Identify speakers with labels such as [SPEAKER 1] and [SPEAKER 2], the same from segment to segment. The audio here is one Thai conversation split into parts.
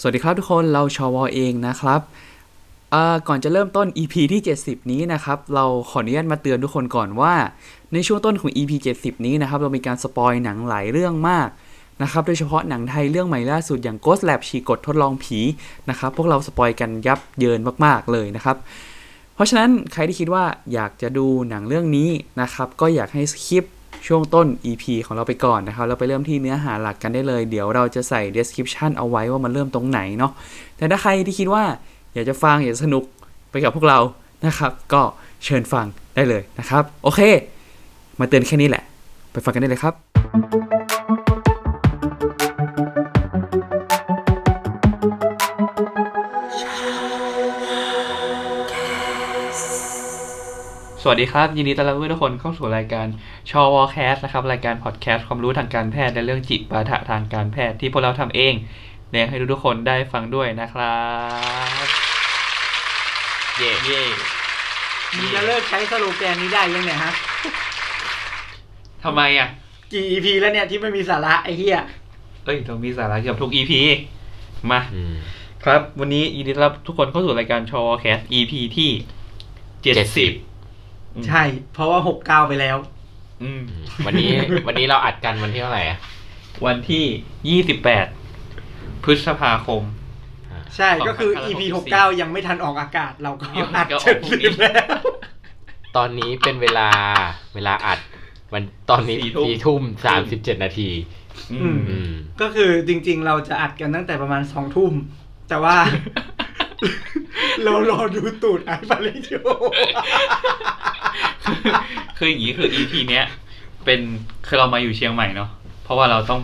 [SPEAKER 1] สวัสดีครับทุกคนเราชวเองนะครับเอ่อก่อนจะเริ่มต้น EP ที่ 70 นี้นะครับ เราขออนุญาตมาเตือนทุกคนก่อนว่า ในช่วงต้นของ EP 70 นี้นะครับ เรามีการสปอยหนังหลายเรื่องมากนะครับ โดยเฉพาะหนังไทยเรื่องใหม่ล่าสุดอย่าง Ghost Lab ฉีกกดทดลองผีนะครับ พวกเราสปอยกันยับเยินมากๆเลยนะครับ เพราะฉะนั้นใครที่คิดว่าอยากจะดูหนังเรื่องนี้นะครับ ก็อยากให้สคิปช่วงต้น EP ของเราไปก่อนนะครับ แล้วไปเริ่มที่เนื้อหาหลักกันได้เลย เดี๋ยวเราจะใส่ description เอาไว้ว่ามันเริ่มตรงไหนเนาะแต่ถ้าใครที่คิดว่าอยากจะฟังอยากจะสนุกไปกับพวกเรานะครับ ก็เชิญฟังได้เลยนะครับ โอเค มาเตือนแค่นี้แหละ ไปฟังกันได้เลยครับ สวัสดีครับ ยินดีต้อนรับทุกคนเข้าสู่รายการชอวอแคสนะครับ รายการพอดแคสต์ความรู้ทางการแพทย์และเรื่องจิตปาถะทางการแพทย์ที่พวกเราทำเองแนะให้ทุกๆคนได้ฟังด้วยนะครับเย่เย่
[SPEAKER 2] มึงจะเลิกใช้สโลแกนนี้ได้ยังเนี่ยฮะ
[SPEAKER 1] ทำไมอ่ะ
[SPEAKER 2] กี่ EP แล้วเนี่ยที่ไม่มีสาระไอ้เหี้ย
[SPEAKER 1] เอ้ยเรามีสาระเกือบทุก EP มา ครับ วันนี้ยินดีต้อนรับทุกคนเข้าสู่รายการชอวอแคส EP ที่เจ็ดสิบ
[SPEAKER 2] ใช่ เพราะว่าหกเก้าไปแล้ว
[SPEAKER 1] อืม
[SPEAKER 3] วันนี้ วันนี้เราอัดกันวันที่เท่าไหร่อะ
[SPEAKER 1] วันที่ยี่สิบแปดพฤษภาคม
[SPEAKER 2] ใช่ก็คือ
[SPEAKER 1] 2564
[SPEAKER 2] EP หกเก้ายังไม่ทันออกอากาศเราก็
[SPEAKER 1] เดี๋ยว
[SPEAKER 2] อัด
[SPEAKER 1] เดี๋ยว
[SPEAKER 2] จน
[SPEAKER 1] ออกพรุ่งนี้
[SPEAKER 2] ลืมแล้ว
[SPEAKER 3] ตอนนี้เป็นเวลาเวลาอัด วันตอนนี้
[SPEAKER 1] สี่ทุ่ม
[SPEAKER 3] สี่ทุ่มสามสิบเจ็ดนาที
[SPEAKER 1] อืม
[SPEAKER 3] อืม
[SPEAKER 2] ก็คือจริงๆ เราจะอัดกันตั้งแต่ประมาณสองทุ่ม แต่ว่า เรารอดูตูดไอ้ปาริโย
[SPEAKER 1] คืออย่างนี้คือ EP เนี้ย เป็นคือเรามาอยู่เชียงใหม่เนาะเพราะว่าเราต้อง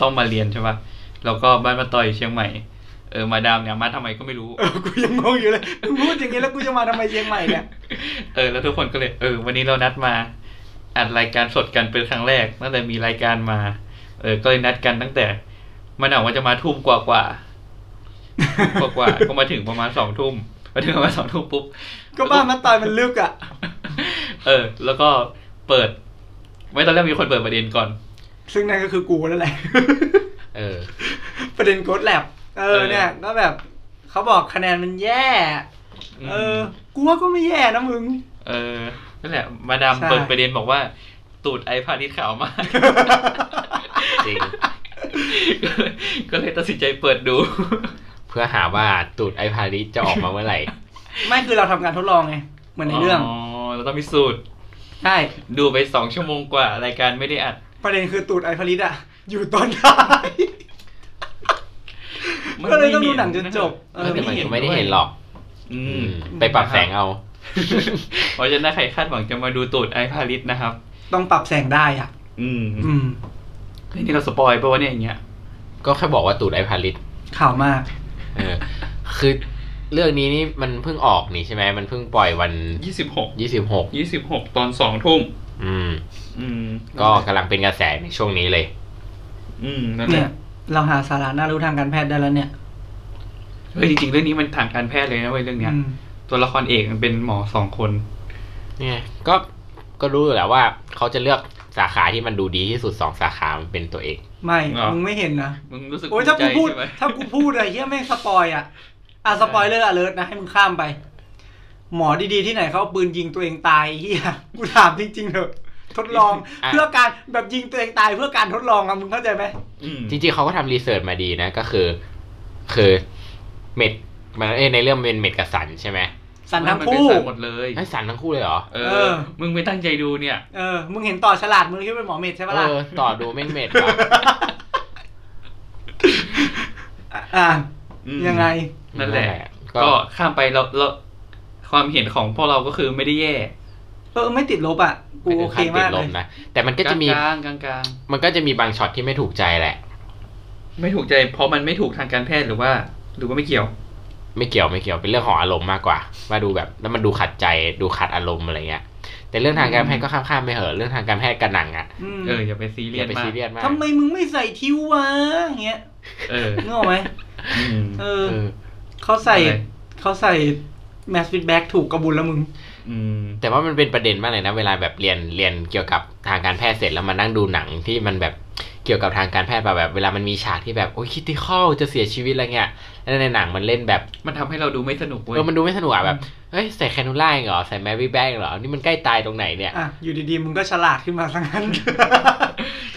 [SPEAKER 1] ต้องมาเรียนใช่ปะแล้วก็บ้านมาต่อยอยู่เชียงใหม่เออมาดามเนี่ยมาทำไมก็ไม่รู้
[SPEAKER 2] เออกูยังงงอยู่เลยมึงพูดอย่างนี้แล้วกูจะมาทำไมเชียงใหม่เนี่ย
[SPEAKER 1] เออแล้วทุกคนก็เลยเออวันนี้เรานัดมาอัดรายการสดกันเป็นครั้งแรกตั้งแต่มีรายการมา เออก็เลยนัดกันตั้งแต่มันหนาวว่าจะมาทุ่มกว่ากว่าๆ กว่ากว่าๆก็มาถึงประมาณสองทุ่มมาถึงประมาณสองทุ่มปุ๊บ
[SPEAKER 2] ก็บ้านมันตอยมันลึกอ่ะ
[SPEAKER 1] เออ แล้วก็เปิด ไม่ตอนแรกมีคนเปิดประเด็นก่อน
[SPEAKER 2] ซึ่งนั่นก็คือกูนั่นแหละ
[SPEAKER 3] เออ
[SPEAKER 2] ประเด็นโค้ดแลบเออ
[SPEAKER 1] เออ
[SPEAKER 2] เนี่ยก็แบบเขาบอกคะแนนมันแย่
[SPEAKER 1] ม
[SPEAKER 2] เออ กูว่าก็ไม่แย่นะมึง
[SPEAKER 1] เออ นั่นแหละ มาดาม
[SPEAKER 2] ใช่
[SPEAKER 1] เปิดประเด็นบอกว่า ตูดไอพาณิชย์ขาวมาก
[SPEAKER 3] จริง
[SPEAKER 1] ก็เลยตัดสินใจเปิดดู
[SPEAKER 3] เพื่อหาว่าตูดไอพาริสจะออกมาเมื่อไหร่
[SPEAKER 2] ไม่คือเราทำการทดลองไง เหมือนในเรื่อง
[SPEAKER 1] อ๋อ เราต้องมีสูตร
[SPEAKER 2] ใช่
[SPEAKER 1] ดูไปสองชั่วโมงกว่า รายการไม่ได้อัด
[SPEAKER 2] ประเด็นคือตูดไอพลิตอ่ะ อยู่ตอนท้าย
[SPEAKER 1] มัน
[SPEAKER 2] ก็เลยต้อง
[SPEAKER 1] ไม่เห็
[SPEAKER 2] ดู
[SPEAKER 1] น
[SPEAKER 2] หนังจนจบ
[SPEAKER 1] เอ
[SPEAKER 2] เอ
[SPEAKER 1] อ
[SPEAKER 2] อ
[SPEAKER 3] แต่มัน
[SPEAKER 1] เห็น
[SPEAKER 3] ก็ไม่ได้เห็นหรอก
[SPEAKER 1] อื
[SPEAKER 3] อื
[SPEAKER 1] ม
[SPEAKER 3] ม ไปปรับแสงเอา
[SPEAKER 1] เพราะฉะนั้นถ้าใครคาดหวังจะมาดูตูดไอพาณิชย์นะครับ
[SPEAKER 2] ต้องปรับแสงได้อ่ะ
[SPEAKER 1] อืม
[SPEAKER 2] อืม
[SPEAKER 1] เฮ้ยนี่เราสปอยไปะวะเนี่ยอย่างเงี้ย
[SPEAKER 3] ก็แค่บอกว่าตูดไอพาริส
[SPEAKER 2] ข่าวมาก
[SPEAKER 3] เออ คือเรื่องนี้นี่มันเพิ่งออกนี่ใช่ไหม มันเพิ่งปล่อยวัน
[SPEAKER 1] ยี่สิบหก
[SPEAKER 3] ยี่สิบหก
[SPEAKER 1] ยี่สิบหกตอนสองทุ่ม
[SPEAKER 3] อืม
[SPEAKER 1] อืม
[SPEAKER 3] ก็กำลังเป็นกระแสในช่วงนี้เลย
[SPEAKER 1] อืม นั่นแห
[SPEAKER 2] เนี่ย
[SPEAKER 1] ละ
[SPEAKER 2] เราหาสาระน่ารู้ทางการแพทย์ได้แล้วเนี่ย
[SPEAKER 1] เฮ้ยจริงๆเรื่องนี้มันทางการแพทย์เลยนะเว้ยเรื่องเนี้ย
[SPEAKER 2] อืม
[SPEAKER 1] ตัวละครเอกมันเป็นหมอสองคน
[SPEAKER 3] เนี่ยก็ก็รู้อยู่แล้วว่าเขาจะเลือกสาขาที่มันดูดีที่สุดสองสาขามันเป็นตัวเอง
[SPEAKER 2] ไม่
[SPEAKER 1] เหรอ
[SPEAKER 2] มึงไม่เห็นนะ
[SPEAKER 1] มึงรู้สึก
[SPEAKER 2] โอ้ยถ้ากูพูด
[SPEAKER 1] ภูมิใจใช่ไหม
[SPEAKER 2] ถ้ากูพูดอะเฮียแม่งสปอยอะอ่ะสปอยเลอร์อเลิร์นะให้มึงข้ามไป หมอดีๆที่ไหนเขาเอาปืนยิงตัวเองตายไอ้เฮีย กูถามจริงๆเถอะ ทดลอง
[SPEAKER 3] อ่ะ
[SPEAKER 2] เพื่อการแบบยิงตัวเองตายเพื่อการทดลองอะมึงเข้าใจไหม
[SPEAKER 1] อืม
[SPEAKER 3] จริงๆเขาก็ทำรีเสิร์ชมาดีนะ ก็คือ คือเม็ดมันเอ้ยในเรื่องมันเป็นเม็ดกับสันใช่ไหม
[SPEAKER 2] สันทั้ง
[SPEAKER 1] มัเป็
[SPEAKER 2] คู่
[SPEAKER 1] สันหมดเลย
[SPEAKER 3] ให้สันทั้งคู่เลยเหรอ
[SPEAKER 1] เอ
[SPEAKER 2] เอ
[SPEAKER 1] อ
[SPEAKER 2] อ
[SPEAKER 1] มึงไม่ตั้งใจดูเนี่ย
[SPEAKER 2] เออ มึงเห็นต่อฉลาดมึงคิดว่าเป็นหมอเมดใช่ปะ
[SPEAKER 3] เอ
[SPEAKER 2] ล่ะ
[SPEAKER 3] อต่อดูแม่งเม็ดว่ะ
[SPEAKER 2] อ่ะอ่ะ
[SPEAKER 1] อืม
[SPEAKER 2] ยังไง
[SPEAKER 1] นั่นแหละ
[SPEAKER 3] ก็
[SPEAKER 1] ก็ข้ามไปเราเราความเห็นของพวกเราก็คือไม่ได้แย่
[SPEAKER 2] เออไม่ติดลบอะกูโอ
[SPEAKER 3] ไม่ถึง
[SPEAKER 2] เค
[SPEAKER 3] ขั้นติด
[SPEAKER 2] มาก
[SPEAKER 3] ล
[SPEAKER 2] เล
[SPEAKER 3] ม
[SPEAKER 2] ย
[SPEAKER 3] นะแต่มันก็จะมี
[SPEAKER 1] กลางๆกลางกลาง
[SPEAKER 3] มันก็จะมีบางช็อตที่ไม่ถูกใจแหละ
[SPEAKER 1] ๆไม่ถูกใจเพราะมันไม่ถูกทางการแพทย์หรือว่า หรือว่าไม่เกี่ยว
[SPEAKER 3] ไม่เกี่ยวไม่เกี่ยวเป็นเรื่องของอารมณ์มากกว่า ว่าดูแบบแล้วมันดูขัดใจดูขัดอารมณ์อะไรเงี้ยแต่เรื่องทางการแพทย์ก็ข้ามๆไปเหอะเรื่องทางการแพทย์กับหนังอะ
[SPEAKER 2] อืม
[SPEAKER 1] เอออย่าไปซีเรี
[SPEAKER 3] อยย่า
[SPEAKER 1] ส
[SPEAKER 3] ไป
[SPEAKER 1] มา
[SPEAKER 3] ซี
[SPEAKER 1] ก
[SPEAKER 3] เรียสมาก
[SPEAKER 2] ทำไมมึงไม่ใส่ทิววะอย่างเงี้ย
[SPEAKER 1] เออ
[SPEAKER 2] นึกออกไหม
[SPEAKER 1] อืม
[SPEAKER 2] เอ
[SPEAKER 3] เอ
[SPEAKER 2] อ
[SPEAKER 3] อ
[SPEAKER 2] เขาใส่เขาใส่แมสฟิดแบ็กถูกกระบุนแล้วมึง
[SPEAKER 1] อืม
[SPEAKER 3] แต่ว่ามันเป็นประเด็นมากเลยนะ เวลาแบบเรียนเรียนเกี่ยวกับทางการแพทย์เสร็จแล้วมานั่งดูหนังที่มันแบบเ กี่ยวกับทางการแพทย์ป่ะแบบเวลามันมีฉากที่แบบโอ้ยคิดที่ข้อจะเสียชีวิตอะไรเงี้ยแล้วในหนังมันเล่นแบบ
[SPEAKER 4] มันทำให้เราดูไม่สนุกเว้ย
[SPEAKER 3] เออ มันดูไม่สนุกอ่ะแบบ เฮ้ย ใส่แคนูล่าเองเหรอ ใส่แมรี่แบงเหรอ นี่มันใกล้ตายตรงไหนเนี่ย
[SPEAKER 2] อ่ะอยู่ดีๆมึงก็ฉลาดขึ้นมาซะ งั้น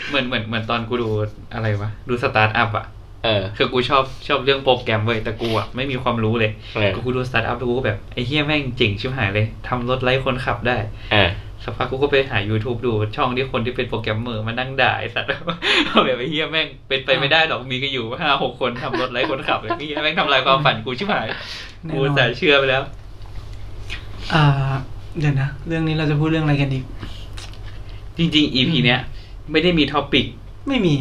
[SPEAKER 1] เหมือนเหมือนเหมือนตอนกูดูอะไรวะ ดูสตาร์ทอัพอ่ะ
[SPEAKER 3] เออ
[SPEAKER 1] คือกูชอบชอบเรื่องโปรแกรมเว้ยแต่กูอ่ะไม่มีความรู้เลย
[SPEAKER 3] เออ
[SPEAKER 1] กูกูดูสตาร์ทอัพแล้วกูก็แบบไอ้เฮียแม่งเจ๋งชิบหายเลยทำรถไร้คนขับได้
[SPEAKER 3] เออ
[SPEAKER 1] สักพักกูก็ไปหา YouTube ดูช่องที่คนที่เป็นโปรแกรมเมอร์มานั่งด่าไอ้สัตว์ แบบไอ้เฮียแม่งเป็นไปไม่ได้หรอกมีก็อยู่ห้าหกคนทำรถไร้คนขับไอ้เฮียแม่งทำลายความฝันกูชิบหาย
[SPEAKER 2] แน่นอน
[SPEAKER 1] กูแต่เชื่อไปแล้ว
[SPEAKER 2] อ่าเดี๋ยวนะ เรื่องนี้เราจะพูดเรื่องอะไรกันดี
[SPEAKER 1] จริง ๆ EP เนี้ยไม่ได้มีท็อปิก
[SPEAKER 2] ไม่มี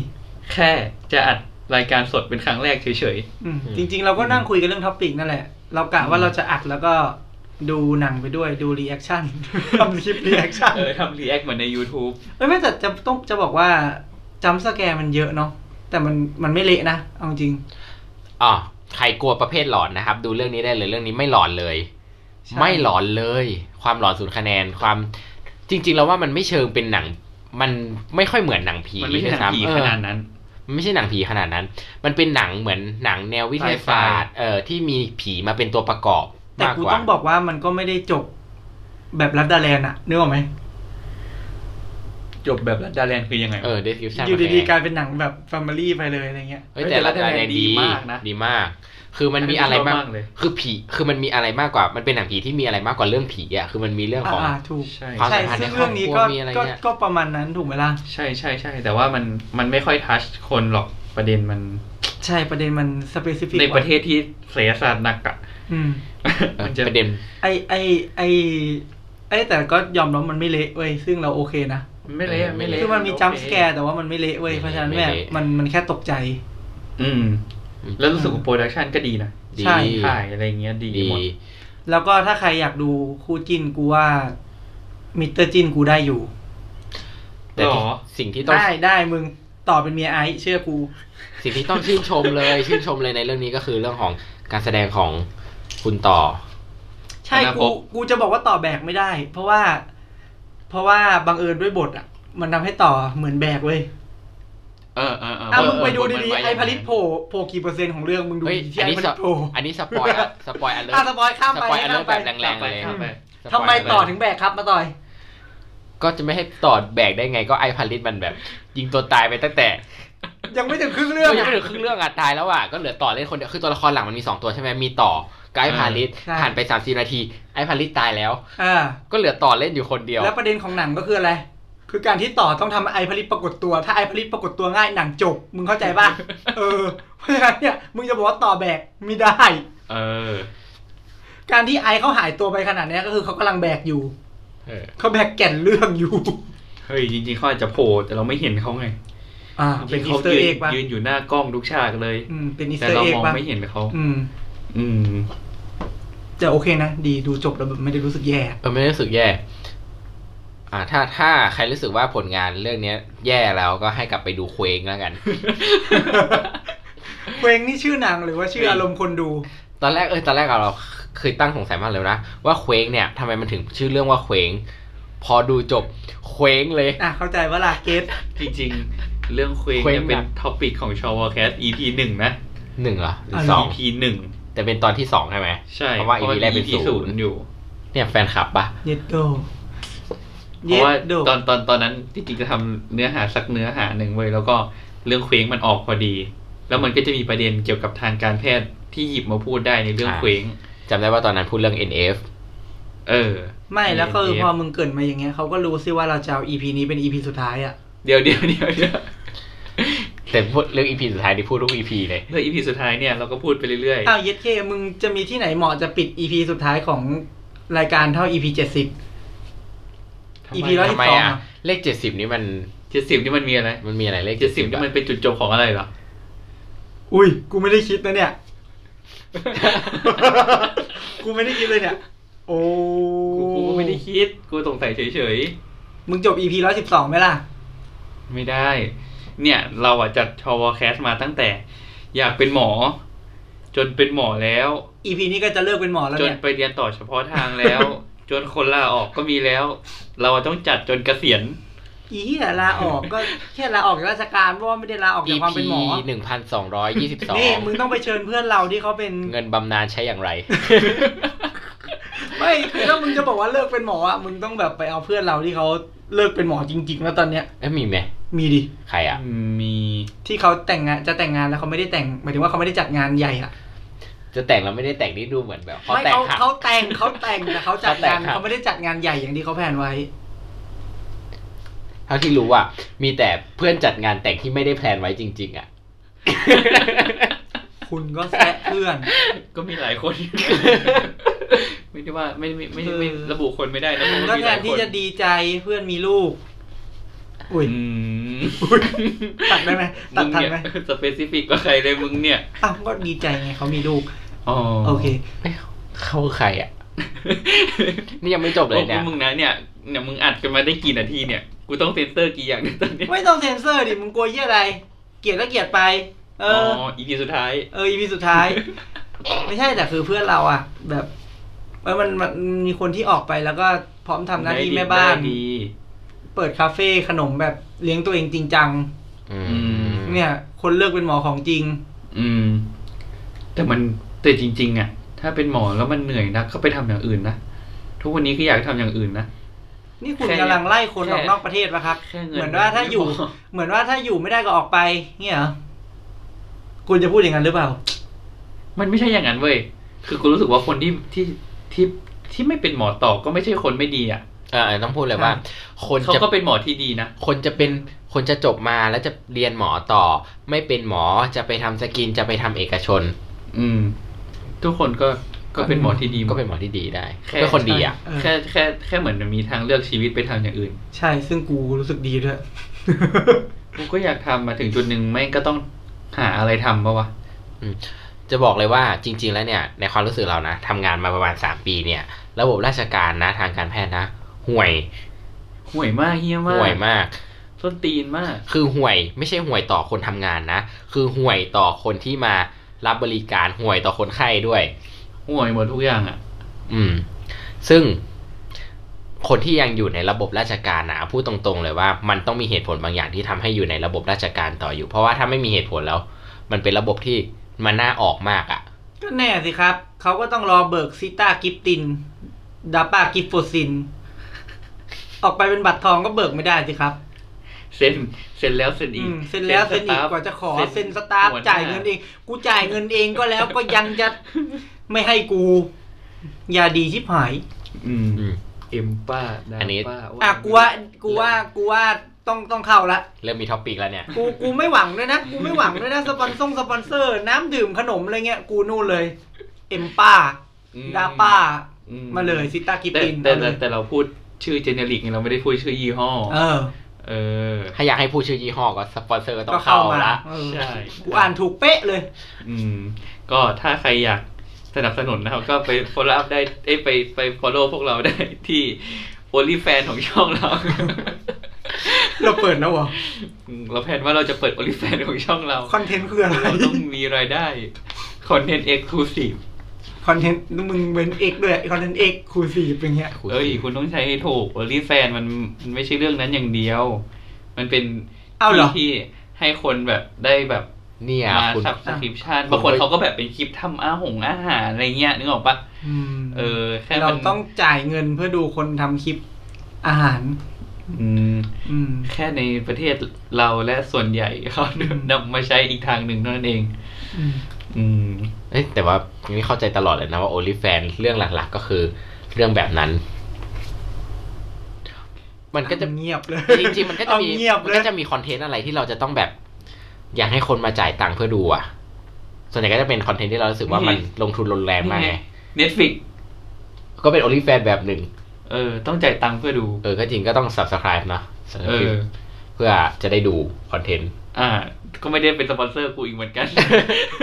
[SPEAKER 1] แค่จะอัดรายการสดเป็นครั้งแรกเฉย
[SPEAKER 2] อืม
[SPEAKER 3] อืม
[SPEAKER 2] จริง ๆ เราก็นั่งคุยกันเรื่องท็อปิกนั่นแหละ เรากะว่าเราจะอัดแล้วก็ดูหนังไปด้วยดูรีแอคชั่น ทำคลิปรีแอคชั่น
[SPEAKER 1] ๆเออทำรีแอคเหมือนใน YouTube
[SPEAKER 2] ไม่ไม่แต่จะต้องจะบอกว่าจัมป์สแกร์มันเยอะเนาะแต่มันมันไม่เละนะเอาจริง
[SPEAKER 3] อ๋อใครกลัวประเภทหลอนนะครับ ดูเรื่องนี้ได้เลย เรื่องนี้ไม่หลอนเลย
[SPEAKER 2] ใช่
[SPEAKER 3] ไม่หลอนเลย ความหลอนศูนย์คะแนน ความ จริง ๆ แล้วว่ามันไม่เชิงเป็นหนัง มันไม่ค่อยเหมือนหนังผี
[SPEAKER 1] มันไม่ใช่หนังผี
[SPEAKER 3] ด้ว
[SPEAKER 1] ข
[SPEAKER 3] ยซ้ำเออ
[SPEAKER 1] นาดนั้น
[SPEAKER 3] มันไม่ใช่หนังผีขนาดนั้น มันเป็นหนังเหมือนหนังแนววิทยาศาสตร์ เออที่มีผีมาเป็นตัวประกอบ
[SPEAKER 2] แต่
[SPEAKER 3] มาก
[SPEAKER 2] กู
[SPEAKER 3] กว่า
[SPEAKER 2] ต้องบอกว่ามันก็ไม่ได้จบแบบรัดดาแลนอะนึกออกไหม
[SPEAKER 1] จบแบบรัดดาแลนด์คือยังไงวะ
[SPEAKER 3] เออ description
[SPEAKER 2] อยู่ดี
[SPEAKER 3] มัน
[SPEAKER 2] ๆ
[SPEAKER 3] ไง
[SPEAKER 2] กลายเป็นหนังแบบแฟมิลี่ไปเลยอะไรเงี้ย
[SPEAKER 3] เฮ้ย
[SPEAKER 1] เฮ้ย
[SPEAKER 3] แต่
[SPEAKER 1] แต่
[SPEAKER 3] ละ
[SPEAKER 1] ละ
[SPEAKER 3] ราย
[SPEAKER 1] แต่
[SPEAKER 3] ได้
[SPEAKER 1] ละ
[SPEAKER 3] ดี
[SPEAKER 1] ดีมากนะ
[SPEAKER 3] ดีมาก คือมันมีอะไรมา
[SPEAKER 1] อันนี้ชอบ
[SPEAKER 3] ก
[SPEAKER 1] มากเลย
[SPEAKER 3] คือผีคือมันมีอะไรมากกว่า มันเป็นหนังผีที่มีอะไรมากกว่าเรื่องผีอ่ะคือมันมีเรื่องของ
[SPEAKER 2] อ่าๆถูก
[SPEAKER 1] ใช่
[SPEAKER 3] ความสั
[SPEAKER 2] ใช่
[SPEAKER 3] มพันธ์
[SPEAKER 2] ซึ่ง
[SPEAKER 3] ในครอบ
[SPEAKER 2] เรื่องนี้ก็
[SPEAKER 3] ครัวมีอะไร
[SPEAKER 2] ก็
[SPEAKER 3] เนี่ย
[SPEAKER 2] ก็ประมาณนั้นถูกไหมล่ะ
[SPEAKER 1] ใช่ใช่ใช่แต่ว่ามันมันไม่ค่อยทัชคนหรอกประเด็นมัน
[SPEAKER 2] ใช่ประเด็นมันสเปซิฟิก
[SPEAKER 1] ในประเทศที่เสียศาสตร์หนักอะ
[SPEAKER 2] อืม
[SPEAKER 3] เออ
[SPEAKER 1] มันจะ
[SPEAKER 3] ประเด็น
[SPEAKER 2] ไอไอไอไอแต่ก็ยอมรับมันไม่เละเว้ยซึ่งเราโอเคนะ
[SPEAKER 1] ไม่เละไม่เละ
[SPEAKER 2] คือมันมีจัม
[SPEAKER 1] โอ
[SPEAKER 2] ส
[SPEAKER 1] เค
[SPEAKER 2] แกร์แต่ว่ามันไม่เละเว้ยเพราะฉะนั้นแบบมันมันแค่ตกใจ
[SPEAKER 1] อืม แล้วรู้สึกว่าโปรดักชันก็ดีนะ
[SPEAKER 3] ดี
[SPEAKER 2] ใช่
[SPEAKER 1] ถ่ายอะไรเงี้ยดี
[SPEAKER 3] ดี
[SPEAKER 1] หมด
[SPEAKER 2] แล้วก็ถ้าใครอยากดูคู่จิ้นกูว่ามิเตอร์จิ้นกูได้อยู่
[SPEAKER 3] แต่ที่สิ่งที่ต้อง
[SPEAKER 2] ได้ได้มึงต่อเป็นเมียไอซ์เชื่อกู
[SPEAKER 3] สิ่งที่ต้องชื่นชมเลย ชื่นชมเลยในเรื่องนี้ก็คือเรื่องของการแสดงของคุณต่อ
[SPEAKER 2] ใช่กูกูจะบอกว่าต่อแบกไม่ได้ เพราะว่า เพราะว่าบังเอิญด้วยบทอ่ะ มันทำให้ต่อเหมือนแบกเว้ย
[SPEAKER 1] เออเออเออ
[SPEAKER 2] อ่ะ
[SPEAKER 1] เออ
[SPEAKER 2] มึงไปดูดี
[SPEAKER 1] เมันว้
[SPEAKER 2] ๆไอ
[SPEAKER 1] ยังง
[SPEAKER 2] พลิตโผล่โผล่กี่เปอร์เซ็นต์ของเรื่องมึงดู
[SPEAKER 3] เฮ้ย
[SPEAKER 2] ที่
[SPEAKER 3] อัน
[SPEAKER 2] ไอพ
[SPEAKER 3] นี้ส
[SPEAKER 2] ลิต
[SPEAKER 3] ป
[SPEAKER 2] โผล่
[SPEAKER 3] อันนี้สปอยอะสปอยอันเลิ
[SPEAKER 2] อ่ะสปอยข้ามไป
[SPEAKER 3] สปอยอันเลิ
[SPEAKER 2] ข้ามไป
[SPEAKER 3] แบบแรงๆ
[SPEAKER 1] ไป
[SPEAKER 3] เลย
[SPEAKER 1] ข้ามไป
[SPEAKER 2] ทำไมต่อถึงแบกครับมาต่อย
[SPEAKER 3] ก็จะไม่ให้ต่อแบกได้ไงก็ไอพาริสมันแบบ ยิงตัวตายไปตั้งแต่
[SPEAKER 2] ยังไม่ถึงครึ่ง
[SPEAKER 3] เรื่
[SPEAKER 2] เรื่อง ง
[SPEAKER 3] อยัง
[SPEAKER 2] อะ
[SPEAKER 3] ไม่ถึงครึ่งเรื่องอ่ะตายแล้วอ่ะก็เหลือต่อเล่นคนเดียวคือตัวละครหลังมันมีสองตัวใช่ไหมมีต่อกับไอ้พาริส
[SPEAKER 2] ใช่
[SPEAKER 3] ผ่านไปสามสี่นาที ไอ้พาริสตายแล้ว
[SPEAKER 2] อ่า
[SPEAKER 3] ก็เหลือต่อเล่นอยู่คนเดียว
[SPEAKER 2] แล้วประเด็นของหนังก็คืออะไร คือการที่ต่อต้องทำไอผลิตปรากฏตัว ถ้าไอผลิตปรากฏตัวง่ายหนังจบ มึงเข้าใจป่ะ เออ เพราะฉะนั้นเนี่ย มึงจะบอกว่าต่อแบกไม่ได้
[SPEAKER 1] เออ
[SPEAKER 2] การที่ไอเขาหายตัวไปขนาดเนี้ยก็คือเขากำลังแบกอยู่
[SPEAKER 3] เออ
[SPEAKER 2] เขาแบกแก่นเรื่องอยู่
[SPEAKER 1] เฮ้ยจริงๆเขาอาจจะโผล่แต่เราไม่เห็นเขาไง
[SPEAKER 2] อ่า
[SPEAKER 1] จ
[SPEAKER 2] เป็
[SPEAKER 1] ริงๆ
[SPEAKER 2] นอี
[SPEAKER 1] เขา
[SPEAKER 2] สเตอ
[SPEAKER 1] ยื
[SPEAKER 2] ร์เอน กป่ะ
[SPEAKER 1] ยืนอยู่หน้ากล้องทุกฉากเลย
[SPEAKER 2] อืม เป็นอีส
[SPEAKER 1] แต่
[SPEAKER 2] เตอร์
[SPEAKER 1] เรา
[SPEAKER 2] เอก
[SPEAKER 1] มอง
[SPEAKER 2] ป่ะ
[SPEAKER 1] ไม่เห็นเขา
[SPEAKER 2] อืม
[SPEAKER 1] อืม
[SPEAKER 2] แต่โอเคนะ ดีดูจบแล้วแบบไม่ได้รู้สึกแย่
[SPEAKER 3] เออไม่ได้รู้สึกแย่ อ่า ถ้าถ้าใครรู้สึกว่าผลงานเรื่องเนี้ย แย่แล้วก็ให้กลับไปดูเคว้งแล้วกัน
[SPEAKER 2] เพลงนี่ชื่อหนังหรือว่าชื่ออารมณ์คนดู
[SPEAKER 3] ตอนแรกเออตอนแรกอะเราเคยตั้งสงสัยมากเลยนะว่าเคว้งเนี่ยทำไมมันถึงชื่อเรื่องว่าเคว้งพอดูจบเคว้งเลย
[SPEAKER 2] อ่ะ เข้าใจว่าล่ะเกต
[SPEAKER 1] จริงๆ เรื่องเคว้ง
[SPEAKER 3] เคว้ง
[SPEAKER 1] จะเป็น
[SPEAKER 3] หนัก
[SPEAKER 1] ท็อปิกของชอวแคส EP หนึ่งนะ
[SPEAKER 3] หนึ่งเหรอหรือสอง
[SPEAKER 1] EP หนึ่ง
[SPEAKER 3] แต่เป็นตอนที่สองใช่ไหม
[SPEAKER 1] ใช่
[SPEAKER 3] เพราะว่าอีพีแรกเป็น
[SPEAKER 1] พราะว่า
[SPEAKER 3] ศู
[SPEAKER 1] EP
[SPEAKER 3] นย์
[SPEAKER 1] อยู่
[SPEAKER 3] เนี่ยแฟนคลับปะ
[SPEAKER 2] เย็ดโด
[SPEAKER 1] เพ
[SPEAKER 2] เย็
[SPEAKER 1] ราะว่า
[SPEAKER 2] ดโด
[SPEAKER 1] ตอนตอนตอนนั้นจริงๆจะทำเนื้อหาสักเนื้อหาหนึ่งไว้ยแล้วก็เรื่องเคว้งมันออกพอดี แล้วมันก็จะมีประเด็นเกี่ยวกับทางการแพทย์ที่หยิบมาพูดได้ในเรื่อง
[SPEAKER 3] อ่า
[SPEAKER 1] เคว้ง
[SPEAKER 3] จำได้ว่าตอนนั้นพูดเรื่อง NF
[SPEAKER 1] เออ
[SPEAKER 2] ไม่แล้วก็คือ
[SPEAKER 1] เดี๋ย
[SPEAKER 2] พอมึงเกรินมาอย่างเงี้ยเขาก็รู้สิว่าเราจะเอา EP นี้เป็น EP สุดท้ายอ่ะ
[SPEAKER 1] เดี๋ยวเดี๋ยวเดี๋ยวเดี๋ยว
[SPEAKER 3] แต่พูดเรื่อง EP สุดท้ายที่พูดทุก EP เลย
[SPEAKER 1] เรื่องอีพีสุดท้ายเนี่ยเราก็พูดไปเรื่อย
[SPEAKER 2] อ้าวเย็ดเคมึงจะมีที่ไหนเหมาะจะปิด EP สุดท้ายของรายการเท่า EP เจ็ดสิบ
[SPEAKER 1] ๆ
[SPEAKER 2] EP
[SPEAKER 1] ทำไม
[SPEAKER 2] ร้อย
[SPEAKER 3] ทำ
[SPEAKER 2] สิบ
[SPEAKER 3] ไม
[SPEAKER 2] สอง
[SPEAKER 3] อ่ะ
[SPEAKER 2] อ่ะ
[SPEAKER 3] เลข 70 นี่มัน
[SPEAKER 1] เจ็ดสิบนี่มันมีอะไร
[SPEAKER 3] มันมีอะไรเลข
[SPEAKER 1] เจ็ดสิบนี่มันเป็นจุดจบของอะไรเหรอ
[SPEAKER 2] อุ้ย กูไม่ได้คิดนะเนี่ย กูไม่ได้คิดเลยเนี่ย โอ้
[SPEAKER 1] กูกูก็ไม่ได้คิดกูสงสัยเฉย
[SPEAKER 2] มึงจบ EP ร้อยสิบสองไหมล่ะ
[SPEAKER 1] ๆไม่ได้ เนี่ย เราอ่ะจัดชอวอแคสมาตั้งแต่ อยากเป็นหมอ จนเป็นหมอแล้ว
[SPEAKER 2] EP นี้ก็จะเลิกเป็นหมอแล้ว
[SPEAKER 1] จน
[SPEAKER 2] เนี่ย
[SPEAKER 1] ไปเรียนต่อเฉ พาะทางแล้ว จนคนลาออกก็มีแล้ว เราต้องจัดจนเกษียณ
[SPEAKER 2] อีเหี้ยลาออกก็แค่ลาออกจากราชการเพราะว่าไม่ได้ลาออกจาก ความ
[SPEAKER 3] EP
[SPEAKER 2] เป็นหมอ
[SPEAKER 3] หนึ่งพันสองร้อยยี่สิบสอง
[SPEAKER 2] นี่มึงต้องไปเชิญเพื่อนเราที่เขาเป็น
[SPEAKER 3] เงินบำนาญใช้อย่างไร
[SPEAKER 2] ไม่คือถ้ามึงจะบอกว่าเลิกเป็นหมออ่ะมึงต้องแบบไปเอาเพื่อนเราที่เขาเลิกเป็นหมอจริงๆแล้วตอนเนี้ย
[SPEAKER 3] เอ้ยมีไหม
[SPEAKER 2] มีดิ
[SPEAKER 3] ใครอ่ะ
[SPEAKER 1] มี
[SPEAKER 2] ที่เขาแต่งงานจะแต่งงานแล้วเขาไม่ได้แต่งหมายถึงว่าเขาไม่ได้จัดงานใหญ่อ่ะ
[SPEAKER 3] จะแต่งแล้วไม่ได้แต่งนี่ดูเหมือนแบบเขา
[SPEAKER 2] ไม่
[SPEAKER 3] แต่ง
[SPEAKER 2] เขา
[SPEAKER 3] หัก
[SPEAKER 2] เขาแต่งเขาแต่งแต่เขาจัดงาน
[SPEAKER 3] เขาแต่งครับ
[SPEAKER 2] เขาไม่ได้จัดงานใหญ่อย่างที่เขาแผนไว้
[SPEAKER 3] เท่าที่รู้อ่ะมีแต่เพื่อนจัดงานแต่งที่ไม่ได้แพลนไว้จริง ๆ อ่ะ
[SPEAKER 2] คุณก็แซะเพื่อน
[SPEAKER 1] ก็มีหลาย คน ไม่ได้ว่าไม่ไม่ไม่ไม่
[SPEAKER 2] คือ
[SPEAKER 1] ระบุคนไม่ได้นะ
[SPEAKER 2] มึ
[SPEAKER 1] มั
[SPEAKER 2] ง
[SPEAKER 1] น
[SPEAKER 2] ก็
[SPEAKER 1] มี
[SPEAKER 2] แท
[SPEAKER 1] หลาน ยค
[SPEAKER 2] ที่
[SPEAKER 1] น
[SPEAKER 2] จะดีใจเพื่อนมีลูก อุ้ย
[SPEAKER 1] อืม
[SPEAKER 2] ตัดได้ไหมตั
[SPEAKER 1] มึ
[SPEAKER 2] ด
[SPEAKER 1] ง
[SPEAKER 2] ทัน
[SPEAKER 1] เนี่ย
[SPEAKER 2] ไหม
[SPEAKER 1] สเปซิฟิกกว่าใครเลยมึงเนี่ย
[SPEAKER 2] อ้าวก็ดีใจไงเขามีลูก
[SPEAKER 1] อ๋อ
[SPEAKER 2] โอเค
[SPEAKER 3] เข้าใคร อ่ะ นี่ยังไม่จบเลยเนี่ย
[SPEAKER 1] โอ้มึงนะเนี่ยเนี่ยมึงอัดกันมาได้กี่นาทีเนี่ยกูต้องเซ็นเซอร์กี่อย่างเนี่ยตอนเนี้ย
[SPEAKER 2] ไม่ต้องเซ็นเซอร์ดิมึงกลัวเยี่ยอะไร เกลียดก็เกลียดไป เอ
[SPEAKER 1] อ๋
[SPEAKER 2] อ
[SPEAKER 1] ออีพีสุดท้าย
[SPEAKER 2] เอออีพีสุดท้าย ไม่ใช่แต่คือเพื่อนเราอ่ะ แบบเออมันมันมีคนที่ออกไปแล้วก็พร้อมทำหน้าที่แม่บ้าน
[SPEAKER 1] ได้ดี
[SPEAKER 2] เปิดคาเฟ่ขนมแบบเลี้ยงตัวเองจริงจัง
[SPEAKER 3] อืม
[SPEAKER 2] เนี่ย คนเลิกเป็นหมอของจริง
[SPEAKER 1] อืม แต่มันแต่จริง ๆ อ่ะ ถ้าเป็นหมอแล้วมันเหนื่อยนะก็ไปทำอย่างอื่นนะทุกวันนี้ก็อยากทำอย่างอื่นนะ
[SPEAKER 2] นี่คุณ
[SPEAKER 1] แค่
[SPEAKER 2] กำลังไล่คนออก
[SPEAKER 1] แค่
[SPEAKER 2] นอกประเทศปะครับ
[SPEAKER 1] แค่
[SPEAKER 2] เหมือนว่าถ้าอยู่ เหมือนว่าถ้าอยู่ไม่ได้ก็ออกไปเนี่ยเหรอคุณจะพูดอย่างนั้นหรือเปล่า
[SPEAKER 1] มันไม่ใช่อย่างนั้นเว้ยคือกูรู้สึกว่าคนที่ที่ที่ที่ไม่เป็นหมอต่อก็ไม่ใช่คนไม่ดีอ่ะ
[SPEAKER 3] เออต้องพูดเลยว่า คน
[SPEAKER 1] เขา
[SPEAKER 3] จะ
[SPEAKER 1] ก็เป็นหมอที่ดีนะ
[SPEAKER 3] คนจะเป็นคนจะจบมาแล้วจะเรียนหมอต่อ ไม่เป็นหมอจะไปทำสกินจะไปทำเอกชน
[SPEAKER 1] อืม ทุกคนก็ก็เป็นหมอที่ดีหมด
[SPEAKER 3] ก็เป็นหมอที่ดีได้
[SPEAKER 1] แ
[SPEAKER 3] เป็นคนดีอ่ะ
[SPEAKER 2] เออ
[SPEAKER 1] แค่แค่แค่เหมือนมีทางเลือกชีวิตไปทำอย่างอื่น
[SPEAKER 2] ใช่ ซึ่งกูรู้สึกดีด้วย
[SPEAKER 1] กูก็อยากทำมาถึงจุดหนึ่งไม่ก็ต้องหาอะไรทำปะวะ
[SPEAKER 3] จะบอกเลยว่าจริง ๆ แล้วเนี่ย ในความรู้สึกเรานะทำงานมาประมาณสามปีเนี่ย ระบบราชการนะทางการแพทย์นะห่วย
[SPEAKER 1] ห่วยมากเฮี้ยมาก
[SPEAKER 3] ห่วยมาก
[SPEAKER 1] ส้นตีนมาก
[SPEAKER 3] คือห่วยไม่ใช่ห่วยต่อคนทำงานนะ คือห่วยต่อคนที่มารับบริการห่วยต่อคนไข้ด้วย
[SPEAKER 1] ห่วยหมดทุกอย่างอ่ะ
[SPEAKER 3] อืม ซึ่งคนที่ยังอยู่ในระบบราชการนะพูดตรงๆเลยว่ามันต้องมีเหตุผลบางอย่างที่ทำให้อยู่ในระบบราชการต่ออยู่ เพราะว่าถ้าไม่มีเหตุผลแล้ว มันเป็นระบบที่มันน่าออกมากอะ่ะ
[SPEAKER 2] ก็แน่สิครับ เขาก็ต้องรอเบิกซิต้ากิฟติน ดาป้ากิฟโฟซิน ออกไปเป็นบัตรทองก็เบิกไม่ได้สิครับ
[SPEAKER 1] เซ็นเซ็นแล้วเซ็นอี
[SPEAKER 2] อื
[SPEAKER 1] ก
[SPEAKER 2] มเซ็นแล้วเซ็นอีก
[SPEAKER 1] ตฟ
[SPEAKER 2] กว่าจะขอเซ็นสตาฟ
[SPEAKER 1] หัวห
[SPEAKER 2] จ่ายเงินเอง กูจ่ายเงินเองก็แล้วก็ยังจะไม่ให้กู อย่าดีชิบหาย
[SPEAKER 1] อืม
[SPEAKER 3] อืม
[SPEAKER 1] เอ็มป้าดา
[SPEAKER 3] อันนี้
[SPEAKER 1] ป้า
[SPEAKER 2] อ่ะกูว่ากูว่ากูว่าต้องต้องเข้าละ
[SPEAKER 3] เริ่มมีท็อปปิกแล้วเนี่ย
[SPEAKER 2] กูกูไม่หวังด้วยนะ กูไม่หวังด้วยนะ สปอนซงสปอนเซอร์ น้ำดื่มขนมอะไรเงี้ย กูนู่นเลย เอ็มป้า
[SPEAKER 1] อืม
[SPEAKER 2] ดาป้า
[SPEAKER 1] อื
[SPEAKER 2] มาเลยซิต้ากิฟ
[SPEAKER 1] แต่
[SPEAKER 2] ติน
[SPEAKER 1] แต่
[SPEAKER 2] เอาเล
[SPEAKER 1] แต่
[SPEAKER 2] ย
[SPEAKER 1] แต่เราพูดชื่อเจเนริกไงเราไม่ได้พูดชื่อยี่ห้อ
[SPEAKER 2] เออ
[SPEAKER 1] เออ
[SPEAKER 3] ถ้าอยากให้ผู้ชื่อยี่ห้อก็สปอนเซอร์ก็ต้อ
[SPEAKER 2] ก็
[SPEAKER 3] ง
[SPEAKER 2] เข้า
[SPEAKER 3] เข้า
[SPEAKER 2] มา
[SPEAKER 3] ละ
[SPEAKER 2] เออ
[SPEAKER 1] ใช่
[SPEAKER 2] กูอ่านถูกเป๊ะเลย
[SPEAKER 1] อืม ก็ถ้าใครอยากสนับสนุนนะครับ ก็ไป follow up ได้เอ้ยไปไป follow พวกเราได้ที่ only fan ของช่อง เรา
[SPEAKER 2] เราเปิดแล้วเหรอ
[SPEAKER 1] อืมเราแพลนว่าเราจะเปิด only fan ของช่องเรา
[SPEAKER 2] คอนเทนต์คืออะไร
[SPEAKER 1] เราต้องมีรายได้ คอนเทนต์เอ็กซ์คลูซีฟ
[SPEAKER 2] คอนเทนต์มึงเป็นเอกด้วยคอนเทนต์เอกคูซีเป็นเงี้ย
[SPEAKER 1] เอ้ย คุณต้องใช้ให้ถูก only fan มันมันไม่ใช่เรื่องนั้นอย่างเดียว มันเป็น
[SPEAKER 2] เอาเหรอ
[SPEAKER 1] ที่ที่ให้คนแบบได้แบบ
[SPEAKER 3] เนี่ย
[SPEAKER 1] มา
[SPEAKER 3] คุณ
[SPEAKER 1] subscription
[SPEAKER 3] คุณ
[SPEAKER 1] บางคนเขาก็แบบเป็นคลิปทำอาหงอาหารอะไรเงี้ยนึกออกปะ
[SPEAKER 2] อืม
[SPEAKER 1] เออ แค่
[SPEAKER 2] เรา
[SPEAKER 1] มัน
[SPEAKER 2] ต้องจ่ายเงินเพื่อดูคนทำคลิปอาหาร
[SPEAKER 1] อืม
[SPEAKER 2] อืม
[SPEAKER 1] แค่ในประเทศเราและส่วนใหญ่เขานำมาใช้อีกทางหนึ่งเท่านั้นเอง
[SPEAKER 2] อืม
[SPEAKER 1] อืม
[SPEAKER 3] เอ้ยแต่ว่านี่เข้าใจตลอดเลยนะว่าโอลิแฟนเรื่องหลักๆก็คือเรื่องแบบนั้น มันก็จะ
[SPEAKER 2] เงียบเลย
[SPEAKER 3] จริงๆมันก็จะมี
[SPEAKER 2] เอาเงียบ
[SPEAKER 3] มั
[SPEAKER 2] เล
[SPEAKER 3] ก็
[SPEAKER 2] ย
[SPEAKER 3] จะมีคอนเทนต์อะไรที่เราจะต้องแบบ อยากให้คนมาจ่ายตังค์เพื่อดูอ่ะ ส่วนใหญ่ก็จะเป็นคอนเทนต์ที่เรารู้สึกว่า
[SPEAKER 1] อืม
[SPEAKER 3] มันลงทุนลงแรงมากไง
[SPEAKER 1] Netflix
[SPEAKER 3] ก็เป็นโอลิแฟนแบบหนึ่ง
[SPEAKER 1] เออ ต้องจ่ายตังค์เพื่อดู
[SPEAKER 3] เออก็จริงก็ต้อง subscribe เนอะ
[SPEAKER 1] เอ
[SPEAKER 3] subscribe
[SPEAKER 1] อ
[SPEAKER 3] เพื่อจะได้ดูคอนเทนต์
[SPEAKER 1] อ่า ก็ไม่ได้เป็นสปอนเซอร์กูอีกเหมือนกัน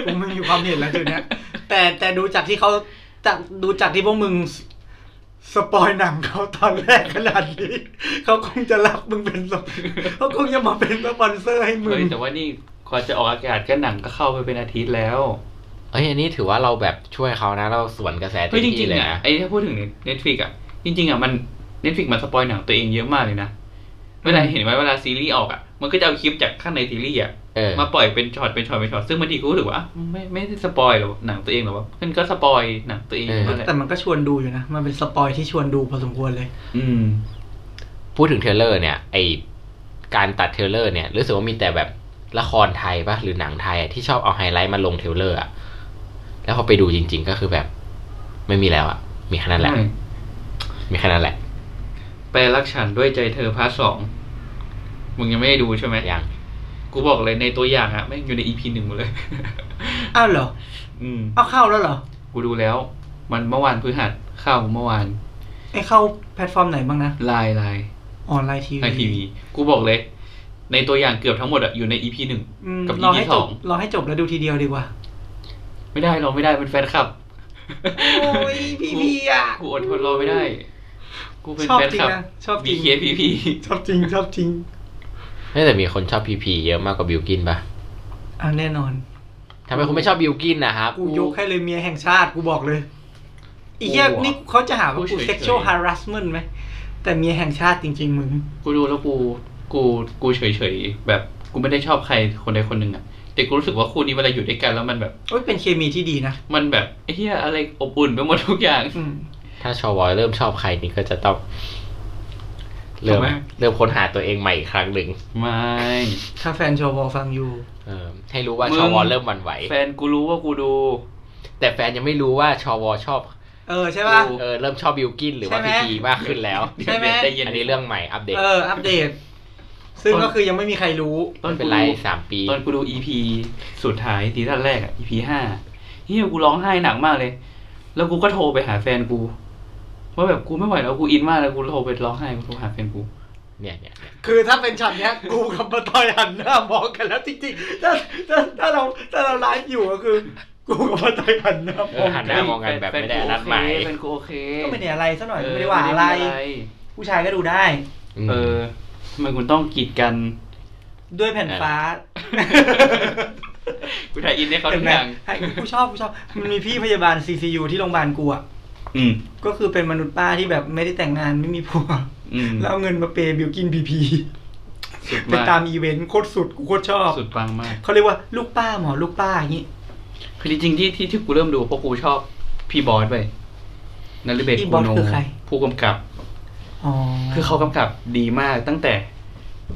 [SPEAKER 2] กูไม่มีความเห็นแล้วจุดเนี้ ย แต่แต่ดูจากที่เขาจากดูจากที่พวกมึงสสปอยหนังเขาตอนแรกขนาดนี้ เขาคงจะรับมึงเป็นสป เขาคงจะมาเป็นสปอนเซอร์ให้มึง
[SPEAKER 1] เฮ้ยแต่ว่านี่กว่าจะออกอากาศก็หนังก็เข้าไปเป็นอาทิตย์แล้ว
[SPEAKER 3] เอ้ยอันนี้ถือว่าเราแบบช่วยเขานะ เราสวนกระแสเต็
[SPEAKER 1] เฮ้ย
[SPEAKER 3] ม
[SPEAKER 1] จริ
[SPEAKER 3] ที่
[SPEAKER 1] ง
[SPEAKER 3] เล
[SPEAKER 1] ๆ
[SPEAKER 3] ย
[SPEAKER 1] อ่ะ
[SPEAKER 3] นะ
[SPEAKER 1] ไอ้ถ้าพูดถึง Netflix อ่ะ จริง ๆ อ่ะ มัน Netflix มันสปอยหนังตัวเองเยอะมากเลยนะ เวลาเห็นไหมเวลาซีรีส์ออกอ่ะมันก็จะเอาคลิปจากข้างในซีรีส์อ่ะ
[SPEAKER 3] เออ
[SPEAKER 1] มาปล่อยเป็นช็อตเป็นช็อตเป็นช็อตซึ่งบางทีกูรู้สึกว่าอ่ะไม่ไม่ได้สปอยหรอกหนังตัวเองหรอวะมันก็สปอยหนังตัวเอง
[SPEAKER 3] เออ
[SPEAKER 1] นั่นแหละ
[SPEAKER 2] แต่มันก็ชวนดูอยู่นะ มันเป็นสปอยที่ชวนดูพอสมควรเลย
[SPEAKER 1] อืม
[SPEAKER 3] พูดถึงเทรลเลอร์เนี่ยไอการตัดเทรลเลอร์เนี่ยรู้สึกว่ามีแต่แบบละครไทยปะหรือหนังไทยอะที่ชอบเอาไฮไลท์มาลงเทรลเลอร์อะแล้วพอไปดูจริง ๆ ก็คือแบบ ไม่มีแล้วอะมีแค่นั้นแหละ มีแค่นั้นแหละ
[SPEAKER 1] แปลรักฉันด้วยใจเธอพาร์ทสองมึงยังไม่ได้ดูใช่ไหม
[SPEAKER 3] ยัง
[SPEAKER 1] กูบอกเลยในตัวอย่างอะแม่งอยู่ในอีพีหนึ่งหมดเลย
[SPEAKER 2] อ้าวเหรอ
[SPEAKER 1] อืม
[SPEAKER 2] เอาเข้าแล้วเหรอ
[SPEAKER 1] กูดูแล้ว มันเมื่อวานพฤหัสเข้าเมื่อวาน
[SPEAKER 2] ไอ้เข้าแพลตฟอร์มไหนบ้างนะ
[SPEAKER 1] ไลน์ไลน์
[SPEAKER 2] ออนไลน์ทีวี
[SPEAKER 1] ไลน์ทีวีกูบอกเลย ในตัวอย่างเกือบทั้งหมดอะอยู่ในอีพีหนึ่ง
[SPEAKER 2] อืม
[SPEAKER 1] กับ
[SPEAKER 2] รอให้
[SPEAKER 1] EP
[SPEAKER 2] จ
[SPEAKER 1] สอบ ง
[SPEAKER 2] รอให้จบแล้วดูทีเดียวดีกว่า
[SPEAKER 1] ไม่ได้เราไม่ได้เป็นแฟนคลับ
[SPEAKER 2] โอ้ยพี่พี่อ่ะ
[SPEAKER 1] กูอดทนรอไม่ได้ กูเป็น
[SPEAKER 2] ชอบ
[SPEAKER 1] แฟน
[SPEAKER 2] จริง
[SPEAKER 1] คลับ
[SPEAKER 2] นะชอบจริง
[SPEAKER 1] BK พีพี
[SPEAKER 2] ชอบจริงชอบจริง
[SPEAKER 3] เฮ้ยแต่มีคนชอบพีพีเยอะมากกว่าบิวกินปะ
[SPEAKER 2] อ่ะแน่นอน
[SPEAKER 3] ทำไมคุณไม่ชอบบิวกินนะครับ
[SPEAKER 2] กูยกให้เลยเมียแห่งชาติกูบอกเลยอีเหี้ยนี่เขาจะหาว่ากู sexual harassment ไหมแต่เมียแห่งชาติจริง ๆ มึง
[SPEAKER 1] กูดูแล้วกู กูกูเฉยเฉยๆแบบกูไม่ได้ชอบใครคนใดคนหนึ่งอะแต่กูรู้สึกว่าคู่นี้เวลาอยู่ด้วยกันแล้วมันแบบ
[SPEAKER 2] โอ้ยเป็นเคมีที่ดีนะ
[SPEAKER 1] มันแบบไอ้เฮียอะไรอบอุ่นไปหมดทุกอย่าง
[SPEAKER 2] อืม
[SPEAKER 3] ถ้าชอวอยเริ่มชอบใครนี่ก็จะต้อง เริ่ม
[SPEAKER 1] ทำไม
[SPEAKER 3] เริ่มค้นหาตัวเองใหม่อีกครั้งหนึ่ง
[SPEAKER 1] ไม่
[SPEAKER 2] ถ้าแฟนชวฟังอยู่
[SPEAKER 3] เออให้รู้ว่า
[SPEAKER 1] มึง
[SPEAKER 3] ชอวอเริ่มหวันไหว
[SPEAKER 1] แฟนกูรู้ว่ากูดู
[SPEAKER 3] แต่แฟนยังไม่รู้ว่าชอวอชอบ
[SPEAKER 2] เออใช่ป่ะ
[SPEAKER 1] กู
[SPEAKER 3] เออเริ่มชอบบิวกินหรือว่า
[SPEAKER 2] ใช่ไหม
[SPEAKER 3] พีพีมากขึ้นแล้ว
[SPEAKER 2] ใช่ไหม
[SPEAKER 3] ได้ยินอันนี้เรื่องใหม่อัปเดต
[SPEAKER 2] เออ อัปเดต ซึ่งก็คือยังไม่มีใครรู้
[SPEAKER 1] ตอนกู
[SPEAKER 3] ไม่เป็นไรสามปี
[SPEAKER 1] ตอนกูดู EP สุดท้ายซีซั่นแรกอะ EP ห้าเฮียกูร้องไห้หนักมากเลย แล้วกูก็โทรไปหาแฟนกูว่าแบบกูไม่ไหวแล้วกูอินมากแล้วกูโทรไปร้องไห้กูโทรหาแฟนกู
[SPEAKER 3] เนี่ยเนี่ยเนี่ย
[SPEAKER 2] คือถ้าเป็นฉันเนี้ย กูกับปะตอยหันหน้ามองกันแล้วจริงๆถ้าถ้าถ้าเราถ้าเราไลฟ์อยู่ก็คือ กูกับปะตอยหันหน้าม
[SPEAKER 3] เอ
[SPEAKER 2] อ
[SPEAKER 3] อง หันหน้ามองกันแบบไม่ได้นัดหมาย
[SPEAKER 1] แฟนกูโอเค
[SPEAKER 2] ก็ไม่ได้อะไรซะหน่อย
[SPEAKER 1] เ
[SPEAKER 2] ไม่ได้ว่าอะไร
[SPEAKER 1] ม่ด้
[SPEAKER 2] ผู้ชายก็ดูได้
[SPEAKER 3] อืม
[SPEAKER 1] เออทำไมคุณต้องกีดกัน
[SPEAKER 2] ด้วยแผ่นฟ้า
[SPEAKER 1] กูถ่ายอินให้เขา
[SPEAKER 2] เห็
[SPEAKER 1] ทุ
[SPEAKER 2] น
[SPEAKER 1] ก
[SPEAKER 2] ไหม
[SPEAKER 1] อย่าง
[SPEAKER 2] ให้กูชอบกูชอบมันมีพี่พยาบาล CCU ที่โรงพยาบาลกูอ่ะ
[SPEAKER 1] อืม
[SPEAKER 2] ก็คือเป็นมนุษย์ป้าที่แบบไม่ได้แต่งงานไม่มีผัว
[SPEAKER 1] อืม
[SPEAKER 2] แล้วเอาเงินมาเปย์บิวกินพีพี
[SPEAKER 1] สุด
[SPEAKER 2] เป็น
[SPEAKER 1] มาก
[SPEAKER 2] ตามอีเวนต์โคตรสุด กูโคตรชอบ
[SPEAKER 1] สุดปังมาก
[SPEAKER 2] เขาเรียกว่าลูกป้าหมอลูกป้าอย่างนี้
[SPEAKER 1] คือจริงๆที่ที่ที่กูเริ่มดูเพราะกูชอบพี่บอสไปนัลิเบศ
[SPEAKER 2] พี่บ
[SPEAKER 1] กู
[SPEAKER 2] อส
[SPEAKER 1] โน
[SPEAKER 2] คือใคร
[SPEAKER 1] ผู้กำกับ
[SPEAKER 2] อ๋อ
[SPEAKER 1] คือเขากำกับดีมากตั้งแต่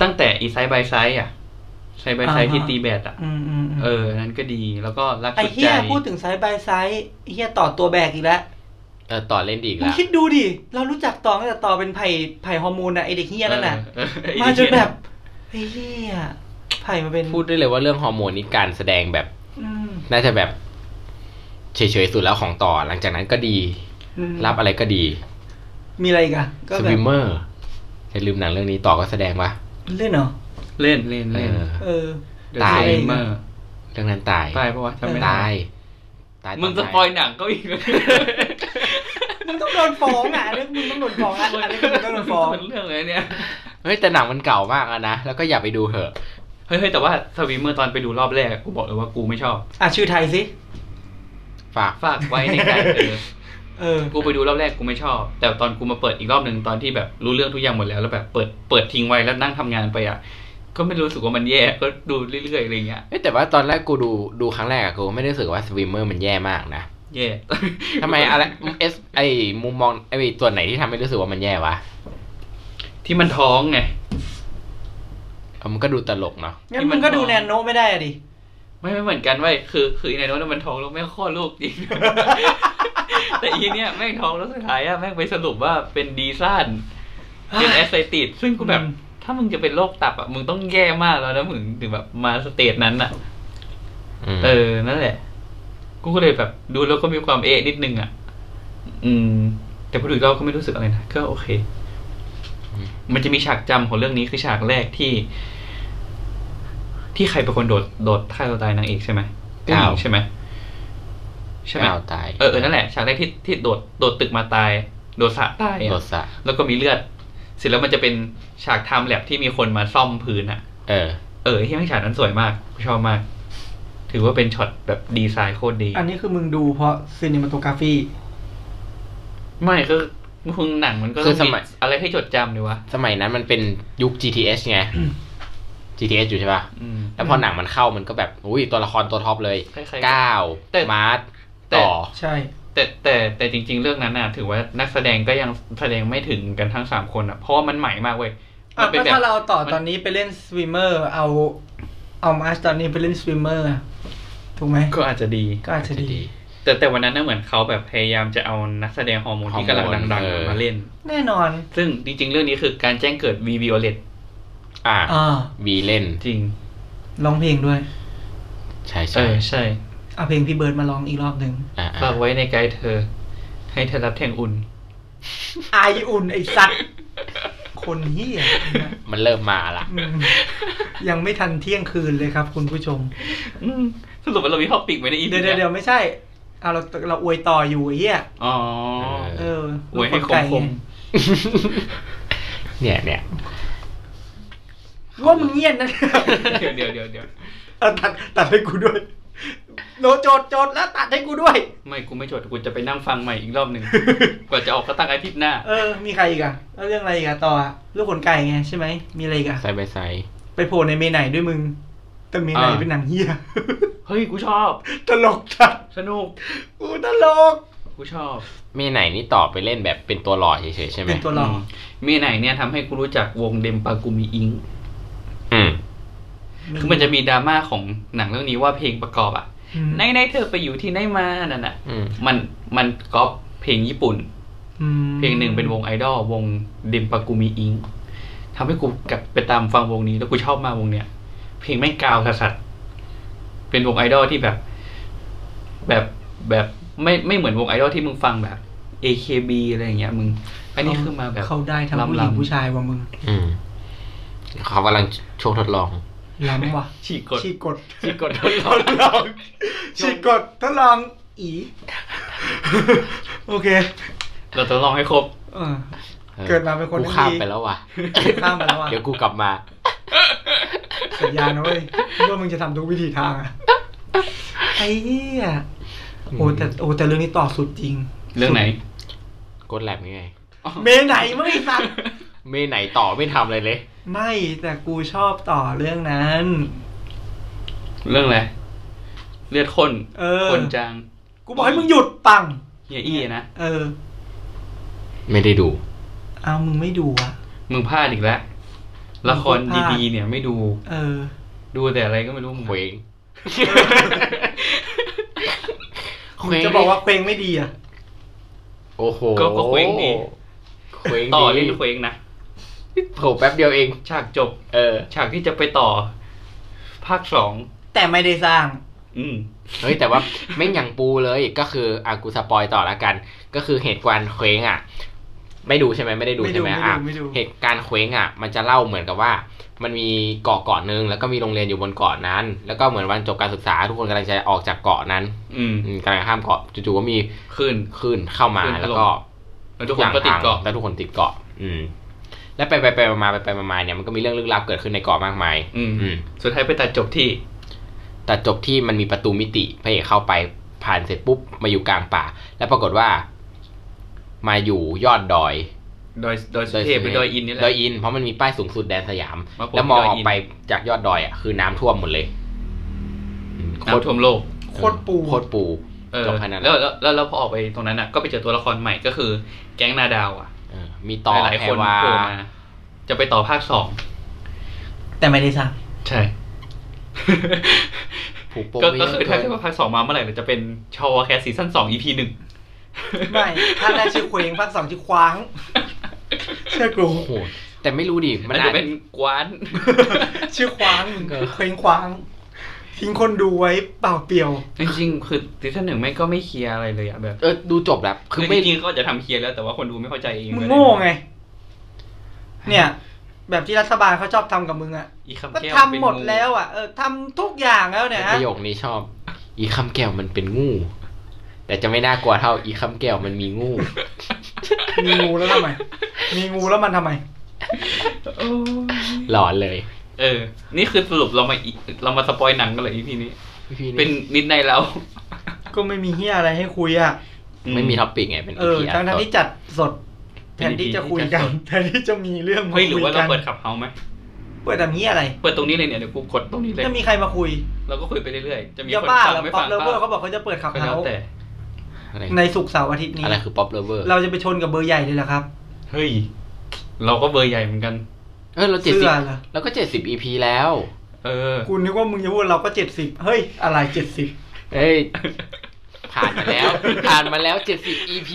[SPEAKER 1] ตั้งแต่อีไซด์บายไซด์อ่ะไซด์บายไซด์ที่ตีแบดอ่ะ
[SPEAKER 2] อืมอืมอืม
[SPEAKER 1] เออ นั้นก็ดีแล้วก็รัก
[SPEAKER 2] ไอ้
[SPEAKER 1] สุด
[SPEAKER 2] เฮี
[SPEAKER 1] ใจ
[SPEAKER 2] ยพูดถึงไซส์บายไซส์ไอ้เฮียต่อตัวแบกอีกแล้ว
[SPEAKER 3] เออต่อเล่นดีอีก
[SPEAKER 2] มึง
[SPEAKER 3] แล้ว
[SPEAKER 2] คิดดูดิ เรารู้จักต่อตั้งแต่ต่อเป็นไผ่ไผ่ฮอร์โมนอะไอเด็กเฮียนั่นน่ะ
[SPEAKER 1] เออเออ
[SPEAKER 2] มาจนแบบไอ้เฮียไผ่มาเป็น
[SPEAKER 3] พูดได้เลยว่าเรื่องฮอร์โมนนี่การแสดงแบบ
[SPEAKER 2] อืม
[SPEAKER 3] น่าจะแบบเฉยๆสุดแล้วของต่อ หลังจากนั้นก็ดี
[SPEAKER 2] อืม
[SPEAKER 3] รับอะไรก็ดี
[SPEAKER 2] มีอะไรอีกันก็
[SPEAKER 3] ส
[SPEAKER 2] แบบ
[SPEAKER 3] วิมเมอร์จะลืมหนังเรื่องนี้ต่อก็แสดงวะ
[SPEAKER 2] เล่นเหรอ
[SPEAKER 1] เล่นเล่น
[SPEAKER 3] เอ
[SPEAKER 1] เล่น
[SPEAKER 3] อ
[SPEAKER 2] เออ
[SPEAKER 1] เดอะ
[SPEAKER 3] ตาย
[SPEAKER 1] ไซเมอร์
[SPEAKER 3] เรื่องนั้นตาย
[SPEAKER 1] ตายเพราะว่าทำไม่ได้
[SPEAKER 3] ตายตายตอนไหน
[SPEAKER 1] มึงสปอยหนังก็ อีก
[SPEAKER 2] มึงต้องโดนฟ้องอ่ะเรื่องมึงต้องโดนฟ้ องอ่ะอันนี้มึงต้องโดนฟ้อง
[SPEAKER 1] เรื่องเลยเนี่ย
[SPEAKER 3] เฮ้ยแต่หนังมันเก่ามากแล้วนะแล้วก็อย่าไปดูเถอะ
[SPEAKER 1] เฮ้ยเฮ้ยแต่ว่าสวิมเมอร์ตอนไปดูรอบแรกอะกูบอกเลยว่ากูไม่ชอบ
[SPEAKER 2] อ่ะชื่อไทยสิ
[SPEAKER 3] ฝาก
[SPEAKER 1] ฝากไว้ในใจเออ
[SPEAKER 2] เออ
[SPEAKER 1] กูไปดูรอบแรกกูไม่ชอบ แต่ตอนกูมาเปิดอีกรอบหนึ่งตอนที่แบบรู้เรื่องทุกอย่างหมดแล้วแล้วแบบเปิดเปิดทิ้งไว้แล้วนั่งทำงานไปอ่ะ ก็ไม่รู้สึกว่ามันแย่ก็ดูเรื่อยๆอะไรเงี้ย
[SPEAKER 3] เอ้ยแต่ว่าตอนแรกกูดูดูครั้งแรกอะกูไม่ได้รู้สึกว่าสวิมเมอร์มันแย่มากนะ
[SPEAKER 1] แย่
[SPEAKER 3] ทำไมอะไรเอสไอมุมมองไอตัวไหนที่ทำให้รู้สึกว่ามันแย่วะ
[SPEAKER 1] ที่มันท้องไง
[SPEAKER 3] เอามันก็ดูตลกเนาะ
[SPEAKER 2] งั้นมึงก็ดูแนนโนไม่ได้อะดิ
[SPEAKER 1] ไม่ไม่เหมือนกันเว้ยคือ คือในโน้ตมันท้องแล้วแม่งคลอดลูกจริง แต่อีเนี่ยแม่งท้องแล้วสุดท้ายอะแม่งไปสรุปว่าเป็นดีซ่านเป็นแอสไซติดซึ่งกูแบบ
[SPEAKER 2] อืม
[SPEAKER 1] ถ้ามึงจะเป็นโรคตับอะมึงต้องแย่มากแล้วนะมึงถึงแบบมาสเตจนั้นอะ
[SPEAKER 3] ม
[SPEAKER 1] เออ นั่นแหละ กูก็เลยแบบ ดูแล้วก็มีความเอะนิดนึงอ่ะ อืม แต่พอดูอีกรอบก็ไม่รู้สึกอะไรนะ ก็โอเค มันจะมีฉากจำของเรื่องนี้คือฉากแรกที่ ที่ใครเป็นคนโดด โดดฆ่าตัวตายนางเอกใช่ไหมผู้หญิงใช่ไหมใช่ไหม
[SPEAKER 3] ก้าวตาย
[SPEAKER 1] เออเออ นั่นแหละ ฉากแรกที่ที่โดด โดดตึกมาตาย โดดสระตาย
[SPEAKER 3] โด
[SPEAKER 1] อะ
[SPEAKER 3] ดสะ
[SPEAKER 1] แล้วก็มีเลือด เสร็จแล้วมันจะเป็นฉากไทม์แลบที่มีคนมาซ่อมพื้นอ่ะ
[SPEAKER 3] เออ
[SPEAKER 1] เออที่แม่งฉากนั้นสวยมากกูชอบมาก ถือว่าเป็นช็อตแบบดีไซน์โคตรดี
[SPEAKER 2] อันนี้คือมึงดูเพราะซีนิมาโตกราฟี
[SPEAKER 1] ไม่คือ มึงหนังมันก็
[SPEAKER 3] คื
[SPEAKER 1] ต้อง
[SPEAKER 3] อสมัย
[SPEAKER 1] อะไรให้จดจำดีวะ
[SPEAKER 3] สมัยนั้นมันเป็นยุค GTS ไง GTS อยู่ใช่ป่ะ
[SPEAKER 1] อืม
[SPEAKER 3] แล้วพอหนังมันเข้ามันก็แบบ อุ้ยตัวละครตัวท็อปเลย
[SPEAKER 1] ใครๆ
[SPEAKER 3] เก้า
[SPEAKER 1] แต่
[SPEAKER 3] มาร์ท
[SPEAKER 1] แต่
[SPEAKER 3] ต่อ
[SPEAKER 2] ใช่
[SPEAKER 1] แต่แต่แต่จริง ๆ เรื่องนั้นน่ะ ถือว่านักแสดงก็ยังแสดงไม่ถึงกันทั้งสามคนอ่ะ เพราะว่ามันใหม่มากเว้ย
[SPEAKER 2] อ่ะ
[SPEAKER 1] มันเป็น
[SPEAKER 2] ก็
[SPEAKER 1] แบบ
[SPEAKER 2] ถ้าเราเอาต่อ
[SPEAKER 1] มัน
[SPEAKER 2] ตอนนี้ไปเล่นสวิมเมอร์เอาเอามาร์ชตอนนี้ไปเล่นสวิมเมอร์ถูกไหม
[SPEAKER 1] ก็อาจจะดี
[SPEAKER 2] ก็อาจจะดี
[SPEAKER 1] แต่แต่วันนั้นน่ะเหมือนเขาแบบพยายามจะเอานักแสดงฮอร์โมนที่กำลังดัง
[SPEAKER 3] ฮอร์โมนเออ
[SPEAKER 1] ๆมาเล่น
[SPEAKER 2] แน่นอน
[SPEAKER 1] ซึ่งจริง ๆ เรื่องนี้คือการแจ้งเกิดวีวิโอเลต
[SPEAKER 3] อ่า
[SPEAKER 2] อ่า
[SPEAKER 3] วีเล่น
[SPEAKER 1] จริง
[SPEAKER 2] ร้องเพลงด้วย
[SPEAKER 3] ใช่
[SPEAKER 1] เอ
[SPEAKER 3] ใช่
[SPEAKER 1] อ ใช่
[SPEAKER 2] เอาเพลงพี่เบิร์ดมาร้องอีกรอบหนึ่ง
[SPEAKER 3] อ่าอ่า
[SPEAKER 1] ฝากไว้ในไกด์เธอ ให้เธอรับแทงอุ่น
[SPEAKER 2] ไออุ่นไอสัตว์คนเฮียนะ
[SPEAKER 3] มันเริ่มมาละ
[SPEAKER 2] อืมยังไม่ทันเที่ยงคืนเลยครับคุณผู้ชม
[SPEAKER 1] อืมสรุปว่าเรามีท็อปิกไว้ในอี
[SPEAKER 2] เดี๋ยวเดี๋ยวเดี๋ยวไม่ใช่เอาเราเราอวยต่ออยู่ไอ้เฮีย
[SPEAKER 1] อ๋อ
[SPEAKER 2] เออ
[SPEAKER 1] อวยให้คมคม
[SPEAKER 3] เนี่ยเนี่ย
[SPEAKER 2] ว่ามึงเงียบนะ
[SPEAKER 1] เดี๋ยวเดี๋ยวเดี๋ยวเดี๋ยว
[SPEAKER 2] เอาตัดตัดให้กูด้วยโนโจทย์โจทย์แล้วตัดให้กูด้วย
[SPEAKER 1] ไม่กูไม่จดกูจะไปนั่งฟังใหม่อีกรอบหนึ่ ง กว่าจะออกก็ตั้งอาทิตย์หน้า
[SPEAKER 2] เออ มีใครอีกอะแล้วเรื่องอะไรอีกอะต่ออะลูกขนไก่ไงใช่ไหม มีอะไรอีกอะ
[SPEAKER 3] ไซด์บายไซด์
[SPEAKER 2] ไปโผล่ในเมไหนด้วยมึง แต่เมไหน
[SPEAKER 1] อ่า
[SPEAKER 2] เป็นหนังเฮีย
[SPEAKER 1] เฮ้ยกูชอบ
[SPEAKER 2] ตลกจัด
[SPEAKER 1] สนุก
[SPEAKER 2] กูตลก
[SPEAKER 1] กูชอบ
[SPEAKER 3] เมไหนนี่ต่อไปเล่นแบบเป็นตัวหล่อเฉยๆใช่ไหม
[SPEAKER 2] เป็นตัวหลอก
[SPEAKER 1] อืมเมไหนเนี่ยทำให้กูรู้จักวงเดมปากูมีอิง
[SPEAKER 3] อืม
[SPEAKER 1] คือมันจะมีดราม่าของหนังเรื่องนี้ว่าเพลงประกอบอะ
[SPEAKER 2] อืม
[SPEAKER 1] ในในเธอไปอยู่ที่ไหนมานั่นน่ะ
[SPEAKER 3] อืม
[SPEAKER 1] มันมันก๊อปเพลงญี่ปุ่น
[SPEAKER 2] อืม
[SPEAKER 1] เพลงหนึ่งเป็นวงไอดอลวงเดมปากูมีอิงทำให้กูกลับไปตามฟังวงนี้แล้วกูชอบมากวงเนี้ย เพลงแม่งกาวสัสๆเป็นวงไอดอลที่แบบ แบบแบบไม่ไม่เหมือนวงไอดอลที่มึงฟังแบบ AKB อะไรอย่างเงี้ยมึงอันนี้คือมาแบบ
[SPEAKER 2] เขาได้ทั้งผู้หญิง
[SPEAKER 1] ล้ำๆ
[SPEAKER 2] ผู้ชายว่ะมึง
[SPEAKER 3] อืมเขากำลังช่วงทดลอง
[SPEAKER 2] ล้ำว่ะ
[SPEAKER 1] ฉีกกด
[SPEAKER 2] ชีกด
[SPEAKER 1] ฉีกกด
[SPEAKER 2] ทดลองชีกดทดลองอีโอเค
[SPEAKER 1] เราต้องลองให้ครบ
[SPEAKER 2] เออ
[SPEAKER 3] ออ
[SPEAKER 2] เกิดมาเป็นคน
[SPEAKER 3] กูข้าม
[SPEAKER 2] ดี
[SPEAKER 3] ไปแล้วว่ะ
[SPEAKER 2] ข้ามไปแล้วอ่ะ
[SPEAKER 3] เดี๋ยวกูกลับมา
[SPEAKER 2] สัญญานะเว้ยว่ามึงจะทำทุกวิธีทางอะไอ้เหี้ยโอ้แต่โอ้แต่เรื่องนี้ต่อสุดจริง
[SPEAKER 1] เรื่องไหน
[SPEAKER 3] กดแลบนี่ไง
[SPEAKER 2] เมนไหนมึงไอ้สัตว์
[SPEAKER 3] เมไหนต่อไม่ทำอะไรเลย
[SPEAKER 2] ไม่แต่กูชอบต่อเรื่องนั้น
[SPEAKER 1] เรื่องอะไร เลือดข้น
[SPEAKER 2] เออ
[SPEAKER 1] คนจาง
[SPEAKER 2] กูบอกให้มึงหยุดปัง
[SPEAKER 1] เฮียอี้นะ
[SPEAKER 2] เออ
[SPEAKER 3] ไม่ได้ดู
[SPEAKER 2] เอามึงไม่ดูอ่ะ
[SPEAKER 1] มึงพลาดอีกแล้ว ละคร
[SPEAKER 2] มึงพลาด
[SPEAKER 1] ดีๆเนี่ยไม่ดู
[SPEAKER 2] เออ
[SPEAKER 1] ดูแต่อะไรก็ไม่รู้มึง
[SPEAKER 3] เคว้ง
[SPEAKER 2] มึงจะบอกว่าเพลงไม่ดีอ่ะ
[SPEAKER 3] โอ้โห
[SPEAKER 1] ก็ก็เคว้งดี
[SPEAKER 3] เคว้ง
[SPEAKER 1] ต่อ
[SPEAKER 3] ดี
[SPEAKER 1] เล่นเคว้งนะ
[SPEAKER 3] โผล่แป๊บเดียวเอง
[SPEAKER 1] ฉากจบ
[SPEAKER 3] เออ
[SPEAKER 1] ฉากที่จะไปต่อ ภาคสอง
[SPEAKER 2] แต่ไม่ได้สร้าง
[SPEAKER 1] อืม
[SPEAKER 3] เฮ้ยแต่ว่าแม่งอย่างปูเลยก็คืออ่ะกูสปอยต่อละกัน ก็คือเหตุการณ์เคว้งอ่ะ ไม่ดูใช่ไหมไม่ได้ดู
[SPEAKER 2] ไม่ดู
[SPEAKER 3] ใช่ไหม
[SPEAKER 2] ไม่ดู
[SPEAKER 3] อ่ะ
[SPEAKER 2] ไม่ดู
[SPEAKER 3] เหตุการณ์เคว้งอ่ะ มันจะเล่าเหมือนกับว่า มันมีเกาะเกาะหนึงแล้วก็มีโรงเรียนอยู่บนเกาะนั้น แล้วก็เหมือนวันจบการศึกษา ทุกคนกำลังจะออกจากเกาะนั้น
[SPEAKER 1] อืม
[SPEAKER 3] อืมกำลังข้ามเกาะจู่ๆก็มี
[SPEAKER 1] ขึ้น
[SPEAKER 3] คลื่นเข้ามา
[SPEAKER 1] คลื่นถล่ม
[SPEAKER 3] แล้วก็
[SPEAKER 1] แล้วทุกคนก็ติดเกาะ
[SPEAKER 3] แล้วทุกคนติดเกาะ อืม แล้วไปไปไปมาไปไปมามาเนี่ยมันก็มีเรื่องลึกลับเกิดขึ้นในเกาะมากมาย
[SPEAKER 1] อืม สุดท้ายไปตัดจบที่
[SPEAKER 3] แต่จบที่มันมีประตูมิติพระเอกเข้าไปผ่านเสร็จปุ๊บมาอยู่กลางป่า แล้วปรากฏว่า มาอยู่ยอดดอย
[SPEAKER 1] ดอยดอยสุเทพหรือดอยอินนี่แหละ
[SPEAKER 3] ดอยอิน เพราะมันมีป้ายสูงสุดแดนสยาม
[SPEAKER 1] มาโผล่
[SPEAKER 3] แล้วมอง
[SPEAKER 1] ที่ดอย
[SPEAKER 3] อ
[SPEAKER 1] อิ
[SPEAKER 3] อก
[SPEAKER 1] น
[SPEAKER 3] ไปจากยอดดอยอ่ะคือน้ำท่วมหมดเลยอืม
[SPEAKER 1] น้ำท่วมโลก
[SPEAKER 2] โคตรปู
[SPEAKER 3] โคตรปู
[SPEAKER 1] เออ
[SPEAKER 3] จบแค่นั้นแห
[SPEAKER 1] แล้
[SPEAKER 3] ละ
[SPEAKER 1] วแล้วแล้วแล้วพอออกไปตรงนั้นอ่ะ ก็ไปเจอตัวละครใหม่ก็คือ แก๊งนาดาวอ่ะ
[SPEAKER 3] เออมีต่อ
[SPEAKER 1] หลาย
[SPEAKER 3] แพ
[SPEAKER 1] ๆ
[SPEAKER 3] ร
[SPEAKER 1] คน
[SPEAKER 3] วา
[SPEAKER 1] โผล่มาจะไปต่อภาคสอง
[SPEAKER 2] แต่ไม่ได้สร้าง
[SPEAKER 1] ใช่
[SPEAKER 3] ผูกปม
[SPEAKER 1] ก็ก็
[SPEAKER 3] ไว้เยะ
[SPEAKER 1] คือถ้า
[SPEAKER 3] เกิ
[SPEAKER 1] เกิด
[SPEAKER 3] น
[SPEAKER 1] ว่าภาคสองมาเมื่อไหร่เราจะเป็นชาวแคสซีซั่นสอง EP หนึ่ง
[SPEAKER 2] ไม่ ถ้าได้ชื่อเพลงภาคสองชื่อคว้าง เชื่อกู
[SPEAKER 3] โอ้โหแต่ไม่รู้ดิ
[SPEAKER 1] มั
[SPEAKER 3] มัน น
[SPEAKER 1] อาจ
[SPEAKER 3] อา
[SPEAKER 1] จะ
[SPEAKER 3] จ
[SPEAKER 1] เป็นกวาน
[SPEAKER 2] ชื่อคว้างมึง
[SPEAKER 3] เออ
[SPEAKER 2] เพลงคว้าง ทิ้งคนดูไว้เปล่าเปลี่ยว
[SPEAKER 1] จริงๆคือซีซั่นหนึ่งไม่งก็ไม่เคลียร์อะไรเลยอ่ะแบบ
[SPEAKER 3] เออดูจบแล้ว
[SPEAKER 1] คื
[SPEAKER 3] คือ อ
[SPEAKER 1] จ
[SPEAKER 3] ไม่
[SPEAKER 1] ริงๆเขาอาจจะทำเคลียร์แล้วแต่ว่าคนดูไม่เข้าใจเอง
[SPEAKER 2] มึงโง่ไง เนี่ย แบบที่รัฐบาลเขาชอบทำกับมึงอ่ะ
[SPEAKER 1] อีก
[SPEAKER 2] ก็
[SPEAKER 1] คำแก้ว
[SPEAKER 2] ทำหมดแล้วอ่ะ เออทำทุกอย่างแล้วเนี่ยฮะ
[SPEAKER 3] ประโยคนี้ชอบ อีคำแก้วมันเป็นงู แต่จะไม่น่ากลัวเท่าอีคำแก้วมันมีงู
[SPEAKER 2] มีงูแล้วทำไม มีงูแล้วมันทำไม
[SPEAKER 1] โอ้ย
[SPEAKER 3] หลอนเลย
[SPEAKER 1] เออ นี่คือสรุปเรามาอีเรามาสปอยหนังกันเลย EP นี้
[SPEAKER 3] พี่
[SPEAKER 1] เป็นนิดในแล้ว
[SPEAKER 2] ก็ไม่มีเฮียอะไรให้คุยอ่ะ
[SPEAKER 3] ไม่มีท็อปปิกไงเป็น
[SPEAKER 2] เออ
[SPEAKER 3] EP
[SPEAKER 2] ทั้ง
[SPEAKER 3] ะ
[SPEAKER 2] ทั้งที่จัดสด ทนที่จะคุยกันแทนที่จะมีเรื่องมา
[SPEAKER 1] เฮ้ยหรือว่าเรา
[SPEAKER 2] คุยกัน
[SPEAKER 1] เปิดขับเฮาไหม
[SPEAKER 2] เปิดแบบนี้อะไร
[SPEAKER 1] เปิดตรงนี้เลยเนี่ยเดี๋ยวกูกดตรงนี้เลย
[SPEAKER 2] จะมีใครมาคุย
[SPEAKER 1] เราก็คุยไปเรื่อยๆจะมี
[SPEAKER 2] อย่า
[SPEAKER 1] คน
[SPEAKER 2] บ้า
[SPEAKER 1] ฟัง
[SPEAKER 2] แล้ว
[SPEAKER 1] ไม่
[SPEAKER 2] ป๊อ
[SPEAKER 1] ฟัง
[SPEAKER 2] ปเลเวอร์เขาบอกเขาจะเปิดขับ
[SPEAKER 1] ก็แล้
[SPEAKER 2] เฮาว ส์
[SPEAKER 1] แต่
[SPEAKER 3] อะไร
[SPEAKER 2] ในศุกร์เสาร์อาทิตย์นี้
[SPEAKER 3] อะไรคือป๊อปเลเวอร์
[SPEAKER 2] เราจะไปชนกับเบอร์ใหญ่เลยเหรอครับ
[SPEAKER 1] เฮ้ยเราก็เบอร์ใหญ่เหมือนกัน
[SPEAKER 3] เออเราเจ็ด
[SPEAKER 2] เสื้
[SPEAKER 3] สิบ
[SPEAKER 2] อเหรอ
[SPEAKER 3] เราก็เจ็ดสิบอีพีแล้ว
[SPEAKER 1] เออ
[SPEAKER 2] กูนึกว่ามึงจะพูดเราก็เจ็ดสิบเฮ้ย อะไรเจ็ดสิบ
[SPEAKER 3] เอ้ย ผ่านมาแล้ว ผ่านมาแล้วเจ็ดสิบ EP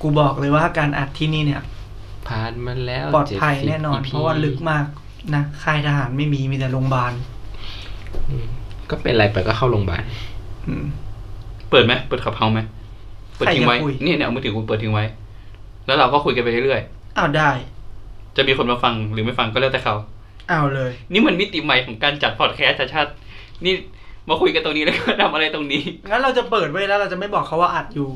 [SPEAKER 2] กูบอกเลยว่าการอัดที่นี่เนี่ย
[SPEAKER 3] ผ่านมาแล้ว
[SPEAKER 2] ปลอดภัย
[SPEAKER 3] 70
[SPEAKER 2] แน่นอน
[SPEAKER 3] EP
[SPEAKER 2] เพราะว่าลึกมากนะค่ายทหารไม่มีมีแต่โรงพยาบาล
[SPEAKER 3] อืมก็เป็นอะไรไปก็เข้าโรงพยาบาล
[SPEAKER 2] อืม
[SPEAKER 1] เปิดไหมเปิดขับเฮาไหมเปิดทิ้งไว้
[SPEAKER 2] ใครจะคุย
[SPEAKER 1] เนี่ยเนี่ยเอามือถือกูเปิดทิ้งไว้ แล้วเราก็คุยกันไปเรื่อย
[SPEAKER 2] อ้าวได้
[SPEAKER 1] ๆจะมีคนมาฟังหรือไม่ฟังก็แล้วแต่เขา
[SPEAKER 2] เอาเลย
[SPEAKER 1] นี่มันมิติใหม่ของการจัดพอดแคสต์ชาตินี่มาคุยกันตรงนี้แล้วก็ทำอะไรตรงนี้
[SPEAKER 2] งั้นเราจะเปิดไว้แล้วเราจะไม่บอกเขาว่าอัดอยู่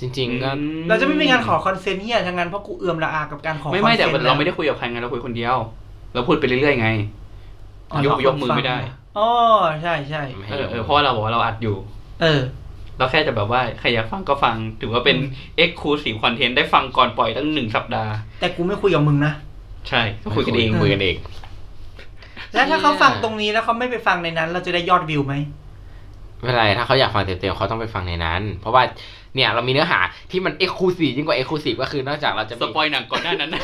[SPEAKER 3] จริง ๆ ก็
[SPEAKER 1] อื
[SPEAKER 2] เราจะไม่มีการขอคอนเซนต์เฮียทั้งนั้นเพราะกูเอือมละอากับการขอ
[SPEAKER 1] ไม่ไม่แต่
[SPEAKER 2] คอนซน
[SPEAKER 1] เราไม่ได้คุยกับใครไงเราคุยคนเดียว เราพูดไปเรื่อยๆไง
[SPEAKER 2] อ๋อย
[SPEAKER 1] ก
[SPEAKER 2] เรา
[SPEAKER 1] ยกมือไม่ได้
[SPEAKER 2] อ๋อใช่ใช่
[SPEAKER 3] ไม่
[SPEAKER 1] เอ
[SPEAKER 3] ให้
[SPEAKER 1] อ
[SPEAKER 3] ดู
[SPEAKER 1] เออเพราะว่าเราบอกว่าเราอัดอยู่
[SPEAKER 2] เออ
[SPEAKER 1] เราแค่จะแบบว่าใครอยากฟังก็ฟัง ถือว่าเป็น
[SPEAKER 2] อืม
[SPEAKER 1] e x c l u s i v e content ได้ฟังก่อนปล่อยตั้งหนึ่งสัปดาห์
[SPEAKER 2] แต่กูไม่คุยกับมึงนะ
[SPEAKER 1] ใช่ก็คุยกันเอง
[SPEAKER 3] คุยกันเอง
[SPEAKER 2] แล้วถ้าเขาฟังตรงนี้แล้วเขาไม่ไปฟังในนั้น เราจะได้ยอดวิวไหม
[SPEAKER 3] ไม่เป็นไรถ้าเขาอยากฟังเต็มๆเขาต้องไปฟังในนั้น เพราะว่าเนี่ยเรามีเนื้อหาที่มันเอ็กซ์คลูซีฟยิ่งกว่าเอ็กซ์คลูซีฟก็คือนอกจากเราจะ
[SPEAKER 1] ส
[SPEAKER 3] มี
[SPEAKER 1] ปอยหนังก่อนหน้านั้นนะ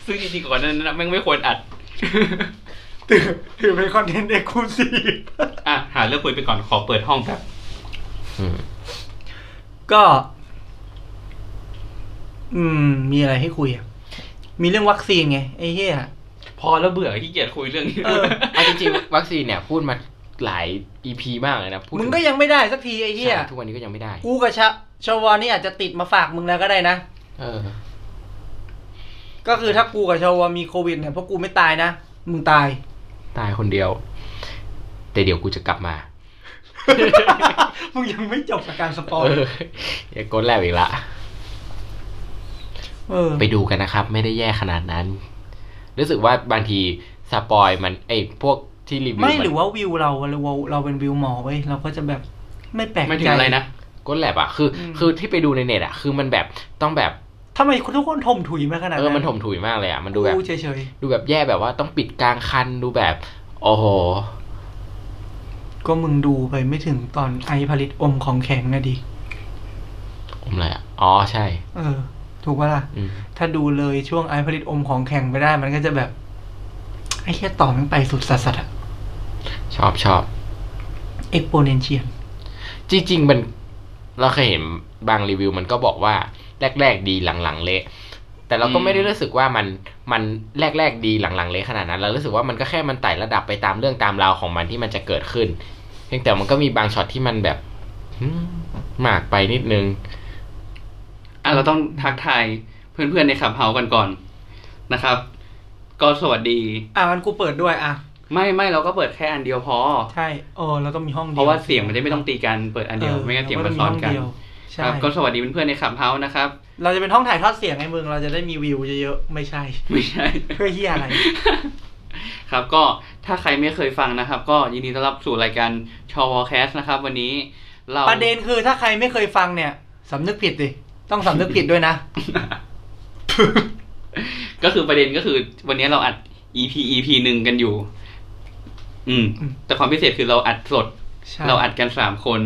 [SPEAKER 1] ซึ่งจริงๆก่อนหน้านั้นนะแม่งไม่ควรอัด
[SPEAKER 2] ถือถือเป็นคอนเทนต์เอ็กซ์คลูซีฟ
[SPEAKER 1] อ่ะหาเรื่องคุยไปก่อนขอเปิดห้องแบบ
[SPEAKER 3] อืม
[SPEAKER 2] ก็ อืม มีอะไรให้คุยอะมีเรื่องวัคซีนไง ไอ้เหี้ย
[SPEAKER 1] พอแล้วเบื่อขี้เกียจคุยเรื่องนี้
[SPEAKER 2] เออ
[SPEAKER 3] เอาจริงๆวัคซีนเนี่ยพูดมาหลาย EP มากเลยนะพูด
[SPEAKER 2] มึงก็ยังไม่ได้สักทีไอ้เหี้ย
[SPEAKER 3] ใช่ทุกวันนี้ก็ยังไม่ได้
[SPEAKER 2] กูกับชะชวนี่อาจจะติดมาฝากมึงแล้วก็ได้นะ
[SPEAKER 3] เออ
[SPEAKER 2] ก็คือถ้ากูกับชวมีโควิดเนี่ยเพราะกูไม่ตายนะ มึงตาย
[SPEAKER 3] ตายคนเดียว แต่เดี๋ยวกูจะกลับมา
[SPEAKER 2] มึงยังไม่จบกับการสปอย
[SPEAKER 3] เอออย่าโกดแลบอีกละ
[SPEAKER 2] เออ
[SPEAKER 3] ไปดูกันนะครับ ไม่ได้แย่ขนาดนั้น รู้สึกว่าบางทีสปอยมันไอ้พวกที่รีวิว
[SPEAKER 2] ไม่
[SPEAKER 3] น
[SPEAKER 2] หรือว่าวิวเราเราเราเป็นวิวหมอเว้ยเราก็จะแบบไม่แปลกใจ
[SPEAKER 1] ไม่ถึงอะไรนะ
[SPEAKER 3] ก็แลบอ่ะคืออ
[SPEAKER 2] ม
[SPEAKER 3] คือที่ไปดูในเน็ตอ่ะ คือมันแบบต้องแบบ
[SPEAKER 2] ทำไมทุกคนถมถุยมาขนาด
[SPEAKER 3] เอ
[SPEAKER 2] นั้
[SPEAKER 3] อน มันถมถุยมากเลยอ่ะ มันดูแบบ
[SPEAKER 2] กูเฉย
[SPEAKER 3] ดูแบบแย่แบบว่าต้องปิดกลางคันดูแบบ โอ้โห
[SPEAKER 2] ๆก็มึงดูไปไม่ถึงตอนไอผลิตอมของแข็งนะดิ
[SPEAKER 3] อมอะไรอ่ะ อ๋อใช่
[SPEAKER 2] เออ ถูกปะล่ะ
[SPEAKER 3] อืม
[SPEAKER 2] ถ้าดูเลยช่วงไอผลิตอมของแข็งไปได้ มันก็จะแบบ ไอ้แค่ต่อมันไปสุดสัสๆอะ
[SPEAKER 3] ชอบชอบ
[SPEAKER 2] เอ็กโพเนนเชีย
[SPEAKER 3] จริง ๆ มัน เราเคยเห็นบางรีวิวมันก็บอกว่า แรก ๆ ดีหลัง ๆ เละ แต่เราก็
[SPEAKER 1] อืม
[SPEAKER 3] ไม่ได้รู้สึกว่ามันมันแรก ๆ ดีหลัง ๆ เละขนาดนั้น เรารู้สึกว่ามันก็แค่มันไต่ระดับไปตามเรื่องตามราวของมันที่มันจะเกิดขึ้น เพียงแต่มันก็มีบางช็อตที่มันแบบหืมมากไปนิดนึง
[SPEAKER 1] อ่ะเราต้องทักทายเพื่อนๆในขับเฮากันก่อนนะครับ ก็สวัสดี
[SPEAKER 2] อ่ะงั้นกูเปิดด้วยอ่ะ
[SPEAKER 1] ไม่ไม่เราก็เปิดแค่อันเดียวพอ
[SPEAKER 2] ใช่ เออแล้วก็มีห้องดีย
[SPEAKER 1] เพราะว่าเสียงมันจะไม่ต้องตีกันเปิดอันเดียวไม่งั้นเสียงมันซ้อนกัน
[SPEAKER 2] เแล้วมีห้งเดียว
[SPEAKER 1] ค
[SPEAKER 2] ใช่
[SPEAKER 1] รับก็สวัสดีเพื่อนๆในขับเฮานะครับ
[SPEAKER 2] เราจะเป็นห้องถ่ายทอดเสียงให้มึง เราจะได้มีวิวเยอะๆ ไม่ใช่
[SPEAKER 1] ไม่ใช่
[SPEAKER 2] เพื่อเฮียอะไร
[SPEAKER 1] ครับก็ถ้าใครไม่เคยฟังนะครับ ก็ยินดีต้อนรับสู่รายการชอวอแคสนะครับ วันนี้เรา
[SPEAKER 2] ประเด็นคือถ้าใครไม่เคยฟังเนี่ยสำนึกผิดดิต้องสำนึกผิดด้วยนะ
[SPEAKER 1] ก็คือประเด็นก็คือวันนี้เราอัด EP EP หนึ่งกันอยู่ อืม
[SPEAKER 2] อืม
[SPEAKER 1] แต่ความพิเศษคือเราอัดสด
[SPEAKER 2] ใช่
[SPEAKER 1] เราอัดกันสามคน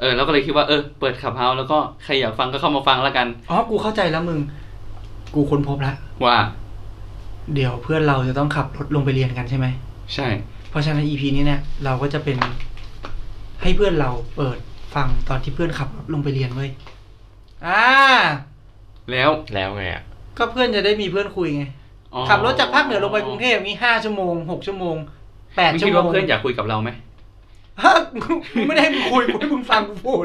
[SPEAKER 1] เออเราก็เลยคิดว่าเออเปิดขับเฮาแล้วก็ใครอยากฟังก็เข้ามาฟังแล้วกัน
[SPEAKER 2] อ๋อ กูเข้าใจแล้วมึง กูค้นพบแล้ว
[SPEAKER 1] ว่า
[SPEAKER 2] เดี๋ยวเพื่อนเราจะต้องขับรถลงไปเรียนกันใช่ไหม
[SPEAKER 1] ใช่
[SPEAKER 2] เพราะฉะนั้น EP นี้เนี่ย เราก็จะเป็นให้เพื่อนเราเปิดฟังตอนที่เพื่อนขับรถลงไปเรียนเว้ย อ่า
[SPEAKER 1] แล้ว
[SPEAKER 3] แล้วไงอ่ะ
[SPEAKER 2] ก็เพื่อนจะได้มีเพื่อนคุยไง
[SPEAKER 1] อ๋อ
[SPEAKER 2] ขับรถจากภาคเหนือลงไปกรุงเทพนี่ห้าชั่วโมงหกชั่วโมงแปด
[SPEAKER 1] มึง
[SPEAKER 2] ชั่
[SPEAKER 1] คิด
[SPEAKER 2] วโม
[SPEAKER 1] ว่าง เพื่อนอยากคุยกับเราไหม
[SPEAKER 2] ฮะกูไม่ได้ให้มึงคุยกูให้มึงฟังกูพูด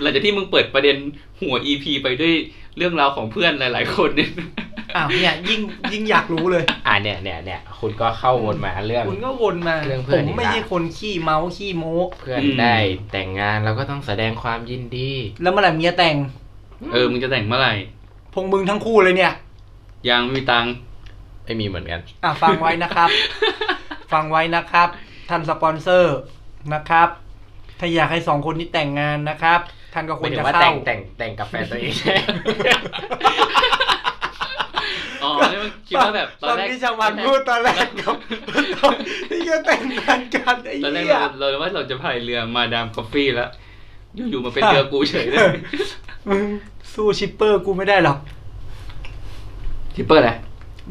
[SPEAKER 1] หลังจากที่มึงเปิดประเด็นหัว EP ไปด้วยเรื่องราวของเพื่อนหลาย ๆ คนเนี่ย
[SPEAKER 2] อ้าวเนี่ยยิ่งยิ่งอยากรู้เลย
[SPEAKER 3] อ่าเนี่ยเนี่ยเนี่ยคุณก็เข้าวนมาเรื่อง
[SPEAKER 2] คุณก็วนมา
[SPEAKER 3] เรื่องเพื่
[SPEAKER 2] ผ
[SPEAKER 3] อน
[SPEAKER 2] ม
[SPEAKER 3] อีกละ
[SPEAKER 2] ไม่ใช่คนขี้เมาขี้โม้
[SPEAKER 3] เพื่อน
[SPEAKER 1] อืม
[SPEAKER 3] ได้แต่งงานเราก็ต้องแสดงความยินดี
[SPEAKER 2] แล้วเมื่อไหร่เมียแต่ง
[SPEAKER 1] เออมึงจะแต่งเมื่อไหร่
[SPEAKER 2] พวกมึงทั้งคู่เลยเนี่ย
[SPEAKER 1] ยังไม่มีตังค์
[SPEAKER 3] ไม่มีเหมือนกัน
[SPEAKER 2] อ่ะฟัง ไว้นะครับ ฟังไว้นะครับ ท่านสปอนเซอร์นะครับ ถ้าอยากให้สองคนนี้แต่งงานนะครับ ท่านก็ค
[SPEAKER 3] ห
[SPEAKER 2] ว
[SPEAKER 3] มาร ยถึ
[SPEAKER 2] จะ
[SPEAKER 3] งว่าแต่
[SPEAKER 2] เข้าง
[SPEAKER 3] แต่งแต่งกับแฟนตัวเอง
[SPEAKER 1] อ๋อนี่มันคิดว่า แบบตอนแรก
[SPEAKER 2] ที่ชาววันพูดตอนแรก กับที่จะแต่งงานกันไอ้
[SPEAKER 1] ตอนแรก
[SPEAKER 2] เหี้ย
[SPEAKER 1] เราเราว่าเราจะพายเรือมาดามคอฟฟี่แล้ว อยู่ๆมาเป็นเรือกูเฉยเลย
[SPEAKER 2] มึงสู้ชิปเปอร์กูไม่ได้หรอก
[SPEAKER 1] ทิปเปอร์อะไร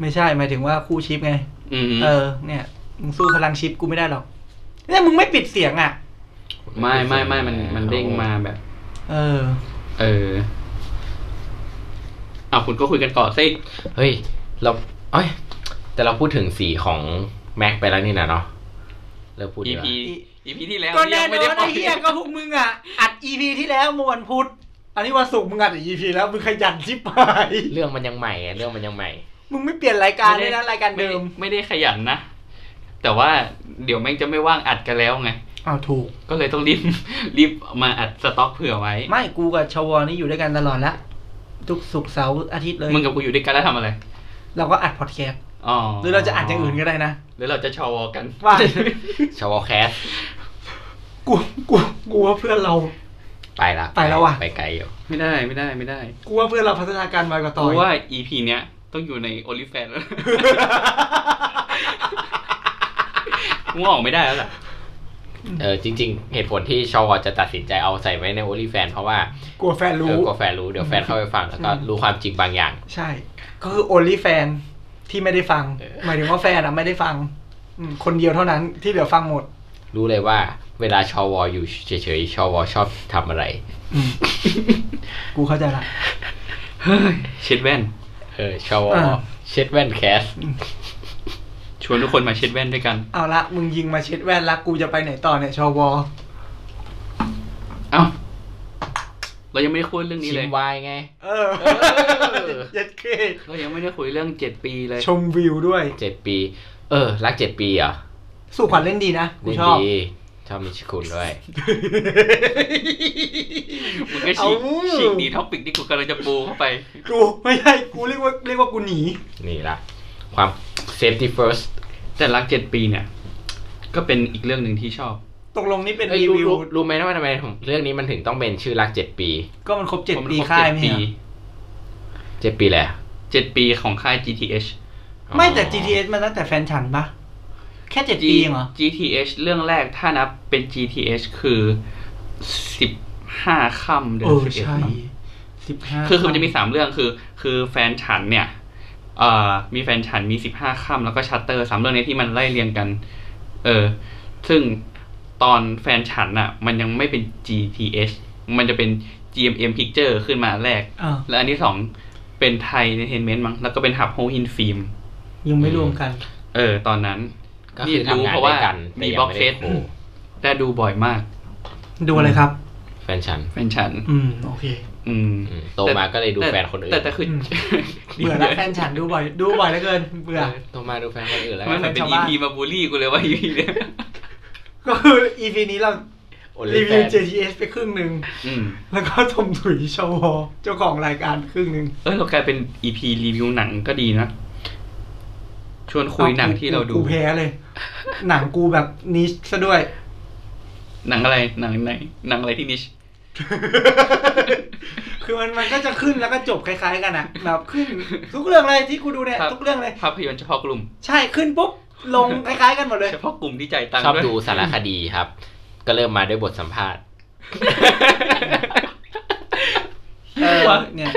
[SPEAKER 2] ไม่ใช่หมายถึงว่าคู่ชิปไง
[SPEAKER 1] อืม
[SPEAKER 2] เออ เนี่ย มึงสู้พลังชิปกูไม่ได้หรอกเนี่ยมึงไม่ปิดเสียงอ่ะ
[SPEAKER 1] ไม่ไม่ไม่มันมันเด้งมาแบบ
[SPEAKER 2] เออ
[SPEAKER 1] เออเอาคุณก็คุยกันก่อนสิ
[SPEAKER 3] เฮ้ย เราเอ้ย แต่เราพูดถึงสีของแม็กไปแล้วนี่นะเนาะเลิกพูดดีก
[SPEAKER 1] EP
[SPEAKER 3] ว่า
[SPEAKER 1] EP ที่แล้ว
[SPEAKER 2] ก็แน่น
[SPEAKER 1] ไม่
[SPEAKER 2] อ
[SPEAKER 1] ได้
[SPEAKER 2] น
[SPEAKER 1] ปล่
[SPEAKER 2] ไอ้เฮียก็พวกมึงอ่ะ อัดอีพีที่แล้วเมื่อวันพุธ อันนี้วันศุกร์มึงอัดอีพีแล้วมึงขยันชิบหาย
[SPEAKER 3] เรื่องมันยังใหม่ไงเรื่องมันยังใหม่
[SPEAKER 2] มึงไม่เปลี่ยนรายการเลยนะรายการเดิม
[SPEAKER 1] ไไม่ได้ขยันนะ แต่ว่าเดี๋ยวแม่งจะไม่ว่างอัดกันแล้วไง
[SPEAKER 2] อ้าวถูก
[SPEAKER 1] ก็เลยต้องรีบ รีบมาอัดสต็อกเผื่อไว้
[SPEAKER 2] ไม่กูกับชาวอนี่อยู่ด้วยกันตลอดละ ทุกศุกร์เสาร์อาทิตย์เลย
[SPEAKER 1] มึงกับกูอยู่ด้วยกันแล้วทำอะไร
[SPEAKER 2] เราก็อัดพอดแคสต์
[SPEAKER 1] อ๋อ
[SPEAKER 2] หรือเราจะอัดอย่างอื่นก็ได้นะ
[SPEAKER 1] หรือเราจะชวกัน
[SPEAKER 2] ว่า
[SPEAKER 3] ชาวแคส
[SPEAKER 2] กู กู กูว่าเพื่อนเรา
[SPEAKER 3] ไปละ
[SPEAKER 2] ไปแล้วว่ะ
[SPEAKER 3] ไปไกลอยู่
[SPEAKER 1] ไม่ได้ไม่ได้ไม่ได้
[SPEAKER 2] กูว่าเพื่อนเราพัฒนาการไวกว่าต่
[SPEAKER 1] กู
[SPEAKER 2] อย
[SPEAKER 1] ว่า EP เนี้ยต้องอยู่ในโอลิแฟนแล้ว กูว่าออกไม่ได้แล้วล่ะ
[SPEAKER 3] เออจริง ๆ เหตุผลที่ชาวจะตัดสินใจเอาใส่ไว้ในโอลิแฟนเพราะว่าก
[SPEAKER 2] ลัวแฟน
[SPEAKER 3] เอ
[SPEAKER 2] รู้
[SPEAKER 3] อกลัวแฟนรู้เดี๋ยวแฟนเข้าไปฟังแล้วก็รู้ความจริงบางอย่าง
[SPEAKER 2] ใช่ ก็คือ only แฟนที่ไม่ได้ฟัง
[SPEAKER 3] เออ
[SPEAKER 2] หมายถึงว่าแฟนอ่ะไม่ได้ฟังอืมคนเดียวเท่านั้นที่เหลือฟังหมด
[SPEAKER 3] รู้เลยว่า เวลาชาวอยู่เฉยๆชาวชอบทำอะไร
[SPEAKER 2] กูเข้าใจละ
[SPEAKER 1] เฮ้ยเช็ดแว่น
[SPEAKER 3] เออชาว
[SPEAKER 2] อ่า
[SPEAKER 3] เช็ดแว่นแคส
[SPEAKER 1] ชวนทุกคนมาเช็ดแว่นด้วยกัน
[SPEAKER 2] เอาละมึงยิงมาเช็ดแว่นละกูจะไปไหนต่อเนี่ยชว
[SPEAKER 1] เอ้า เรายังไม่ได้คุยเรื่องนี้
[SPEAKER 3] ชิ
[SPEAKER 1] เลย
[SPEAKER 3] มวายไง
[SPEAKER 2] เออยัดเค
[SPEAKER 1] เรายังไม่ได้คุยเรื่องเจ็ดปีเลย
[SPEAKER 2] ชมวิวด้วย
[SPEAKER 3] เจ็ดปี เออ รักเจ็ดปีเหรอ
[SPEAKER 2] สู่ขวัญเล่นดีนะกู
[SPEAKER 3] เล่น
[SPEAKER 2] ชอบ
[SPEAKER 3] ดีชอบมิชคุณด้วย
[SPEAKER 1] มึงก็ฉีก
[SPEAKER 2] เอ้า
[SPEAKER 1] ฉีกหนีท็อปิกที่กูกำลังจะปูเข้าไป
[SPEAKER 2] กูไม่ใช่กูเรียกว่าเรียกว่ากูหนี
[SPEAKER 3] นี่ละความ safety first
[SPEAKER 1] แต่รักเจ็ดปีเนี่ย ก็เป็นอีกเรื่องหนึ่งที่ชอบ
[SPEAKER 2] ตกลงนี่เป็น
[SPEAKER 3] เอ้ย
[SPEAKER 2] รี
[SPEAKER 3] รู้
[SPEAKER 2] วิว
[SPEAKER 3] รู้รู้ไหมนะว่าทำไมผมเรื่องนี้มันถึงต้องเป็นชื่อรักเจ็ดปี
[SPEAKER 2] ก็มันครบเจ็ด
[SPEAKER 1] ผม
[SPEAKER 2] ปี
[SPEAKER 1] ครบ
[SPEAKER 2] ค่าย
[SPEAKER 1] เจ็ด
[SPEAKER 2] ไหม
[SPEAKER 1] ปี
[SPEAKER 2] เนี่ย
[SPEAKER 3] เจ็ดปีแหละ
[SPEAKER 1] เจ็ดปีของค่าย GTH
[SPEAKER 2] ไม่แต่ GTS มันตั้งแต่แฟนฉันปะแค่เจ็ด
[SPEAKER 1] G-
[SPEAKER 2] ปีเองเหรอ
[SPEAKER 1] GTH เรื่องแรกถ้านับเป็น GTH คือสิบห้าค่ำเดือ
[SPEAKER 2] เอน อ
[SPEAKER 1] สิบเอ็ด
[SPEAKER 2] ใช่สิบห้า
[SPEAKER 1] คือคือมันจะมีสามเรื่องคือ คือแฟนฉันเนี่ยเอ่อมีแฟนฉันมีสิบห้าค่ำแล้วก็ชัตเตอร์สามเรื่องนี้ที่มันไล่เรียงกัน เออ ซึ่งตอนแฟนฉันอะมันยังไม่เป็น GTH มันจะเป็น GMM Picture ขึ้นมาแรก
[SPEAKER 2] อ่า
[SPEAKER 1] และอันที่สองเป็นไทยเนเทนเมนต์มั้งแล้วก็เป็นหับโฮอินฟิล์ม
[SPEAKER 2] ยังไม่รวมกัน
[SPEAKER 1] เออ ตอนนั้น
[SPEAKER 3] ก็คือทำงานด้วยกันแต่
[SPEAKER 1] มี
[SPEAKER 3] ยัง
[SPEAKER 1] บ็อก
[SPEAKER 3] ไม่
[SPEAKER 1] เซ
[SPEAKER 3] ได้
[SPEAKER 1] ต
[SPEAKER 3] คู่
[SPEAKER 1] ได้ดูบ่อยมาก
[SPEAKER 2] ดูอะไรครับ
[SPEAKER 3] แฟนฉัน
[SPEAKER 1] แฟนฉัน
[SPEAKER 2] อืม โอเค
[SPEAKER 1] อืม
[SPEAKER 3] อืมโตมาก็เลยดู
[SPEAKER 1] ต่
[SPEAKER 3] แฟนคนอื่น
[SPEAKER 1] แต่แต่คืออ
[SPEAKER 2] ม เบื่อแล้วแฟนฉันดูบ่อย ดูบ่อยเหลือเกิน เบื่อ
[SPEAKER 3] โตมาดูแฟนคนอื่นแล้ว
[SPEAKER 1] ทำไมันเหมือนเป็น
[SPEAKER 2] ชาว
[SPEAKER 1] EP
[SPEAKER 2] บ้าน
[SPEAKER 1] มาบูลลี่กูเลยว่า EP เนี่ย
[SPEAKER 2] ก็คือ EP นี้เรา
[SPEAKER 3] โอลิ
[SPEAKER 2] รี
[SPEAKER 3] แฟ
[SPEAKER 2] วิว
[SPEAKER 3] น
[SPEAKER 2] JTS ไปครึ่งหนึ่ง
[SPEAKER 1] อืม
[SPEAKER 2] แล้วก็ทมถุยชาวอเจ้าของรายการครึ่งหนึ่ง
[SPEAKER 1] เออเรากลายเป็น EP รีวิวหนังก็ดีนะ ชวนคุยหนังที่เราดู
[SPEAKER 2] กูแพ้เลย หนังกูแบบนิชซะด้วย
[SPEAKER 1] หนังอะไรหนังไหนหนังอะไรที่นิช
[SPEAKER 2] คือมันมันก็จะขึ้นแล้วก็จบคล้ายๆกันอะแบบขึ้น ทุกเรื่องเลยที่กูดูเนี่ย
[SPEAKER 1] ครับ
[SPEAKER 2] ทุกเรื่องเลย
[SPEAKER 1] ภาพยนตร์เฉพาะกลุ่ม
[SPEAKER 2] ใช่ขึ้นปุ๊บลงคล้ายๆกันหมดเลย
[SPEAKER 1] เฉพาะกลุ่มที่จ่ายตังค์
[SPEAKER 3] ชอบ
[SPEAKER 1] วย
[SPEAKER 3] ดู สารคดีครับ ก็เริ่มมาด้วยบทสัมภาษณ์
[SPEAKER 2] เออ
[SPEAKER 1] วะ
[SPEAKER 2] เนี่ย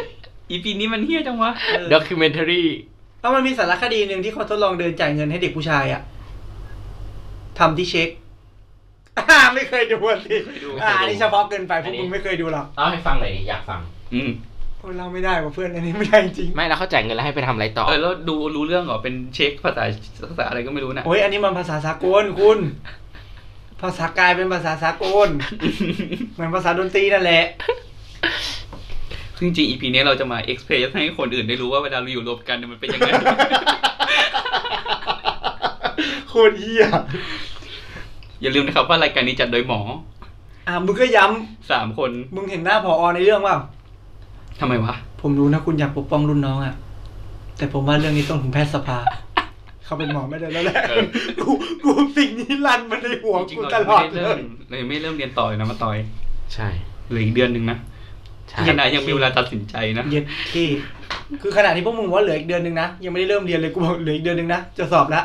[SPEAKER 1] EP นี้มันเฮี้ยจังวะ
[SPEAKER 3] documentary
[SPEAKER 2] แล้วมันมีสารคดีหนึ่งที่เขาทดลองเดินจ่ายเงินให้เด็กผู้ชายอะทำที่เช็ค อ่าไม่เคยดูอ่ะสิอ่าอันนี้เฉพาะเกินไปพวกมึงไม่เคยดูหรอก
[SPEAKER 3] เล่าให้ฟังหน่อยดิอยากฟัง
[SPEAKER 1] อืม
[SPEAKER 2] พวกเราไม่ได้ว่ะเพื่อนอันนี้ไม่ได้จริง
[SPEAKER 3] ไม่แล้วเข้าจ่ายเงินแล้วให้ไปทำอะไรต่อ
[SPEAKER 1] เออแล้วดูรู้เรื่องเหรอเป็นเช็คภาษาภาษาอะไรก็ไม่รู้นะ
[SPEAKER 2] โอ้ยอันนี้มันภาษาสากลคุณ ภาษากายเป็นภาษาสากลเหมือนภาษาดนตรีนั่นแหละ
[SPEAKER 1] ซึ่งจริงๆ EP เนี้ยเราจะมา express ให้คนอื่นได้รู้ว่าเวลาเราอยู่รวมกันเนี่ยมันเป็นยังไง
[SPEAKER 2] โคตรเหี้ย
[SPEAKER 1] อย่าลืมนะครับว่ารายการนี้จัดโดยหมอ
[SPEAKER 2] อ่ะมึงก็ย้ำ
[SPEAKER 1] สามคน
[SPEAKER 2] มึงเห็นหน้าผอในเรื่องเปล่า
[SPEAKER 1] ทำไมวะ
[SPEAKER 2] ผมรู้นะคุณอยากปกป้องรุ่นน้องอะแต่ผมว่าเรื่องนี้ต้องถึงแพทยสภา เขาเป็นหมอไม่ได้แล้วแห ละ
[SPEAKER 3] เออ
[SPEAKER 2] กูกูสิ่งนี้รันมาในหัว
[SPEAKER 1] จริง
[SPEAKER 2] กู
[SPEAKER 1] ๆ
[SPEAKER 2] ต
[SPEAKER 1] เรา
[SPEAKER 2] ลอด
[SPEAKER 1] ไม่
[SPEAKER 2] เล
[SPEAKER 1] ได้เริ่มเรา
[SPEAKER 2] ย
[SPEAKER 1] ยังไม่ได้เริ่มเรียนต่อเลยนะมาต่อย
[SPEAKER 3] ใช่
[SPEAKER 1] เหรืออีกเดือนหนึ่งนะ
[SPEAKER 3] ใช่
[SPEAKER 1] ยังไงยังมีเวลาตัดสินใจนะ
[SPEAKER 2] เย็ดที่ คือขนาดที่พวกมึงว่าเหลืออีกเดือนหนึ่งนะ ยังไม่ได้เริ่มเรียนเลยกูบอกเหลืออีกเดือนหนึ่งนะจะสอบละ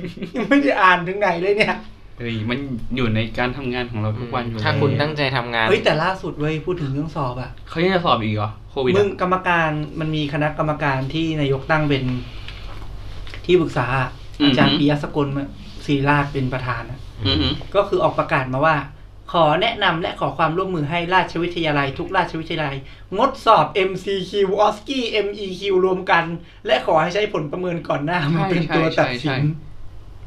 [SPEAKER 2] ยังไม่ได้อ่านถึงไหนเลยเนี่ย
[SPEAKER 1] เฮ้ยมันอยู่ในการทำงานของเราทุกวันอยู่
[SPEAKER 3] ถ้าคุณ
[SPEAKER 1] แล้ว
[SPEAKER 3] ตั้งใจทำงาน
[SPEAKER 2] เฮ้ยแต่ล่าสุดเว้ยพูดถึงเรื่องสอบอะ
[SPEAKER 1] เขายังจะสอบอีกเหรอโควิด
[SPEAKER 2] มึ
[SPEAKER 1] อะ
[SPEAKER 2] งกรรมการมันมีคณะกรรมการที่นายกตั้งเป็น ที่ปรึกษาอะอาจารย์ปิยะสกุลศิริราชเป็นประธานอะ
[SPEAKER 1] อือหือ
[SPEAKER 2] ก็คือออกประกาศมาว่า ขอแนะนำและขอความร่วมมือให้ราชวิทยาลัย ทุกราชวิทยาลัย งดสอบ MCQ o s c e MEQ รวมกัน และขอให้ใช้ผลประเมินก่อนหน้ามาเป็นตัวตัดสิน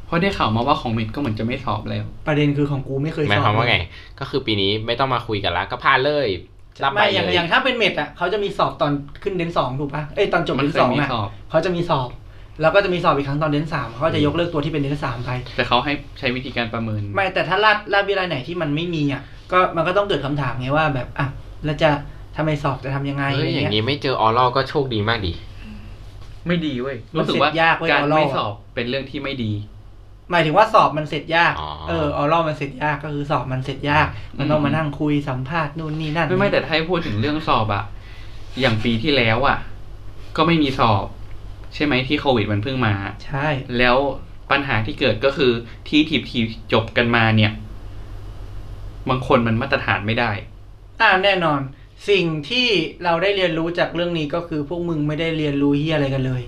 [SPEAKER 1] เพราะได้ข่าวมาว่าของมิดก็เหมือนจะไม่สอบแล้ว
[SPEAKER 2] ประเด็นคือของกูไม่เคย
[SPEAKER 3] หมาย
[SPEAKER 2] ส
[SPEAKER 3] ค
[SPEAKER 2] อ
[SPEAKER 3] วา
[SPEAKER 2] บ
[SPEAKER 3] มว่าไง ก็คือปีนี้ไม่ต้องมาคุยกันละก็พาเลยรับใบ
[SPEAKER 2] ไม่อ
[SPEAKER 3] เล
[SPEAKER 2] ย่าง
[SPEAKER 3] ย
[SPEAKER 2] อย่างถ้าเป็นเมดอ่ะเขาจะมีสอบตอนขึ้นเดนสองถูกปะเอ้ยตอนจบ
[SPEAKER 1] มั
[SPEAKER 2] เด
[SPEAKER 1] น
[SPEAKER 2] น
[SPEAKER 1] เค
[SPEAKER 2] ส
[SPEAKER 1] ย
[SPEAKER 2] อง
[SPEAKER 1] มี
[SPEAKER 2] อ่ะ
[SPEAKER 1] สอบ
[SPEAKER 2] เขาจะมีสอบ แล้วก็จะมีสอบอีกครั้งตอนเดนสามเขาก็จะยกเลิกตัวที่เป็นเดนสามไป
[SPEAKER 1] แต่เขาให้ใช้วิธีการประเมิน
[SPEAKER 2] ไม่แต่ถ้าลาดลาดวิไลไหนที่มันไม่มีอ่ะก็มันก็ต้องเกิดคำถามไงว่าแบบอ่ะแล้วจะทำไมสอบจะทำยังไงอะ
[SPEAKER 3] เฮ้
[SPEAKER 2] ไร
[SPEAKER 3] ยอย่าง
[SPEAKER 2] เงี้ย
[SPEAKER 3] นี้ไม่เจอออรอก็โชคดีมากดี
[SPEAKER 1] ไม่ดีเว้ย
[SPEAKER 2] มัน
[SPEAKER 1] รู้สึกว่า
[SPEAKER 2] เสร็จยากเว้ย
[SPEAKER 1] การ
[SPEAKER 2] เอาเรา
[SPEAKER 1] ไม่สอบเป็นเรื่องที่ไม่ดี
[SPEAKER 2] หมายถึงว่าสอบมันเสร็จยาก
[SPEAKER 3] อ๋อ
[SPEAKER 2] เออออรอมันเสร็จยากก็คือสอบมันเสร็จยาก มันต้องมานั่งคุยสัมภาษณ์นู่นนี่นั่น
[SPEAKER 1] ไม่ไม่แต่ถ้าให้พูดถึงเรื่องสอบอะอย่างปีที่แล้วอะก็ไม่มีสอบ ใช่ไหมที่โควิดมันเพิ่งมา
[SPEAKER 2] ใช่
[SPEAKER 1] แล้วปัญหาที่เกิดก็คือที่ทีทีจบกันมาเนี่ย บางคนมันมาตรฐานไม่ได้
[SPEAKER 2] อ่าแน่นอน สิ่งที่เราได้เรียนรู้จากเรื่องนี้ก็คือพวกมึงไม่ได้เรียนรู้เฮียอะไรกันเลย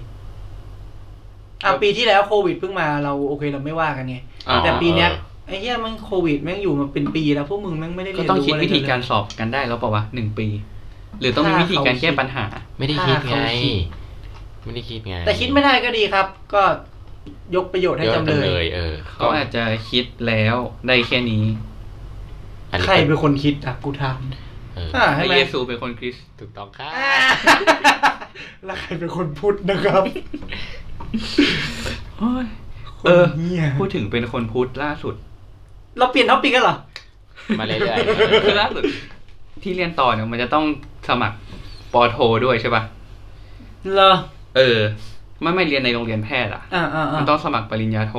[SPEAKER 2] อ่ะปีที่แล้วโควิดเพิ่งมาเราโอเคเราไม่ว่ากันไง
[SPEAKER 1] อ่า
[SPEAKER 2] แต่ปีเนี้ยไอ้เฮียแมันโควิดแม่งอยู่มาเป็นปีแล้วพวกมึงแม่งไม่ได้
[SPEAKER 1] ก็
[SPEAKER 2] เรียน
[SPEAKER 1] ต้อง
[SPEAKER 2] รู้
[SPEAKER 1] คิด
[SPEAKER 2] อะไร
[SPEAKER 1] วิธี
[SPEAKER 2] เลย
[SPEAKER 1] การสอบกันได้แล้วเปล่าวะหนึ่งปี หรือต้องมีวิธีการแก้ปัญหา
[SPEAKER 3] ไม่ได้คิด
[SPEAKER 2] ถ้า
[SPEAKER 3] ไง
[SPEAKER 2] เขาคิด
[SPEAKER 3] ไม่ได้คิดไง
[SPEAKER 2] แต่คิดไม่ได้ก็ดีครับ ก็ยกประโยชน์ให้
[SPEAKER 3] เดี๋ยว
[SPEAKER 2] จำเล
[SPEAKER 3] จำเลย ย เออ
[SPEAKER 1] ก็อาจจะคิดแล้วได้แค่นี้
[SPEAKER 3] อันนี้
[SPEAKER 2] ใครเป็นคนคิดอ่ะกูถาม
[SPEAKER 3] เออ
[SPEAKER 2] อ่า
[SPEAKER 1] พ
[SPEAKER 2] ให้
[SPEAKER 1] ระ
[SPEAKER 2] ไหม
[SPEAKER 1] เยซูเป็นคนคริสต์
[SPEAKER 3] ถูกต้องครับ
[SPEAKER 2] แล้วใครเป็นคนพูดนะครับ
[SPEAKER 1] โอ้ย
[SPEAKER 2] คน
[SPEAKER 1] เออ
[SPEAKER 2] เนี่ย
[SPEAKER 1] พูดถึงเป็นคนพุทธล่าสุด
[SPEAKER 2] เราเปลี่ยนท็อปปิกกันเหรอ
[SPEAKER 3] มาเรื่อย
[SPEAKER 1] คือล่าสุดที่เรียนต่อเนี่ยมันจะต้องสมัครปอโทด้วยใช่ป่ะ
[SPEAKER 2] เหรอ
[SPEAKER 1] เออ ไม่ไม่เรียนในโรงเรียนแพทย์อ่ะ
[SPEAKER 2] อ่าอ่าอ่า
[SPEAKER 1] มันต้องสมัครปริญญาโท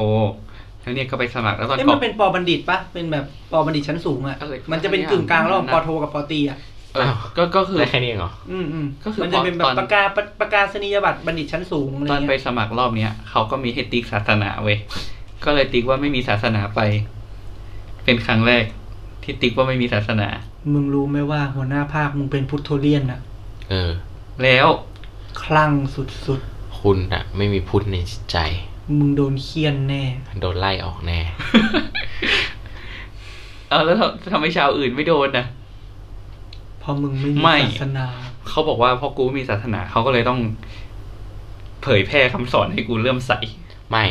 [SPEAKER 1] แล้วเนี่ยก็ไปสมัครแล้วตอน
[SPEAKER 2] เอ้ย
[SPEAKER 1] ก่อ
[SPEAKER 2] มั
[SPEAKER 1] น น
[SPEAKER 2] เป็นปอบัณฑิตปะเป็นแบบปอบัณฑิตชั้นสูงอ่ะ
[SPEAKER 1] อะไร
[SPEAKER 2] มันจะเป็นกึ่งกลางระหว่างปอโทกับปอตีอ่ะ
[SPEAKER 1] เออก็ก็
[SPEAKER 3] ๆ
[SPEAKER 1] คือ
[SPEAKER 3] ได้แค่นี้เองเหรอ
[SPEAKER 2] อืมอืม
[SPEAKER 1] ก็คือ
[SPEAKER 2] มันจะเป็นแบบ
[SPEAKER 1] ตอน
[SPEAKER 2] ประกาศประกาศนียบัตรบัณฑิตชั้นสูงอะไร
[SPEAKER 1] ตอนไป
[SPEAKER 2] เงี้ย
[SPEAKER 1] สมัครรอบเนี้ยเขาก็มีให้ติ๊กศาสนาเว้ย ก็เลยติ๊กว่าไม่มีศาสนาไป เป็นครั้งแรก ที่ติ๊กว่าไม่มีศาสนา
[SPEAKER 2] มึงรู้ไหมว่าหัวหน้าภาคมึงเป็นพุทโธเลียนอ่ะ
[SPEAKER 3] เออ
[SPEAKER 1] แล้ว
[SPEAKER 2] คลั่งสุด
[SPEAKER 3] คุณอะไม่มีพุทธในจิตใจ
[SPEAKER 2] ๆ มึงโดนเคียนแน่
[SPEAKER 3] โดนไล่ออกแน่
[SPEAKER 1] เอาแล้วทำให้ชาวอื่นไม่โดนนะ
[SPEAKER 2] เพราะมึงไม่มี
[SPEAKER 1] ไม่
[SPEAKER 2] ศาสนา
[SPEAKER 1] เขาบอกว่าพอกูมีศาสนาเขาก็เลยต้อง เผยแพร่คำสอนให้กูเริ่อมใส่
[SPEAKER 3] ไม่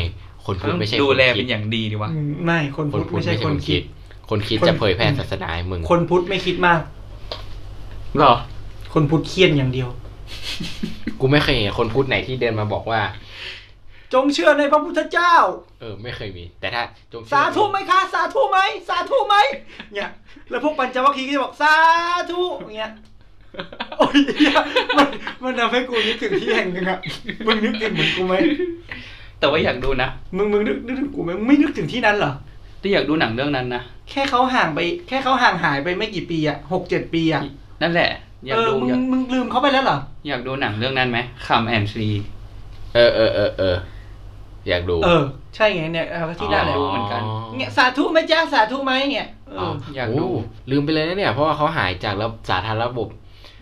[SPEAKER 3] คนพุทธไม่ใช่
[SPEAKER 1] ดูแลเป็นอน
[SPEAKER 3] คคิ
[SPEAKER 1] ย่างดีดีวะ
[SPEAKER 2] ไม่คน
[SPEAKER 3] คน
[SPEAKER 2] พุทธ
[SPEAKER 3] พุทธ
[SPEAKER 2] ไม่
[SPEAKER 3] ไม่
[SPEAKER 2] ใช่
[SPEAKER 3] ใช่
[SPEAKER 2] ค
[SPEAKER 3] คน น
[SPEAKER 2] คิ
[SPEAKER 3] คิ
[SPEAKER 2] ด
[SPEAKER 3] ด คนคิด
[SPEAKER 2] คน
[SPEAKER 3] จะเผยแพร่ศาสนาให้มึง
[SPEAKER 2] คนพุทธไม่คิดมาก
[SPEAKER 1] หรอ
[SPEAKER 2] คนพุทธเคียนอย่างเดียว
[SPEAKER 3] กูไม่เคยเห็นคนพุทธไหนที่เดินมาบอกว่า
[SPEAKER 2] จงเชื่อในพระพุทธเจ้า
[SPEAKER 3] เออ ไม่เคยมี แต่ถ้าจงเชื่อ
[SPEAKER 2] สาธุไหมคะสาธุไหมสาธุไหมเนี่ยแล้วพวกปัญจวัคคีย์ก็จะบอกสาธุอย่างเงี้ยโอ้ยเหี้ยมันมันทำให้กูนึกถึงที่แห่งหนึ่งอะมึงนึกถึงเหมือนกูไหม
[SPEAKER 1] แต่ว่าอยากดูนะ
[SPEAKER 2] มึงมึงนึกนึกถึงกูไหมมึงไม่นึกถึงที่นั้นเหรอ
[SPEAKER 1] แต่อยากดูหนังเรื่องนั้นนะ
[SPEAKER 2] แค่เขาห่างไป แค่เขาห่างหายไปไม่กี่ปีอะหกเจ็ดปีอะ
[SPEAKER 1] นั่นแหละ อยา
[SPEAKER 2] เอกอ
[SPEAKER 1] ดู
[SPEAKER 2] มึง
[SPEAKER 1] อยาก
[SPEAKER 2] มึงลืมเขาไปแล้วเหรอ
[SPEAKER 1] อยากดูหนังเรื่องนั้นไหมคำแอนซี
[SPEAKER 3] เออเออเออเอออยากดู
[SPEAKER 2] เออ ใช่ไงเนี่ยเอาที่นั่นแหละ
[SPEAKER 1] ดูเหมือนกัน
[SPEAKER 2] เนี่ยสาธุไหมจ้าสาธุไหมเนี่ยเอออ
[SPEAKER 1] อยากดู
[SPEAKER 3] โลืมไปเลยนะเนี่ย เพราะว่าเขาหายจากระบบสาธารณระบบ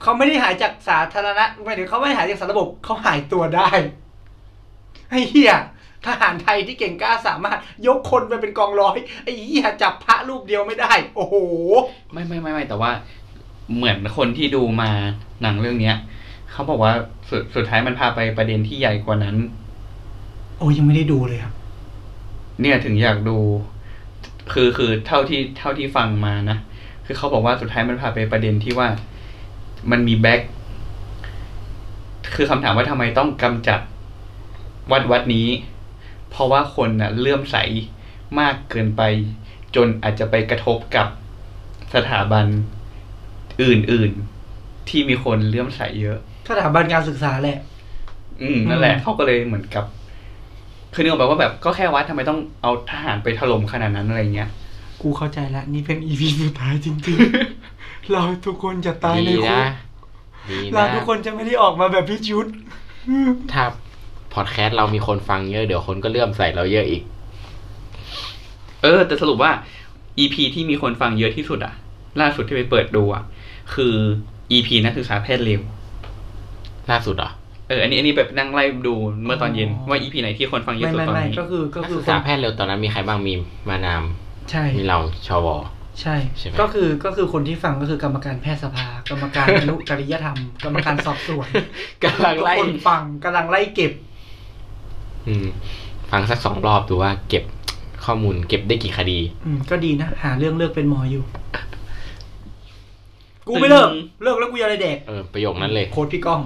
[SPEAKER 2] เขาไม่ได้หายจากสาธารณะหมายถึงเขาไม่ได้หายจากสารระบบเขาหายตัวได้ไอ้เหี้ยทหารไทยที่เก่งกล้าสามารถยกคนไปเป็นกองร้อยไอ้เหี้ยจับพระรูปเดียวไม่ได้ โอ้โห
[SPEAKER 1] ไม่ไม่ไม่ไม่แต่ว่า เหมือนคนที่ดูมาหนังเรื่องเนี้ยเขาบอกว่าสุดสุดท้ายมันพาไปประเด็นที่ใหญ่กว่านั้น
[SPEAKER 2] โอ้ยยังไม่ได้ดูเลยครับ
[SPEAKER 1] เนี่ยถึงอยากดู คือคือเท่าที่เท่าที่ฟังมานะคือเขาบอกว่าสุดท้ายมันพาไปประเด็นที่ว่ามันมีแบ็คคือคำถามว่าทำไมต้องกำจัดวัดวัดนี้ เพราะว่าคนน่ะเลื่อมใสมากเกินไป จนอาจจะไปกระทบกับสถาบันอื่นๆ ที่มีคนเลื่อมใสเยอะ
[SPEAKER 2] สถาบันการศึกษาแหละ
[SPEAKER 1] อืมนั่นแหละเขาก็เลยเหมือนกับ คือนึกออกแบบว่าแบบก็แค่วัดทำไมต้องเอาทหารไปถล่มขนาดนั้นอะไรเงี้ย
[SPEAKER 2] กูเข้าใจแล้วนี่เป็นอีพีสุดท้ายจริงๆ เราทุกคนจะตายใน
[SPEAKER 3] ดี
[SPEAKER 2] คุ
[SPEAKER 3] นะ
[SPEAKER 2] ก
[SPEAKER 3] ดี
[SPEAKER 2] เรา
[SPEAKER 3] นะ
[SPEAKER 2] ทุกคนจะไม่ได้ออกมาแบบพี่ชุด
[SPEAKER 3] ถ้าพอดแคสต์เรามีคนฟังเยอะเดี๋ยวคนก็เลื่อมใส่เราเยอะอีก
[SPEAKER 1] เออ แต่สรุปว่า EP ที่มีคนฟังเยอะที่สุดอะล่าสุดที่ไปเปิดดูอะคือ EP นักศึกษาแพทย์เลว
[SPEAKER 3] ล่าสุดเหรอ
[SPEAKER 1] เอออันนี้อันนี้แบบนั่งไล่ดูเมื่อตอนเย็น
[SPEAKER 2] อ๋อ
[SPEAKER 1] ว่า EP ไหนที่คนฟังเยอะ
[SPEAKER 2] ไม่
[SPEAKER 1] สุด
[SPEAKER 2] ไม่
[SPEAKER 1] ตอน
[SPEAKER 2] ไม่
[SPEAKER 1] นี้
[SPEAKER 2] ก็คือก็
[SPEAKER 3] นัก
[SPEAKER 2] คือ
[SPEAKER 3] ศึก
[SPEAKER 2] ค
[SPEAKER 3] ษาน แพทย์เร็วตอนนั้นมีใครบ้างมีมานาม
[SPEAKER 2] ใช่
[SPEAKER 3] มีเราชว
[SPEAKER 2] ใช่
[SPEAKER 3] ใช่ไหม
[SPEAKER 2] ก็คือก็คือคนที่ฟังก็คือกรรมการแพทยสภากรรมการอ นุจริยธรรม กรรมการสอบสวน
[SPEAKER 3] กำลัง
[SPEAKER 2] ทุก
[SPEAKER 3] ไล่
[SPEAKER 2] คนฟังกำลังไล่เก็บ
[SPEAKER 3] อืม ฟังสักสองรอบดูว่าเก็บข้อมูลเก็บได้กี่คดี
[SPEAKER 2] อืมก็ดีนะ หาเรื่องเลือกเป็นหมออยู่ กูไม่เลิกเลิกแล้วกูจะอะไรแดก
[SPEAKER 3] เออ ประโยคนั้นเลย
[SPEAKER 2] โค้ดพี่ก้อง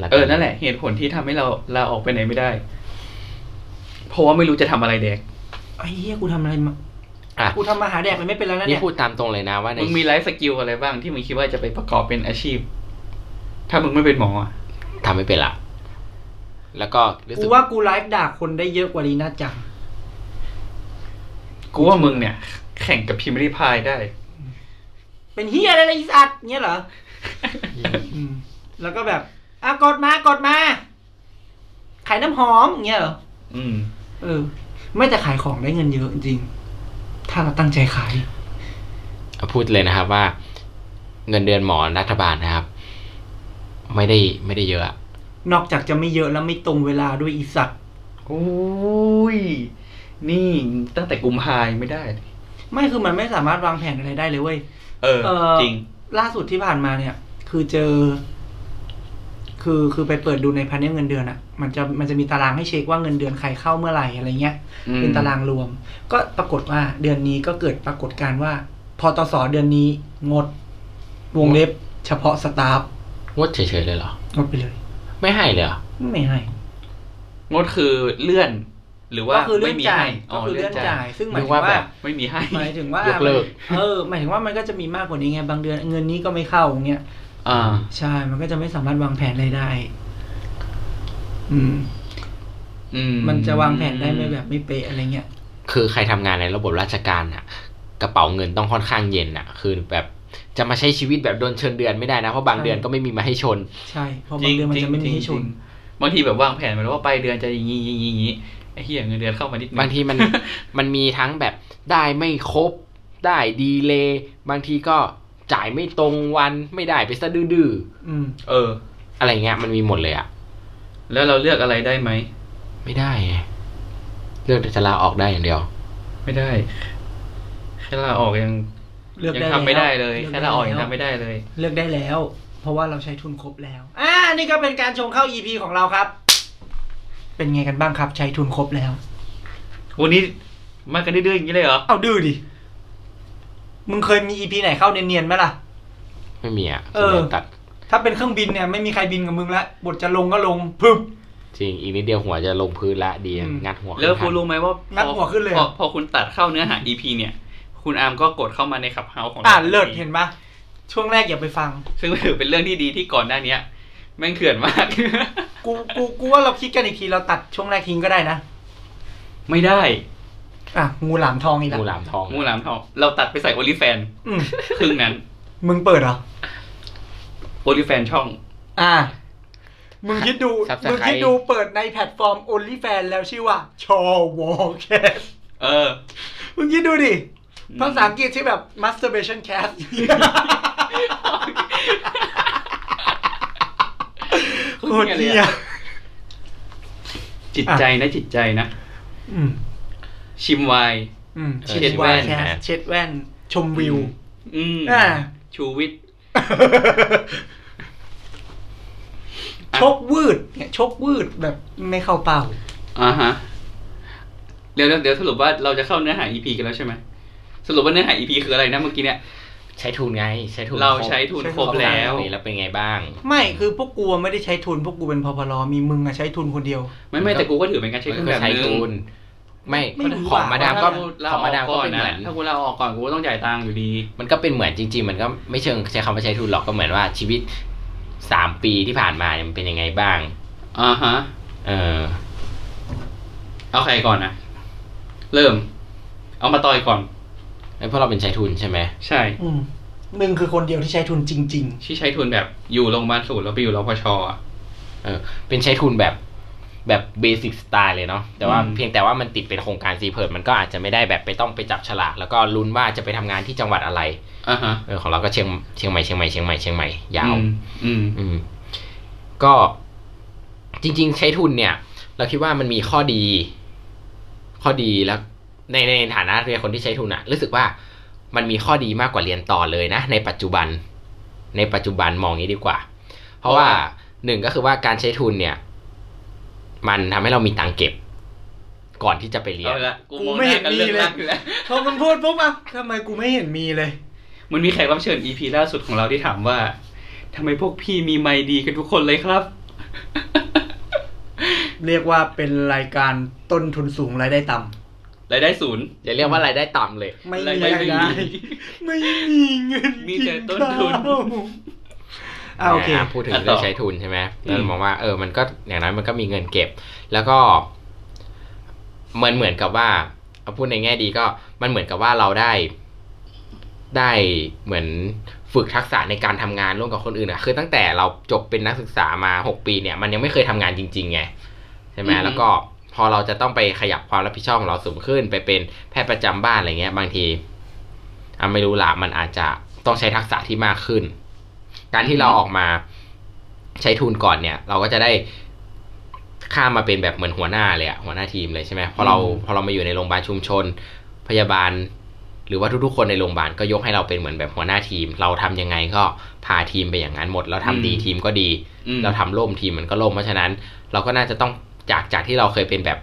[SPEAKER 3] วกั
[SPEAKER 1] เออนั่นแหละเหตุผลที่ทำให้เราลาออกไปไหนไม่ได้ เพราะว่าไม่รู้จะทำอะไรแดก
[SPEAKER 2] ไอ้เหี้ยกูทำอะไรมา
[SPEAKER 3] อ่ะ
[SPEAKER 2] กูทำมาหาแดกมันไม่เป็นแล้วนะ
[SPEAKER 3] นี่
[SPEAKER 2] เนี่ย
[SPEAKER 3] พูดตามตรงเลยนะว่าใน
[SPEAKER 1] มึงมีไลฟ์สกิลอะไรบ้างที่มึงคิดว่าจะไปประกอบเป็นอาชีพ ถ้ามึงไม่เป็นหมออะ
[SPEAKER 3] ทำไม่เป็นละแล้วก็รู้
[SPEAKER 2] กู
[SPEAKER 3] สึก
[SPEAKER 2] ว่ากูไลฟ์ด่าคนได้เยอะกว่าลีน่าจัง
[SPEAKER 1] กูว่ามึงเนี่ย แข่งกับพิมพ์ริพายได้
[SPEAKER 2] เป็นเฮียอะไรเลยไอ้สัตว์เงี้ยเหรอ อืม แล้วก็แบบอ่ะกดมากดมาขายน้ำหอมเงี้ยเหรอ
[SPEAKER 1] อืม
[SPEAKER 2] เออ ไม่แต่ขายของได้เงินเยอะจริง ถ้าเราตั้งใจขาย
[SPEAKER 3] พูดเลยนะครับว่า เงินเดือนหมอรัฐบาลนะครับ ไม่ได้ไม่ได้เยอะอะ
[SPEAKER 2] นอกจากจะไม่เยอะแล้วไม่ตรงเวลาด้วยอีสัตว์
[SPEAKER 1] โอ้ย นี่ตั้งแต่กุมภายังไม่ได้
[SPEAKER 2] ไม่คือมันไม่สามารถวางแผนอะไรได้เลยเว้ย
[SPEAKER 1] เออ
[SPEAKER 2] เออ
[SPEAKER 1] จริง
[SPEAKER 2] ล่าสุดที่ผ่านมาเนี่ย คือเจอ คือคือไปเปิดดูในพันเนียเงินเดือนอะมันจะมันจะมีตารางให้เช็คว่าเงินเดือนใครเข้าเมื่อไหร่อะไรเงี้ย
[SPEAKER 1] อืม
[SPEAKER 2] เป็นตารางรวม ก็ปรากฏว่าเดือนนี้ก็เกิดปรากฏการณ์ว่า พอตสอเดือนนี้งด วงเล็บ เฉพาะสตาฟ
[SPEAKER 3] งดเฉยๆเลยเหรอ
[SPEAKER 2] งดไปเลย
[SPEAKER 3] ไม่ให้เลยเหรอ
[SPEAKER 2] ไม่ให้
[SPEAKER 1] งดคือเลื่อน หรือว่า
[SPEAKER 2] ก็คือเลื่
[SPEAKER 1] ไม่
[SPEAKER 2] อน
[SPEAKER 1] มี
[SPEAKER 2] จ่า
[SPEAKER 1] ให้
[SPEAKER 2] ยก็คือเลื่อนจ่าย ซึ่งหมายถึ
[SPEAKER 3] นึ
[SPEAKER 2] ง
[SPEAKER 3] กว่าแบ
[SPEAKER 2] ว่า
[SPEAKER 3] บ
[SPEAKER 1] ไม่มีให้
[SPEAKER 2] หมายถึงว่าย
[SPEAKER 3] กเลิก
[SPEAKER 2] เออ หมายถึงว่ามันก็จะมีมากกว่านี้ไงบางเดือน เงินนี้ก็ไม่เข้าอย่างเงี้ย
[SPEAKER 1] อ่า
[SPEAKER 2] ใช่ มันก็จะไม่สามารถวางแผนอะไรได้ อืม
[SPEAKER 1] อืม
[SPEAKER 2] มันจะวางแผนได้ไม่แบบไม่เป๊ะอะไรเงี้ย
[SPEAKER 3] คือใครทำงานในระบบราชการน่ะ กระเป๋าเงินต้องค่อนข้างเย็นน่ะ คือแบบจะมาใช้ชีวิตแบบโดนเชิญเดือนไม่ได้นะ เพราะบางเดือนก็ไม่มีมาให้ ชน
[SPEAKER 2] ใช่ เพราะ
[SPEAKER 1] จ
[SPEAKER 2] บา
[SPEAKER 1] ริ
[SPEAKER 2] ง
[SPEAKER 1] ง
[SPEAKER 2] เดือนมัน
[SPEAKER 1] จริง
[SPEAKER 2] จะไม่มี
[SPEAKER 1] จ
[SPEAKER 2] ให้
[SPEAKER 1] ริง
[SPEAKER 2] ช
[SPEAKER 1] จ
[SPEAKER 2] น
[SPEAKER 1] ริงบางทีแบบวางแผนมาแล้วว่าไปลายเดือนจะอย่างงี้อย่างงี้อย่างงี้ไอ้เหี้ยเงินเดือนเข้ามานิดนึ
[SPEAKER 3] บางทีมัน มันมีทั้งแบบได้ไม่ครบ ได้ดีเลย์บางทีก็จ่ายไม่ตรงวันไม่ได้ไปซะดื้อ
[SPEAKER 2] อืม
[SPEAKER 1] เออ
[SPEAKER 3] ๆอะไรเงี้ยมันมีหมดเลยอะ
[SPEAKER 1] แล้วเราเลือกอะไรได้ไหม
[SPEAKER 3] ไม่ได้ไงเรื่องจะลาออกได้อย่างเดียว
[SPEAKER 1] ไม่ได้ แค่ลาออกยัง
[SPEAKER 2] เลือก
[SPEAKER 1] ยั
[SPEAKER 2] ได้
[SPEAKER 1] ทำไม่ได้เลย
[SPEAKER 2] ว
[SPEAKER 1] แค่ลาออกยัง
[SPEAKER 2] เลื
[SPEAKER 1] ทำไม่ได้เลย
[SPEAKER 2] เลือกได้แล้ว เพราะว่าเราใช้ทุนครบแล้ว อ่า นี่ก็เป็นการชงเข้า EP ของเราครับ เป็นไงกันบ้างครับ ใช้ทุนครบแล้ว
[SPEAKER 1] วันนี้มากันดื้อๆอย่างนี้เลยเหรอ
[SPEAKER 2] เอาดื้อดิ มึงเคยมี EP ไหนเข้าเนียนๆไหมล่ะ
[SPEAKER 3] ไม่มีอะ
[SPEAKER 2] เออ
[SPEAKER 3] ส่วนใหญ่ตัด
[SPEAKER 2] ถ้าเป็นเครื่องบินเนี่ยไม่มีใครบินกับมึงละบทจะลงก็ลงพึบ
[SPEAKER 3] จริงอีกนิดเดียวหัวจะลงพื้นละดีอะ
[SPEAKER 2] อืม
[SPEAKER 3] งัดหัว
[SPEAKER 1] แล้วคุ
[SPEAKER 3] ขึ้
[SPEAKER 1] ณ
[SPEAKER 3] น
[SPEAKER 1] รู้ไหมว่า
[SPEAKER 2] งัดหัวขึ้นเลย
[SPEAKER 1] พอพอคุณตัดเข้าเนื้อหา EP เนี่ย คุณอาร์มก็กดเข้ามาในขับเฮาของ
[SPEAKER 2] อ่าเลิศเห็นปะช่วงแรกอย่าไปฟัง
[SPEAKER 1] ซึ่งถือเป็นเรื่องที่ดีที่ก่อนหน้าเนี้ยแม่งเขื่อนมาก
[SPEAKER 2] กูกูกูว่าเราคิดกันอีกทีเราตัดช่วงแรกทิ้งก็ได้นะ
[SPEAKER 1] ไม่ได้
[SPEAKER 2] อ่ะงูหลามทองอีก
[SPEAKER 3] ทัน
[SPEAKER 2] ละ
[SPEAKER 3] งูหลามทอง
[SPEAKER 1] มูหลามทองเราตัดไปใส่โอลิแฟน
[SPEAKER 2] อืม
[SPEAKER 1] ครึ่งนั้น
[SPEAKER 2] มึงเปิดเหรอ
[SPEAKER 1] โอลิแฟนช่อง
[SPEAKER 2] อ่า มึงคิดดู
[SPEAKER 3] ซับส
[SPEAKER 2] มึง
[SPEAKER 3] ไคร
[SPEAKER 2] คิด
[SPEAKER 3] ต์
[SPEAKER 2] ดูเปิดในแพลตฟอร์ม OnlyFan แล้วชื่อว่า ชอวอลแคส
[SPEAKER 1] เออ
[SPEAKER 2] มึงคิดดูดิ
[SPEAKER 1] อืม
[SPEAKER 2] ภาษาอังกฤษที่แบบ masturbation cast โคตรเหี้ย
[SPEAKER 1] จิตใจนะจิตใจนะ
[SPEAKER 2] อืม
[SPEAKER 1] ชิมไวน์
[SPEAKER 2] อืม
[SPEAKER 1] เออเช็
[SPEAKER 2] เช็ด
[SPEAKER 1] ด
[SPEAKER 2] แว่น
[SPEAKER 1] แว่น
[SPEAKER 2] แคสเช็ดแว่น ชมวิว
[SPEAKER 1] อืม
[SPEAKER 2] อ่า
[SPEAKER 1] ชูวิทย์
[SPEAKER 2] ชกวืดเนี่ยชกวืดแบบไม่เข้าเป้า
[SPEAKER 1] อ่าฮะเดี๋ยวเดี๋ยวเดี๋ยวสรุปว่าเราจะเข้าเนื้อหา EP กันแล้วใช่ไหมสรุปว่าเนื้อหา EP คืออะไรนะเมื่อกี้เนี่ย
[SPEAKER 3] ใช้ทุนไง ใช้ทุน
[SPEAKER 1] เราใช้ทุน
[SPEAKER 2] ใช้
[SPEAKER 1] ค
[SPEAKER 2] ทุน
[SPEAKER 1] รบแล้ว
[SPEAKER 3] นี่แล้วเป็นไงบ้าง
[SPEAKER 2] ไม่คือพวกกูไม่ได้ใช้ทุน พวกกูเป็นพอพลอมีมึงอะใช้ทุนคนเดียว
[SPEAKER 1] ไม่ไม่แต่กูก็ถือเป็นการใช้ทุน
[SPEAKER 3] ก็
[SPEAKER 1] แบบ
[SPEAKER 3] ใช้
[SPEAKER 1] นึง
[SPEAKER 3] ทุนไม่
[SPEAKER 2] ไม่รู้
[SPEAKER 3] ของ
[SPEAKER 2] ว่ะ
[SPEAKER 3] มาดามก็
[SPEAKER 1] ล
[SPEAKER 3] ของมาดามก็
[SPEAKER 1] ก่อน
[SPEAKER 3] เป็นเหมือน
[SPEAKER 1] ถ้ากูลาออกก่อนกูก็ต้องจ่ายตังค์อยู่ดี
[SPEAKER 3] มันก็เป็นเหมือนจริง ๆ มันก็ไม่เชิงใช้คำว่าใช้ทุนหรอกก็เหมือนว่าชีวิตสามปีที่ผ่านมาเนี่ยมันเป็นยังไงบ้าง
[SPEAKER 1] อ่าฮะ
[SPEAKER 3] เออ
[SPEAKER 1] เอาใครก่อนนะเริ่ม เอามาตอยก่อน
[SPEAKER 3] ไอ้ยเพราะเราเป็นชายทุนใช่ไหม
[SPEAKER 1] ใช่
[SPEAKER 2] อืมมึงคือคนเดียวที่ใช้ทุนจริง
[SPEAKER 1] ที่ใช้ทุนแบบอยู่โรงพยาบาลศูนย์แล้วไปอยู่รพชอ่ะ
[SPEAKER 3] เออ เป็นชายทุนแบบแบบเบสิกสไตล์เลยเนาะแต่ว่า
[SPEAKER 1] อืม
[SPEAKER 3] เพียงแต่ว่ามันติดเป็นโครงการซีเพิร์ดมันก็อาจจะไม่ได้แบบไปต้องไปจับฉลากแล้วก็ลุ้นว่าจะไปทำงานที่จังหวัดอะไร
[SPEAKER 1] อ่ะฮะ
[SPEAKER 3] เออของเราก็เชียงเชียงใหม่เชียงใหม่เชียงใหม่เชียงใหม่ยาว
[SPEAKER 1] อืมอืม
[SPEAKER 3] อืมก็จริงๆ ใช้ทุนเนี่ย เราคิดว่ามันมีข้อดี ข้อดีแล้ว ในในฐานะเรียนคนที่ใช้ทุนอะรู้สึกว่ามันมีข้อดีมากกว่าเรียนต่อเลยนะ ในปัจจุบัน ในปัจจุบันมองอย่างนี้ดีกว่า เพราะว่าหนึ่งก็คือว่าการใช้ทุนเนี่ย มันทำให้เรามีตังค์เก็บ ก่อนที่จะไปเรียน
[SPEAKER 1] เอาละ
[SPEAKER 2] กูไม่เห็นมีเลย
[SPEAKER 1] อยู่แล้ว
[SPEAKER 2] ๆพอมึงพูดปุ๊บอ่ะทำไมกูไม่เห็นมีเลย
[SPEAKER 1] มันมีแขกรับเชิญ EP ล่าสุดของเราที่ถามว่าทำไมพวกพี่มีไมค์ดีกันทุกคนเลยครับ
[SPEAKER 2] เรียกว่าเป็นรายการต้นทุนสูงรายได้ต่ำ
[SPEAKER 1] รายได้ศูนย์
[SPEAKER 3] อย่าเรียกว่ารายได้ต่ำเลย
[SPEAKER 2] ไม่
[SPEAKER 1] ราย
[SPEAKER 2] มี
[SPEAKER 1] ได้
[SPEAKER 2] รายได้
[SPEAKER 1] ไม่มี
[SPEAKER 2] ไม่มีเงิน
[SPEAKER 1] มีแต่
[SPEAKER 2] กิ
[SPEAKER 1] ต้นทุน
[SPEAKER 2] ข้าวอ่ะโอเค
[SPEAKER 3] นะพูดถึง
[SPEAKER 1] อ่ะต่อ
[SPEAKER 3] เรื่องใช้ทุนใช่ไหมแล้ว
[SPEAKER 1] อืม
[SPEAKER 3] มองว่าเออมันก็อย่างนั้นมันก็มีเงินเก็บ แล้วก็เหมือนเหมือนกับว่าเอาพูดในแง่ดีก็มันเหมือนกับว่าเราได้ได้เหมือนฝึกทักษะในการทำงานร่วมกับคนอื่นอะคือตั้งแต่เราจบเป็นนักศึกษามาหกปีเนี่ย มันยังไม่เคยทำงานจริง ๆ ไง ใช่ไหม
[SPEAKER 1] อือฮึ
[SPEAKER 3] แล้วก็พอเราจะต้องไปขยับความรับผิดชอบของเราสูงขึ้น ไปเป็นแพทย์ประจำบ้านอะไรเงี้ย บางทีอ่ะไม่รู้ละมันอาจจะต้องใช้ทักษะที่มากขึ้น การที่เราออกมาใช้ทุนก่อนเนี่ย เราก็จะได้ข้ามมาเป็นแบบเหมือนหัวหน้าเลยอะหัวหน้าทีมเลยใช่ไหมพอเราพอเรามาอยู่ในโรงพยาบาลชุมชน พยาบาล หรือว่าทุกๆคนในโรงพยาบาลก็ยกให้เราเป็นเหมือนแบบหัวหน้าทีม เราทำยังไงก็พาทีมไปอย่างนั้นหมด เราทำดี
[SPEAKER 1] อืม
[SPEAKER 3] ทีมก็ดี
[SPEAKER 1] อืม
[SPEAKER 3] เราทำล่มทีมมันก็ล่มเพราะฉะนั้น เราก็น่าจะต้องจากจากที่เราเคยเป็นแบบ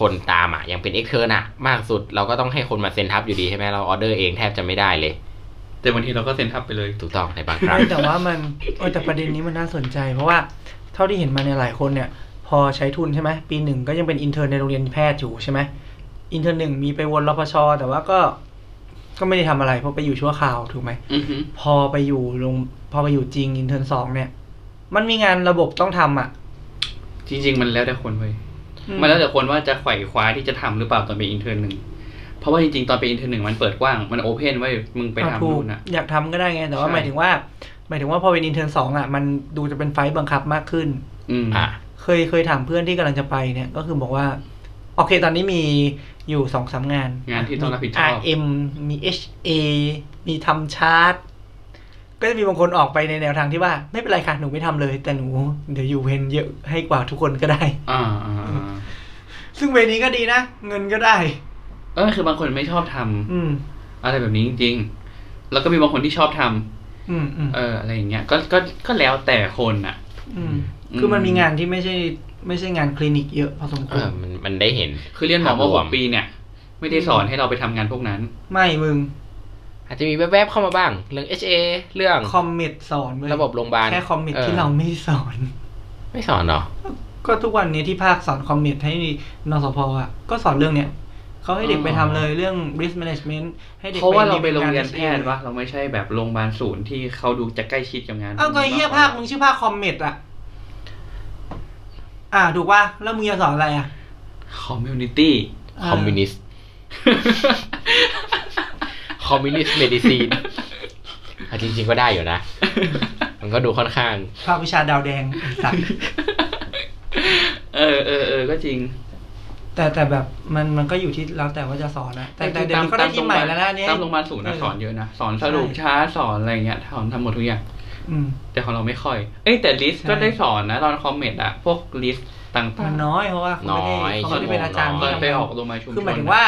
[SPEAKER 3] คนตามอ่ะยังเป็นเอ็กเทอร์น่ะ มากสุดเราก็ต้องให้คนมาเซ็นทับอยู่ดีใช่ไหมเราออเดอร์เองแทบจะไม่ได้เลย
[SPEAKER 1] แต่บางทีเราก็เซ็นทับไปเลย
[SPEAKER 3] ถูกต้องในบางครั้ง
[SPEAKER 2] ไม่แต่ว่ามันเออแต่ประเด็นนี้มันน่าสนใจ เพราะว่าเท่าที่เห็นมาในยหลายคนเนี่ย พอใช้ทุนใช่ไหมปีหนึ่งก็ยังเป็นอินเทอร์ในโรงเรียนแพทย์อยู่ใช่ไหมอินเทอร์หนึ่งมีไปวนรพชแต่ว่าก็ก็ไม่ได้ทำอะไรเพราะไปอยู่ชั่วคราวถูกไหม
[SPEAKER 1] อือฮึ
[SPEAKER 2] พอไปอยู่ลงพอไปอยู่จริงอินเทอร์สองเนี่ย มันมีงานระบบต้องทำอ่ะ
[SPEAKER 1] จริง ๆ มันแล้วแต่คนเว้ย
[SPEAKER 2] อืม
[SPEAKER 1] มันแล้วแต่คนว่าจะไขว่คว้าที่จะทำหรือเปล่าตอนเป็นอินเทอร์หนึ่งเพราะว่าจริงๆ ตอนเป็นอินเทอร์หนึ่งมันเปิดกว้าง มันโอเพนไว้ยมึงไป
[SPEAKER 2] เอา
[SPEAKER 1] ทำ
[SPEAKER 2] ถู
[SPEAKER 1] นู่
[SPEAKER 2] ก
[SPEAKER 1] นน่ะ
[SPEAKER 2] อยากทำก็ได้ไงแต่ว่า
[SPEAKER 1] ใช่
[SPEAKER 2] หมายถึงว่า หมายถึงว่าพอเป็นอินเทอร์สองอ่ะมันดูจะเป็นไฟท์บังคับมากขึ้น
[SPEAKER 1] อืม
[SPEAKER 3] อ่ะ
[SPEAKER 2] เคยเคยถามเพื่อนที่กำลังจะไปเนี่ยก็คือบอกว่า โอเคตอนนี้มีอยู่สองสามงาน
[SPEAKER 1] งานที่ต้องรับผิดช
[SPEAKER 2] มี
[SPEAKER 1] อบ
[SPEAKER 2] RM มี HA มีทำชาร์ตก็จะมีบางคนออกไปในแนวทางที่ว่า ไม่เป็นไรค่ะ หนูไม่ทำเลย แต่หนูเดี๋ยวอยู่เวนเยอะให้กว่าทุกคนก็ได้
[SPEAKER 1] อ่าอ่าอ่า
[SPEAKER 2] ซึ่งเวนนี้ก็ดีนะ เงินก็ได้
[SPEAKER 1] เออคือบางคนไม่ชอบทำ
[SPEAKER 2] อืม
[SPEAKER 1] อะไรแบบนี้จริง ๆ แล้วก็มีบางคนที่ชอบทำ
[SPEAKER 2] อืมอืม
[SPEAKER 1] เอออะไรอย่างเงี้ยก็ก็ก็แล้วแต่คนอ่ะ
[SPEAKER 2] อืม
[SPEAKER 1] อืม
[SPEAKER 2] คือมันมีงานที่ไม่ใช่ ไม่ใช่งานคลินิกเยอะพอสมค
[SPEAKER 3] เอ
[SPEAKER 2] วร
[SPEAKER 3] อมันมันได้เห็น
[SPEAKER 1] คือเรียนหมอ
[SPEAKER 3] ภ
[SPEAKER 1] มา
[SPEAKER 3] พร
[SPEAKER 1] ห
[SPEAKER 3] ว
[SPEAKER 1] กปีเนี่ย ไม่ได้สอนให้เราไปทำงานพวกนั้น
[SPEAKER 2] ไม่มึง
[SPEAKER 3] อาจจะมีแวบๆเข้ามาบ้าง เรื่อง HA เรื่อง
[SPEAKER 2] คอมเมดสอนเว้ย
[SPEAKER 3] ระบบโรงพยาบาล
[SPEAKER 2] แค่คอมเมด
[SPEAKER 3] ออ
[SPEAKER 2] ที่เราไม่ได้สอน
[SPEAKER 3] ไม่สอนเหรอ
[SPEAKER 2] ก็ทุกวันนี้ที่ภาคสอนคอมเมดให้นสพอ่ะ ก็สอนเรื่องเนี้ยเขาให้เด็กไปทำเลยเรื่อง risk management ให้เด็ก
[SPEAKER 1] เพราะว่าเรา
[SPEAKER 2] มี
[SPEAKER 1] ไปโรงเรียน
[SPEAKER 2] งา
[SPEAKER 1] แพทย์วะเราไม่ใช่แบบโรงพยาบาลศูนย์ที่เขาดูจะใกล้ชิดกับงาน
[SPEAKER 2] เอาก็ไอ้เฮียภาคมึงชื่อภาคคอมเมดอ่ะ อ่าถูกป่ะ แล้วมึงจะสอนอะไรอ่ะ
[SPEAKER 1] คอมมูนิตี้
[SPEAKER 3] คอมมิวนิสต์คอมมิวนิสต์เมดิซีนจริงๆก็ได้อยู่นะ มันก็ดูค่อนข้าง
[SPEAKER 2] ภาควิชาดาวแดงไอ้สัตว์
[SPEAKER 1] เออเออเออก็จริง
[SPEAKER 2] แต่แต่แบบมันมันก็อยู่ที่แล้วแต่ว่าจะสอนนะแต่แต่เดี๋ยวนี้ก็ได้ทีมใหม่แล้วนะอันเนี่ย
[SPEAKER 1] ตามโรงพยาบาลศูนย์นะ
[SPEAKER 2] เออ
[SPEAKER 1] สอนเยอะนะ สอนสรุป
[SPEAKER 2] ใช่
[SPEAKER 1] ช้าสอนอะไรเงี้ยสอนทำหมดทุกอย่าง
[SPEAKER 2] อืม
[SPEAKER 1] แต่ของเราไม่ค่อย เอ้ยแต่ลิส
[SPEAKER 2] ใช่
[SPEAKER 1] ก็ได้สอนนะตอนคอมเมนต์อะพวกลิสต่า
[SPEAKER 2] มั
[SPEAKER 1] ง
[SPEAKER 2] น
[SPEAKER 1] ๆ
[SPEAKER 2] น้อยเพราะว่าเขาไม่ได้
[SPEAKER 3] น้อย
[SPEAKER 2] เขาไม่ได้เป็นอาจารย์
[SPEAKER 3] ชั่ว
[SPEAKER 1] ตอง น
[SPEAKER 3] โมน้ย
[SPEAKER 1] ไปออกโรงพยาบาลชุมชน
[SPEAKER 2] คือหมายถึงว่า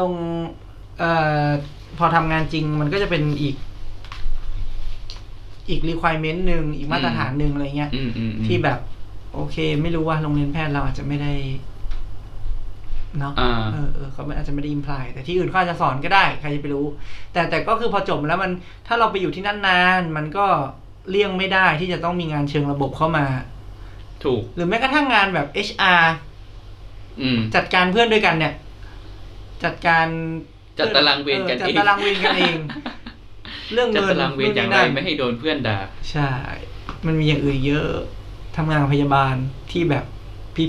[SPEAKER 2] ลงเอ่อพอทำงานจริงมันก็จะเป็นอีก อีก requirement หนึ่งอีกมาตรฐานหนึ่งอะไรเงี้ย
[SPEAKER 1] อืมอืมอืม
[SPEAKER 2] ที่แบบ โอเค ไม่รู้ว่าโรงเรียนแพทย์เราอาจจะไม่ได้เนาะ
[SPEAKER 1] อ่า
[SPEAKER 2] เออเออเขาอาจจะไม่ได้อิมพลายแต่ที่อื่นเขาอาจจะสอนก็ได้ใครจะไปรู้ แต่แต่ก็คือพอจบแล้วมันถ้าเราไปอยู่ที่นั่นนานมันก็เลี่ยงไม่ได้ที่จะต้องมีงานเชิงระบบเข้ามา
[SPEAKER 1] ถูก
[SPEAKER 2] หรือแม้กระทั่งงานแบบ HR
[SPEAKER 1] อืม
[SPEAKER 2] จัดการเพื่อนด้วยกันเนี่ย จัดการ
[SPEAKER 1] จัดตารางเวรกันเอง
[SPEAKER 2] จัดตารางเวรกันเอง เรื่อง
[SPEAKER 1] จัด
[SPEAKER 2] เงิน
[SPEAKER 1] ตารางเวรอย่างไร
[SPEAKER 2] นู่นนี่นั่น
[SPEAKER 1] ไม่ให้โดนเพื่อนด่า
[SPEAKER 2] ใช่ มันมีอย่างอื่นเยอะทำงานพยาบาลที่แบบ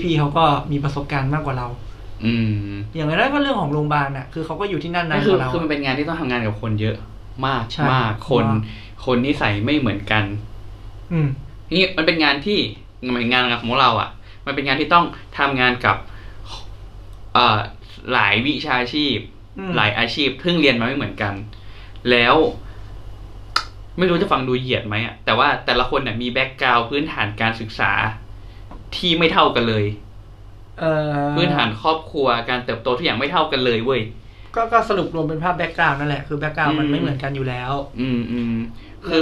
[SPEAKER 2] พี่ๆเขาก็มีประสบการณ์มากกว่าเรา
[SPEAKER 1] อืม
[SPEAKER 2] อย่างไรก็เรื่องของโรงพยาบาลน่ะคือเขาก็อยู่ที่นั่นนาน
[SPEAKER 1] นั่น
[SPEAKER 2] ก
[SPEAKER 1] คือ
[SPEAKER 2] ว่าเรา
[SPEAKER 1] คือมันเป็นงานที่ต้องทำงานกับคนเยอะ มาก
[SPEAKER 2] ใช่
[SPEAKER 1] มากคน
[SPEAKER 2] มาก
[SPEAKER 1] คนนิสัยไม่เหมือนกัน
[SPEAKER 2] อืม
[SPEAKER 1] นี่มันเป็นงานที่มันเป็นงานของเราอ่ะ มันเป็นงานที่ต้องทำงานกับเอ่อหลายวิชาชีพ
[SPEAKER 2] อืม
[SPEAKER 1] หลายอาชีพเพิ่งเรียนมาไม่เหมือนกัน แล้ว ไม่รู้จะฟังดูเหยียดไหมอ่ะแต่ว่าแต่ละคนเนี่ยมีแบ็กกราวพื้นฐานการศึกษาที่ไม่เท่ากันเลย
[SPEAKER 2] เอ่อ
[SPEAKER 1] พื้นฐานครอบครัวการเติบโตทุกอย่างไม่เท่ากันเลยเว้ย
[SPEAKER 2] ก็ก็สรุปรวมเป็นภาพแบ็กกราวน์นั่นแหละคือแบ็กกราว
[SPEAKER 1] อื
[SPEAKER 2] น์
[SPEAKER 1] ม
[SPEAKER 2] มันไม่เหมือนกันอยู่แล้ว
[SPEAKER 1] อืมอืม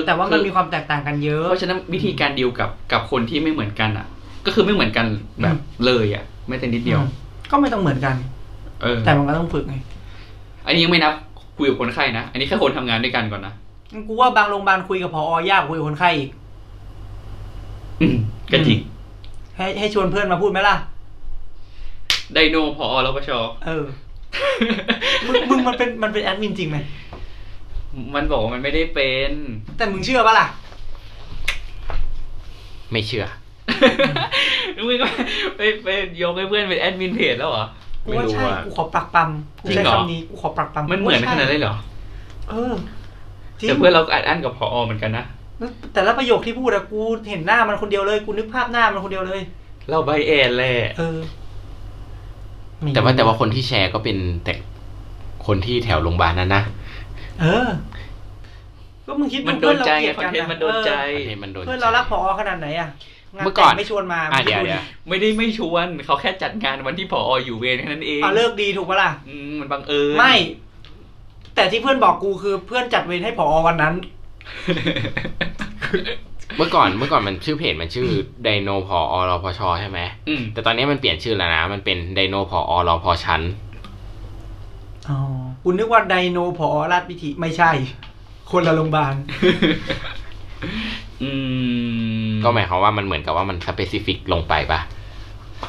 [SPEAKER 2] แต่ว่ามันมีความแตกต่างกันเยอะ
[SPEAKER 1] เพราะฉะนั้นวิธีการดีลกับกับคนที่ไม่เหมือนกันอ่ะ ก็คือไม่เหมือนกันแบบเลยอ่ะ ไม่แต่นิดเดียว
[SPEAKER 2] อืม ก็ไม่ต้องเหมือนกัน
[SPEAKER 1] เออ
[SPEAKER 2] แต่มันก็ต้องฝึกไง
[SPEAKER 1] อันนี้ยังไม่นับคุยกับคนไข้นะ อันนี้แค่คนทำงานด้วยกันก่อนนะ
[SPEAKER 2] งั้นกูว่าบางโรงพยาบาลคุยกับพอยากคุยกับคนไข้อีก
[SPEAKER 1] อืมก็จริง
[SPEAKER 2] ให้ให้ชวนเพื่อนมาพูดไหมล่ะ
[SPEAKER 1] ไดโนพอ รปช
[SPEAKER 2] เออ มึงมึงมันเป็นมันเป็นแอดมินจริงไหม
[SPEAKER 1] มันบอกว่ามันไม่ได้เป็น
[SPEAKER 2] แต่มึงเชื่อปะล่ะ
[SPEAKER 3] ไม่เชื่อ
[SPEAKER 1] มึงก็ไปไปยกให้เพื่อนเป็นแอดมินเพจแล้วเหรอ
[SPEAKER 2] กูว่าใช่
[SPEAKER 3] ไม่รู้อะ
[SPEAKER 2] กูขอปรักปั๊มกู
[SPEAKER 1] จริง
[SPEAKER 2] ใช้
[SPEAKER 1] เหรอ
[SPEAKER 2] คำนี้กูขอปรักปั๊ม
[SPEAKER 1] มันเหมือน
[SPEAKER 2] กู
[SPEAKER 1] ข
[SPEAKER 2] ว่
[SPEAKER 1] นาด
[SPEAKER 2] ใช่
[SPEAKER 1] นั้นเลยเหรอ
[SPEAKER 2] เออจริง
[SPEAKER 1] แต่เพื่อนเราก็อัดอั้นกับพอเหมือนกันนะ
[SPEAKER 2] แล้วแต่ละประโยคที่พูดอะกูเห็นหน้ามันคนเดียวเลยกูนึกภาพหน้ามันคนเดียวเลย
[SPEAKER 1] เราใบแอนแหละ
[SPEAKER 2] เออ
[SPEAKER 3] แต่ว่าแต่ว่าคนที่แชร์ก็เป็นแต่คนที่แถวโรงพยาบาลนั้นนะ
[SPEAKER 2] เออ ก็มึงคิด
[SPEAKER 1] มันโดนใจไงคอนเทนต์มันโดนใจ
[SPEAKER 3] ประเทศมันโดน
[SPEAKER 2] เพื่อนเรารักพอขนาดไหนอะงา
[SPEAKER 3] เมื่อก่อน
[SPEAKER 2] แต่งไม่ชวนมา
[SPEAKER 3] อ่ะเดี๋ยวเดี๋ยว
[SPEAKER 1] ไม่ได้ไม่ชวน เขาแค่จัดงานวันที่พออยู่เวรแค่นั้นเอง
[SPEAKER 2] เอาเลิกดีถูกปะล่ะ
[SPEAKER 1] อืมมันบังเอิญ
[SPEAKER 2] ไม่ แต่ที่เพื่อนบอกกูคือเพื่อนจัดเวรให้พอวันนั้น
[SPEAKER 3] เมื่อก่อนเมื่อก่อนมันชื่อเพจมันชื่อไดโนพออรพชใช่ไหม
[SPEAKER 1] อืม
[SPEAKER 3] แต่ตอนนี้มันเปลี่ยนชื่อแล้วนะมันเป็นไดโนพออรพชั้น
[SPEAKER 2] อ๋อคุณนึกว่าไดโนพอราชพิธีไม่ใช่ คนละโรงพยาบาล
[SPEAKER 1] อืม
[SPEAKER 3] ก็หมายความว่ามันเหมือนกับว่ามันสเปซิฟิกลงไปปะ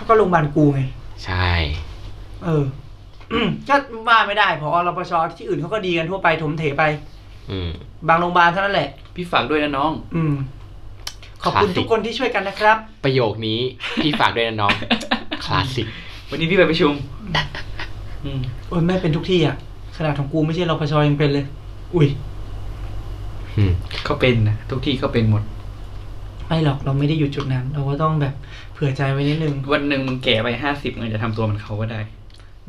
[SPEAKER 2] ก็โรงพยาบาลกูไง
[SPEAKER 3] ใช่
[SPEAKER 2] เออ ก็ว่าไม่ได้พอรปชที่อื่นเขาก็ดีกันทั่วไปถมเถไป
[SPEAKER 3] อืม
[SPEAKER 2] บางโรงพยาบาลเท่านั้นแหละ
[SPEAKER 1] พี่ฝากด้วยนะน้อง
[SPEAKER 2] อืม ขอบคุณ
[SPEAKER 3] คลาสสิก
[SPEAKER 2] ทุกคนที่ช่วยกันนะครับ
[SPEAKER 3] ประโยคนี้ พี่ฝากด้วยนะ น้อง คลาสสิก
[SPEAKER 1] วันนี้พี่ไปประชุม อืม
[SPEAKER 2] โอ้ยแม่เป็นทุกที่อ่ะ ขนาดของกูไม่ใช่รปชยังเป็นเลย อุ้ย
[SPEAKER 3] อืม
[SPEAKER 1] ก็เป็นนะทุกที่ก็เป็นหมด
[SPEAKER 2] ไม่หรอกเราไม่ได้อยู่จุดนั้น เราก็ต้องแบบเผื่อใจไว้นิดนึง
[SPEAKER 1] วันหนึ่งมึงแก่ไปห้าสิบมึงอาจจะทำตัวเหมือนเขาก็ได้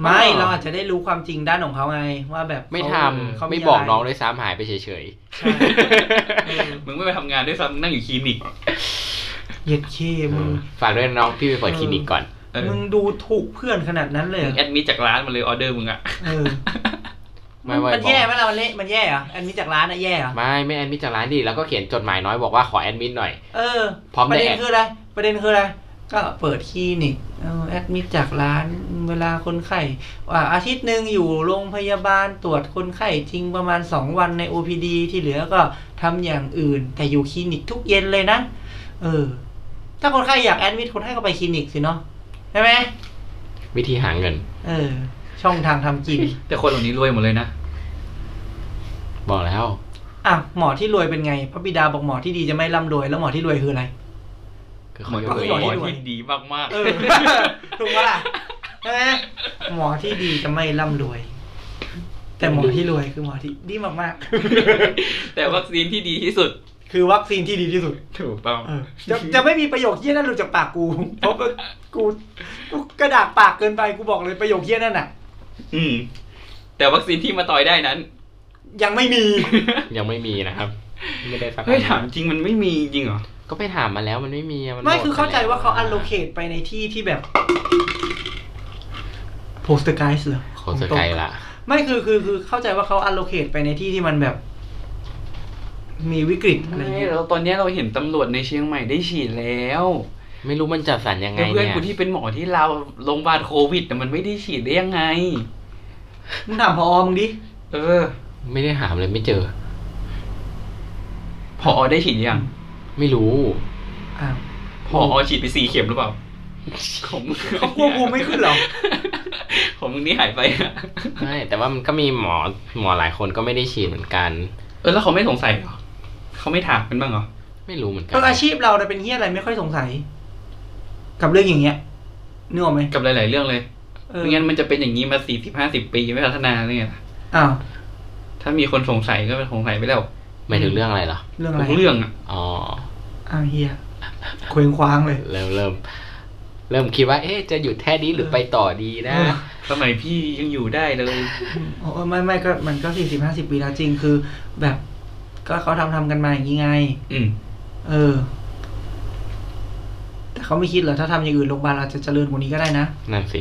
[SPEAKER 2] ไม่
[SPEAKER 1] อ๋อ
[SPEAKER 2] เราอาจจะได้รู้ความจริงด้านของเขาไง ว่าแบบ
[SPEAKER 3] ไม่ท
[SPEAKER 2] เขาเขา
[SPEAKER 3] ำไม่บอก
[SPEAKER 2] ะร
[SPEAKER 3] น้องด้วยซ้ำหายไปเฉย
[SPEAKER 2] ใช่
[SPEAKER 1] มึงไม่ไปทำงานด้วยซ้ำมึงนั่งอยู่คลินิก
[SPEAKER 2] เหย็ดเค
[SPEAKER 3] ๆ
[SPEAKER 2] มึง
[SPEAKER 3] ฝากด้วยนะน้องพี่ไปเปิดคลินิกก่อน
[SPEAKER 1] เออ
[SPEAKER 2] มึงดูถูกเพื่อนขนาดนั้นเลยเหร
[SPEAKER 1] มึ
[SPEAKER 2] อง
[SPEAKER 1] แอดมิดจากร้านมาเลยออเดอร์มึงอะ
[SPEAKER 2] เออ
[SPEAKER 3] ไม่ไม่
[SPEAKER 2] มันแย่ไหมล่ะมันเละมันแย่เหรอะอันนี้จากร้านอะแย่เหรอะ
[SPEAKER 3] ไม่ไม่แอดมิดจากร้านดิแล้วก็เขียนจดหมายน้อยบอกว่าขอแอดมิดหน่อย
[SPEAKER 2] เออ
[SPEAKER 3] พร้อม
[SPEAKER 2] ประเด็น
[SPEAKER 3] แดก
[SPEAKER 2] คืออะไรประเด็นคืออะไรก็เปิดคลินิกเออแอดมิดจากร้านเวลาคนไข้อ่าอาทิตย์หนึ่งอยู่โรงพยาบาลตรวจคนไข้จริงประมาณ 2 วันใน OPD ที่เหลือก็ทำอย่างอื่น แต่อยู่คลินิกทุกเย็นเลยนะ เออ ถ้าคนไข้อยากแอดมิดคนไข้ก็ไปคลินิกสิเนาะใช่ไหม
[SPEAKER 3] วิธีหาเงิน
[SPEAKER 2] เออ ช่องทางทำกิน
[SPEAKER 1] แต่คนเหล่านี้รวยหมดเลยนะ
[SPEAKER 3] บอกแล้ว
[SPEAKER 2] อ่ะหมอที่รวยเป็นไงพระบิดาบอกหมอที่ดีจะไม่ร่ำรวยแล้วหมอที่รวยคืออะไร
[SPEAKER 3] คือ
[SPEAKER 1] เห
[SPEAKER 3] เขา
[SPEAKER 1] มือน
[SPEAKER 3] ย
[SPEAKER 1] ก็
[SPEAKER 3] ก
[SPEAKER 1] คื
[SPEAKER 3] เว้
[SPEAKER 1] อน หมอ
[SPEAKER 2] หมที่รวย
[SPEAKER 1] ที่ดีมาก
[SPEAKER 2] เออถูกปะล่ะใช่ไหมหมอที่ดีจะไม่ร่ำรวย แต่หมอที่รวยคือหมอที่ดีมาก
[SPEAKER 1] ๆ แต่วัคซีนที่ดีที่สุด
[SPEAKER 2] ๆ คือวัคซีนที่ดีที่สุด
[SPEAKER 1] ถูกต้อง
[SPEAKER 2] เออจะจะไม่มีประโยคเยี่ยนั่นหลุดจากปากกู เพราะว่ากูกูกระดากปากเกินไปกูบอกเลยประโยคเยี่ยนั่นอ่ะ
[SPEAKER 1] อืม แต่วัคซีนที่มาต่อยได้ นั้น
[SPEAKER 2] ยังไม่มี
[SPEAKER 3] ยังไม่มีนะครับ ไม่ได้สัก
[SPEAKER 1] เฮ้ยถามจริงมันไม่มีจริงเหรอ
[SPEAKER 3] ก็ไปถามมาแล้วมันไม่มีะน
[SPEAKER 2] ไม่
[SPEAKER 3] หด
[SPEAKER 2] คือเข้าใจว่าเขา allocate ไปในที่ที่แบบ poster guys เหรอ
[SPEAKER 3] โคตรไกลละ
[SPEAKER 2] ไม่คือคือคือเข้าใจว่าเขา allocate ไปในที่ที่มันแบบ มีวิกฤตอะไรอย่าง
[SPEAKER 1] ไม่
[SPEAKER 2] เงี้ย
[SPEAKER 1] เราตอนเนี้ยเราเห็นตำรวจในเชียงใหม่ได้ฉีดแล้ว
[SPEAKER 3] ไม่รู้มันจัดสรรยังไง
[SPEAKER 1] แล้วเพื่อน
[SPEAKER 3] เนี่ย
[SPEAKER 1] กูที่เป็นหมอที่เราวโรงพยาบาลโควิดแต่ะมันไม่ได้ฉีดได้ยังไง
[SPEAKER 2] มึงถามพอมึงดิ
[SPEAKER 1] เออ
[SPEAKER 3] ไม่ได้หามเลยไม่เจอ
[SPEAKER 1] พอได้ฉีดยัง
[SPEAKER 3] ไม่รู้
[SPEAKER 2] อ้าว
[SPEAKER 1] พอฉีดไปสี่เข็มหรือเปล่า ของมึง
[SPEAKER 2] เขาควบคุมไม่ขึ้นเหรอ
[SPEAKER 1] ของมึงนี่หายไปอะ
[SPEAKER 3] ใช่แต่ว่ามันก็มีหมอหมอหลายคนก็ไม่ได้ฉีดเหมือนกัน
[SPEAKER 1] เออแล้วเขาไม่สงสัยเหรอเขาไม่ถามกันบ้างเหรอ
[SPEAKER 3] ไม่รู้เหมือนกั
[SPEAKER 2] เอออาชีพเราเนี่ยเป็นเฮี้ยอะไรไม่ค่อยสงสัย กับเรื่องอย่างเงี้ยนึกออกไหม
[SPEAKER 1] กับหลาย ๆ เรื่องเลย
[SPEAKER 2] เออ
[SPEAKER 1] ไม่งั้นมันจะเป็นอย่างนี้มาสี่สิบห้าสิบปีไม่พัฒนาเนี่ย
[SPEAKER 2] อ้าว
[SPEAKER 1] ถ้ามีคนสงสัยก็สงสัยไปแล้ว
[SPEAKER 3] ไม่ถึงเรื่องอะไรเหรอ
[SPEAKER 2] เรื่องอะไร
[SPEAKER 1] ทุกเรื่องอะ
[SPEAKER 3] อ๋อ
[SPEAKER 2] อ้าวเฮียเคว้งคว้างเลย
[SPEAKER 3] เริ่มเริ่ม เริ่มคิดว่า เอ๊ะ จะหยุดแค่นี้หรือไปต่อดีนะ
[SPEAKER 2] เออ
[SPEAKER 1] สมัยพี่ยังอยู่ได้เลย
[SPEAKER 2] โอ้ไม่ไม่ก็มันก็สี่สิบห้าสิบปีแล้วจริงคือ แบบ ก็เขาทำทำกันมาอย่างนี้ไง
[SPEAKER 1] อืม
[SPEAKER 2] เออ แต่เขาไม่คิดเหรอถ้าทำอย่างอื่นโรงพยาบาลอาจจะเจริญกว่านี้ก็ได้นะ
[SPEAKER 3] นั่นสิ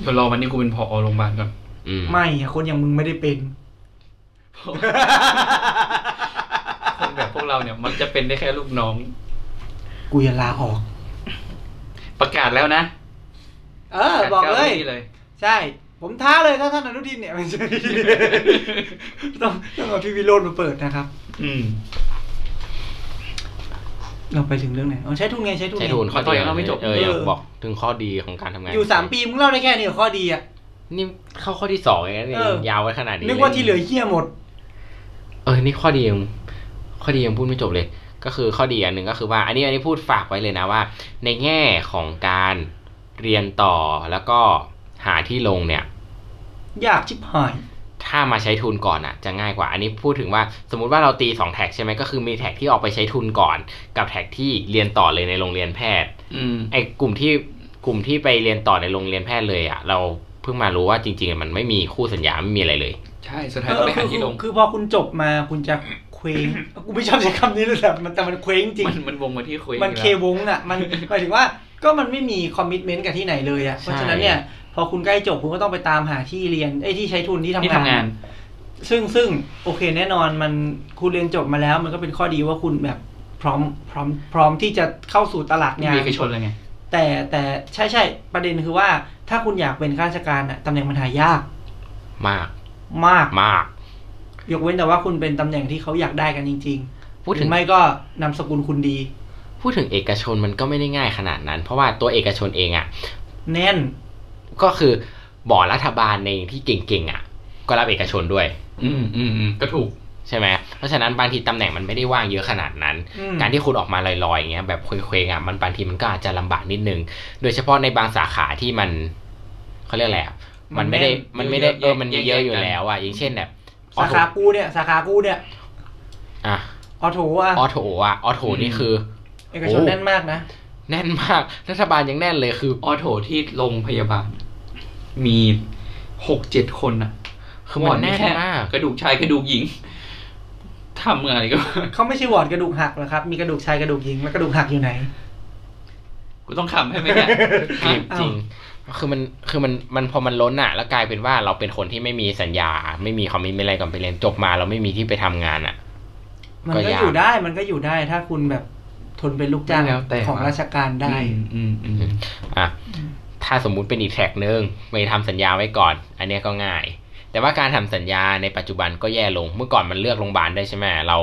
[SPEAKER 1] เดี๋ยวรอวันนี้กูเป็นผอโรงพยาบาลก่อน
[SPEAKER 3] อืม
[SPEAKER 2] ไม่อะคนอย่างมึงไม่ได้เป็น
[SPEAKER 1] คนแบบพวกเราเนี่ย มันจะเป็นได้แค่ลูกน้อง
[SPEAKER 2] กูจะลาออก
[SPEAKER 1] ประกาศแล้วนะ
[SPEAKER 2] เออ บอก
[SPEAKER 1] ประาศ
[SPEAKER 2] เล
[SPEAKER 1] จ้าย หน้าที่เลย
[SPEAKER 2] ใช่ ผมท้าเลยถ้าท่านอนุทินเนี่ย ไม่ใช่ ต้องต้องเอาพี่วิโรจน์มาเปิดนะครับ
[SPEAKER 1] อืม
[SPEAKER 2] เราไปถึงเรื่องไหนอ๋อใช้ทุนไงใช้ทุน
[SPEAKER 3] ใช่
[SPEAKER 2] ไง
[SPEAKER 3] ทุนข้อดี
[SPEAKER 1] าไม่จบ
[SPEAKER 3] เอออยาก
[SPEAKER 2] เออ
[SPEAKER 3] บอกถึงข้อดีของการทำงาน
[SPEAKER 2] อยู่สามปีมึงเล่าได้แค่นี้เหรอข้อดีอ่ะ
[SPEAKER 3] นี่เข้าข้อที่สองเองนะเนี่ย
[SPEAKER 2] เออ
[SPEAKER 3] ยาวไว้ขนาดนี้
[SPEAKER 2] นึกว่าที่เหลือเหี้ยหมด
[SPEAKER 3] เออ นี่ข้อดียังข้อดียังพูดไม่จบเลย ก็คือข้อดีอันหนึ่งก็คือว่า อันนี้อันนี้พูดฝากไว้เลยนะว่า ในแง่ของการเรียนต่อแล้วก็หาที่ลงเนี่ย
[SPEAKER 2] อยากชิบหาย
[SPEAKER 3] ถ้ามาใช้ทุนก่อนอ่ะ จะง่ายกว่า อันนี้พูดถึงว่าสมมุติว่าเราตีสองแท็กใช่ไหมก็คือมีแท็กที่ออกไปใช้ทุนก่อน กับแท็กที่เรียนต่อเลยในโรงเรียนแพทย์
[SPEAKER 1] อืม
[SPEAKER 3] ไอ้กลุ่มที่กลุ่มที่ไปเรียนต่อในโรงเรียนแพทย์เลยอ่ะ เราเพิ่งมารู้ว่าจริงๆ มันไม่มีคู่สัญญาไม่มีอะไรเลย
[SPEAKER 1] ใช่ สุดท้ายต้องไปหาที่ลง
[SPEAKER 2] คือพอคุณจบมาคุณจะเคว้ง กูไม่ชอบใช้คำนี้เลยแต่มันแต่มันเคว้งจริง
[SPEAKER 1] มันมันวงมาที่คุย
[SPEAKER 2] มันเควงอ่ะ มันหมายถึงว่าก็มันไม่มีคอมมิชเมนต์กับที่ไหนเลยอ่ะ
[SPEAKER 3] ใช่
[SPEAKER 2] เพราะฉะนั้นเนี่ย พอคุณใกล้จบคุณก็ต้องไปตามหาที่เรียนไอ้ยที่ใช้ทุนที่
[SPEAKER 1] ที่ทำงาน
[SPEAKER 2] ซึ่งซึ่งโอเคแน่นอนมันคุณเรียนจบมาแล้ว มันก็เป็นข้อดีว่าคุณแบบพร้อมพร้อมพร้อมที่จะเข้าสู่ตลาด
[SPEAKER 1] นี่
[SPEAKER 2] งาน
[SPEAKER 1] มีเคยชนเลยไง
[SPEAKER 2] แต่แต่ใช่ใช่ประเด็นคือว่า ถ้าคุณอยากเป็นข้าราชการอ่ะตำแหน่งมันหายาก
[SPEAKER 3] มาก
[SPEAKER 2] มาก
[SPEAKER 3] มาก
[SPEAKER 2] ยกเว้นแต่ว่าคุณเป็นตำแหน่งที่เขาอยากได้กันจริงๆ
[SPEAKER 3] พูด
[SPEAKER 2] ห
[SPEAKER 3] ถึ
[SPEAKER 2] รื
[SPEAKER 3] ง
[SPEAKER 2] อไม่ก็นามสกุลคุณดี
[SPEAKER 3] พูดถึงเอกชนมันก็ไม่ได้ง่ายขนาดนั้น เพราะว่าตัวเอกชนเองอ่ะ
[SPEAKER 2] แน่น
[SPEAKER 3] ก็คือบ่อรัฐบาลเองที่เก่งๆอ่ะ ก็รับเอกชนด้วย
[SPEAKER 1] อืมอืมอืมก็ถูก
[SPEAKER 3] ใช่ไหมเพราะฉะนั้นบางทีตำแหน่งมันไม่ได้ว่างเยอะขนาดนั้น
[SPEAKER 2] อืม
[SPEAKER 3] การที่คุณออกมาลอยๆอย่างเงี้ยแบบเคว้งๆอ่ะมันบางทีมันก็อาจจะลำบากนิดนึง โดยเฉพาะในบางสาขาที่มันเขาเรียกอะไรอ่ะมันไม่ได้
[SPEAKER 1] มั
[SPEAKER 3] มัน น
[SPEAKER 1] ไม่
[SPEAKER 3] ไม่
[SPEAKER 1] ได้
[SPEAKER 3] ได้เออมันมีเยอะ
[SPEAKER 1] แยกๆกัน
[SPEAKER 3] อยู่แล้วอ่ะอย่างเช่นแบบออ
[SPEAKER 2] สา
[SPEAKER 3] โถ
[SPEAKER 2] ขากูเนี่ยสาขากูเนี่ย
[SPEAKER 3] อ่ะ
[SPEAKER 2] ออโถอ่ะ
[SPEAKER 3] ออโถอ่ะออโถนี่คือ
[SPEAKER 2] เอกชน
[SPEAKER 3] โอ้
[SPEAKER 2] แน่นมากนะ
[SPEAKER 3] แน่นมากรัฐบาลยังแน่นเลยคือ
[SPEAKER 1] ออโถที่โรงพยาบาล มีหกเจ็ดคนอะ
[SPEAKER 3] คือมัน
[SPEAKER 1] วร์ด
[SPEAKER 3] แน่นมาก
[SPEAKER 1] กระดูกชายกระดูกหญิงทำอะไรก็
[SPEAKER 2] เขาไม่ใช่วอร์ดกระดูกหักหรอกครับ มีกระดูกชายกระดูกหญิงแล้วกระดูกหักอยู่ไหน
[SPEAKER 1] กูต้องขำให้ไหม เนี่ย
[SPEAKER 3] จริงคือมันคือมันมันพอมันล้นอ่ะ แล้วกลายเป็นว่าเราเป็นคนที่ไม่มีสัญญา ไม่มีคอมมิชไม่อะไรก่อนไปเรียนจบมา เราไม่มีที่ไปทำงานอ่ะ
[SPEAKER 2] มัน
[SPEAKER 3] ก็
[SPEAKER 2] ก็
[SPEAKER 3] ยาก
[SPEAKER 2] อยู่ได้มันก็อยู่ได้ถ้าคุณแบบทนเป็นลูกจ้าง
[SPEAKER 1] แล้วแต่
[SPEAKER 2] ของ
[SPEAKER 1] ว่า
[SPEAKER 2] ราชการได้
[SPEAKER 1] อืมอืมอืม
[SPEAKER 3] อ่ะถ้าสมมุติเป็นอีกแท็กหนึ่งไม่ทำสัญญาไว้ก่อน อันเนี้ยก็ง่าย แต่ว่าการทำสัญญาในปัจจุบันก็แย่ลง เมื่อก่อนมันเลือกโรงพยาบาลได้ใช่ไหมเรา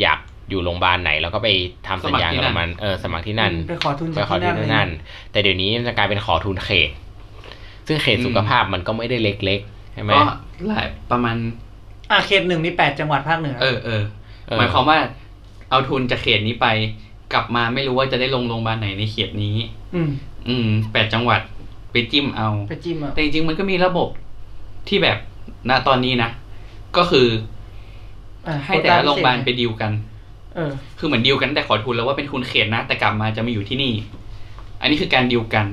[SPEAKER 3] อยากอยู่โรงพยาบาลไหนเราก็ไปทำสัญญากับโรงพยาบาลเออสมัครที่นั่น
[SPEAKER 2] ไปขอทุน
[SPEAKER 3] ไป
[SPEAKER 2] จาก
[SPEAKER 3] ขอ
[SPEAKER 2] ที่
[SPEAKER 3] ทุ
[SPEAKER 2] นั่น
[SPEAKER 3] นที่
[SPEAKER 2] เล
[SPEAKER 3] นั่น
[SPEAKER 2] ย
[SPEAKER 3] แต่เดี๋ยวนี้มันจะกลายเป็นขอทุนเขต ซึ่งเขตสุขภาพมันก็ไม่ได้เล็กๆใช่ไหม
[SPEAKER 1] ก็หลายประมาณ
[SPEAKER 2] อ่ะเขตหนึ่งนี่แปดจังหวัดภาคเหนือ
[SPEAKER 1] เออเออ
[SPEAKER 3] เออ
[SPEAKER 1] หมายความว่า เอาทุนจากเขตนี้ไป กลับมาไม่รู้ว่าจะได้ลงโรงพยาบาลไหนในเขตนี้
[SPEAKER 2] อืม
[SPEAKER 1] อืมแปดจังหวัดไปจิ้มเอา
[SPEAKER 2] ไปจิ้มอ่ะ
[SPEAKER 1] แต่จริงๆมันก็มีระบบที่แบบณตอนนี้นะ ก็คือ
[SPEAKER 2] อ่ะ
[SPEAKER 1] ให้แต่ละโรงพยาบาลไปดีลกัน
[SPEAKER 2] เออ
[SPEAKER 1] คือเหมือนดีลกันตั้งแต่ขอทุนแล้วว่าเป็นทุนเขตนะ แต่กลับมาจะมาอยู่ที่นี่ อันนี้คือการดีลกัน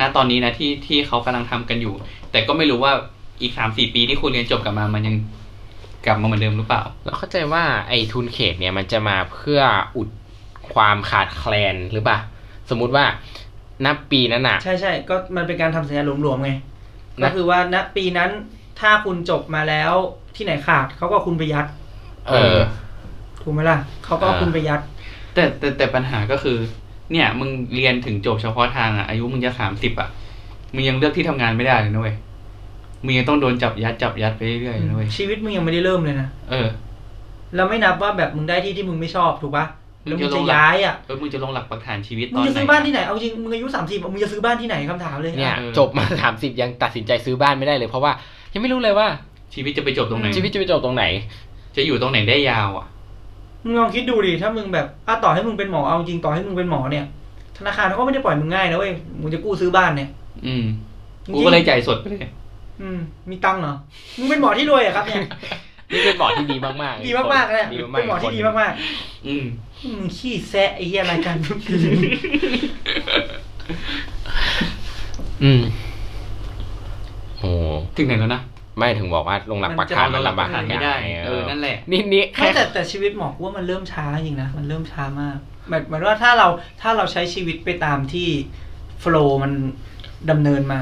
[SPEAKER 1] ณตอนนี้นะที่ที่เขากำลังทำกันอยู่ แต่ก็ไม่รู้ว่าอีกสามสี่ปีที่คุณเรียนจบกลับมามันยังกลับมาเหมือนเดิมหรือเปล่า
[SPEAKER 3] เราเข้าใจว่าไอ้ทุนเขตเนี่ยมันจะมาเพื่ออุดความขาดแคลนหรือเปล่า สมมุติว่านับปีนั้นน่ะ
[SPEAKER 2] ใช่ใช่ก็มันเป็นการทำสัญญาหลวมๆไง
[SPEAKER 3] นะ
[SPEAKER 2] ก็คือว่าณปีนั้นถ้าคุณจบมาแล้วที่ไหนขาดเขาก็เอาคุณไปยัด
[SPEAKER 3] เออ
[SPEAKER 2] ถูกไหมล่ะเขาก็เอา
[SPEAKER 3] อ่า
[SPEAKER 2] คุณไปยัด
[SPEAKER 1] แต่แต่แต่ปัญหาก็คือ เนี่ยมึงเรียนถึงจบเฉพาะทางอ่ะอายุมึงจะสามสิบอ่ะมึงยังเลือกที่ทำงานไม่ได้เลยนะเว้ยมึงยังต้องโดนจับยัดจับยัดไปเรื่อยๆนะเว้ย
[SPEAKER 2] ชีวิตมึงยังไม่ได้เริ่มเลยนะ
[SPEAKER 1] เออ
[SPEAKER 2] แล้วไม่นับว่าแบบมึงได้ที่ที่มึงไม่ชอบถูกปะแล้วมึง
[SPEAKER 1] มึงจะล
[SPEAKER 2] จะ
[SPEAKER 1] งหลัก
[SPEAKER 2] ย้ายอ่ะ
[SPEAKER 1] เออมึงจะลงหลักปักฐานชีวิตต
[SPEAKER 2] มึ
[SPEAKER 1] องนไหน
[SPEAKER 2] จะซื้อบ้านที่ไหนเอาจริงมึงอายุสามสิบมึงจะซื้อบ้านที่ไหนคำถามเลย
[SPEAKER 3] เนี่ย
[SPEAKER 1] เออ
[SPEAKER 3] จบมา สามสิบยังตัดสินใจซื้อบ้านไม่ได้เลยเพราะว่า ยังไม่รู้เลยว่า
[SPEAKER 1] ชีวิตจะไปจบตรงไหน
[SPEAKER 3] ชีวิตจะไปจบตรงไหน
[SPEAKER 1] จะอยู่ตรงไหนได้ยาวอ่ะ
[SPEAKER 2] มึงลองคิดดูดิถ้ามึงแบบอ่ะต่อให้มึงเป็นหมอเอาจริงต่อให้มึงเป็นหมอเนี่ย ธนาคารเขาก็ไม่ได้ปล่อยมึงง่ายนะเว้ยมึงจะกู้ซื้อบ้านเนี่ย
[SPEAKER 1] อืม
[SPEAKER 2] จริงๆ
[SPEAKER 1] กูก็เลยจ่ายสดไปเลย
[SPEAKER 2] อืม มีตังค์เหรอ มึงเป็นหมอที่รวยเหรอะครับเนี่ย
[SPEAKER 3] นี่เป็นหมอที่ดีมากๆ
[SPEAKER 2] ดีมากๆเลยอะ
[SPEAKER 3] ดีมากๆ
[SPEAKER 2] เป็นหมอที่ดีมาก
[SPEAKER 1] อืม
[SPEAKER 2] ๆอืมขี้แซะไอ้เหี้ยรายการทุกที
[SPEAKER 3] อืมโอ้
[SPEAKER 1] ถึงไหนแล้วนะ
[SPEAKER 3] ไม่ถึงบอกว่าลงหลักปักฐานมันลำบาก
[SPEAKER 1] อ่านไม่ได้ เออ นั่นแหละ
[SPEAKER 3] นี่นี่แค่
[SPEAKER 2] ไม่แต่แต่ชีวิตหมอกูว่ามันเริ่มช้าจริงนะ มันเริ่มช้ามากหมายหมายว่าถ้าเราถ้าเราใช้ชีวิตไปตามที่โฟล์มันดำเนินมา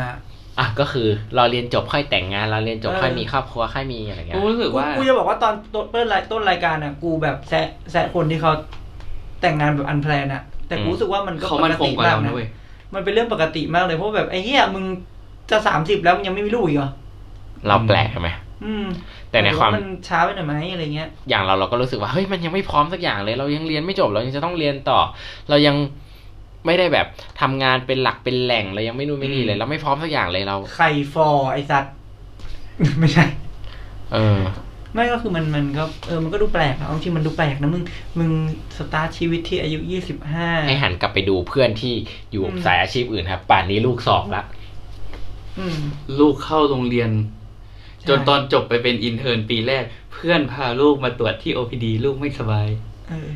[SPEAKER 3] อ่ะก็คือเราเรียนจบค่อยแต่งงานเราเรียนจบ
[SPEAKER 2] เออ
[SPEAKER 3] ค่อยมีครอบครัวค่อยมีอะไรเงี้
[SPEAKER 1] กู
[SPEAKER 3] ย
[SPEAKER 1] รู้สึก
[SPEAKER 2] กู
[SPEAKER 1] ว่า
[SPEAKER 2] กูจะบอกว่าตอนต้นเปิดรายต้นรายการอ่ะ กูแบบแซะแซะคนที่เขาแต่งงานแบบอันแพลนอ่ะ แต่กูรู้สึกว่ามันก็
[SPEAKER 1] เขา
[SPEAKER 2] ป
[SPEAKER 1] มัน
[SPEAKER 2] ก
[SPEAKER 1] คง
[SPEAKER 2] ติ
[SPEAKER 1] กว่าม
[SPEAKER 2] าก
[SPEAKER 1] เรา
[SPEAKER 2] นะ
[SPEAKER 1] นะเว้ย
[SPEAKER 2] มันเป็นเรื่องปกติมากเลยเพราะแบบไอ้เหี้ยมึงจะสามสิบแล้วมึงยังไม่มีลูกอีกเหรอ
[SPEAKER 3] เราแปลกไหม
[SPEAKER 2] อืม
[SPEAKER 3] แต่ในความ
[SPEAKER 2] หรือมันช้าไปหน่อยไหมอะไรเงี้ย
[SPEAKER 3] อย่างเราเราก็รู้สึกว่าเฮ้ยมันยังไม่พร้อมสักอย่างเลย เรายังเรียนไม่จบเรายังจะต้องเรียนต่อ เรายังไม่ได้แบบทำงานเป็นหลักเป็นแหล่งเรายังไม่นู่นไม่นี่เลย เราไม่พร้อมสักอย่างเลยเรา
[SPEAKER 2] ใครฟอร์ไอ้สัตว์ ไม่ใช่
[SPEAKER 3] เออ
[SPEAKER 2] ไม่ก็คือมันมันก็เออมันก็ดูแปลกนะเอาจริงมันดูแปลกนะมึงมึงสตาร์ทชีวิตที่อายุยี่สิบห้า
[SPEAKER 3] ให้หันกลับไปดูเพื่อนที่อยู่
[SPEAKER 2] อืม
[SPEAKER 3] สายอาชีพอื่นครับ ป่านนี้ลูกสองละ
[SPEAKER 2] อืม
[SPEAKER 1] ลูกเข้าโรงเรียน
[SPEAKER 2] ใช่
[SPEAKER 1] จนตอนจบไปเป็นอินเทอร์นปีแรก เพื่อนพาลูกมาตรวจที่ OPD ลูกไม่สบาย
[SPEAKER 2] เออ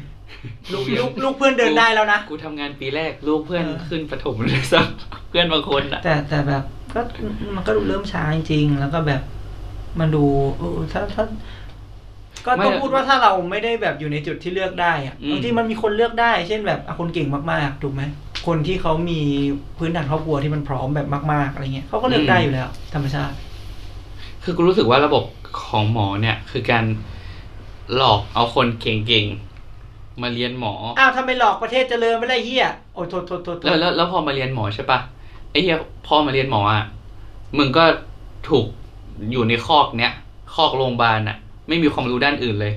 [SPEAKER 2] ลูกลูกลูกเพื่อนเดินได้แล้วนะ
[SPEAKER 1] กูทำงานปีแรก ลูกเพื่อน
[SPEAKER 2] เออ
[SPEAKER 1] ขึ้นประถมเลยซ้ำ เพื่อนบางคนอ่ะ
[SPEAKER 2] แต่แต่แบบก็มันก็ดูเริ่มช้าจริงๆ แล้วก็แบบมันดูเออถ้าถ้าก็
[SPEAKER 1] ไม่
[SPEAKER 2] ต้องพูดว่าถ้าเราไม่ได้แบบอยู่ในจุดที่เลือกได้อะ
[SPEAKER 1] อืม
[SPEAKER 2] บางทีมันมีคนเลือกได้ เช่นแบบอ่ะคนเก่งมากๆถูกไหมคนที่เขามีพื้นฐานครอบครัวที่มันพร้อมแบบมาก ๆอะไรเงี้ยเขาก็เลือกได้อยู่แล้ว ธรรมชาติ
[SPEAKER 1] คือกูรู้สึกว่าระบบของหมอเนี่ย คือการหลอกเอาคนเก่งๆ มาเรียนหมอ
[SPEAKER 2] อ้าวทำไมหลอกประเทศเจริญไม่ได้เฮียโอ้ยโทษโทษโทษโท
[SPEAKER 1] แล้ว
[SPEAKER 2] ษ
[SPEAKER 1] แล้วแล้วพอมาเรียนหมอใช่ปะไอ้เหี้ยพอมาเรียนหมออ่ะมึงก็ถูกอยู่ในคอกเนี้ยคอกโรงพยาบาลอ่ะ ไม่มีความรู้ด้านอื่นเลย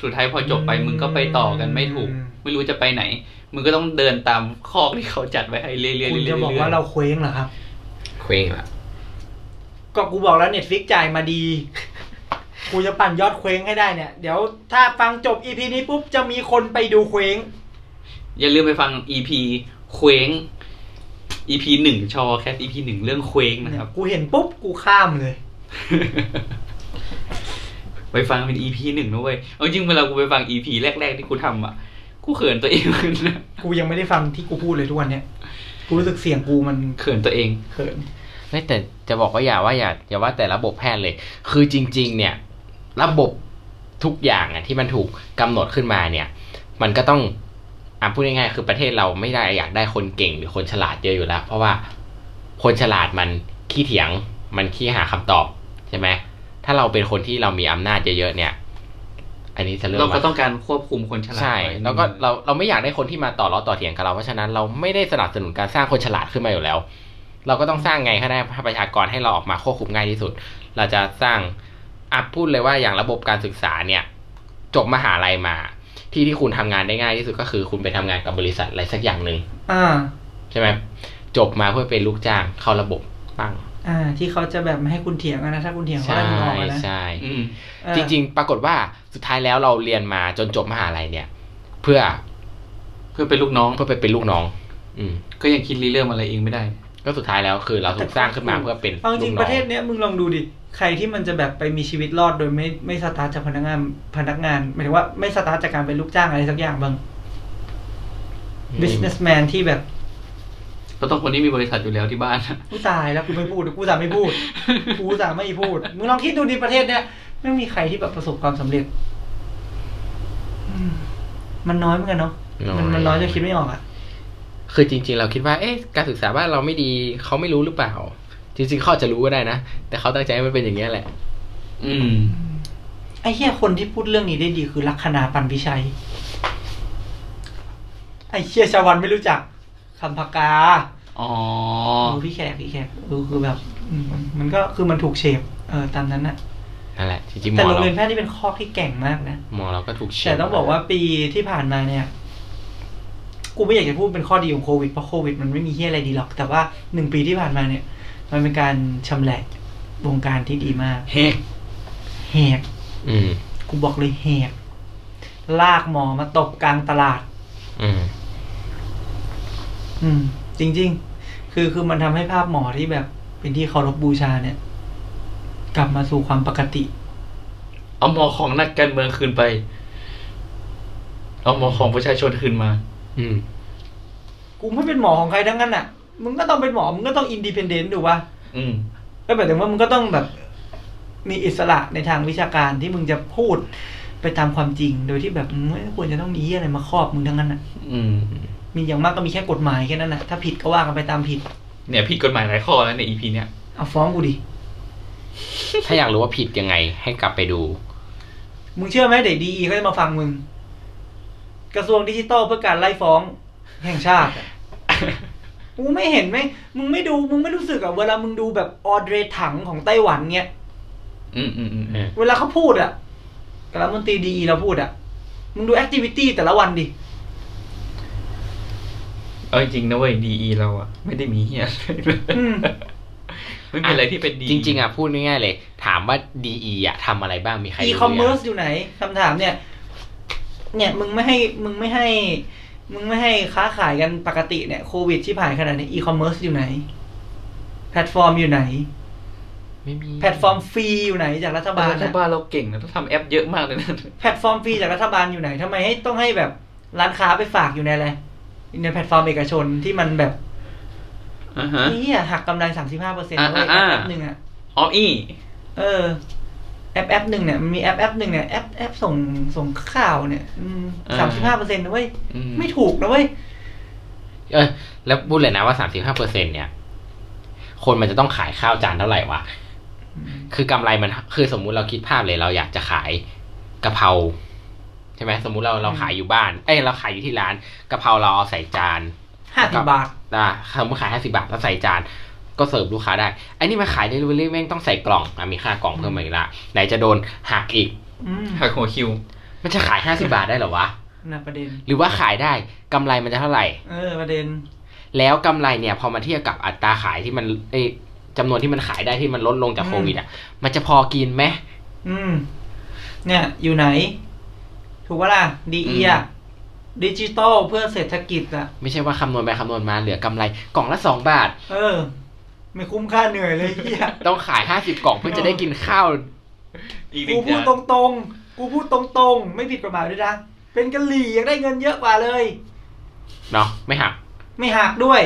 [SPEAKER 1] สุดท้ายพอจบไปมึงก็ไปต่อกันไม่ถูก ไม่รู้จะไปไหน มึงก็ต้องเดินตามคอกที่เขาจัดไว้ให้เรื่อยๆเรื่อยๆ
[SPEAKER 2] คุณจะบอกว่าเราเคว้งเหรอครับ
[SPEAKER 3] เคว้งละ
[SPEAKER 2] ก็กูบอกแล้วเน็ตฟิกจ่ายมาดี กูจะปั่นยอดเคว้งให้ได้เนี่ย เดี๋ยวถ้าฟังจบอีพีนี้ปุ๊บ จะมีคนไปดูเคว้ง
[SPEAKER 1] อย่าลืมไปฟัง EP เคว้ง EP หนึ่งชอแคส EP หนึ่งเรื่องเคว้งนะครับ
[SPEAKER 2] กูเห็นปุ๊บ กูข้ามเลย
[SPEAKER 1] ไปฟังเป็น EP หนึ่งนะเว้ยเอาจริงเวลากูไปฟัง EP แรก ๆ ที่กูทำอ่ะกูเขินตัวเองเลยนะ
[SPEAKER 2] กูยังไม่ได้ฟังที่กูพูดเลยทุกวันเนี่ย กูรู้สึกเสียงกูมัน
[SPEAKER 1] เขินตัวเอง
[SPEAKER 2] เขิน
[SPEAKER 3] เฮ้ยแต่จะบอกว่าอย่าว่าอย่าอย่าว่าแต่ระบบแพทย์เลย คือจริง ๆ เนี่ย ระบบทุกอย่างอ่ะที่มันถูกกำหนดขึ้นมาเนี่ย มันก็ต้องอ่ะพูดง่ายๆคือประเทศเราไม่ได้อยากได้คนเก่งหรือคนฉลาดเยอะอยู่แล้ว เพราะว่าคนฉลาดมันขี้เถียงมันขี้หาคำตอบใช่ไหมถ้าเราเป็นคนที่เรามีอำนาจเยอะๆเนี่ย อันนี้จะเริ่ม
[SPEAKER 1] เรา
[SPEAKER 3] ว่
[SPEAKER 1] ก็ต้องการควบคุมคนฉลาด
[SPEAKER 3] ใช่
[SPEAKER 1] ไ
[SPEAKER 3] แล้วก็เราเราไม่อยากได้คนที่มาต่อล้อต่อเถียงกับเรา เพราะฉะนั้นเราไม่ได้สนับสนุนการสร้างคนฉลาดขึ้นมาอยู่แล้ว เราก็ต้องสร้างไงให้ได้ประชากรให้เราออกมาควบคุมง่ายที่สุด เราจะสร้างอัพพูดเลยว่าอย่างระบบการศึกษาเนี่ย จบมหาลัยมา ที่ที่คุณทำงานได้ง่ายที่สุดก็คือ คุณไปทำงานกับบริษัทอะไรสักอย่างหนึ่ง
[SPEAKER 2] อ่า
[SPEAKER 3] ใช่ไหมจบมาเพื่อเป็นลูกจ้างเข้าระบบตั้ง
[SPEAKER 2] อ่า ที่เขาจะแบบไม่ให้คุณเถียงอะนะถ้าคุณเถียงเขา
[SPEAKER 3] ใช่
[SPEAKER 2] ไล่คุณออกอะนะ
[SPEAKER 3] ใช่
[SPEAKER 1] อืม
[SPEAKER 2] เออ
[SPEAKER 3] จริงๆ ปรากฏว่าสุดท้ายแล้วเราเรียนมาจนจบมหาลัยเนี่ย เพื่อ
[SPEAKER 1] เพื่อเป็นลูกน้อง
[SPEAKER 3] เพื่อไปเป็นลูกน้อง อืม
[SPEAKER 1] ก็ยังคิดรีเริ่มอะไรเองไม่ได้
[SPEAKER 3] ก็สุดท้ายแล้วคือเราถูกสร้างขึ้นมาเพื่อเป็น
[SPEAKER 2] เอาจริง
[SPEAKER 3] ลูก
[SPEAKER 2] ป
[SPEAKER 3] น้อ
[SPEAKER 2] ระเทศเนี้ยมึงลองดูดิ ใครที่มันจะแบบไปมีชีวิตรอดโดยไม่ไม่สตาร์ทจากพนักงานพนักงานหมายถึงว่าไม่สตาร์ทจากการเป็นลูกจ้างอะไรสักอย่างบ้าง
[SPEAKER 3] อืม
[SPEAKER 2] businessman ที่แบบ
[SPEAKER 1] ก็ต้องคนที่มีบริษัทอยู่แล้วที่บ้าน
[SPEAKER 2] กูตายแล้วกูไม่พูดกูสาไม่พูด กูสาไม่พูดมึงลองคิดดูดิประเทศเนี้ยไม่มีใครที่แบบประสบความสำเร็จอืมมันน้อยเหมือนกันเนาะ
[SPEAKER 3] น้อย
[SPEAKER 2] มันมันน้อยจะคิดไม่ออกอ่ะ
[SPEAKER 3] คือจริง ๆ เราคิดว่าเอ๊ะการศึกษาบ้านเราไม่ดีเขาไม่รู้หรือเปล่า จริงๆเขาอาจจะรู้ก็ได้นะ แต่เขาตั้งใจให้มันเป็นอย่างนี้ยแหละ
[SPEAKER 1] อืม
[SPEAKER 2] ไอ้เหี้ยคนที่พูดเรื่องนี้ได้ดีคือลัคนาปันพิชัย ไอ้เชี่ยชาวันไม่รู้จักคำพากา
[SPEAKER 1] อ๋อ
[SPEAKER 2] เออพี่แขกพี่แขกเออคือแบบ อืมมันก็คือมันถูกเชฟเออตามนั้นอะ
[SPEAKER 3] นั่นแหละ จริงๆหม
[SPEAKER 2] แต่
[SPEAKER 3] อ
[SPEAKER 2] โรง
[SPEAKER 3] เรา
[SPEAKER 2] เรียนแพทย์ที่เป็นข้อที่แก่งมากนะ
[SPEAKER 3] หมอเราก็ถูกเชื่
[SPEAKER 2] แต่ต้องบอกว่าปีที่ผ่านมาเนี่ย กูไม่อยากจะพูดเป็นข้อดีของโควิดเพราะโควิดมันไม่มีเฮี้ยอะไรดีหรอก แต่ว่าหนึ่งปีที่ผ่านมาเนี่ย มันเป็นการชำแหละวงการที่ดีมาก
[SPEAKER 1] เฮก
[SPEAKER 2] แหก
[SPEAKER 3] อืม
[SPEAKER 2] กูบอกเลยแหกลากหมอมาตบกลางตลาด
[SPEAKER 3] อืม
[SPEAKER 2] อืม จริง ๆ คือคือมันทำให้ภาพหมอที่แบบ เป็นที่เคารพบูชาเนี่ย กลับมาสู่ความปกติ
[SPEAKER 1] เอามอของนักการเมืองคืนไป เอามอของประชาชนคืนมา
[SPEAKER 3] อืม
[SPEAKER 2] กูไม่เป็นหมอของใครทั้งนั้นอ่ะ มึงก็ต้องเป็นหมอ มึงก็ต้องอินดีเพนเดนต์ถูกปะ
[SPEAKER 1] อืม
[SPEAKER 2] ก็แบบถึงว่ามึงก็ต้องแบบ มีอิสระในทางวิชาการที่มึงจะพูดไปตามความจริง โดยที่แบบมึงไม่ควรจะต้องมีเหี้ยอะไรมาครอบมึงทั้งนั้นอ่ะ
[SPEAKER 1] อืม
[SPEAKER 2] มีอย่างมากก็มีแค่กฎหมายแค่นั้นนะถ้าผิดก็ว่ากันไปตามผิด
[SPEAKER 1] เนี่ยผิดกฎหมายหลายข้อแล้วในอีพีเนี้ย
[SPEAKER 2] เอาฟ้องกูดิ
[SPEAKER 3] ถ้าอยากรู้ว่าผิดยังไง ให้กลับไปดู
[SPEAKER 2] มึงเชื่อไหมเดี๋ยวดีก็จะมาฟังมึง กระทรวงดิจิทัลเพื่อการไล่ฟ้องแห่งชาติอะ มึงไม่เห็นไหมมึงไม่ดู มึงไม่รู้สึกอะเวลามึงดูแบบออเดรถังของไต้หวันเงี้ย
[SPEAKER 1] อืมอืมอืม
[SPEAKER 3] เออ
[SPEAKER 2] เวลาเขาพูดอะกับรัฐมนตรีดีเราพูดอะมึงดูแอคทิวิตี้แต่ละวันดิ
[SPEAKER 1] เอาจริงๆนะเว้ยดีอีเราอะไม่ได้มีเฮีย อะไรเลย
[SPEAKER 2] อืม
[SPEAKER 1] ไม่มีอะไรที่เป็นดี
[SPEAKER 3] จริง ๆอ่ะพูดง่ายๆเลย ถามว่าดีอ่ะทำอะไรบ้างมีใคร
[SPEAKER 2] อีคอมเมิร์ซอยู่ไหนคำถามเนี่ย เนี่ยมึงไม่ให้มึงไม่ให้ มึงไม่ให้ค้าขายกันปกติเนี่ยโควิดที่ผ่านขนาดนี้อีคอมเมิร์ซอยู่ไหน แพลตฟอร์มอยู่ไหน
[SPEAKER 3] ไม่มี
[SPEAKER 2] แพลตฟอร์มฟรีอยู่ไหนจากรัฐบาล
[SPEAKER 1] รัฐ
[SPEAKER 2] อะ
[SPEAKER 1] บาลเราเก่งนะเราทำแอปเยอะมากเลยนะ
[SPEAKER 2] แพลตฟอร์มฟรีจากรัฐบาลอยู่ไหนทำไมให้ต้องให้แบบร้านค้าไปฝากอยู่ในอะไรในแพลตฟอร์มเอกชนที่มันแบบ
[SPEAKER 1] อ่าฮะ
[SPEAKER 2] นี่หักกำไรสามสิบห้าเปอร์เซ็นต์
[SPEAKER 1] อ่ะ
[SPEAKER 2] แอป
[SPEAKER 1] อ่ะ
[SPEAKER 2] แอปหนึ่งอะ
[SPEAKER 1] ออมอี้
[SPEAKER 2] เออแอปแอปหนึ่งเนี่ยมันมีแอปแอปหนึ่งเนี่ยแอปแอปส่งส่งข่าวเนี่ยสามสิบห้าเปอร์เซ็นต์นะเว้ย
[SPEAKER 1] อื
[SPEAKER 2] ไม่ถูกนะเว้ย
[SPEAKER 3] เออแล้วพูดเลยนะว่าสามสิบห้าเปอร์เซ็นเนี่ย คนมันจะต้องขายข้าวจานเท่าไหร่วะ คือกำไรมันคือสมมุติเราคิดภาพเลยเราอยากจะขายกะเพราใช่ไหมสมมุติเราเราขายอยู่บ้าน เอ้ยเราขายอยู่ที่ร้านกะเพราเราเอาใส่จาน
[SPEAKER 2] ห้าสิบบาท
[SPEAKER 3] อ่าสมมติขายห้าสิบาทแล้วใส่จาน ก็เสิร์ฟลูกค้าได้ไอ้นี่มาขายเดลิเวอรี่แม่งต้องใส่กล่องอ่ะมีค่ากล่องเพิ่มมาอีกละไหนจะโดนหักอีก
[SPEAKER 2] อืม
[SPEAKER 1] หักหัวคิว
[SPEAKER 3] มันจะขายห้าสิบาทได้เหรอวะ
[SPEAKER 2] นะประเด็น
[SPEAKER 3] หรือว่าขายได้กำไรมันจะเท่าไหร่
[SPEAKER 2] เออ ประเด็น
[SPEAKER 3] แล้วกำไรเนี่ยพอมาเทียบกับอัตราขายที่มันเอ้ยจำนวนที่มันขายได้ที่มันลดลงจากโควิดอ่ะ มันจะพอกินไหม
[SPEAKER 2] อืม เนี่ย อยู่ไหน ถูกปะล่ะ ดี
[SPEAKER 1] อื
[SPEAKER 2] เอี
[SPEAKER 1] ม
[SPEAKER 2] ยดิจิตอลเพื่อเศรษฐกิจอะ
[SPEAKER 3] ไม่ใช่ว่าคำนวณไปคำนวณมาเหลือกำไรกล่องละสองบาท
[SPEAKER 2] เออ ไม่คุ้มค่าเหนื่อยเลยเฮีย
[SPEAKER 3] ต้องขายห้าสิบกล่องเพื่อจะได้กินข้าว
[SPEAKER 1] อีกห
[SPEAKER 2] กู
[SPEAKER 1] นึ่ง
[SPEAKER 2] พู
[SPEAKER 1] จา
[SPEAKER 2] ด
[SPEAKER 1] น
[SPEAKER 2] ตรงๆ กูพูดตรงๆ ไม่ผิดกฎหมายด้วยนะ เป็นกะหรี่ยังได้เงินเยอะกว่าเลย
[SPEAKER 3] เนาะไม่หัก
[SPEAKER 2] ไม่หักด้วย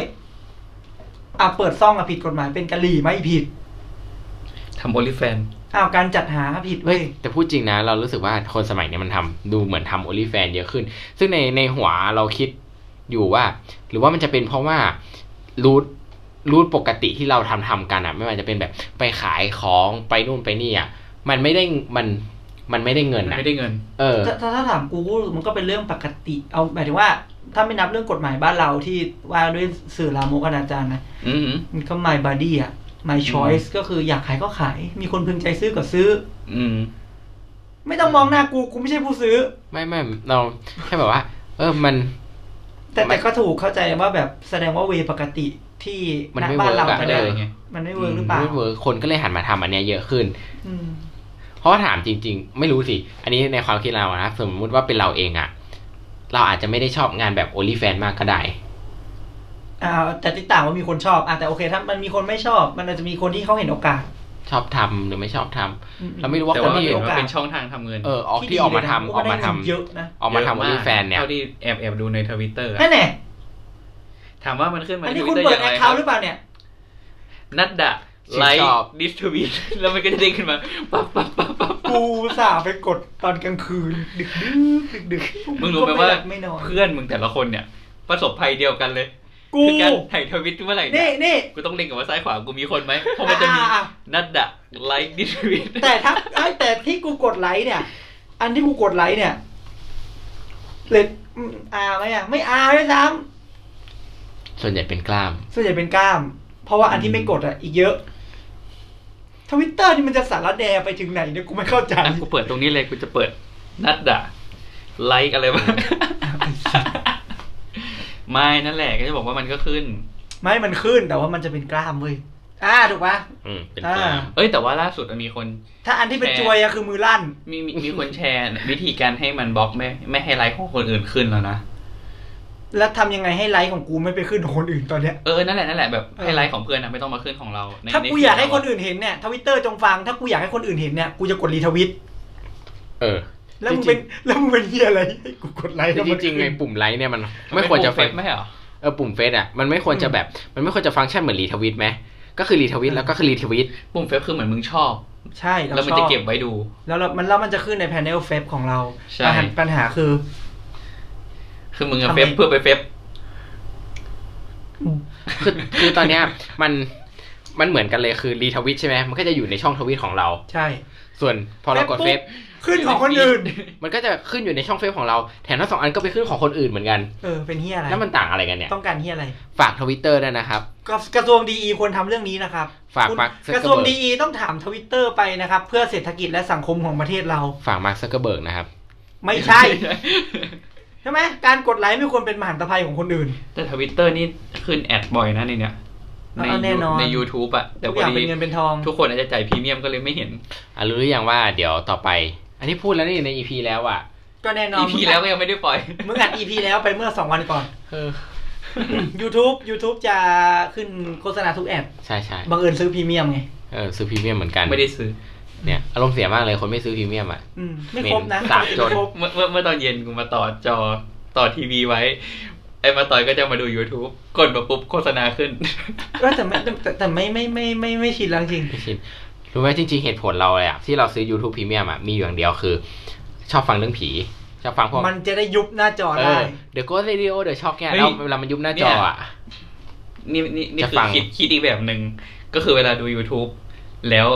[SPEAKER 2] อ่ะเปิดซ่องอ่ะผิดกฎหมาย เป็นกะหรี่ไม่ผิด
[SPEAKER 1] ทำโอลิแฟน
[SPEAKER 2] อ้าวการจัดหาผิด
[SPEAKER 3] เฮ้
[SPEAKER 2] เว้
[SPEAKER 3] ย
[SPEAKER 2] ย
[SPEAKER 3] แต่พูดจริงนะ เรารู้สึกว่าคนสมัยเนี้ยมันทำดูเหมือนทำโอลิแฟนเยอะขึ้น ซึ่งในในหัวเราคิดอยู่ว่า หรือว่ามันจะเป็นเพราะว่ารูทรูทปกติที่เราทำทำกันอะไม่ว่าจะเป็นแบบไปขายของไปนู่นไปนี่อะมันไม่ได้มันมันไม่ได้เงินอะ
[SPEAKER 1] ไม่ได้เงิน
[SPEAKER 3] เออ
[SPEAKER 2] ถ้าถ้าถ้าถามกูกูรู้สึกมันก็เป็นเรื่องปกติ เอาหมายถึงว่า ถ้าไม่นับเรื่องกฎหมายบ้านเราที่ว่าด้วยสื่อลามกอนาจารนะ
[SPEAKER 1] อืม
[SPEAKER 2] มันก็ my body อ่ะ my choice ก็คืออยากขายก็ขาย มีคนพึงใจซื้อก็ซื้อ
[SPEAKER 1] อืม
[SPEAKER 2] ไม่ต้องมองหน้ากู กูไม่ใช่ผู้ซื้อ
[SPEAKER 3] ไม่ไม่เราแค่แบบว่า เออมัน
[SPEAKER 2] แต่
[SPEAKER 3] มั
[SPEAKER 2] แต่
[SPEAKER 3] น
[SPEAKER 2] ก็ถูกเข้าใจว่าแบบแสดงว่าเวปกติที่
[SPEAKER 3] มัน
[SPEAKER 2] ณ
[SPEAKER 3] ไม่
[SPEAKER 2] บ้านเรา
[SPEAKER 3] work อะ
[SPEAKER 1] ไม่ได้ไง
[SPEAKER 2] มันไม่เวิร์ก
[SPEAKER 1] อืม
[SPEAKER 2] หรือเปล่า
[SPEAKER 3] ไม่เวิร์คคนก็เลยหันมาทำอันเนี้ยเยอะขึ้น
[SPEAKER 2] อืม
[SPEAKER 3] เพราะว่าถามจริง ๆ ไม่รู้สิ อันนี้ในความคิดเราอะนะสมมุติว่าเป็นเราเองอะเราอาจจะไม่ได้ชอบงานแบบโอลิแฟนมากก็ได้
[SPEAKER 2] อ่าแต่ที่ต่างว่ามีคนชอบอ่ะแต่โอเค ถ้ามันมีคนไม่ชอบ มันอาจจะมีคนที่เขาเห็นโอกาส
[SPEAKER 3] ชอบทำหรือไม่ชอบทำ
[SPEAKER 2] อืม
[SPEAKER 3] เราไม่รู้ว่า
[SPEAKER 1] แต่
[SPEAKER 3] คน
[SPEAKER 1] ว่า
[SPEAKER 3] ที่
[SPEAKER 1] เห็นว่าเป็นช่องทางทำเงิน
[SPEAKER 3] เออออก
[SPEAKER 2] ดี
[SPEAKER 3] ที่ออกมา
[SPEAKER 2] เลย
[SPEAKER 3] ทำ
[SPEAKER 2] นะ
[SPEAKER 3] ออกมาทำ
[SPEAKER 2] เยอะนะ
[SPEAKER 3] ออกมาทำโอ
[SPEAKER 1] เยะ
[SPEAKER 3] ลิแฟนเนี่ย
[SPEAKER 1] เท่าที่แอบแอบดูในทวิตเตอร์
[SPEAKER 2] นั่นแหละ
[SPEAKER 1] ถามว่ามันขึ้นมา
[SPEAKER 2] อัน
[SPEAKER 1] ใน
[SPEAKER 2] นี้
[SPEAKER 1] ท
[SPEAKER 2] คุ
[SPEAKER 1] วิต
[SPEAKER 2] ณ
[SPEAKER 1] เตอร์อย่า
[SPEAKER 2] เปิด
[SPEAKER 1] ง
[SPEAKER 2] แอ
[SPEAKER 1] ไร
[SPEAKER 2] ค
[SPEAKER 1] ค
[SPEAKER 2] เคา
[SPEAKER 1] รับ
[SPEAKER 2] ท์หรือเปล่าเนี่ย
[SPEAKER 1] นัดดะ
[SPEAKER 3] ชื่น
[SPEAKER 1] ไล
[SPEAKER 3] ช
[SPEAKER 1] ค์
[SPEAKER 3] อบ
[SPEAKER 1] ดิสทวิต แล้วมันก็จะเด้งขึ้น มาปั๊บปั๊บปั๊บปั๊บ
[SPEAKER 2] กูอุตสาห์ไปกดตอนกลางคืน ดึกดึกดึกดึก
[SPEAKER 1] มึงรู้ไหมว่า
[SPEAKER 2] ก็ไม่นอน
[SPEAKER 1] เพื่อนมึงแต่ละคนเนี่ย ประสบภัยเดียวกันเลย
[SPEAKER 2] กู
[SPEAKER 1] คือการ ถ่ายทวิตเมื่อไหร่เนี่
[SPEAKER 2] นี่
[SPEAKER 1] ย
[SPEAKER 2] นี่
[SPEAKER 1] กูต้องเล็งกับว่าซ้ายขวากูมีคนไหมเพราะมันจะมี
[SPEAKER 2] อ่อ่อ่
[SPEAKER 1] นัดดะไลค์ดิสทวิต
[SPEAKER 2] แต่ถ้าเอ้ยแต่ที่กูกดไลค์เนี่ย อันที่กูกดไลค์เนี่ยเลยอืมอาไหมอ่ะ ไม่อาด้วยซ้
[SPEAKER 3] ส่วนใหญ่เป็นกล้าม
[SPEAKER 2] ำส่วนใหญ่เป็นกล้าม เพราะว่าอันที่ไม่กดอ่ะ อีกเยอะทวิตเตอร์นี่มันจะสารแดไปถึงไหนเนี่ยกูไม่เข้า ใจ
[SPEAKER 1] อ่ะกูเปิดตรงนี้เลยกูจะเปิดนัดดะไลค์อะไร บ้าง ไม่นั่นแหละก็จะบอกว่ามันก็ขึ้น
[SPEAKER 2] ไม่มันขึ้นแต่ว่ามันจะเป็นกล้ามเว้ยอ่าถูกปะ
[SPEAKER 3] อืมเป็นกล้าม
[SPEAKER 2] อ่า
[SPEAKER 1] เอ้ยแต่ว่าล่าสุดมีคน
[SPEAKER 2] ถ้าอันที่เป็นจวยอะคือมือลั่น
[SPEAKER 1] มีมีมีคนแชร์ วิธีการให้มันบล็อกไม่ไม่ให้ไลค์ของคนอื่นขึ้นแล้วนะ
[SPEAKER 2] แล้วทำยังไงให้ไลฟ์ของกูไม่ไปขึ้นของคนอื่นตอนเนี้ย
[SPEAKER 1] เออนั่นแหละนั่นแหละแบบไฮไลท์ของเพื่อนนะไม่ต้องมาขึ้นของเราใน
[SPEAKER 2] ถ้า
[SPEAKER 1] ใน
[SPEAKER 2] กูอยากให้คนอื่นเห็นเนี่ยทวิตเตอร์จงฟัง ถ้ากูอยากให้คนอื่นเห็นเนี่ยกูจะกดรีทวิต
[SPEAKER 3] เออ
[SPEAKER 2] แล้วมึงเป็นแล้วมึงเป็นเฮียอะไรให้กูกดไลค์
[SPEAKER 3] จริงๆจริงๆไอ้ปุ่มไลค์เนี่ยมันไม่ควรจะ
[SPEAKER 1] เฟ
[SPEAKER 3] เฟ
[SPEAKER 1] ซ
[SPEAKER 3] ซ
[SPEAKER 1] ไม่ใช่เหรอ
[SPEAKER 3] เออปุ่มเฟซอ่ะมันไม่ควรจะแบบ มันไม่ควรจะฟังก์ชันเหมือนรีทวิตไหมก็คือรีทวิตแล้วก็คือรีทวิต
[SPEAKER 1] ปุ่มเฟซคือเหมือนมึงชอบ
[SPEAKER 2] ใช่
[SPEAKER 1] แล้วมันจะเก็บไว้ดู
[SPEAKER 2] แล้วเรามันแล้วมันจะขึ้นในแพนเนลเฟซของเรา
[SPEAKER 1] ใช่
[SPEAKER 2] ปัญหาปัญหาคือ
[SPEAKER 1] คือมึงอะ
[SPEAKER 2] ทำไม
[SPEAKER 1] เฟซเพื่อไปเฟซ
[SPEAKER 3] คือคือตอนเนี้ยมันมันเหมือนกันเลยคือรีทวิตใช่ไหมมันก็จะอยู่ในช่องทวิตของเรา
[SPEAKER 2] ใช่
[SPEAKER 3] ส่วนพอเรากดเฟซ
[SPEAKER 2] ปุ๊บขึ้นของคนอื่น
[SPEAKER 3] มันก็จะขึ้นอยู่ในช่องเฟซของเราแถมทั้งสองอันก็ไปขึ้นของคนอื่นเหมือนกัน
[SPEAKER 2] เออเป็นเฮียอะไร
[SPEAKER 3] แล้วมันต่างอะไรกันเนี่ย
[SPEAKER 2] ต้องการเฮียอะไร
[SPEAKER 3] ฝากทวิตเตอร์ด้วยนะครับ
[SPEAKER 2] กระกระทรวงดีอีควรทำเรื่องนี้นะครับ
[SPEAKER 3] ฝาก
[SPEAKER 2] คุณ
[SPEAKER 3] มาร์คซักเกอร์
[SPEAKER 2] ก
[SPEAKER 3] เบิร์ก
[SPEAKER 2] ระทรวงดีอีต้องถามทวิตเตอร์ไปนะครับ เพื่อเศรษฐกิจและสังคมของประเทศเรา
[SPEAKER 3] ฝากมาร์คซักเกอร์เบิร์กนะครับ
[SPEAKER 2] ไม่ใช่ ใช่ไหมการกดไลค์ไม่ควรเป็นมหันตภัยของคนอื่น
[SPEAKER 1] แต่ทวิตเตอร์นี่ขึ้นแอดบ่อยนะในเนี้ยใน
[SPEAKER 2] เอาแน่นอน
[SPEAKER 1] ใน YouTube อะแต่
[SPEAKER 2] ทุก
[SPEAKER 1] พ
[SPEAKER 2] อ
[SPEAKER 1] อย่าง ดี
[SPEAKER 2] เป็นเงินเป็นทอง
[SPEAKER 1] ทุกคนอาจจะจ่ายพรีเมียมก็เลยไม่เห็น
[SPEAKER 3] อ่ะรู้หรือยังว่าเดี๋ยวต่อไป อันนี้พูดแล้วนี่ในอีพีแล้วอ่ะ
[SPEAKER 2] ก็แน่ นอน
[SPEAKER 1] EP แล้วก็ยังไม่ได้ปล่อย
[SPEAKER 2] มึงอัด EP แล้วไปเมื่อ 2 วันก่อน
[SPEAKER 3] เออ
[SPEAKER 2] YouTube YouTube จะขึ้นโฆษณาทุกแอด
[SPEAKER 3] ใช่ใช่
[SPEAKER 2] บังเอิญซื้อพรีเมียมไง
[SPEAKER 3] เออซื้อพรีเมียมเหมือนกัน
[SPEAKER 1] ไม่ได้ซื้อ
[SPEAKER 3] เนี่ยอารมณ์เสียมากเลยคนไม่ซื้อพรีเมียมอ่ะ
[SPEAKER 2] อืมไม่ครบนะ
[SPEAKER 3] เหม็นสาบจน
[SPEAKER 2] ไม่ครบ
[SPEAKER 1] เมื่อเมื่อเมื่อตอนเย็นกูมาต่อจอต่อทีวีไว้ ไอ้มาต่อยก็จะมาดู YouTube กดมาปุ๊บโฆษณาขึ้น
[SPEAKER 2] เออแต่ไม่แต่แต่ไม่ไม่ไม่ไม่ไม่ชินแล้วจริง
[SPEAKER 3] ไม่ชินรู้ไหมจริงๆเหตุผลเราเลยอ่ะที่เราซื้อ YouTube พรีเมียมอ่ะมีอยู่อย่างเดียวคือ ชอบฟังเรื่องผีชอบฟังพวก
[SPEAKER 2] มันจะได้ยุบหน้าจอ
[SPEAKER 3] เอ
[SPEAKER 2] ได้
[SPEAKER 3] อเดี๋ยวก็เรดิโอเดี๋ยวช็อกเนี่ย
[SPEAKER 1] เฮ้ย
[SPEAKER 3] แล้วเวลามันยุบหน้าจออ่ะ
[SPEAKER 1] นี่นี่นี่
[SPEAKER 3] จะ
[SPEAKER 1] คือ
[SPEAKER 3] ฟัง
[SPEAKER 1] คิดคิดอีกแบบหนึ่งก็คือเวลาดู YouTube แล้ว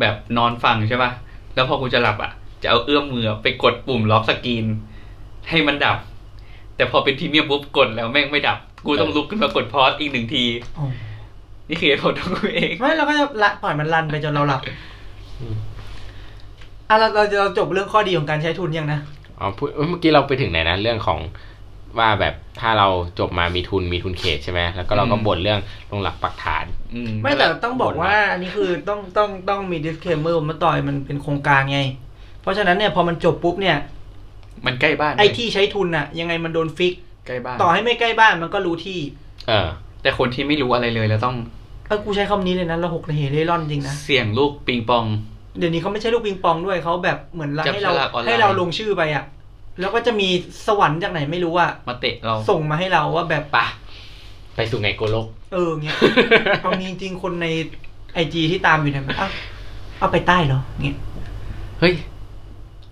[SPEAKER 1] แบบนอนฟังใช่ป่ะ แล้วพอกูจะหลับอ่ะ จะเอาเอื้อมมือไปกดปุ่มล็อกสกรีนให้มันดับ แต่พอเป็นพรีเมียมปุ๊บกดแล้วแม่งไม่ดับ กูต้องลุกขึ้นมากดพอสอีกหนึ่งที
[SPEAKER 2] โอ้
[SPEAKER 1] นี่คือเหตุผลของกูเอง
[SPEAKER 2] ไม่เราก็จะละปล่อยมันรันไปจนเราหลับอ่ะเราเราเราจบเรื่องข้อดีของการใช้ทุนยังนะ
[SPEAKER 3] อ๋อพูดเอ้ยเมื่อกี้เราไปถึงไหนนะเรื่องของว่าแบบถ้าเราจบมามีทุนมีทุนเขตใช่ไหมแล้วก็เราก็บ่นเรื่องลงหลักปักฐาน
[SPEAKER 1] อื
[SPEAKER 2] ไม่แต่ต้องบอกว่าอันนี้คือต้องต้องต้องมี disclaimer ว่ามาต่อยมันเป็นโครงการไง เพราะฉะนั้นเนี่ยพอมันจบปุ๊บเนี่ย
[SPEAKER 1] มันใกล้บ้าน
[SPEAKER 2] ไอ้ที่ใช้ทุนอะยังไงมันโดนฟิก
[SPEAKER 1] ใกล้บ้าน
[SPEAKER 2] ต่อให้ไม่ใกล้บ้านมันก็รู้ที่
[SPEAKER 3] เออ
[SPEAKER 1] แต่คนที่ไม่รู้อะไรเลยแล้วต้อง
[SPEAKER 2] เออกูใช้คำนี้เลยนะเราหกระเหเร่ร่อนจริงนะ
[SPEAKER 1] เสี่ยงลูกปิงปอง
[SPEAKER 2] เดี๋ยวนี้เขาไม่ใช่ลูกปิงปองด้วยเขาแบบเหมือนเรา
[SPEAKER 1] จับ
[SPEAKER 2] ให้เรา
[SPEAKER 1] ฉลากออนไลน์
[SPEAKER 2] ให้เราลงชื่อไปอะแล้วก็จะมีสวรรค์จากไหนไม่รู้อะ
[SPEAKER 1] มาเตะเรา
[SPEAKER 2] ส่งมาให้เราว่าแบบ
[SPEAKER 3] ปะไปสู่ไงโกโลก
[SPEAKER 2] เออ เงี้ย เอาจริงๆคนในไอจีที่ตามอยู่เนี่ยมันเอ้าเอาไปใต้เหรอเงี้ย
[SPEAKER 3] เฮ้ย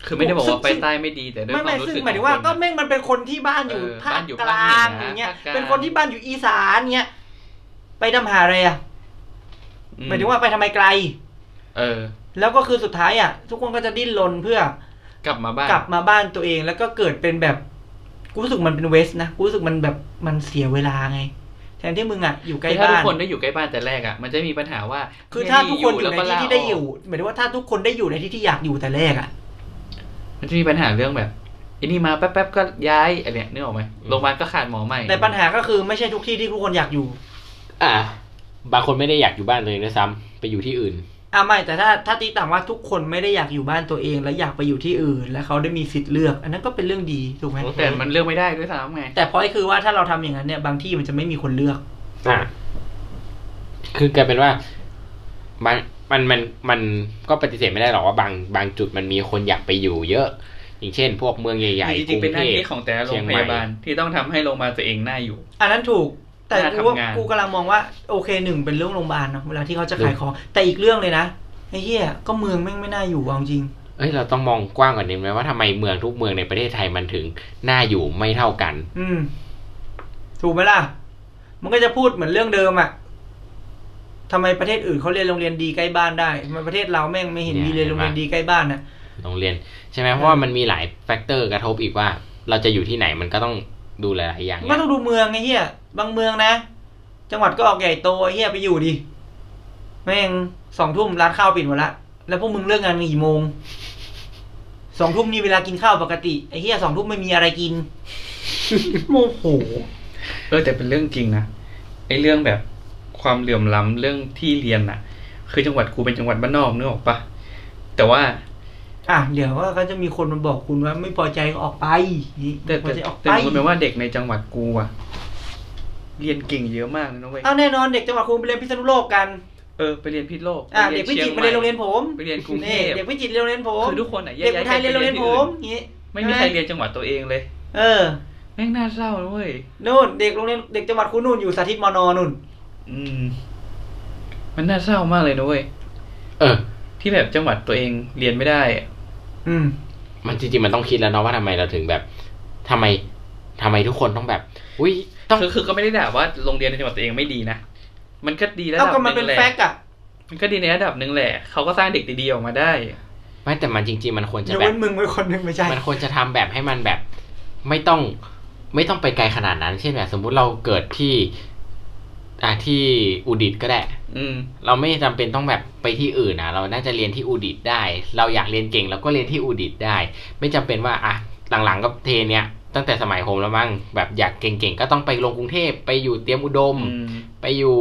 [SPEAKER 1] คือไม่ได้บอก
[SPEAKER 2] ซึ่ง
[SPEAKER 1] ว่าไปใต้ไม่ดีแต่ด้วย
[SPEAKER 2] ไม่
[SPEAKER 1] ความ
[SPEAKER 2] ไม่
[SPEAKER 1] รู้
[SPEAKER 2] ซึ่ง
[SPEAKER 1] สึก
[SPEAKER 2] หมายถึงว่า
[SPEAKER 1] ของคน
[SPEAKER 2] ก็แม่งมันเป็นคนที่บ้านอยู่
[SPEAKER 1] เออ
[SPEAKER 2] ภา
[SPEAKER 1] บ้า
[SPEAKER 2] คน
[SPEAKER 1] อยู่
[SPEAKER 2] กลาง
[SPEAKER 1] ภาคเหนือ
[SPEAKER 2] อ
[SPEAKER 1] อย่าง
[SPEAKER 2] เงี้ย
[SPEAKER 1] ภาคกลาง
[SPEAKER 2] เป็นคนที่บ้านอยู่อีสานเงี้ยไปทำหาอะไรอะ
[SPEAKER 1] อื
[SPEAKER 2] หมายถึงว่าไปทำไมไกล
[SPEAKER 1] เออ
[SPEAKER 2] แล้วก็คือสุดท้ายอะทุกคนก็จะดิ้นรนเพื่อ
[SPEAKER 1] กลับมาบ้าน
[SPEAKER 2] กลับมาบ้านตัวเองแล้วก็เกิดเป็นแบบกูรู้สึกมันเป็นเวสนะกูรู้สึกมันแบบมันเสียเวลาไง แทนที่มึงอ่ะอยู่ใกล้
[SPEAKER 1] คือถ้าทุ
[SPEAKER 2] บ้าก น
[SPEAKER 1] คนได้อยู่ใกล้บ้านแต่แรกอ่ะมันจะมีปัญหาว่า
[SPEAKER 2] คือถ้าทุกคนอยู่ในที่
[SPEAKER 1] แล้ว
[SPEAKER 2] ที่ได้อยู่หมายถึงว่าถ้าทุกคนได้อยู่ในที่ที่อยากอยู่แต่แรกอ่ะ
[SPEAKER 1] มันจะมีปัญหาเรื่องแบบอันนี้มาแป๊บๆก็ย้ายอะไรเนี่ยนึกออกไหม
[SPEAKER 3] อืม
[SPEAKER 1] โรงพยาบาลก็ขาดหมอใหม่
[SPEAKER 2] แต่ปัญหาก็คือไม่ใช่ทุกที่ที่ทุกคนอยากอยู่
[SPEAKER 3] อ่ะบางคนไม่ได้อยากอยู่บ้านตัวเลยด้วยซ้ำไปอยู่ที่อื่น
[SPEAKER 2] อ่ะไม่แต่ถ้าถ้าตีต่างว่าทุกคนไม่ได้อยากอยู่บ้านตัวเอง และอยากไปอยู่ที่อื่น และเขาได้มีสิทธิ์เลือก อันนั้นก็เป็นเรื่องดีถูกไหม
[SPEAKER 1] แต่มันเลือกไม่ได้ด้วยซ้ำไง
[SPEAKER 2] แต่พอยคือว่าถ้าเราทำอย่างนั้นเนี่ยบางที่มันจะไม่มีคนเลือก
[SPEAKER 3] อ่ะ คือกลายเป็นว่า มันมันมันมันก็ปฏิเสธไม่ได้หรอกว่าบางบางจุดมันมีคนอยากไปอยู่เยอะ อย่างเช่น พวกเมืองใหญ่
[SPEAKER 1] จ
[SPEAKER 3] ๆก
[SPEAKER 1] ริ
[SPEAKER 3] รุ
[SPEAKER 1] งๆ
[SPEAKER 3] ง
[SPEAKER 1] เป็นห
[SPEAKER 3] เท
[SPEAKER 1] น้า
[SPEAKER 3] พ
[SPEAKER 1] ที่ของแต่ละโร
[SPEAKER 3] เชีย
[SPEAKER 1] ง
[SPEAKER 3] ง
[SPEAKER 1] พ
[SPEAKER 3] ใหม่
[SPEAKER 1] ยาบาลที่ต้องทำให้โรงพยาบาลตัวเองน่าอยู่
[SPEAKER 2] อันนั้นถูกแต่
[SPEAKER 1] น่า
[SPEAKER 2] กูว่า
[SPEAKER 1] ทำงาน
[SPEAKER 2] กูกำลังมองว่าโอเคหนึ่งเป็นเรื่องโรงพยาบาลเนอะเวลาที่เขาจะขายของแต่อีกเรื่องเลยนะไอ้เหี้ยก็เมืองแม่งไม่น่าอยู่เอาจริง
[SPEAKER 3] เอ้ยเราต้องมองกว้างกว่านี้ไหมว่าทำไมเมืองทุกเมืองในประเทศไทยมันถึงน่าอยู่ไม่เท่ากัน
[SPEAKER 2] อืม ถูกไหมล่ะ มันก็จะพูดเหมือนเรื่องเดิมอะทำไมประเทศอื่นเขาเรียนโรงเรียนดีใกล้บ้านได้ทำไมประเทศเราแม่งไม่เห็นมีเรียนโรงเรียนดีใกล้บ้านน่ะ
[SPEAKER 3] โรงเรียน ใช่ไหมเพราะว่ามันมีหลายแฟกเตอร์กระทบอีกว่า เราจะอยู่ที่ไหนมันก็ต้องดูหลายๆอย่าง
[SPEAKER 2] มันก็ต้องดูเมืองไอ้เหี้ยบางเมืองนะ จังหวัดก็ออกใหญ่โตไอ้เหี้ยไปอยู่ดิแม่งสองทุ่มร้านข้าวปิดหมดละแล้วพวกมึงเลิกงานกันกี่โมงสองทุ่มนี่เวลากินข้าวปกติไอ้เหี้ยสองทุ่มไม่มีอะไรกิน โมโห
[SPEAKER 1] เออแต่เป็นเรื่องจริงนะไอ้เรื่องแบบความเหลื่อมล้ำเรื่องที่เรียนน่ะ คือจังหวัดกูเป็นจังหวัดบ้านนอกนึกออกปะแต่ว่า
[SPEAKER 2] อ่ะเดี๋ยวว่าก็จะมีคนมาบอกคุณว่าไม่พอใจก็ออกไปนี่
[SPEAKER 1] แต่
[SPEAKER 2] พ
[SPEAKER 1] แต่
[SPEAKER 2] อใจออก
[SPEAKER 1] แต่
[SPEAKER 2] ไป
[SPEAKER 1] คุณเป็นว่าเด็กในจังหวัดกูอะเรียนเก่งเยอะมากเลยนะเว้ย
[SPEAKER 2] เอาแน่นอนเด็กจังหวัดคุณไปเรียนพิษณุโลกกัน
[SPEAKER 1] เออไปเรียนพิษณุโลก
[SPEAKER 2] อ่ะ
[SPEAKER 1] ไป
[SPEAKER 2] เด็กพิ
[SPEAKER 1] ชี
[SPEAKER 2] จิต
[SPEAKER 1] ง
[SPEAKER 2] ร
[SPEAKER 1] ให
[SPEAKER 2] มาเรียนโรงเรียนผม
[SPEAKER 1] ไปเรียนกรุงเท
[SPEAKER 2] นี่
[SPEAKER 1] พ
[SPEAKER 2] เด็กพิจิตรเรียนโรงเรียนผม
[SPEAKER 1] คือทุกคนอะแย
[SPEAKER 2] เด็
[SPEAKER 1] ก
[SPEAKER 2] ก
[SPEAKER 1] ย้า
[SPEAKER 2] อุ
[SPEAKER 1] ย
[SPEAKER 2] ทัยเรียนโรงเรียนผม
[SPEAKER 1] ไป
[SPEAKER 2] อย่างงี้
[SPEAKER 1] เรียนที่อื่นไม่มีใครเรียนจังหวัดตัวเองเลย
[SPEAKER 2] เออ
[SPEAKER 1] แม่งน่าเศร้านะเว้ย
[SPEAKER 2] นู่นเด็กโรงเรียนเด็กจังหวัดคุณนู่นอยู่สาธิตมอนอนู่น
[SPEAKER 1] อืม มันน่าเศร้ามากเลยนะเว้ย
[SPEAKER 3] เออ
[SPEAKER 1] ที่แบบจังหวัดตัวเองเรียนไม่ได้อะ
[SPEAKER 2] อืม
[SPEAKER 3] มันจริงๆมันต้องคิดแล้วเนาะว่าทำไมเราถึงแบบทำไมทำไมทุกคนต้องแบบ อุ้ยต้อง
[SPEAKER 1] คือคือก็ไม่ได้ด่าว่าโรงเรียนในจังหวัดตัวเองไม่ดีนะมันก็ดีระดั
[SPEAKER 2] เอา
[SPEAKER 1] บห
[SPEAKER 2] ก็มันเป็
[SPEAKER 1] นึ่
[SPEAKER 2] น
[SPEAKER 1] งแหละ
[SPEAKER 2] แฟกต์อะ
[SPEAKER 1] มันก็ดีในระดับหนึ่งแหละเขาก็สร้างเด็กดีๆออกมาได้
[SPEAKER 3] ไม่แต่มันจริง ๆ มันควร
[SPEAKER 2] ย
[SPEAKER 3] จะ
[SPEAKER 2] ก
[SPEAKER 3] แบบ
[SPEAKER 2] เว้นมึงไว้คนหนึ่งไม่ใช่
[SPEAKER 3] มันควรจะทำแบบให้มันแบบ ไม่ต้องไม่ต้องไปไกลขนาดนั้น เช่นแบบสมมุติเราเกิดที่ อ่าที่อุดิตถ์ก็ได้
[SPEAKER 1] อืม
[SPEAKER 3] เราไม่จำเป็นต้องแบบไปที่อื่นนะเราน่าจะเรียนที่อุดิตถ์ได้ เราอยากเรียนเก่งเราก็เรียนที่อุดิตถ์ได้ ไม่จำเป็นว่าอ่ะหลังๆก็เทเนี้ยตั้งแต่สมัยโฮมแล้วมั้งแบบอยากเก่งๆก็ต้องไปลงกรุงเทพไปอยู่เตรียมอุดม
[SPEAKER 1] อืม
[SPEAKER 3] ไปอยู่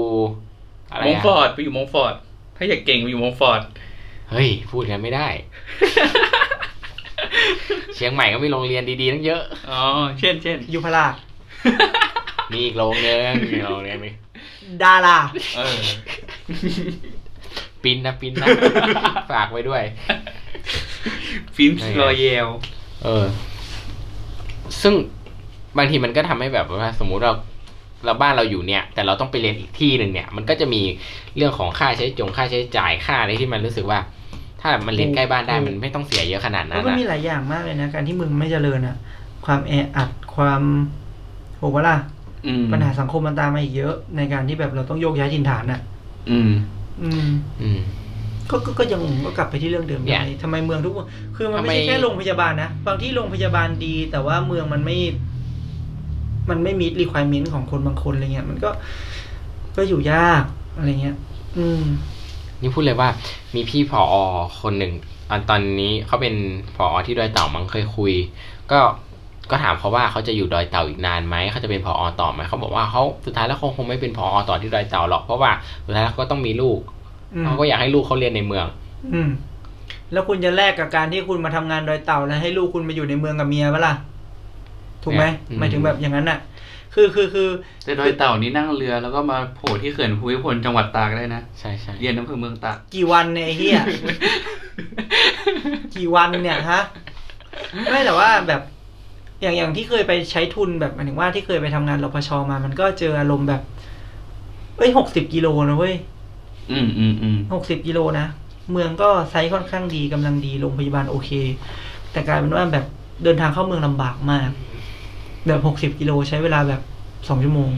[SPEAKER 3] อะไร
[SPEAKER 1] มงฟอ
[SPEAKER 3] อะ
[SPEAKER 1] ร์ดไปอยู่มงฟอร์ดถ้าอยากเก่งไปอยู่มงฟอร์ด
[SPEAKER 3] เฮ้ย พูดกันไม่ได้ เชียงใหม่ก็มีโรงเรียนดีๆตั้งเยอะ
[SPEAKER 1] อ๋อเช่นเช่น
[SPEAKER 2] อยู่พลาด
[SPEAKER 3] มีอีกโรงเรียนมีโรงเรียนไหม
[SPEAKER 2] ดารา
[SPEAKER 1] เออ
[SPEAKER 3] ปินนะปิน นะ ฝากไว้ด้วย
[SPEAKER 1] ฟิล์มรอยเยล
[SPEAKER 3] เออ ซึ่งบางทีมันก็ทำให้แบบว่าสมมุติเราเราบ้านเราอยู่เนี่ย แต่เราต้องไปเรียนอีกที่หนึ่งเนี่ย มันก็จะมีเรื่องของค่าใช้จงค่าใช้จ่ายค่าอะไรที่มันรู้สึกว่า ถ้ามันเรียนใกล้บ้านได้มันไม่ต้องเสียเยอะขนาดนั้
[SPEAKER 2] มัน
[SPEAKER 3] น
[SPEAKER 2] ก็
[SPEAKER 3] อะ
[SPEAKER 2] มีหลายอย่างมากเลยนะ การที่มึงไม่เจริญอะความแออัดความโหวะล่ะ
[SPEAKER 1] อืม
[SPEAKER 2] ปัญหาสังคมมันตามมาอีกเยอะ ในการที่แบบเราต้องโยกย้ายถิ่นฐานอะ
[SPEAKER 1] อืม
[SPEAKER 2] อืม
[SPEAKER 3] อืม
[SPEAKER 2] ก็ก็ก็ยังก็กลับไปที่เรื่องเดิม
[SPEAKER 3] เนี่ย
[SPEAKER 2] ไงทำไมเมืองทุกคือมันไม่ใช่แค่โรงพยาบาลนะบางที่โรงพยาบาลดี แต่ว่าเมืองมันไม่ มันไม่มีรีคว i เมนต์ของคนบางคนอะไรเงี้ย มันก็ ก็อยู่ยากอะไรเงี้ย อืม
[SPEAKER 3] นี่พูดเลยว่ามีพี่ผออคนหนึ่งตอนตอนนี้เขาเป็นผออที่ดอยเต่ามั้งเคยคุย ก็ก็ถามเขาว่าเขาจะอยู่ดอยเต่าอีกนานไหมเขาจะเป็นผออต่อไหมเขาบอกว่าเขาสุดท้ายแล้วคงคงไม่เป็นผออต่อที่ดอยเต่าหรอกเพราะว่าสุดท้ายแล้วเขาก็ต้องมีลูก
[SPEAKER 2] อืม
[SPEAKER 3] เขาก็อยากให้ลูกเขาเรียนในเมือง
[SPEAKER 2] อืม แล้วคุณจะแลกกับการที่คุณมาทำงานโดอยเต่าแล้วให้ลูกคุณมาอยู่ในเมืองกับเมียปะล่ะ ถูกไหม
[SPEAKER 3] เนี่ยอืม
[SPEAKER 2] หมายถึงแบบอย่างนั้นน่ะ คือคือคือ
[SPEAKER 1] แต่ดอยเต่านี่นั่งเรือแล้วก็มาโผล่ที่เขื่อนภูมิพลจังหวัดตากได้นะ
[SPEAKER 3] ใช่ใช่
[SPEAKER 1] เรียนอำเภอเมืองตาก
[SPEAKER 2] กี่วันเนี่ยไอ้เฮีย กี่วันเนี่ยฮะ ไม่แต่ว่าแบบ อย่างอย่างที่เคยไปใช้ทุนแบบหมายถึงว่าที่เคยไปทำงานรพชมา มันก็เจออารมณ์แบบเอ้ยหกสิบกิโลนะเว้ย
[SPEAKER 1] อืมอืมอืม
[SPEAKER 2] หกสิบกิโลนะ เมืองก็ไซส์ค่อนข้างดีกำลังดีโรงพยาบาลโอเค แต่กลายเป็นว่าแบบเดินทางเข้าเมืองลำบากมาก แบบหกสิบกิโลใช้เวลาแบบสองชั่วโมง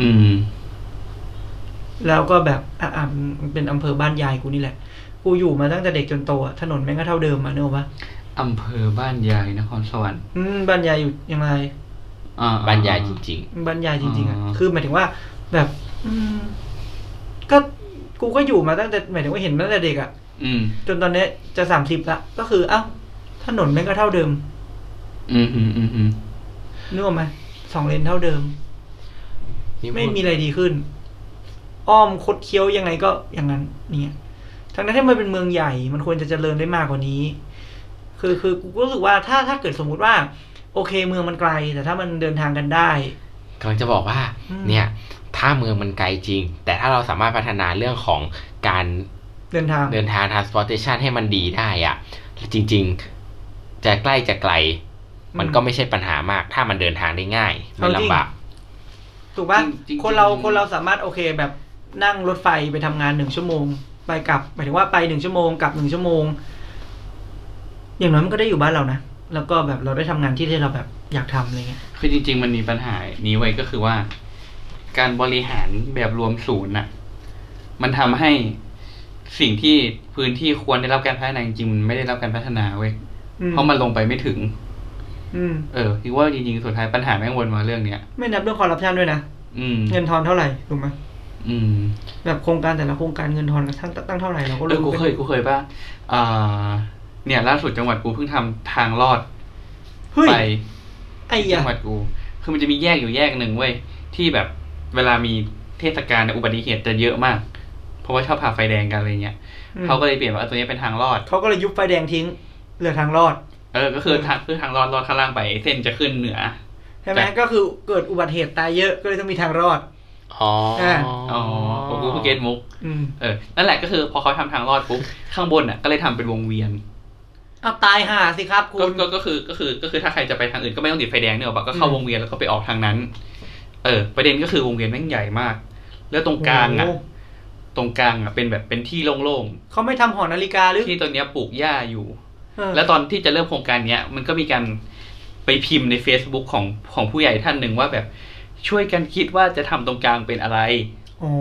[SPEAKER 1] อืม
[SPEAKER 2] แล้วก็แบบอ่ะอ่ะมันเป็นอำเภอบ้านยายกูนี่แหละ กูอยู่มาตั้งแต่เด็กจนโตอะถนนแม่งก็เท่าเดิมอะเนกอะปะ
[SPEAKER 1] อำเภอบ้านยายนครสวรรค์
[SPEAKER 2] อืมบ้านยายอยู่ยังไง
[SPEAKER 1] อ่
[SPEAKER 3] บรรยายจ
[SPEAKER 1] อ่
[SPEAKER 3] ริง
[SPEAKER 2] บรรยายจริงๆอ่ะ
[SPEAKER 1] อ๋อ
[SPEAKER 2] คือหมายถึงว่า แบบ อืม ก็กูก็อยู่มาตั้งแต่หมายถึงว่าเห็นมาตั้งแต่เด็กอ่ะ
[SPEAKER 1] อืม
[SPEAKER 2] จนตอนเนี้ยจะสามสิบละ ก็คือเอ้าถนนแม่งก็เท่าเดิม
[SPEAKER 1] อืมอืมอืมอืม
[SPEAKER 2] นึกออกไหมสองเลนเท่าเดิม
[SPEAKER 3] ๆ นี่
[SPEAKER 2] ไม่
[SPEAKER 3] พูด
[SPEAKER 2] มีอะไรดีขึ้น อ้อมคดเคี้ยวยังไงก็อย่างนั้น เนี่ยทั้งนั้นที่มันเป็นเมืองใหญ่ มันควรจะเจริญได้มากกว่านี้ คือคือกูรู้สึกว่าถ้าถ้าเกิดสมมุติว่า โอเคเมืองมันไกล แต่ถ้ามันเดินทางกันได้
[SPEAKER 3] กำลังจะบอกว่า
[SPEAKER 2] อืม
[SPEAKER 3] เนี่ย ถ้าเมืองมันไกลจริง แต่ถ้าเราสามารถพัฒนาเรื่องของการ
[SPEAKER 2] เดินทาง
[SPEAKER 3] เดินทาง transportation ให้มันดีได้อะจริง ๆ จะใกล้จะไกล
[SPEAKER 2] ม
[SPEAKER 3] มันก็ไม่ใช่ปัญหามาก ถ้ามันเดินทางได้ง่าย ไม่
[SPEAKER 2] เอาจริง
[SPEAKER 3] ลำบาก
[SPEAKER 2] ถูกปะ
[SPEAKER 1] จริงจริง
[SPEAKER 2] คนเรา
[SPEAKER 1] จริง
[SPEAKER 2] คนเราสามารถโอเคแบบนั่งรถไฟไปทำงานหนึ่งชั่วโมง ไปกลับหมายถึงว่าไปหนึ่งชั่วโมงกลับหนึ่งชั่วโมง อย่างน้อยมันก็ได้อยู่บ้านเรานะแล้วก็แบบเราได้ทำงานที่ที่เราแบบอยากทำอะไรเงี้ย
[SPEAKER 1] คือจริง ๆ มันมีปัญหานี้ไว้ก็คือว่า การบริหารแบบรวมศูนย์น่ะ มันทำให้สิ่งที่พื้นที่ควรได้รับการพัฒนาจริงๆมันไม่ได้รับการพัฒนาเว้ย
[SPEAKER 2] อืม
[SPEAKER 1] เพราะมันลงไปไม่ถึง
[SPEAKER 2] อืม
[SPEAKER 1] เออคิดว่าจริงๆสุดท้ายปัญหาแม่งวนมาเรื่องเนี้ย
[SPEAKER 2] ไม่นับเรื่องคอร์รัปชันด้วยนะ
[SPEAKER 1] อืม
[SPEAKER 2] เงินทอนเท่าไหร่ถูกไหม
[SPEAKER 1] อืม
[SPEAKER 2] แบบโครงการแต่ละโครงการเงินทอนตั้งตั้งเท่าไหร่เราก็
[SPEAKER 1] เออ
[SPEAKER 2] รู้
[SPEAKER 1] กูเคยกูเคยป่ะอ่า เนี่ย ล่าสุดจังหวัดกูเพิ่งทำทางลอด
[SPEAKER 2] เฮ้ย
[SPEAKER 1] ไป
[SPEAKER 2] ไอ้ยา
[SPEAKER 1] จังหวัดกู คือมันจะมีแยกอยู่แยกหนึ่งเว้ยที่แบบเวลามีเทศกาลเนี่ยอุบัติเหตุจะเยอะมาก เพราะว่าชอบผ่าไฟแดงกันอะไรเงี้ย
[SPEAKER 2] อืม
[SPEAKER 1] เขาก็เลยเปลี่ยนว่าเอาตัวเนี้ยเป็นทางลอด
[SPEAKER 2] เขาก็เลยยุบไฟแดงทิ้ง เหลือทางรอด
[SPEAKER 1] เออ ก็คือทางคือทางรอดรอดข้างล่างไปเส้นจะขึ้นเหนือ
[SPEAKER 2] ใช่ไหม
[SPEAKER 1] จ้ะ
[SPEAKER 2] ก็คือเกิดอุบัติเหตุตายเยอะก็เลยต้องมีทางรอด
[SPEAKER 3] อ๋อ
[SPEAKER 2] อ่ะ
[SPEAKER 1] อ๋อผมกูเพิ่งเก็ตมุก
[SPEAKER 2] อืม
[SPEAKER 1] เออ นั่นแหละก็คือพอเขาทำทางรอด ปุ๊บ ข้างบนอ่ะ ก็เลยทำเป็นวงเวียน
[SPEAKER 2] เอาตายห่าสิครับคุ
[SPEAKER 1] ก็
[SPEAKER 2] ณ
[SPEAKER 1] ก็ก็คือก็คือก็คือถ้าใครจะไปทางอื่นก็ไม่ต้องติดไฟแดงเนี่ยหรอกปะก็เข้า
[SPEAKER 2] อืม
[SPEAKER 1] วงเวียนแล้วก็ไปออกทางนั้น เออ ประเด็นก็คือวงเวียนแม่งใหญ่มาก แล้วตรงกลางอ่ะ
[SPEAKER 2] โโห
[SPEAKER 1] ตรงกลางอ่ะเป็นแบบเป็นที่โล่ง
[SPEAKER 2] เขาไม่ทำหอนาฬิกาหรือ
[SPEAKER 1] ๆ ที่ตรงเนี้ยปลูกหญ้าอยู่
[SPEAKER 2] เออ
[SPEAKER 1] แล้วตอนที่จะเริ่มโครงการเนี้ยมันก็มีการไปพิมพ์ใน Facebook ของของผู้ใหญ่ท่านหนึ่งว่าแบบช่วยกันคิดว่าจะทำตรงกลางเป็นอะไร
[SPEAKER 2] อ๋อ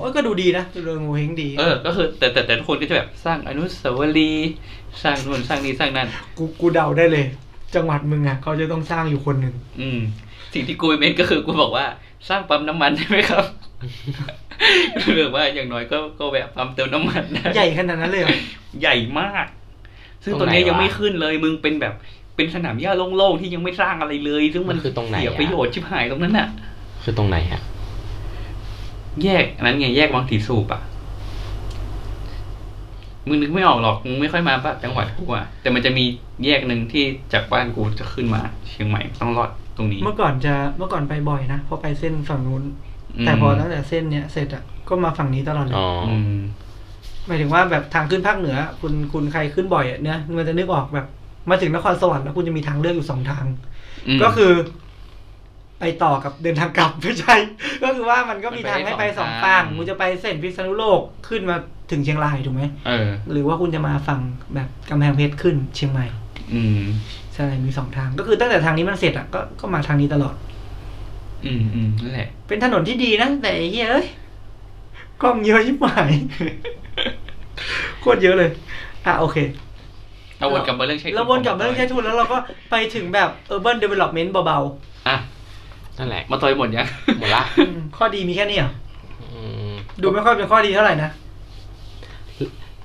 [SPEAKER 2] เอ้ยก็ดูดีนะดูเรื่องงูเฮงดี
[SPEAKER 1] เออ ก็คือแต่แต่แต่ทุกคนก็จะแบบสร้างอนุสาวรีย์สร้างนู่นสร้างนี้สร้างนั่น
[SPEAKER 2] กูกูเดาได้เลย จังหวัดมึงอ่ะเขาจะต้องสร้างอยู่คนหนึ่ง
[SPEAKER 1] อืม สิ่งที่กูเม้นก็คือกูบอกว่าสร้างปั๊มน้ำมันได้ไหมครับ หรือว่าอย่างน้อยก็ก็แบบปั๊มเติมน้ำมันได้
[SPEAKER 2] ใหญ่ขนาดนั้นเลยเหรอ
[SPEAKER 1] ใหญ่มาก ซึ่งตอนนี้ยังไม่ขึ้นเลย มึงเป็นแบบเป็นสนามหญ้าโล่งๆที่ยังไม่สร้างอะไรเลย ซึ่ง
[SPEAKER 3] มั
[SPEAKER 1] มัน
[SPEAKER 3] นคือตรงไหน
[SPEAKER 1] เสีย
[SPEAKER 3] อะ
[SPEAKER 1] ประโยชน์ชิบหายตรงนั้นน่ะ
[SPEAKER 3] คือตรงไหนฮะ
[SPEAKER 1] แยกอันนั้นไงแยกวังถีสูบอ่ะ มึงนึกไม่ออกหรอกมึงไม่ค่อยมาปะจังหวัดกูอ่ะแต่มันจะมีแยกหนึ่งที่จากบ้านกูจะขึ้นมา เชียงใหม่ต้องรอดตรงนี้
[SPEAKER 2] เมื่อก่อนจะเมื่อก่อนไปบ่อยนะเพอไปเส้นฝั่งนู้น
[SPEAKER 1] ม
[SPEAKER 2] แต่พอตั้งแต่เส้นเนี้ยเสร็จอ่ะก็มาฝั่งนี้ตลอดเลย
[SPEAKER 3] อ๋ออ
[SPEAKER 1] อืม
[SPEAKER 2] หมายถึงว่าแบบทางขึ้นภาคเหนือ คุณคุณใครขึ้นบ่อยอ่ะเนี่ยมันจะนึกออกแบบ มาถึงนครสวรรค์แล้วคุณจะมีทางเลือกอยู่สองทาง
[SPEAKER 1] ม
[SPEAKER 2] ก็คือ ไปต่อกับเดินทางกลับ ไม่ใช่ ก็คือว่ามันก็มีทางให้ไปสองฝั่ง
[SPEAKER 1] มันไปได้สองทาง
[SPEAKER 2] คุณจะไปเส้นพิษณุโลกขึ้นมาถึงเชียงรายถูกไหม
[SPEAKER 1] เออ
[SPEAKER 2] หรือว่าคุณจะมาฝั่งแบบกำแพงเพชรขึ้นเชียงใหม่
[SPEAKER 1] อืม
[SPEAKER 2] ใช่มีสองทาง ก็คือตั้งแต่ทางนี้มันเสร็จอ่ะก็ก็มาทางนี้ตลอด
[SPEAKER 1] อืมอืมนั่นแหละ
[SPEAKER 2] เป็นถนนที่ดีนะแต่ไอ้เหี้ยเอ้ยกล้องเยอะยิบหาย โคตรเยอะเลย อ่ะโอเค
[SPEAKER 1] เราวนกลับมาเรื่องใช้ทุ
[SPEAKER 2] เราวนกลับมาเรื่องใช้ทุนแล้วเราก็ไปถึงแบบ urban development เบา
[SPEAKER 1] อ่ะ
[SPEAKER 3] นั่นแหละ
[SPEAKER 1] มาต่อยหมดยัง
[SPEAKER 3] หมดละ
[SPEAKER 2] ๆอืมข้อดีมีแค่นี้เหรอ
[SPEAKER 3] อืม
[SPEAKER 2] ดูไม่ค่อยเป็นข้อดีเท่าไหร่นะ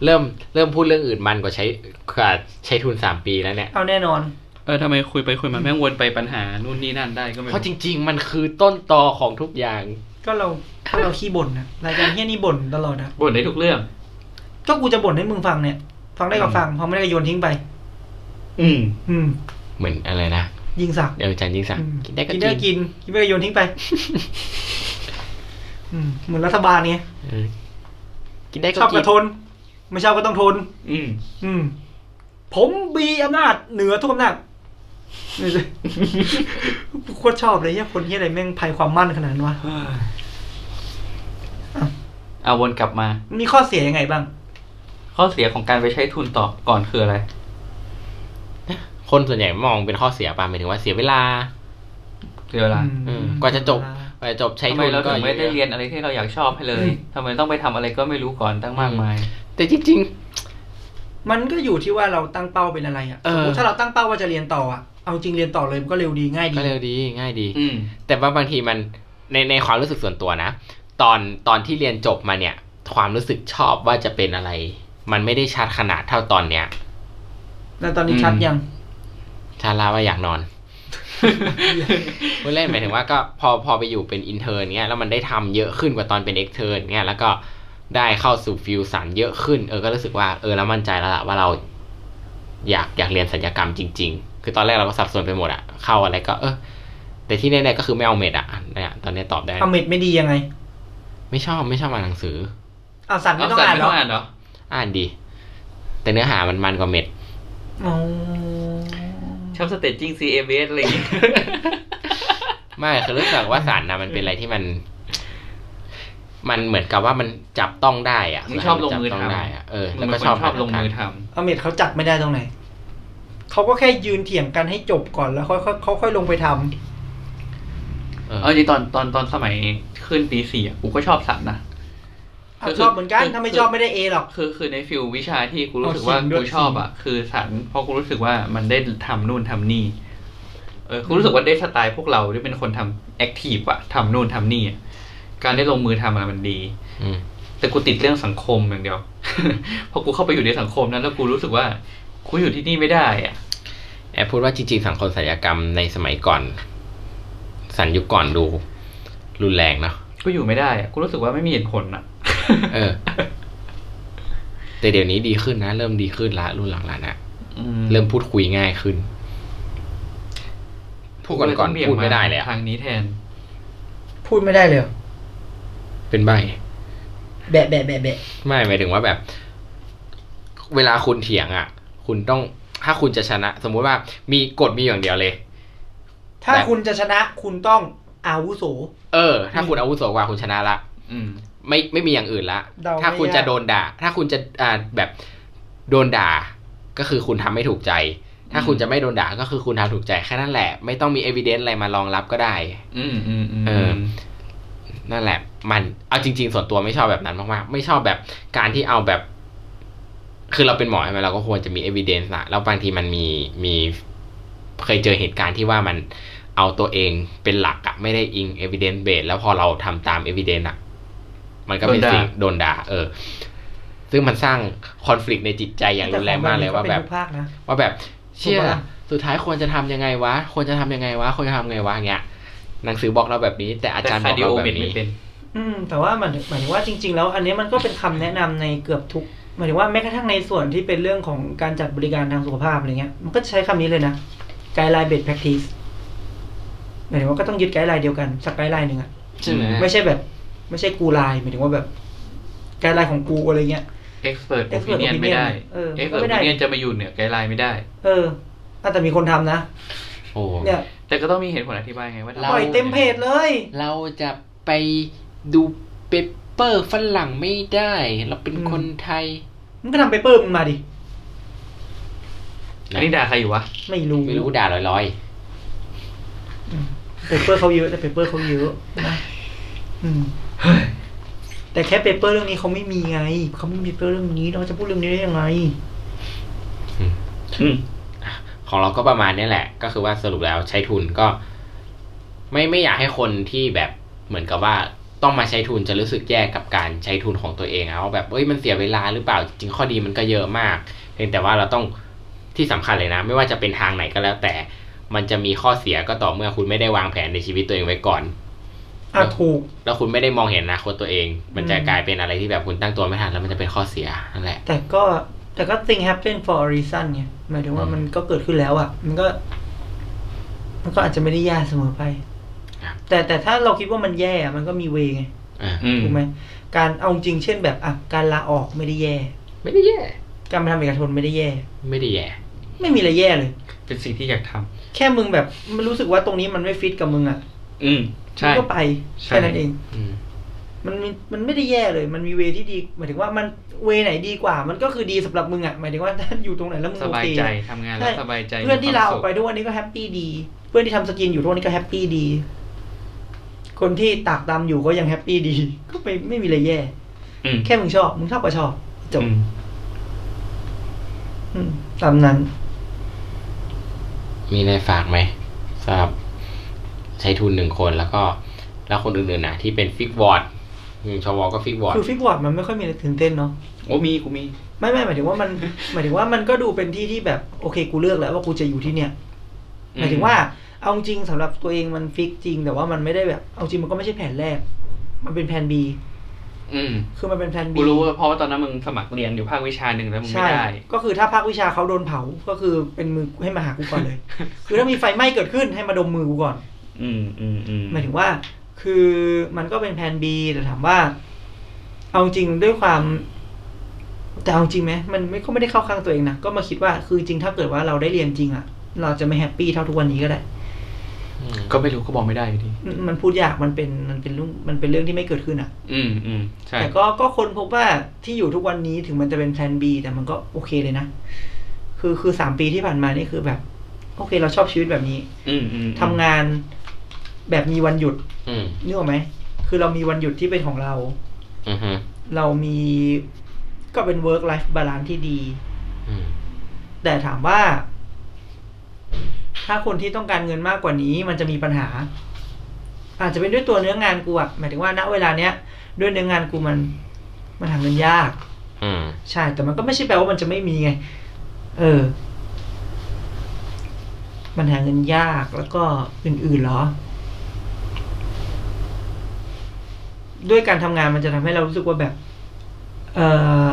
[SPEAKER 3] เริ่มเริ่มพูดเรื่องอื่นมันกว่าใช้กว่าใช้ทุนสามปีแล้วเนี่ย
[SPEAKER 2] เอาแน่นอน
[SPEAKER 1] เออทำไมคุยไปคุยมาแม่งวนไปปัญหานู่นนี่นั่นได้ก็ไม่
[SPEAKER 3] เพราะจริง ๆ มันคือต้นตอของทุกอย่าง
[SPEAKER 2] ก็เราก็เราขี้บ่นนะรายการเฮี้ยนี่บ่นตลอดอะ
[SPEAKER 1] บ่นได้ทุกเรื่อง
[SPEAKER 2] ก็กูจะบ่นให้มึงฟังเนี่ย ฟังได้ก็ฟังพอไม่ได้ก็โยนทิ้งไป
[SPEAKER 1] อืม
[SPEAKER 2] อืม
[SPEAKER 3] เหมือนอะไรนะ
[SPEAKER 2] ยิงสัก
[SPEAKER 3] เดี๋ยวอาจารย์ยิ่งศักดิ์
[SPEAKER 2] อืม
[SPEAKER 3] กินได้ก็
[SPEAKER 2] กินได้
[SPEAKER 3] กิน
[SPEAKER 2] กินกินไม่ได้ก็โยน ทิ้งไป อืมเหมือนรัฐบาลไง
[SPEAKER 3] เออกินได้ก็
[SPEAKER 2] ชอบ
[SPEAKER 3] กิ
[SPEAKER 2] ก
[SPEAKER 3] น
[SPEAKER 2] ระทน ไม่ชอบก็ต้องทน
[SPEAKER 1] อืม
[SPEAKER 2] อืม ผมมีอำนาจเหนือทุกอำนาจไม่ใช่กู โคตรชอบเลยเฮียคนเฮียอะไรแม่งภัยความมั่นขนาดนั้นวะ
[SPEAKER 1] เอาวนกลับมา
[SPEAKER 2] มีข้อเสียยังไงบ้าง
[SPEAKER 1] ข้อเสียของการไปใช้ทุนต่อก่อนคืออะไร
[SPEAKER 3] คนส่วนใหญ่มองเป็นข้อเสียป่ะหมายถึงว่าเสียเวลา
[SPEAKER 1] เรืออะไร
[SPEAKER 3] เออกว่าจะจบกว่าจะจบใช้
[SPEAKER 1] ทำไม
[SPEAKER 3] ทุน
[SPEAKER 1] เรา
[SPEAKER 3] ก็
[SPEAKER 1] ถึงไม่ได้เรียนอะไรที่เราอยากชอบให้เลยทำไมต้องไปทำอะไรก็ไม่รู้ก่อนตั้งมากมาย
[SPEAKER 3] แต่จริง
[SPEAKER 2] มันก็อยู่ที่ว่าเราตั้งเป้าเป็นอะไรอ่ะ
[SPEAKER 3] เออ
[SPEAKER 2] สมมติถ้าเราตั้งเป้าว่าจะเรียนต่ออ่ะ เอาจริงเรียนต่อเลยมันก็เร็วดีง่าย
[SPEAKER 3] ๆ
[SPEAKER 2] ดี
[SPEAKER 3] ก็เร็วดีง่ายดี
[SPEAKER 1] อืม
[SPEAKER 3] แต่ว่าบางทีมันในในความรู้สึกส่วนตัวนะ ตอนตอนที่เรียนจบมาเนี่ย ความรู้สึกชอบว่าจะเป็นอะไร มันไม่ได้ชัดขนาดเท่าตอนเนี้ย
[SPEAKER 2] แล้วตอนนี้
[SPEAKER 1] อืม
[SPEAKER 2] ชัดยัง
[SPEAKER 3] ชาลาว่าอยากนอน พูดเล่นหมายถึงว่าก็พอพอไปอยู่เป็นอินเทอร์เนี้ยแล้วมันได้ทำเยอะขึ้นกว่าตอนเป็นเอ็กเทอร์เนี้ยแล้วก็ได้เข้าสู่ฟิลสารเยอะขึ้น เออก็รู้สึกว่าเออแล้วมั่นใจแล้วล่ะว่าเรา อยากอยากเรียนสัญญกรรมจริง ๆ คือตอนแรกเราก็สับสนไปหมดอะเข้าอะไรก็เออแต่ที่แน่ๆก็คือไม่เอาเมดอะเนี่ยตอนเนี้ยตอบได้
[SPEAKER 2] เอาเม็ดไม่ดียังไง
[SPEAKER 3] ไม่ชอบไม่ชอบอ่านหนังสือ
[SPEAKER 2] เอาสันไม่ต้องอ่านหรอก
[SPEAKER 1] เหรอ
[SPEAKER 3] อ่านดี แต่เนื้อหามันมันกว่าเม็ด
[SPEAKER 2] อ๋อ
[SPEAKER 1] ชอบสเตจจิ้ง CMS อะไรอย่างเงี้ย
[SPEAKER 3] ไม่คือรู้สึกว่าสารนะมันเป็นอะไรที่มัน มันเหมือนกับว่ามันจับต้องได้อะ
[SPEAKER 1] มึงชอบลงมือ
[SPEAKER 3] จับต้
[SPEAKER 1] ทำ
[SPEAKER 3] ได้อะเออ
[SPEAKER 1] มึ
[SPEAKER 3] แล้ว
[SPEAKER 1] ง
[SPEAKER 3] ก็
[SPEAKER 1] เป็นคนช
[SPEAKER 3] ชอ
[SPEAKER 1] อ
[SPEAKER 3] บบ
[SPEAKER 1] ลงมือ
[SPEAKER 3] ท
[SPEAKER 1] ทำ
[SPEAKER 2] เอาเม็ดเขาจับไม่ได้ตรงไหน เขาก็แค่ยืนเถียงกันให้จบก่อนแล้วค่อยๆเขาค่อยลงไปทำ
[SPEAKER 3] ำเอ
[SPEAKER 1] เออ
[SPEAKER 3] อ
[SPEAKER 1] จริงตอนตอนตอนสมัยขึ้นปีสี่อะกูก็ชอบสัตว์นะ
[SPEAKER 2] เอา
[SPEAKER 1] คือ
[SPEAKER 2] ชอบเหมือนกัน
[SPEAKER 1] คือ
[SPEAKER 2] ถ้าไม่ชอบไม่ได้เอหรอก
[SPEAKER 1] คือคือในฟิลวิชาที่กูรู้สึก
[SPEAKER 2] เอา
[SPEAKER 1] ว่า
[SPEAKER 2] สิ่งด้วย
[SPEAKER 1] กูชอบอ่ะ คือสันเพราะกูรู้สึกว่ามันได้ทำนู่นทำนี่ เออกูรู้สึกว่าได้สไตล์พวกเราที่เป็นคนทำแอคทีฟอ่ะทำนู่นทำนี่อะการได้ลงมือทำอะไรมันดี
[SPEAKER 3] อืม
[SPEAKER 1] แต่กูติดเรื่องสังคมอย่างเดียว พอกูเข้าไปอยู่ในสังคมนั้นแล้วกูรู้สึกว่ากูอยู่ที่นี่ไม่ได้อ่ะ
[SPEAKER 3] แอบพูดว่าจริงๆสังคมศัลยกรรมในสมัยก่อน สันยุคก่อนดู รุนแรงเนาะ
[SPEAKER 1] กูอยู่ไม่ได้อะกูรู้สึกว่าไม่มีเหตุผลอ่ะ
[SPEAKER 3] เออ แต่เดี๋ยวนี้ดีขึ้นนะ เริ่มดีขึ้นละรุ่นหลังๆนะ
[SPEAKER 1] อื
[SPEAKER 3] เริ่มพูดคุยง่ายขึ้น พูดก่อนก่อนพูดไม่ได้เลยอะ
[SPEAKER 1] ทางนี้แทน
[SPEAKER 2] พูดไม่ได้เลยเหรอ
[SPEAKER 3] เป็นใบ
[SPEAKER 2] แบะแบะแบะแบะ
[SPEAKER 3] ไม่หมายถึงว่าแบบ เวลาคุณเถียงอ่ะ คุณต้องถ้าคุณจะชนะ สมมุติว่ามีกฎมีอย่างเดียวเลย
[SPEAKER 2] ถ้าคุณจะชนะคุณต้องอาวุโส
[SPEAKER 3] เออ ถ้าคุณอาวุโสกว่าคุณชนะละ
[SPEAKER 1] อืม
[SPEAKER 3] ไม่ไม่มีอย่างอื่นละ
[SPEAKER 2] เดาไม่
[SPEAKER 3] ถ้าคุณจะ
[SPEAKER 2] ยาก
[SPEAKER 3] โดนด่า ถ้าคุณจะอ่าแบบโดนด่า ก็คือคุณทำไม่ถูกใจ ถ้า
[SPEAKER 1] อืม
[SPEAKER 3] คุณจะไม่โดนด่าก็คือคุณทำถูกใจแค่นั้นแหละ ไม่ต้องมี evidence อะไรมารองรับก็ได้
[SPEAKER 1] อืมอืมอืม
[SPEAKER 3] เออ นั่นแหละ มันเอาจริง ๆ ส่วนตัวไม่ชอบแบบนั้นมากๆ ไม่ชอบแบบการที่เอาแบบ คือเราเป็นหมอใช่ไหมเราก็ควรจะมี evidence นะแล้วบางทีมันมีมีเคยเจอเหตุการณ์ที่ว่ามันเอาตัวเองเป็นหลักอะไม่ได้อิง evidence base แล้วพอเราทำตาม evidence อะมันก็เป็นสิ่งโดนด่า เออ ซึ่งมันสร้าง conflict ในจิตใจอย่างรุนแรงมากเลยว่าแบบ
[SPEAKER 2] ต่ของมันก็เป็นทุกภาคนะ
[SPEAKER 3] ว่าแบบเชี่ย
[SPEAKER 2] ถูกปะล่ะ
[SPEAKER 3] สุดท้ายควรจะทำยังไงวะ ควรจะทำยังไงวะ ควรจะทำยังไงวะอย่างเงี้ยหนังสือบอกเราแบบนี้ แต่อาจารย์บ
[SPEAKER 1] แต่
[SPEAKER 3] อ
[SPEAKER 1] ค
[SPEAKER 3] ก
[SPEAKER 1] ดิ
[SPEAKER 3] เรา
[SPEAKER 1] โอ
[SPEAKER 3] แบ
[SPEAKER 1] เม
[SPEAKER 3] บ
[SPEAKER 1] ดไม่
[SPEAKER 3] นี้
[SPEAKER 1] เป็น
[SPEAKER 2] อืมแต่ว่ามันหมายถึงว่าจริง ๆ แล้ว อันนี้มันก็เป็นคำแนะนำในเกือบทุกหมายถึงว่าแม้กระทั่งในส่วนที่เป็นเรื่องของการจัดบริการทางสุขภาพอะไรเงี้ยมันก็ใช้คำนี้เลยนะไกด์ไลน์เบสแพคทีสหมายถึงว่าก็ต้องยึดไกด์ไลน์เดียวกันสักไกด์ไลน์หนึ่งอะ
[SPEAKER 3] ใช่ไหม
[SPEAKER 2] ไม่ใช่แบบ ไม่ใช่กูไลน์หมายถึงว่าแบบไกด์ไลน์ของกูอะไรเงี้ย
[SPEAKER 1] expert
[SPEAKER 2] Expert
[SPEAKER 1] opinion
[SPEAKER 2] opinion
[SPEAKER 1] ไม่ได้
[SPEAKER 2] เออมัน
[SPEAKER 1] expert
[SPEAKER 2] ก็ไม่ได้
[SPEAKER 1] opinion จะมาอยู่เหนือไกด์ไลน์ไม่ได้
[SPEAKER 2] เอออ่ะแต่มีคนทำนะ
[SPEAKER 3] โอ้
[SPEAKER 2] เนี่ย
[SPEAKER 1] แต่ก็ต้องมีเหตุผลอธิบายไงว่าทำไม
[SPEAKER 2] ปล่อยเต็มเพจเลย
[SPEAKER 3] เราจะไปดูเปเปอร์ฝรั่งไม่ได้ เราเป็น
[SPEAKER 2] อืม
[SPEAKER 3] คนไทย
[SPEAKER 2] มึงก็ทำไปเปิ่มมึงมาดิ
[SPEAKER 1] อันนี้ด่าใครอยู่วะ
[SPEAKER 2] ไม่รู้
[SPEAKER 3] ไม่รู้ด่าลอย
[SPEAKER 2] เปเปอร์เขาเยอะแต่เปเปอร์เขาเยอะนะอืม แต่แค่เปเปอร์เรื่องนี้เขาไม่มีไง เขาไม่มีเปเปอร์เรื่องนี้เราจะพูดเรื่องนี้ได้ยังไง
[SPEAKER 1] อืม
[SPEAKER 3] ๆ ของเราก็ประมาณนี้แหละ ก็คือว่าสรุปแล้วใช้ทุนก็ ไม่ไม่อยากให้คนที่แบบเหมือนกับว่าต้องมาใช้ทุนจะรู้สึกแย่กับการใช้ทุนของตัวเองเอาแบบเอ้ยมันเสียเวลาหรือเปล่าจริงๆข้อดีมันก็เยอะมาก เพียงแต่ว่าเราต้องที่สำคัญเลยนะ ไม่ว่าจะเป็นทางไหนก็แล้ว แต่มันจะมีข้อเสียก็ต่อเมื่อคุณไม่ได้วางแผนในชีวิตตัวเองไว้ก่อน
[SPEAKER 2] อ่ะถูก
[SPEAKER 3] แล้วคุณไม่ได้มองเห็นอนาคตตัวเอง มันจะ
[SPEAKER 2] อืม
[SPEAKER 3] กลายเป็นอะไรที่แบบคุณตั้งตัวไม่ทันแล้วมันจะเป็นข้อเสียนั่นแหละ
[SPEAKER 2] แต่ก็แต่ก็ thing happen for a reason ไงหมายถึงว่า
[SPEAKER 3] อืม
[SPEAKER 2] มันก็เกิดขึ้นแล้วอ่ะ มันก็ มันก็อาจจะไม่ได้แย่เสมอไป แต่แต่ถ้าเราคิดว่ามันแย่อะมันก็มีเวไง
[SPEAKER 3] อ่ะ
[SPEAKER 1] อืม
[SPEAKER 2] ถูกไหมการเอาจริงเช่นแบบอ่ะการลาออกไม่ได้แย่
[SPEAKER 3] ไม่ได้แย่
[SPEAKER 2] การไปทำเอกชนไม่ได้แย่
[SPEAKER 3] ไม่ได้แย่
[SPEAKER 2] ไม่มีอะไรแย่เลย
[SPEAKER 1] เป็นสิ่งที่อยากทำ
[SPEAKER 2] แค่มึงแบบมันรู้สึกว่าตรงนี้มันไม่ฟิตกับมึงอ่ะ
[SPEAKER 1] อืม
[SPEAKER 2] มึ
[SPEAKER 1] ใช่
[SPEAKER 2] งก็ไป
[SPEAKER 1] ใช่
[SPEAKER 2] แค่นั้นเอง
[SPEAKER 3] อืม
[SPEAKER 2] มันมีมันไม่ได้แย่เลย มันมีเวที่ดีหมายถึงว่ามันเวไหนดีกว่า มันก็คือดีสำหรับมึงอ่ะหมายถึง ว่าถ้าอยู่ตรงไหนแล้วมึงโอบ
[SPEAKER 1] สาย
[SPEAKER 2] เค
[SPEAKER 1] ใจ
[SPEAKER 2] อะ
[SPEAKER 1] ทำงาน
[SPEAKER 2] ใช่
[SPEAKER 1] แล้วสบายใจ
[SPEAKER 2] เพื่อนที่ลาออกไป
[SPEAKER 1] มีควมสุข
[SPEAKER 2] ทุกวันนี้ก็แฮปปี้ดี เพื่อนที่ทำสกินอยู่ทุกวันนี้ก็แฮปปี้ดี คนที่ตากตามอยู่ก็ยังแฮปปี้ดี ก็ไม่ไม่มีอะไรแย่
[SPEAKER 1] อืม
[SPEAKER 2] แค่มึงชอบมึงชอบก็ชอบจบ
[SPEAKER 1] อืม
[SPEAKER 2] อืมตามนั้น
[SPEAKER 3] มีอะไรฝากไหมสำหรับใช้ทุนหนึ่งคนแล้วก็ แล้วคนอื่นๆนะที่เป็นฟิกบอร์ดอืมชวก็ฟิกบอร์ด
[SPEAKER 2] คือฟิกบอร์ดมันไม่ค่อยมีอะไรตื่นเต้นเนาะ
[SPEAKER 1] โอ้มีกูมี
[SPEAKER 2] ไม่ไม่หมายถึงว่ามัน หมายถึงว่ามันก็ดูเป็นที่ที่แบบโอเคกูเลือกแล้วว่ากูจะอยู่ที่เนี่ย
[SPEAKER 1] อืม
[SPEAKER 2] หมายถึงว่าเอาจริงสำหรับตัวเองมันฟิกจริง แต่ว่ามันไม่ได้แบบ เอาจริงมันก็ไม่ใช่แผนแรก มันเป็นแผน B
[SPEAKER 1] อืม
[SPEAKER 2] คือมันเป็นแผน B
[SPEAKER 1] กูรู้ว่าเพราะว่าตอนนั้นมึงสมัครเรียนอยู่ภาควิชาหนึ่งแล้วมึงไม่
[SPEAKER 2] ใช่
[SPEAKER 1] ได้
[SPEAKER 2] ก็คือถ้าภาควิชาเขาโดนเผา ก็คือเป็นมือให้มาหากู ก่อนเลย คือถ้ามีไฟไหม้เกิดขึ้นให้มาดมมือกูก่อน
[SPEAKER 1] อืมอืมอืม
[SPEAKER 2] หมายถึงว่า คือมันก็เป็นแผน B แต่ถามว่า เอาจริงด้วยความ แต่เอาจริงไหมมันไม่ก็ไม่ได้เข้าข้างตัวเองนะ ก็มาคิดว่าคือจริงถ้าเกิดว่าเราได้เรียนจริงอะเราจะไม่แฮปปี้เท่าทุกวันนี้ก็ได้
[SPEAKER 3] อืม
[SPEAKER 1] ก็ไม่รู้ก็บอกไม่ได้อยู่ดี
[SPEAKER 2] อืมมันพูดยากมันเป็นมันเป็นเรื่องมันเป็นเรื่องที่ไม่เกิดขึ้นอะ
[SPEAKER 1] อืมอืมใช่
[SPEAKER 2] แต่ก็ก็คนพบว่าที่อยู่ทุกวันนี้ถึงมันจะเป็นแผน B แต่มันก็โอเคเลยนะ คือคือสามปีที่ผ่านมานี่คือแบบ โอเค เราชอบชีวิตแบบนี้
[SPEAKER 1] อืมอืมอืม
[SPEAKER 2] ทำงานแบบมีวันหยุด
[SPEAKER 3] อืม
[SPEAKER 2] นึกออกไหมคือเรามีวันหยุดที่เป็นของเรา
[SPEAKER 3] อือฮึ
[SPEAKER 2] เรามีก็เป็น work life balance ที่ดี
[SPEAKER 3] อืม
[SPEAKER 2] แต่ถามว่า ถ้าคนที่ต้องการเงินมากกว่านี้ มันจะมีปัญหา อาจจะเป็นด้วยตัวเนื้องานกูอะหมายถึงว่าณเวลาเนี้ย ด้วยเนื้องานกูมัน มันหาเงินยาก
[SPEAKER 3] อืม
[SPEAKER 2] ใช่ แต่มันก็ไม่ใช่แปลว่ามันจะไม่มีไง เออ มันหาเงินยากแล้วก็อื่นๆเหรอ ด้วยการทำงานมันจะทำให้เรารู้สึกว่าแบบ เออ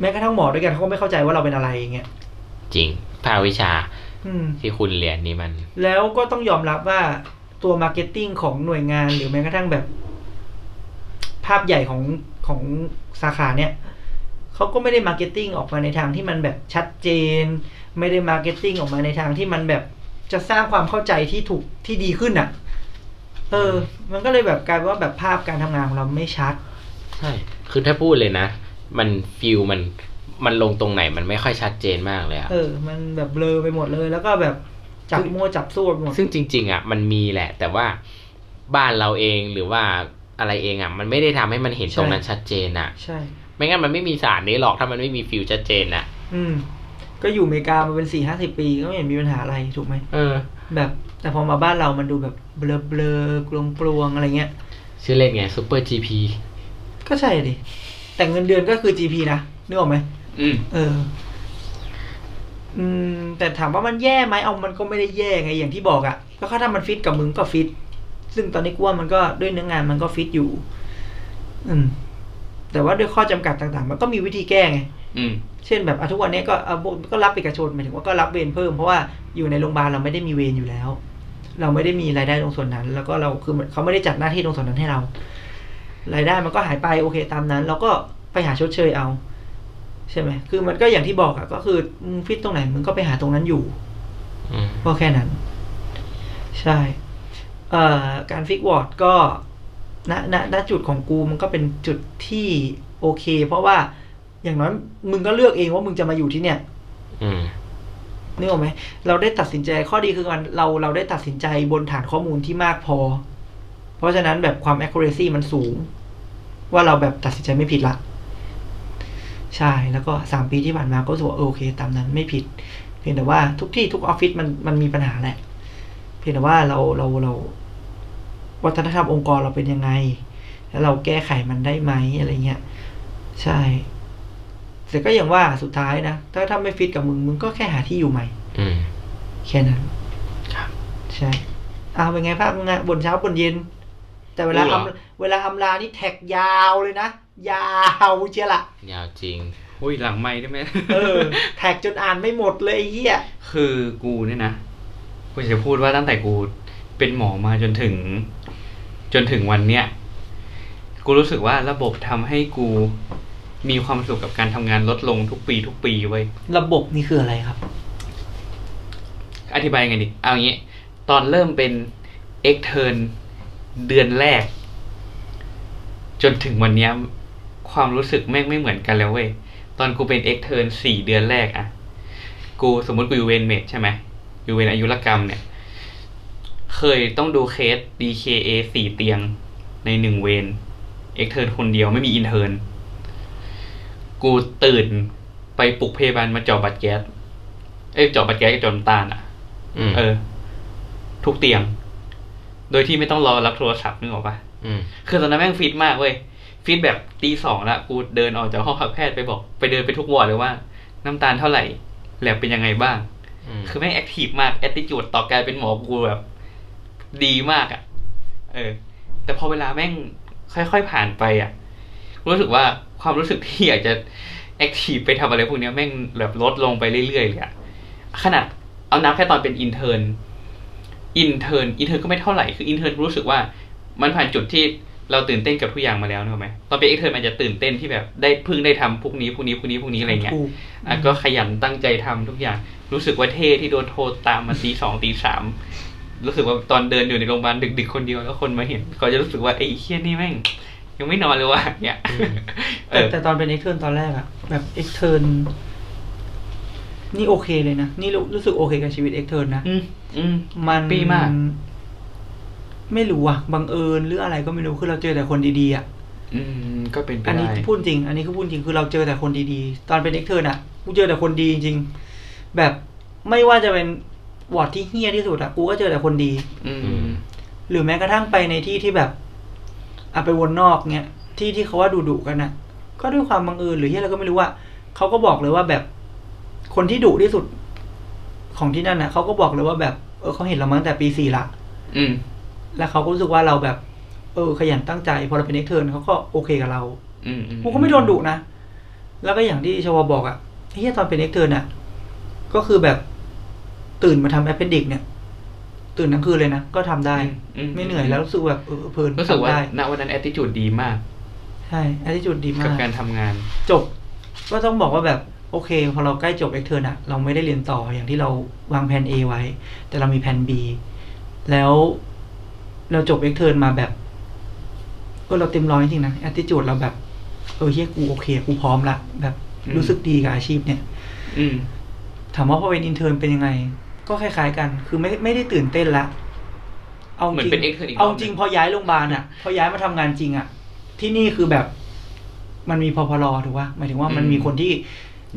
[SPEAKER 2] แม้กระทั่งหมอด้วยกันเขาก็ไม่เข้าใจว่าเราเป็นอะไรอย่างเงี้ย
[SPEAKER 3] จริง ภาควิชา
[SPEAKER 2] อืม
[SPEAKER 3] ที่คุณเรียนนี่มัน
[SPEAKER 2] แล้วก็ต้องยอมรับว่าตัวมาร์เก็ตติ้งของหน่วยงานหรือแม้กระทั่งแบบ ภาพใหญ่ของของสาขาเนี่ยเขาก็ไม่ได้มาร์เก็ตติ้งออกมาในทางที่มันแบบชัดเจน ไม่ได้มาร์เก็ตติ้งออกมาในทางที่มันแบบจะสร้างความเข้าใจที่ถูกที่ดีขึ้นอ่ะ เออ มันก็เลยแบบกลายเป็นว่าแบบภาพการทำงานของเราไม่ชัด
[SPEAKER 3] ใช่ คือถ้าพูดเลยนะ มันฟิลมัน มันลงตรงไหนมันไม่ค่อยชัดเจนมากเลยอะ
[SPEAKER 2] เออ มันแบบเบลอไปหมดเลย แล้วก็แบบจับมั่วจับสู้ไปหมด
[SPEAKER 3] ซึ่งจริง ๆอะมันมีแหละ แต่ว่าบ้านเราเองหรือว่าอะไรเองอะมันไม่ได้ทำให้มันเห็นตรงนั้นชัดเจนอะ
[SPEAKER 2] ใช่
[SPEAKER 3] ไม่งั้นมันไม่มีศาสตร์นี้หรอกถ้ามันไม่มีฟิลชัดเจนอะ
[SPEAKER 2] อืม ก็อยู่อเมริกามาเป็นสี่ห้าสิบปีก็ไม่เห็นมีปัญหาอะไรถูกไหม
[SPEAKER 3] เออ
[SPEAKER 2] แบบแต่พอมาบ้านเรามันดูแบบเบลอเบลอกลวงๆอะไรเงี้ย
[SPEAKER 3] ชื่อเล่นไงซูเปอร์จีพี
[SPEAKER 2] ก็ใช่ดิ แต่เงินเดือนก็คือ GP นะนึกออกไหม
[SPEAKER 1] อืม
[SPEAKER 2] เออ อืม แต่ถามว่ามันแย่ไหมเอามันก็ไม่ได้แย่ไงอย่างที่บอกอะ่ะก็ถ้ามันฟิตกับมึงก็ฟิต ซึ่งตอนนี้กูว่ามันก็ด้วยเนื้องงานมันก็ฟิตอยู่ อืม แต่ว่าด้วยข้อจำกัดต่างๆ มันก็มีวิธีแก้ไง
[SPEAKER 1] อืม
[SPEAKER 2] เช่นแบบอ่ะทุกวันนี้ก็เอาก็รับเอกชนหมายถึงว่าก็รับเวรเพิ่มเพราะว่าอยู่ในโรงพยาบาลเราไม่ได้มีเวรอยู่แล้ว เราไม่ได้มีรายได้ตรงส่วนนั้น แล้วก็เราคือเขาไม่ได้จัดหน้าที่ตรงส่วนนั้นให้เรา รายได้มันก็หายไปโอเคตามนั้น เราก็ไปหาชดเชยเอา ใช่ไหมคือมันก็อย่างที่บอกอะก็คือมึงฟิตตรงไหนมึงก็ไปหาตรงนั้นอยู่
[SPEAKER 3] อืม
[SPEAKER 2] ก็แค่นั้น ใช่เอ่อการฟิกวอร์ดก็ณณณจุดของกูมันก็เป็นจุดที่โอเค เพราะว่าอย่างน้อยมึงก็เลือกเองว่ามึงจะมาอยู่ที่เนี่ย
[SPEAKER 3] อืม
[SPEAKER 2] นึกออกไหมเราได้ตัดสินใจข้อดีคือมันเราเราได้ตัดสินใจบนฐานข้อมูลที่มากพอ เพราะฉะนั้นแบบความ accuracy มันสูง ว่าเราแบบตัดสินใจไม่ผิดละ ใช่แล้วก็สามปีที่ผ่านมาก็รู้สึกว่าเออโอเค ตามนั้นไม่ผิด เพียงแต่ว่าทุกที่ทุกออฟฟิศมันมันมีปัญหาแหละ เพียงแต่ว่าเราเราเรา วัฒนธรรมองค์กรเราเป็นยังไง แล้วเราแก้ไขมันได้ไหมอะไรเงี้ยใช่แต่ก็อย่างว่าสุดท้ายนะ ถ้าถ้าไม่ฟิตกับมึง มึงก็แค่หาที่อยู่ใหม่
[SPEAKER 3] อืม
[SPEAKER 2] แค่นั้น
[SPEAKER 3] ครับ
[SPEAKER 2] ใช่เอาเป็นไงภาพมึงอะบนเช้าบนเย็น แต่เวลา
[SPEAKER 3] อู้เหรอ
[SPEAKER 2] อำเวลาอำลานี่แท็กยาวเลยนะ ยาวเชียละ
[SPEAKER 3] ยาวจริง
[SPEAKER 1] อุ้ยหลังไม่ได้ ไหม
[SPEAKER 2] เออ แท็กจนอ่านไม่หมดเลยไอ้เหี้ย
[SPEAKER 1] คือกูเนี่ยนะ กูจะพูดว่าตั้งแต่กูเป็นหมอมาจนถึง จนถึงวันเนี้ย กูรู้สึกว่าระบบทำให้กูมีความสุขกับการทำงานลดลงทุกปีทุกปีเว้ย
[SPEAKER 2] ระบบนี่คืออะไรครับ
[SPEAKER 1] อธิบายไงดิ เอางี้ ตอนเริ่มเป็นเอ็กเทิร์นเดือนแรก จนถึงวันเนี้ยความรู้สึกแม่งไม่เหมือนกันแล้วเว้ย ตอนกูเป็นเอ็กเทิร์นสี่เดือนแรกอะกูสมมติกูอยู่เวนเมดใช่ไหมอยู่เวนอายุรกรรมเนี่ย เคยต้องดูเคส DKA สี่เตียงในหนึ่งเวนเอ็กเทิร์นคนเดียวไม่มีอินเทิร์นกูตื่นไปปลุกพยาบาลมาเจาะบัตรแก๊ส เอ้ยเจาะบัตรแก๊สกับเจาะน้ำตาลอะ
[SPEAKER 3] อืม
[SPEAKER 1] เออ ทุกเตียง โดยที่ไม่ต้องรอรับโทรศัพท์นึกออกปะ
[SPEAKER 3] อืม
[SPEAKER 1] คือตอนนั้นแม่งฟิตมากเว้ยฟิตแบบตีสองละกูเดินออกจากห้องพักแพทย์ไปบอก ไปเดินไปทุกวอร์ดเลยว่า น้ำตาลเท่าไหร่ แลบเป็นยังไงบ้าง
[SPEAKER 3] อืม
[SPEAKER 1] คือแม่งแอคทีฟมากแอ t ติจูดต่อการเป็นหมอกูแบบ ดีมากอะ่ะ เออ แต่พอเวลาแม่งค่อยๆผ่านไปอะ่ะ รู้สึกว่าความรู้สึกที่อยากจะแอคทีฟไปทำอะไรพวกเนี้ยแม่งแบบลดลงไปเรื่อยๆเลยอะขนาดเอานับแค่ตอนเป็นอินเทอร์นอินเทอร์นอินเทอร์ก็ไม่เท่าไหร่คืออินเทอร์นรู้สึกว่า มันผ่านจุดที่เราตื่นเต้นกับทุกอย่างมาแล้วนึกออกไหมตอนเป็นเอ็กเทอร์นมันจะตื่นเต้นที่แบบได้เพิ่งได้ทำพวกนี้พวกนี้พวกนี้พวกนี้อะไรเงี้ย
[SPEAKER 2] ถูก
[SPEAKER 1] อ่ะก็ขยันตั้งใจทำทุกอย่าง รู้สึกว่าเท่ที่โดนโทรตามมาตีสองตี สามรู้สึกว่าตอนเดินอยู่ในโรงพยาบาลดึกๆคนเดียวแล้วคนมาเห็นเขาจะรู้สึกว่าไอ้เคียนี่แม่ง ยังไม่นอนเลยว่ะเนี่ย เอ
[SPEAKER 2] แต่
[SPEAKER 1] อ
[SPEAKER 2] แต่ตอนเป็นเอ็กเทิร์นตอนแรกอะแบบเอ็กเทิร์นนี่โอเคเลยนะ นี่รู้รู้สึกโอเคกับชีวิตเอ็กเทิร์นนะ
[SPEAKER 1] อืมอืม
[SPEAKER 2] มัน
[SPEAKER 1] ปี้มาก
[SPEAKER 2] ไม่รู้อะบังเอิญหรืออะไรก็ไม่รู้คือเราเจอแต่คนดีๆอะ
[SPEAKER 1] อืมก็เป็นไป
[SPEAKER 2] อันนี้
[SPEAKER 1] ได้
[SPEAKER 2] พูดจริง อันนี้คือพูดจริงคือเราเจอแต่คนดีๆ ตอนเป็นเอ็กเทิร์นอะกูเจอแต่คนดีจริงๆแบบไม่ว่าจะเป็นวอร์ดที่เฮี้ยที่สุดอะกูก็เจอแต่คนดี
[SPEAKER 1] อืม
[SPEAKER 2] หรือแม้กระทั่งไปในที่ที่แบบอะไปวนนอกเนี้ยที่ที่เขาว่าดุดุๆกันน่ะ ก็ด้วยความบังเอิญหรือที่อะไรก็ไม่รู้ว่าเขาก็บอกเลยว่าแบบ คนที่ดุที่สุดของที่นั่นน่ะเขาก็บอกเลยว่าแบบเออเขาเห็นเรามาตั้งแต่ปีสี่ละ
[SPEAKER 1] อืม
[SPEAKER 2] แล้วเขาก็รู้สึกว่าเราแบบ เออ ขยันตั้งใจพอเราเป็นเอ็กเทิร์นเขาก็โอเคกับเรา
[SPEAKER 1] อืมอื
[SPEAKER 2] กูก็ไม่โดนดุนะ แล้วก็อย่างที่ชวบอกอะเฮียตอนเป็นเอ็กเทิร์นอะก็คือแบบตื่นมาทำแอปเพนดิกเนี่ย ตื่นทั้งคืนเลยนะ ก็ทำได้
[SPEAKER 1] อืม
[SPEAKER 2] ไม่เหนื่อยแล้วรู้สึกแบบเออเพลิน
[SPEAKER 1] รู้สึกว่า
[SPEAKER 2] ทำได้
[SPEAKER 1] ณวันนั้นแอ t ติจูดดีมาก
[SPEAKER 2] ใช่อันที่จุดดีมา
[SPEAKER 1] กับ
[SPEAKER 2] ก
[SPEAKER 1] การทำงาน
[SPEAKER 2] จบ ก็ต้องบอกว่าแบบ โอเค พอเราใกล้จบเอ็กเทอร์นอะเราไม่ได้เรียนต่ออย่างที่เราวางแผน A ไว้ แต่เรามีแผน B แล้วเราจบเอ็กเทอร์นมาแบบเออเราเต็มร้อยจริงๆนะแอตติจูดเราแบบ เออเฮียกูโอเค กูพร้อมละแบบ
[SPEAKER 1] อืม
[SPEAKER 2] รู้สึกดีกับอาชีพเนี่ย
[SPEAKER 1] อืม
[SPEAKER 2] ถามว่าพอเป็นอินเทอร์นเป็นยังไง ก็คล้ายๆกัน คือไม่ไม่ได้ตื่นเต้นละ เอาจ
[SPEAKER 1] เหมือ
[SPEAKER 2] ริ
[SPEAKER 1] น
[SPEAKER 2] ง
[SPEAKER 1] เป็น intern อีกรอบ
[SPEAKER 2] เอาจริงพอย้ายโรงพยาบาลอ่ะ พอย้ายมาทำงานจริงอ่ะ ที่นี่คือแบบ มันมีพอพรอถูกป่ะหมายถึงว่ามัน
[SPEAKER 1] อืม
[SPEAKER 2] มีคนที่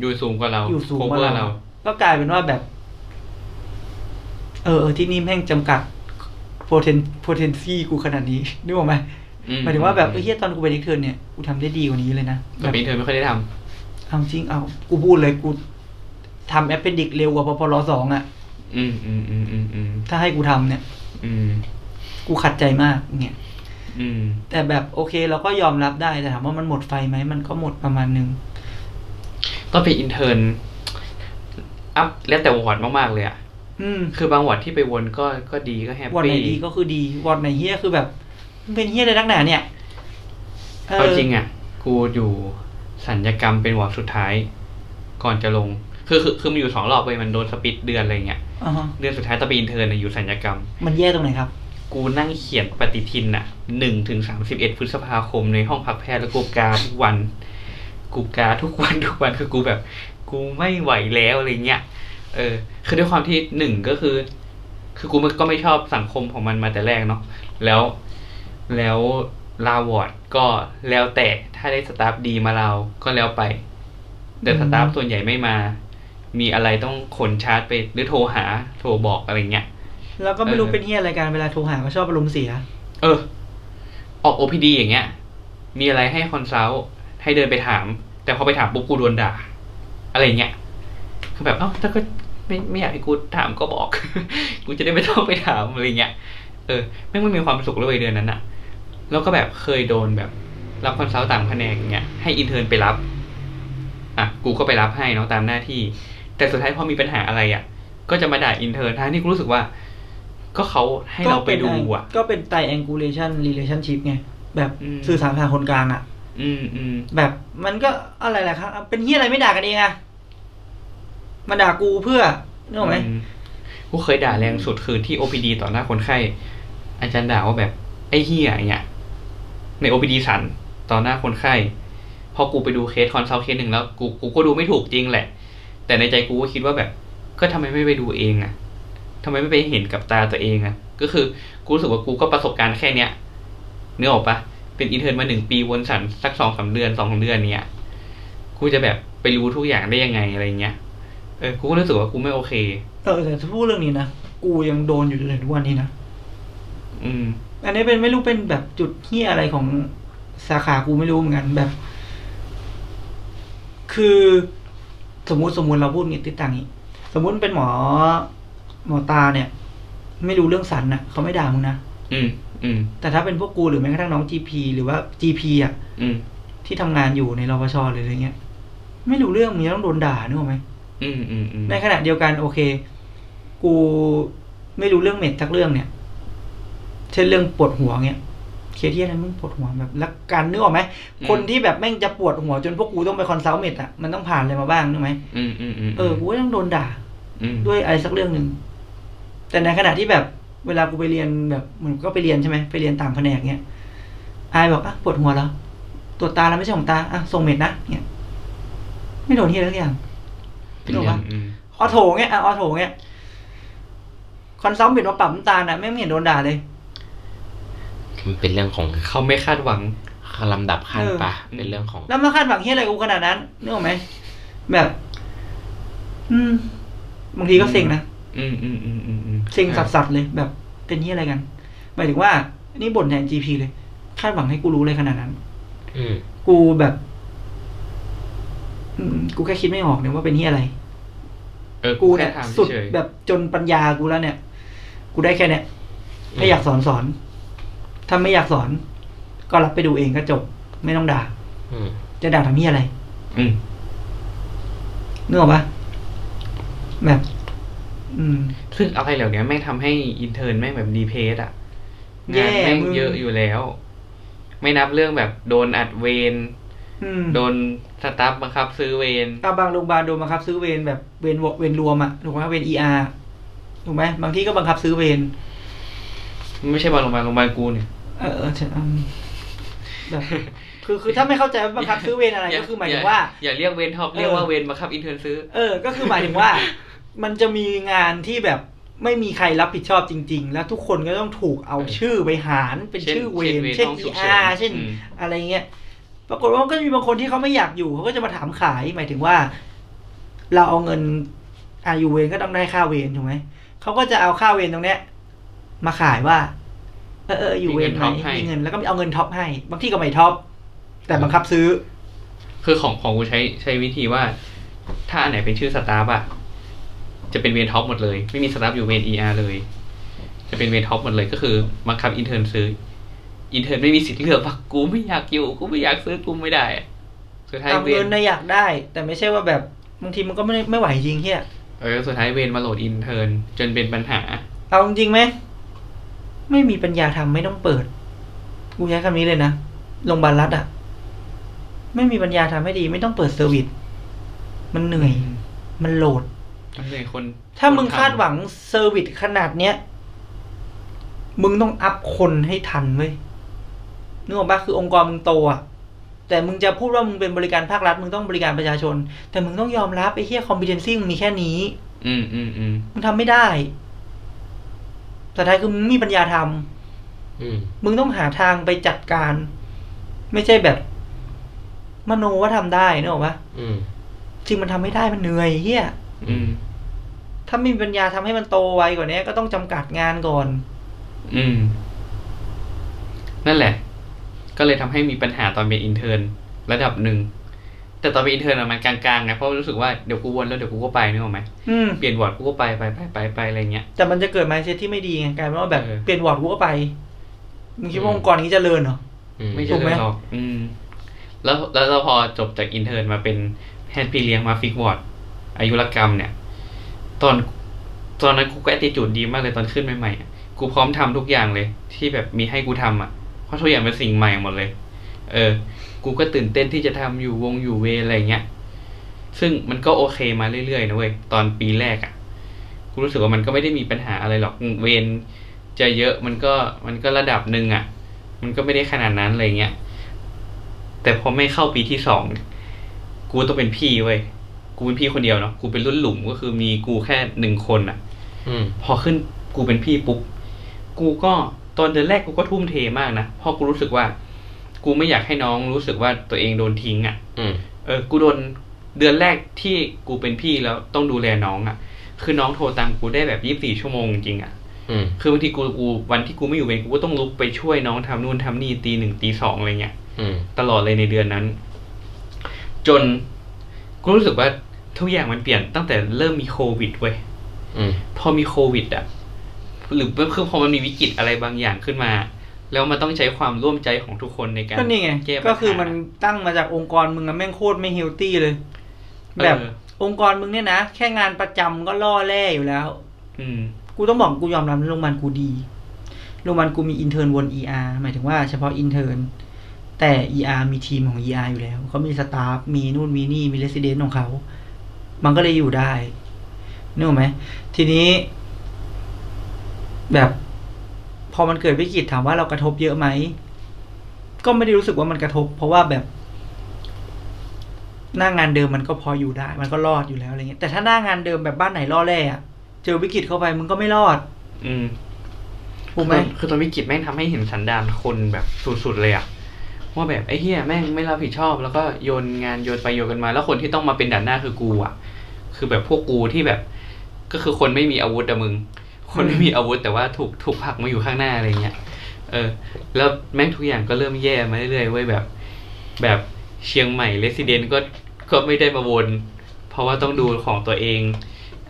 [SPEAKER 1] อยู่สูงกว่าเรา
[SPEAKER 2] อยู่สูงกว่า
[SPEAKER 1] cover
[SPEAKER 2] เรา ก็กลายเป็นว่าแบบ เออเออที่นี่แม่งจำกัด poten potency กูขนาดนี้ นึกออกไหม
[SPEAKER 1] อื
[SPEAKER 2] หมายถึงว่าแบบเอ
[SPEAKER 1] อื
[SPEAKER 2] อ
[SPEAKER 1] ม
[SPEAKER 2] เฮียตอนกูเป็นเอกเทอร์นเนี่ยกูทำได้ดีกว่านี้เลยนะ
[SPEAKER 1] แต่
[SPEAKER 2] แบบ
[SPEAKER 1] เป็นเธอไม่ค่อยได้ทำ
[SPEAKER 2] เอาจริงเอา กูพูดเลยกูทำแอปเปนดิกเร็วกว่าพอพรอสองอ่ะ
[SPEAKER 1] อืมอืมอืมอืมอืม
[SPEAKER 2] ถ้าให้กูทำเนี่ย
[SPEAKER 1] อืม
[SPEAKER 2] กูขัดใจมากเนี่ย
[SPEAKER 1] อืม
[SPEAKER 2] แต่แบบโอเคเราก็ยอมรับได้แต่ถามว่ามันหมดไฟไหมมันก็หมดประมาณนึง
[SPEAKER 1] ตอนเป็นอินเทอร์นอัพแล้วแต่วอร์ดมากๆเลยอะ
[SPEAKER 2] อืม
[SPEAKER 1] คือบางวอร์ดที่ไปวนก็ก็ดีก็แฮป
[SPEAKER 2] วอดไหน
[SPEAKER 1] ปี้
[SPEAKER 2] ดีก็คือดีวอดไหนเฮี้ยคือแบบมันเป็นเฮี้ยอะไรนักหนาเนี่ย
[SPEAKER 1] เอาจริงอะกูอยู่สัญญกรรมเป็นวอร์ดสุดท้าย ก่อนจะลง คือคือคือมันอยู่สองรอบไปมันโดนสปิดเดือนอะไรเงี้ย
[SPEAKER 2] อ่าฮะ
[SPEAKER 1] เดือนสุดท้ายตอนเป็นอินเทอร์นอะอยู่สัญญกรรม
[SPEAKER 2] มันแย่ตรงไหนครับ
[SPEAKER 1] กูนั่งเขียนปฏิทินอะหนึ่งถึงสามสิบเอ็ดพฤษภาคมในห้องพักแพทย์แล้วกูกาทุกวัน กูกาทุกวัน ทุกวันคือกูแบบ กูไม่ไหวแล้วอะไรเงี้ย เออ คือด้วยความที่หนึ่งก็คือ คือกูมันก็ไม่ชอบสังคมของมันมาแต่แรกเนาะ แล้ว แล้วลาวอร์ดก็แล้วแต่ถ้าได้สตาฟดีมาเราก็แล้วไป แต่
[SPEAKER 2] อืม
[SPEAKER 1] สตาฟส่วนใหญ่ไม่มา มีอะไรต้องขนชาร์จไปหรือโทรหาโทรบอกอะไรเงี้ย
[SPEAKER 2] แล้วก็ไม่รู้
[SPEAKER 1] เออ
[SPEAKER 2] เป็นเฮี้ยอะไรกันเวลาโทรหาก็ชอบอารมณ์เสีย
[SPEAKER 1] เออ ออก OPD อย่างเงี้ย มีอะไรให้คอนซัลท์ให้เดินไปถาม แต่พอไปถามปุ๊บกูโดนด่า อะไรเงี้ย คือแบบ เอ้า ถ้าก็ไม่ไม่อยากให้กูถามก็บอก กูจะได้ไม่ต้องไปถามอะไรเงี้ย เออ ไม่งไม่มีความสุขเลยเว้ยเดือนนั้นอะแล้วก็แบบเคยโดนแบบ รับคอนซัลท์ต่างแผนกอย่างเงี้ย ให้อินเทอร์นไปรับ อ่ะ กูก็ไปรับให้เนาะตามหน้าที่ แต่สุดท้ายพอมีปัญหาอะไรอะก็จะมาด่าอินเทอร์นทั้งที่กูรู้สึกว่า ก็เขาให้เราไปดูอะ
[SPEAKER 2] ก็เป็นไตแองกูเลชันรีเลชันชิพไงแบบ
[SPEAKER 1] อืม
[SPEAKER 2] สื่อสารผ่านคนกลางอ่ะ
[SPEAKER 1] อืมอืม
[SPEAKER 2] แบบมันก็อะไรแหละครับ เป็นเฮี้ยอะไรไม่ด่ากันเองอะมาด่ากูเพื่อนึกออกไหม
[SPEAKER 1] อืมกูเคยด่าแรงสุดคือที่ OPD ต่อหน้าคนไข้ อาจารย์ด่าว่าแบบ ไอ้เหี้ยอย่างเงี้ย ใน OPD สันต่อหน้าคนไข้ พอกูไปดูเคสคอนซัลท์เคสหนึ่งแล้ว กูกูก็ดูไม่ถูกจริงแหละ แต่ในใจกูก็คิดว่าแบบ ก็ทำไมไม่ไปดูเองอะทำไมไม่ไปเห็นกับตาตัวเองอะก็คือกูรู้สึกว่ากูก็ประสบการณ์แค่เนี้ยเนื้อออกปะเป็นอินเทอร์นมาหนึ่งปีวนสันสักสองสามเดือนสองสามเดือนเนี้ยกูจะแบบไปรู้ทุกอย่างได้ยังไงอะไรเงี้ยเออกูก็รู้สึกว่ากูไม่โอเค
[SPEAKER 2] เออแต่ถ้าพูดเรื่องนี้นะ กูยังโดนอยู่จนถึงทุกวันนี้นะ
[SPEAKER 1] อืม
[SPEAKER 2] อันนี้เป็นไม่รู้เป็นแบบจุดเฮี้ยอะไรของสาขากูไม่รู้เหมือนกันแบบ คือสมมติสมมติเราพูดงี้ติดต่างนี้ สมมติเป็นหมอ หมอตาเนี่ย ไม่รู้เรื่องสันนะเขาไม่ด่ามึงนะ
[SPEAKER 1] อืม อืม
[SPEAKER 2] แต่ถ้าเป็นพวกกูหรือแม้กระทั่งน้อง GP หรือว่า GP อ่ะ
[SPEAKER 1] อืม
[SPEAKER 2] ที่ทำงานอยู่ในรปชหรืออะไรเงี้ย ไม่รู้เรื่องมึงจะต้องโดนด่านึกออกไหม
[SPEAKER 1] อืม อืม อืม
[SPEAKER 2] ในขณะเดียวกันโอเค กูไม่รู้เรื่องเม็ดสักเรื่องเนี่ย เช่นเรื่องปวดหัวเนี่ยเคสที่อะไรมึงปวดหัวแบบแล้วการนึกออกไหม
[SPEAKER 1] อืม
[SPEAKER 2] คนที่แบบแม่งจะปวดหัวจนพวกกูต้องไปคอนซัลท์เม็ดอ่ะมันต้องผ่านอะไรมาบ้างนึกไหม
[SPEAKER 1] อืม อืม อืม
[SPEAKER 2] เออกูก็ต้องโดนด่า
[SPEAKER 1] อืม
[SPEAKER 2] ด้วยอะไรสักเรื่องหนึ่งแต่ในขณะที่แบบเวลากูไปเรียนแบบเหมือนก็ไปเรียนใช่ไหมไปเรียนต่างแผนกเนี่ยไอายบอกอ่ะปวดหัวเหรอตรวจตาแล้วไม่ใช่ของตาอ่ะส่งเม็ดนะเนี่ยไม่โดนที่อะไรสักอย่าง
[SPEAKER 1] เป็นอย่างนั้นอืม
[SPEAKER 2] ออโถเงี้ยอ่ะออโถเงี้ยคอนซัมบิดมาปรับน้ำตาลน่ะไม่งไม่เห็นโดนด่าเลย
[SPEAKER 3] มันเป็นเรื่องของ
[SPEAKER 1] เขาไม่คาดหวัง
[SPEAKER 3] ลำดับขั้น
[SPEAKER 2] เออ
[SPEAKER 3] ปะเป็นเรื่องของ
[SPEAKER 2] แล้วมาคาดหวังเฮียอะไรกูขนาดนั้นนึกออกไหมแบบ อืมบางทีก็เซ็งนะ
[SPEAKER 1] อืม อืม อืม อืมอืม
[SPEAKER 2] เซ็งสับๆเลย แบบเป็นเฮียอะไรกันหมายถึงว่า นี่บ่นแทน GP เลย คาดหวังให้กูรู้เลยขนาดนั้น
[SPEAKER 3] อืม
[SPEAKER 2] กูแบบ อืม กูแค่คิดไม่ออกเนี่ยว่าเป็นเฮียอะไร
[SPEAKER 1] เออ กู
[SPEAKER 2] กู
[SPEAKER 1] แค่
[SPEAKER 2] เนี่ย
[SPEAKER 1] ถาม
[SPEAKER 2] สุด
[SPEAKER 1] เฉยๆ
[SPEAKER 2] แบบจนปัญญากูแล้วเนี่ย กูได้แค่เนี้ยถ้าอยากสอนสอน ถ้าไม่อยากสอน ก็รับไปดูเองก็จบ ไม่ต้องด่า
[SPEAKER 3] อืม
[SPEAKER 2] จะด่าทำเหี้ยอะไร
[SPEAKER 1] อืม
[SPEAKER 2] นึกออกปะแบบอืม
[SPEAKER 1] ซึ่งอะไรเหล่านี้แม่งทำให้อินเทอร์นแม่งแบบดีเพสอะงาน
[SPEAKER 2] แย่
[SPEAKER 1] แม่ง
[SPEAKER 2] มึง
[SPEAKER 1] เยอะอยู่แล้ว ไม่นับเรื่องแบบโดนอัดเวร
[SPEAKER 2] อืม
[SPEAKER 1] โดนสตาฟบังคับซื้อเวร
[SPEAKER 2] เอาบางโรงพยาบาลโดนบังคับซื้อเวรแบบเวรวเวรรวมอะถูกไหมเวรเออาร์ถูกไหมบางที่ก็บังคับซื้อเวร
[SPEAKER 1] ไม่ใช่บางโรงพยาบาลโรงพยาบาลกูเนี่ย
[SPEAKER 2] เออเออใช่อืมแบบคือคือถ้าไม่เข้าใจว่าบังคับซื้อเวรอะไรก็คือหมายถึงว่า
[SPEAKER 1] อย่าเรียกเวรท็อปเรียกว่าเวรบังคับอินเทอร์นซื้อ
[SPEAKER 2] เออ ก็คือหมายถึงว่า มันจะมีงานที่แบบไม่มีใครรับผิดชอบจริง ๆ แล้วทุกคนก็ต้องถูกเอา
[SPEAKER 1] เออ
[SPEAKER 2] ชื่อไปหารเป็น
[SPEAKER 1] เช่น
[SPEAKER 2] ชื่อเวร
[SPEAKER 1] เช่
[SPEAKER 2] เช่น
[SPEAKER 1] นเวรห้อง
[SPEAKER 2] เอ
[SPEAKER 1] ฉุกเฉิ
[SPEAKER 2] อาน เช่น
[SPEAKER 1] อืม
[SPEAKER 2] อะไรเงี้ย ปรากฏว่ามันก็มีบางคนที่เขาไม่อยากอยู่เขาก็จะมาถามขาย หมายถึงว่า เราเอาเงินอาอยู่เวรก็ต้องได้ค่าเวรถูกไหมเขาก็จะเอาค่าเวรตรงเนี้ย มาขายว่า เออเอออยู่เวรไหนมีเงินแล้วก็เอาเงินท็อปให้ บางที่ก็ไม่ท็อปแต่บังคับซื้อ
[SPEAKER 1] คือของของกูใช้ใช้วิธีว่า ถ้าอันไหนเป็นชื่อสตาฟอะจะเป็นเวรท็อปหมดเลย ไม่มีสตาฟอยู่เวรเออาร์เลย จะเป็นเวรท็อปหมดเลยก็คือบังคับอินเทอร์นซื้ออินเทอร์นไม่มีสิทธิ์เลือก ว่ากูไม่อยากอยู่กูไม่อยากซื้อกูไม่ได้อะสุดท้าย
[SPEAKER 2] เอา
[SPEAKER 1] เว
[SPEAKER 2] เงิ
[SPEAKER 1] ร
[SPEAKER 2] นนะอยากได้ แต่ไม่ใช่ว่าแบบบางทีมันก็ไม่ได้ไม่ไหวจริงเฮีย
[SPEAKER 1] เออสุดท้ายเวรมาโหลดอินเทอร์นจนเป็นปัญหา
[SPEAKER 2] เอาจริงไหมไม่มีปัญญาทำไม่ต้องเปิดกูใช้คำนี้เลยนะโรงพยาบาลรัฐอ่ะ ไม่มีปัญญาทำให้ดี ไม่ต้องเปิดเซอร์วิสมันเหนื่อย มันโหลด
[SPEAKER 1] ทำให้คน
[SPEAKER 2] ถ้ามึง
[SPEAKER 1] นทำ
[SPEAKER 2] คาดหวังเซอร์วิสขนาดเนี้ย มึงต้องอัพคนให้ทันเว้ยนึกออกปะคือองค์กรมึงโตอะแต่มึงจะพูดว่ามึงเป็นบริการภาครัฐ มึงต้องบริการประชาชน แต่มึงต้องยอมรับไอ้เหี้ยคอมพิเทนซีมึงมีแค่นี้
[SPEAKER 1] อืมอืมอืม
[SPEAKER 2] มึงทำไม่ได้ แต่ท้ายคือมึงไม่มีปัญญาทำ
[SPEAKER 3] อืม
[SPEAKER 2] มึงต้องหาทางไปจัดการ ไม่ใช่แบบ มโนว่าทำได้นึกออกปะ
[SPEAKER 3] อืม
[SPEAKER 2] จริงมันทำไม่ได้มันเหนื่อยเฮีย
[SPEAKER 1] อืม
[SPEAKER 2] ถ้าไม่มีปัญญาทำให้มันโตไวกว่านี้ก็ต้องจำกัดงานก่อน
[SPEAKER 1] อืมนั่นแหละ ก็เลยทำให้มีปัญหาตอนเป็นอินเทอร์นระดับหนึ่ง แต่ตอนเป็นอินเทอร์นอะมันกลางๆไงเพราะรู้สึกว่าเดี๋ยวกูวนแล้วเดี๋ยวกูก็ไปนึกออกไหม
[SPEAKER 2] อืม
[SPEAKER 1] เปลี่ยนวอร์ดกูก็ไปไปไปไปไปอะไรเงี้ย
[SPEAKER 2] แต่มันจะเกิด mindset ที่ไม่ดีไงกลายเป็นว่าแบบ
[SPEAKER 1] เออ
[SPEAKER 2] เปลี่ยนวอร์ดกูก็ไป มึงคิดว่า
[SPEAKER 3] อืม
[SPEAKER 2] องค์กรนี้เจะเลินเหรอ
[SPEAKER 3] อืม
[SPEAKER 1] ไม่
[SPEAKER 2] ถู
[SPEAKER 1] ใช่
[SPEAKER 2] กไหม
[SPEAKER 1] เลยหรอกอืม แล้วแล้วเราพอจบจากอินเทอร์นมาเป็นแพทย์พี่เลี้ยงมาฟิกวอร์ดอายุรกรรมเนี่ย ตอนตอนนั้นกูก็แอติจูดดีมากเลยตอนขึ้นใหม่ๆอะกูพร้อมทำทุกอย่างเลย ที่แบบมีให้กูทำอ่ะเพราะทุกอย่างเป็นสิ่งใหม่หมดเลย เออ กูก็ตื่นเต้นที่จะทำอยู่วงอยู่เวรอะไรเงี้ย ซึ่งมันก็โอเคมาเรื่อยๆนะเว้ยตอนปีแรกอ่ะ กูรู้สึกว่ามันก็ไม่ได้มีปัญหาอะไรหรอกเวรจะเยอะมันก็มันก็ระดับหนึ่งอ่ะ มันก็ไม่ได้ขนาดนั้นอะไรเงี้ย แต่พอไม่เข้าปีที่สอง กูต้องเป็นพี่เว้ย กูเป็นพี่คนเดียวเนาะ กูเป็นรุ่นหลุมก็คือมีกูแค่หนึ่งคนอะ
[SPEAKER 3] อืม
[SPEAKER 1] พอขึ้นกูเป็นพี่ปุ๊บ กูก็ตอนเดือนแรกกูก็ทุ่มเทมากนะ เพราะกูรู้สึกว่า กูไม่อยากให้น้องรู้สึกว่าตัวเองโดนทิ้งอะ
[SPEAKER 3] อืม
[SPEAKER 1] เออ กูโดนเดือนแรกที่กูเป็นพี่แล้วต้องดูแลน้องอะคือน้องโทรตามกูได้แบบยี่สิบสี่ชั่วโมงจริงอะ
[SPEAKER 3] อืม
[SPEAKER 1] คือบางทีกูกูวันที่กูไม่อยู่เวรกูก็ต้องลุกไปช่วยน้องทำนู่นทำนี่ตีหนึ่งตีสองอะไรเงี้ย
[SPEAKER 3] อืม
[SPEAKER 1] ตลอดเลยในเดือนนั้น จนกูรู้สึกว่าทุกอย่างมันเปลี่ยนตั้งแต่เริ่มมีโควิดเว้ย
[SPEAKER 3] อืม
[SPEAKER 1] พอมีโควิดอะหรือเพิ่มพอมันมีวิกฤตอะไรบางอย่างขึ้นมา แล้วมันต้องใช้ความร่วมใจของทุกคนในการ
[SPEAKER 2] ก็นี่ไง
[SPEAKER 1] แก้ปัญหา
[SPEAKER 2] ก็คือมันตั้งมาจากองค์กรมึงอะแม่งโคตรไม่เฮลตี้เลย แบบ
[SPEAKER 1] เออ
[SPEAKER 2] องค์กรมึงเนี่ยนะแค่งานประจำก็ล่อแร่อยู่แล้ว
[SPEAKER 1] อืม
[SPEAKER 2] กูต้องบอกกูยอมรับโรงพยาบาลกูดี โรงพยาบาลกูมีอินเทอร์นวน ER หมายถึงว่าเฉพาะอินเทอร์นแต่ ER มีทีมของ ER อยู่แล้วเขามีสตาฟมีนู่นมีนี่มีเรส i เดนต์ของเขา มันก็เลยอยู่ได้นึกออกไหม ทีนี้ แบบ พอมันเกิดวิกฤตถามว่าเรากระทบเยอะไหม ก็ไม่ได้รู้สึกว่ามันกระทบ เพราะว่าแบบ หน้างานเดิมมันก็พออยู่ได้ มันก็รอดอยู่แล้วอะไรเงี้ยแต่ถ้าหน้างานเดิมแบบบ้านไหนล่อแร่อะเจอวิกฤตเข้าไปมึงก็ไม่รอด
[SPEAKER 1] อืม
[SPEAKER 2] ถูกไหม
[SPEAKER 1] คือคือตอนวิกฤตแม่งทำให้เห็นสันดานคนแบบสุดๆเลยอะว่าแบบไอ้เฮียแม่งไม่รับผิดชอบ แล้วก็โยนงานโยนไปโยนกันมา แล้วคนที่ต้องมาเป็นด่านหน้าคือกูอะคือแบบพวกกูที่แบบ ก็คือคนไม่มีอาวุธอะมึง คนไม่มีอาวุธแต่ว่าถูกถูกผลักมาอยู่ข้างหน้าอะไรเงี้ยเออ แล้วแม่งทุกอย่างก็เริ่มแย่มาเรื่อยๆเว้ยแบบ แบบเชียงใหม่เรส i เดนก็ก็ไม่ได้มาวน เพราะว่าต้องดูของตัวเอง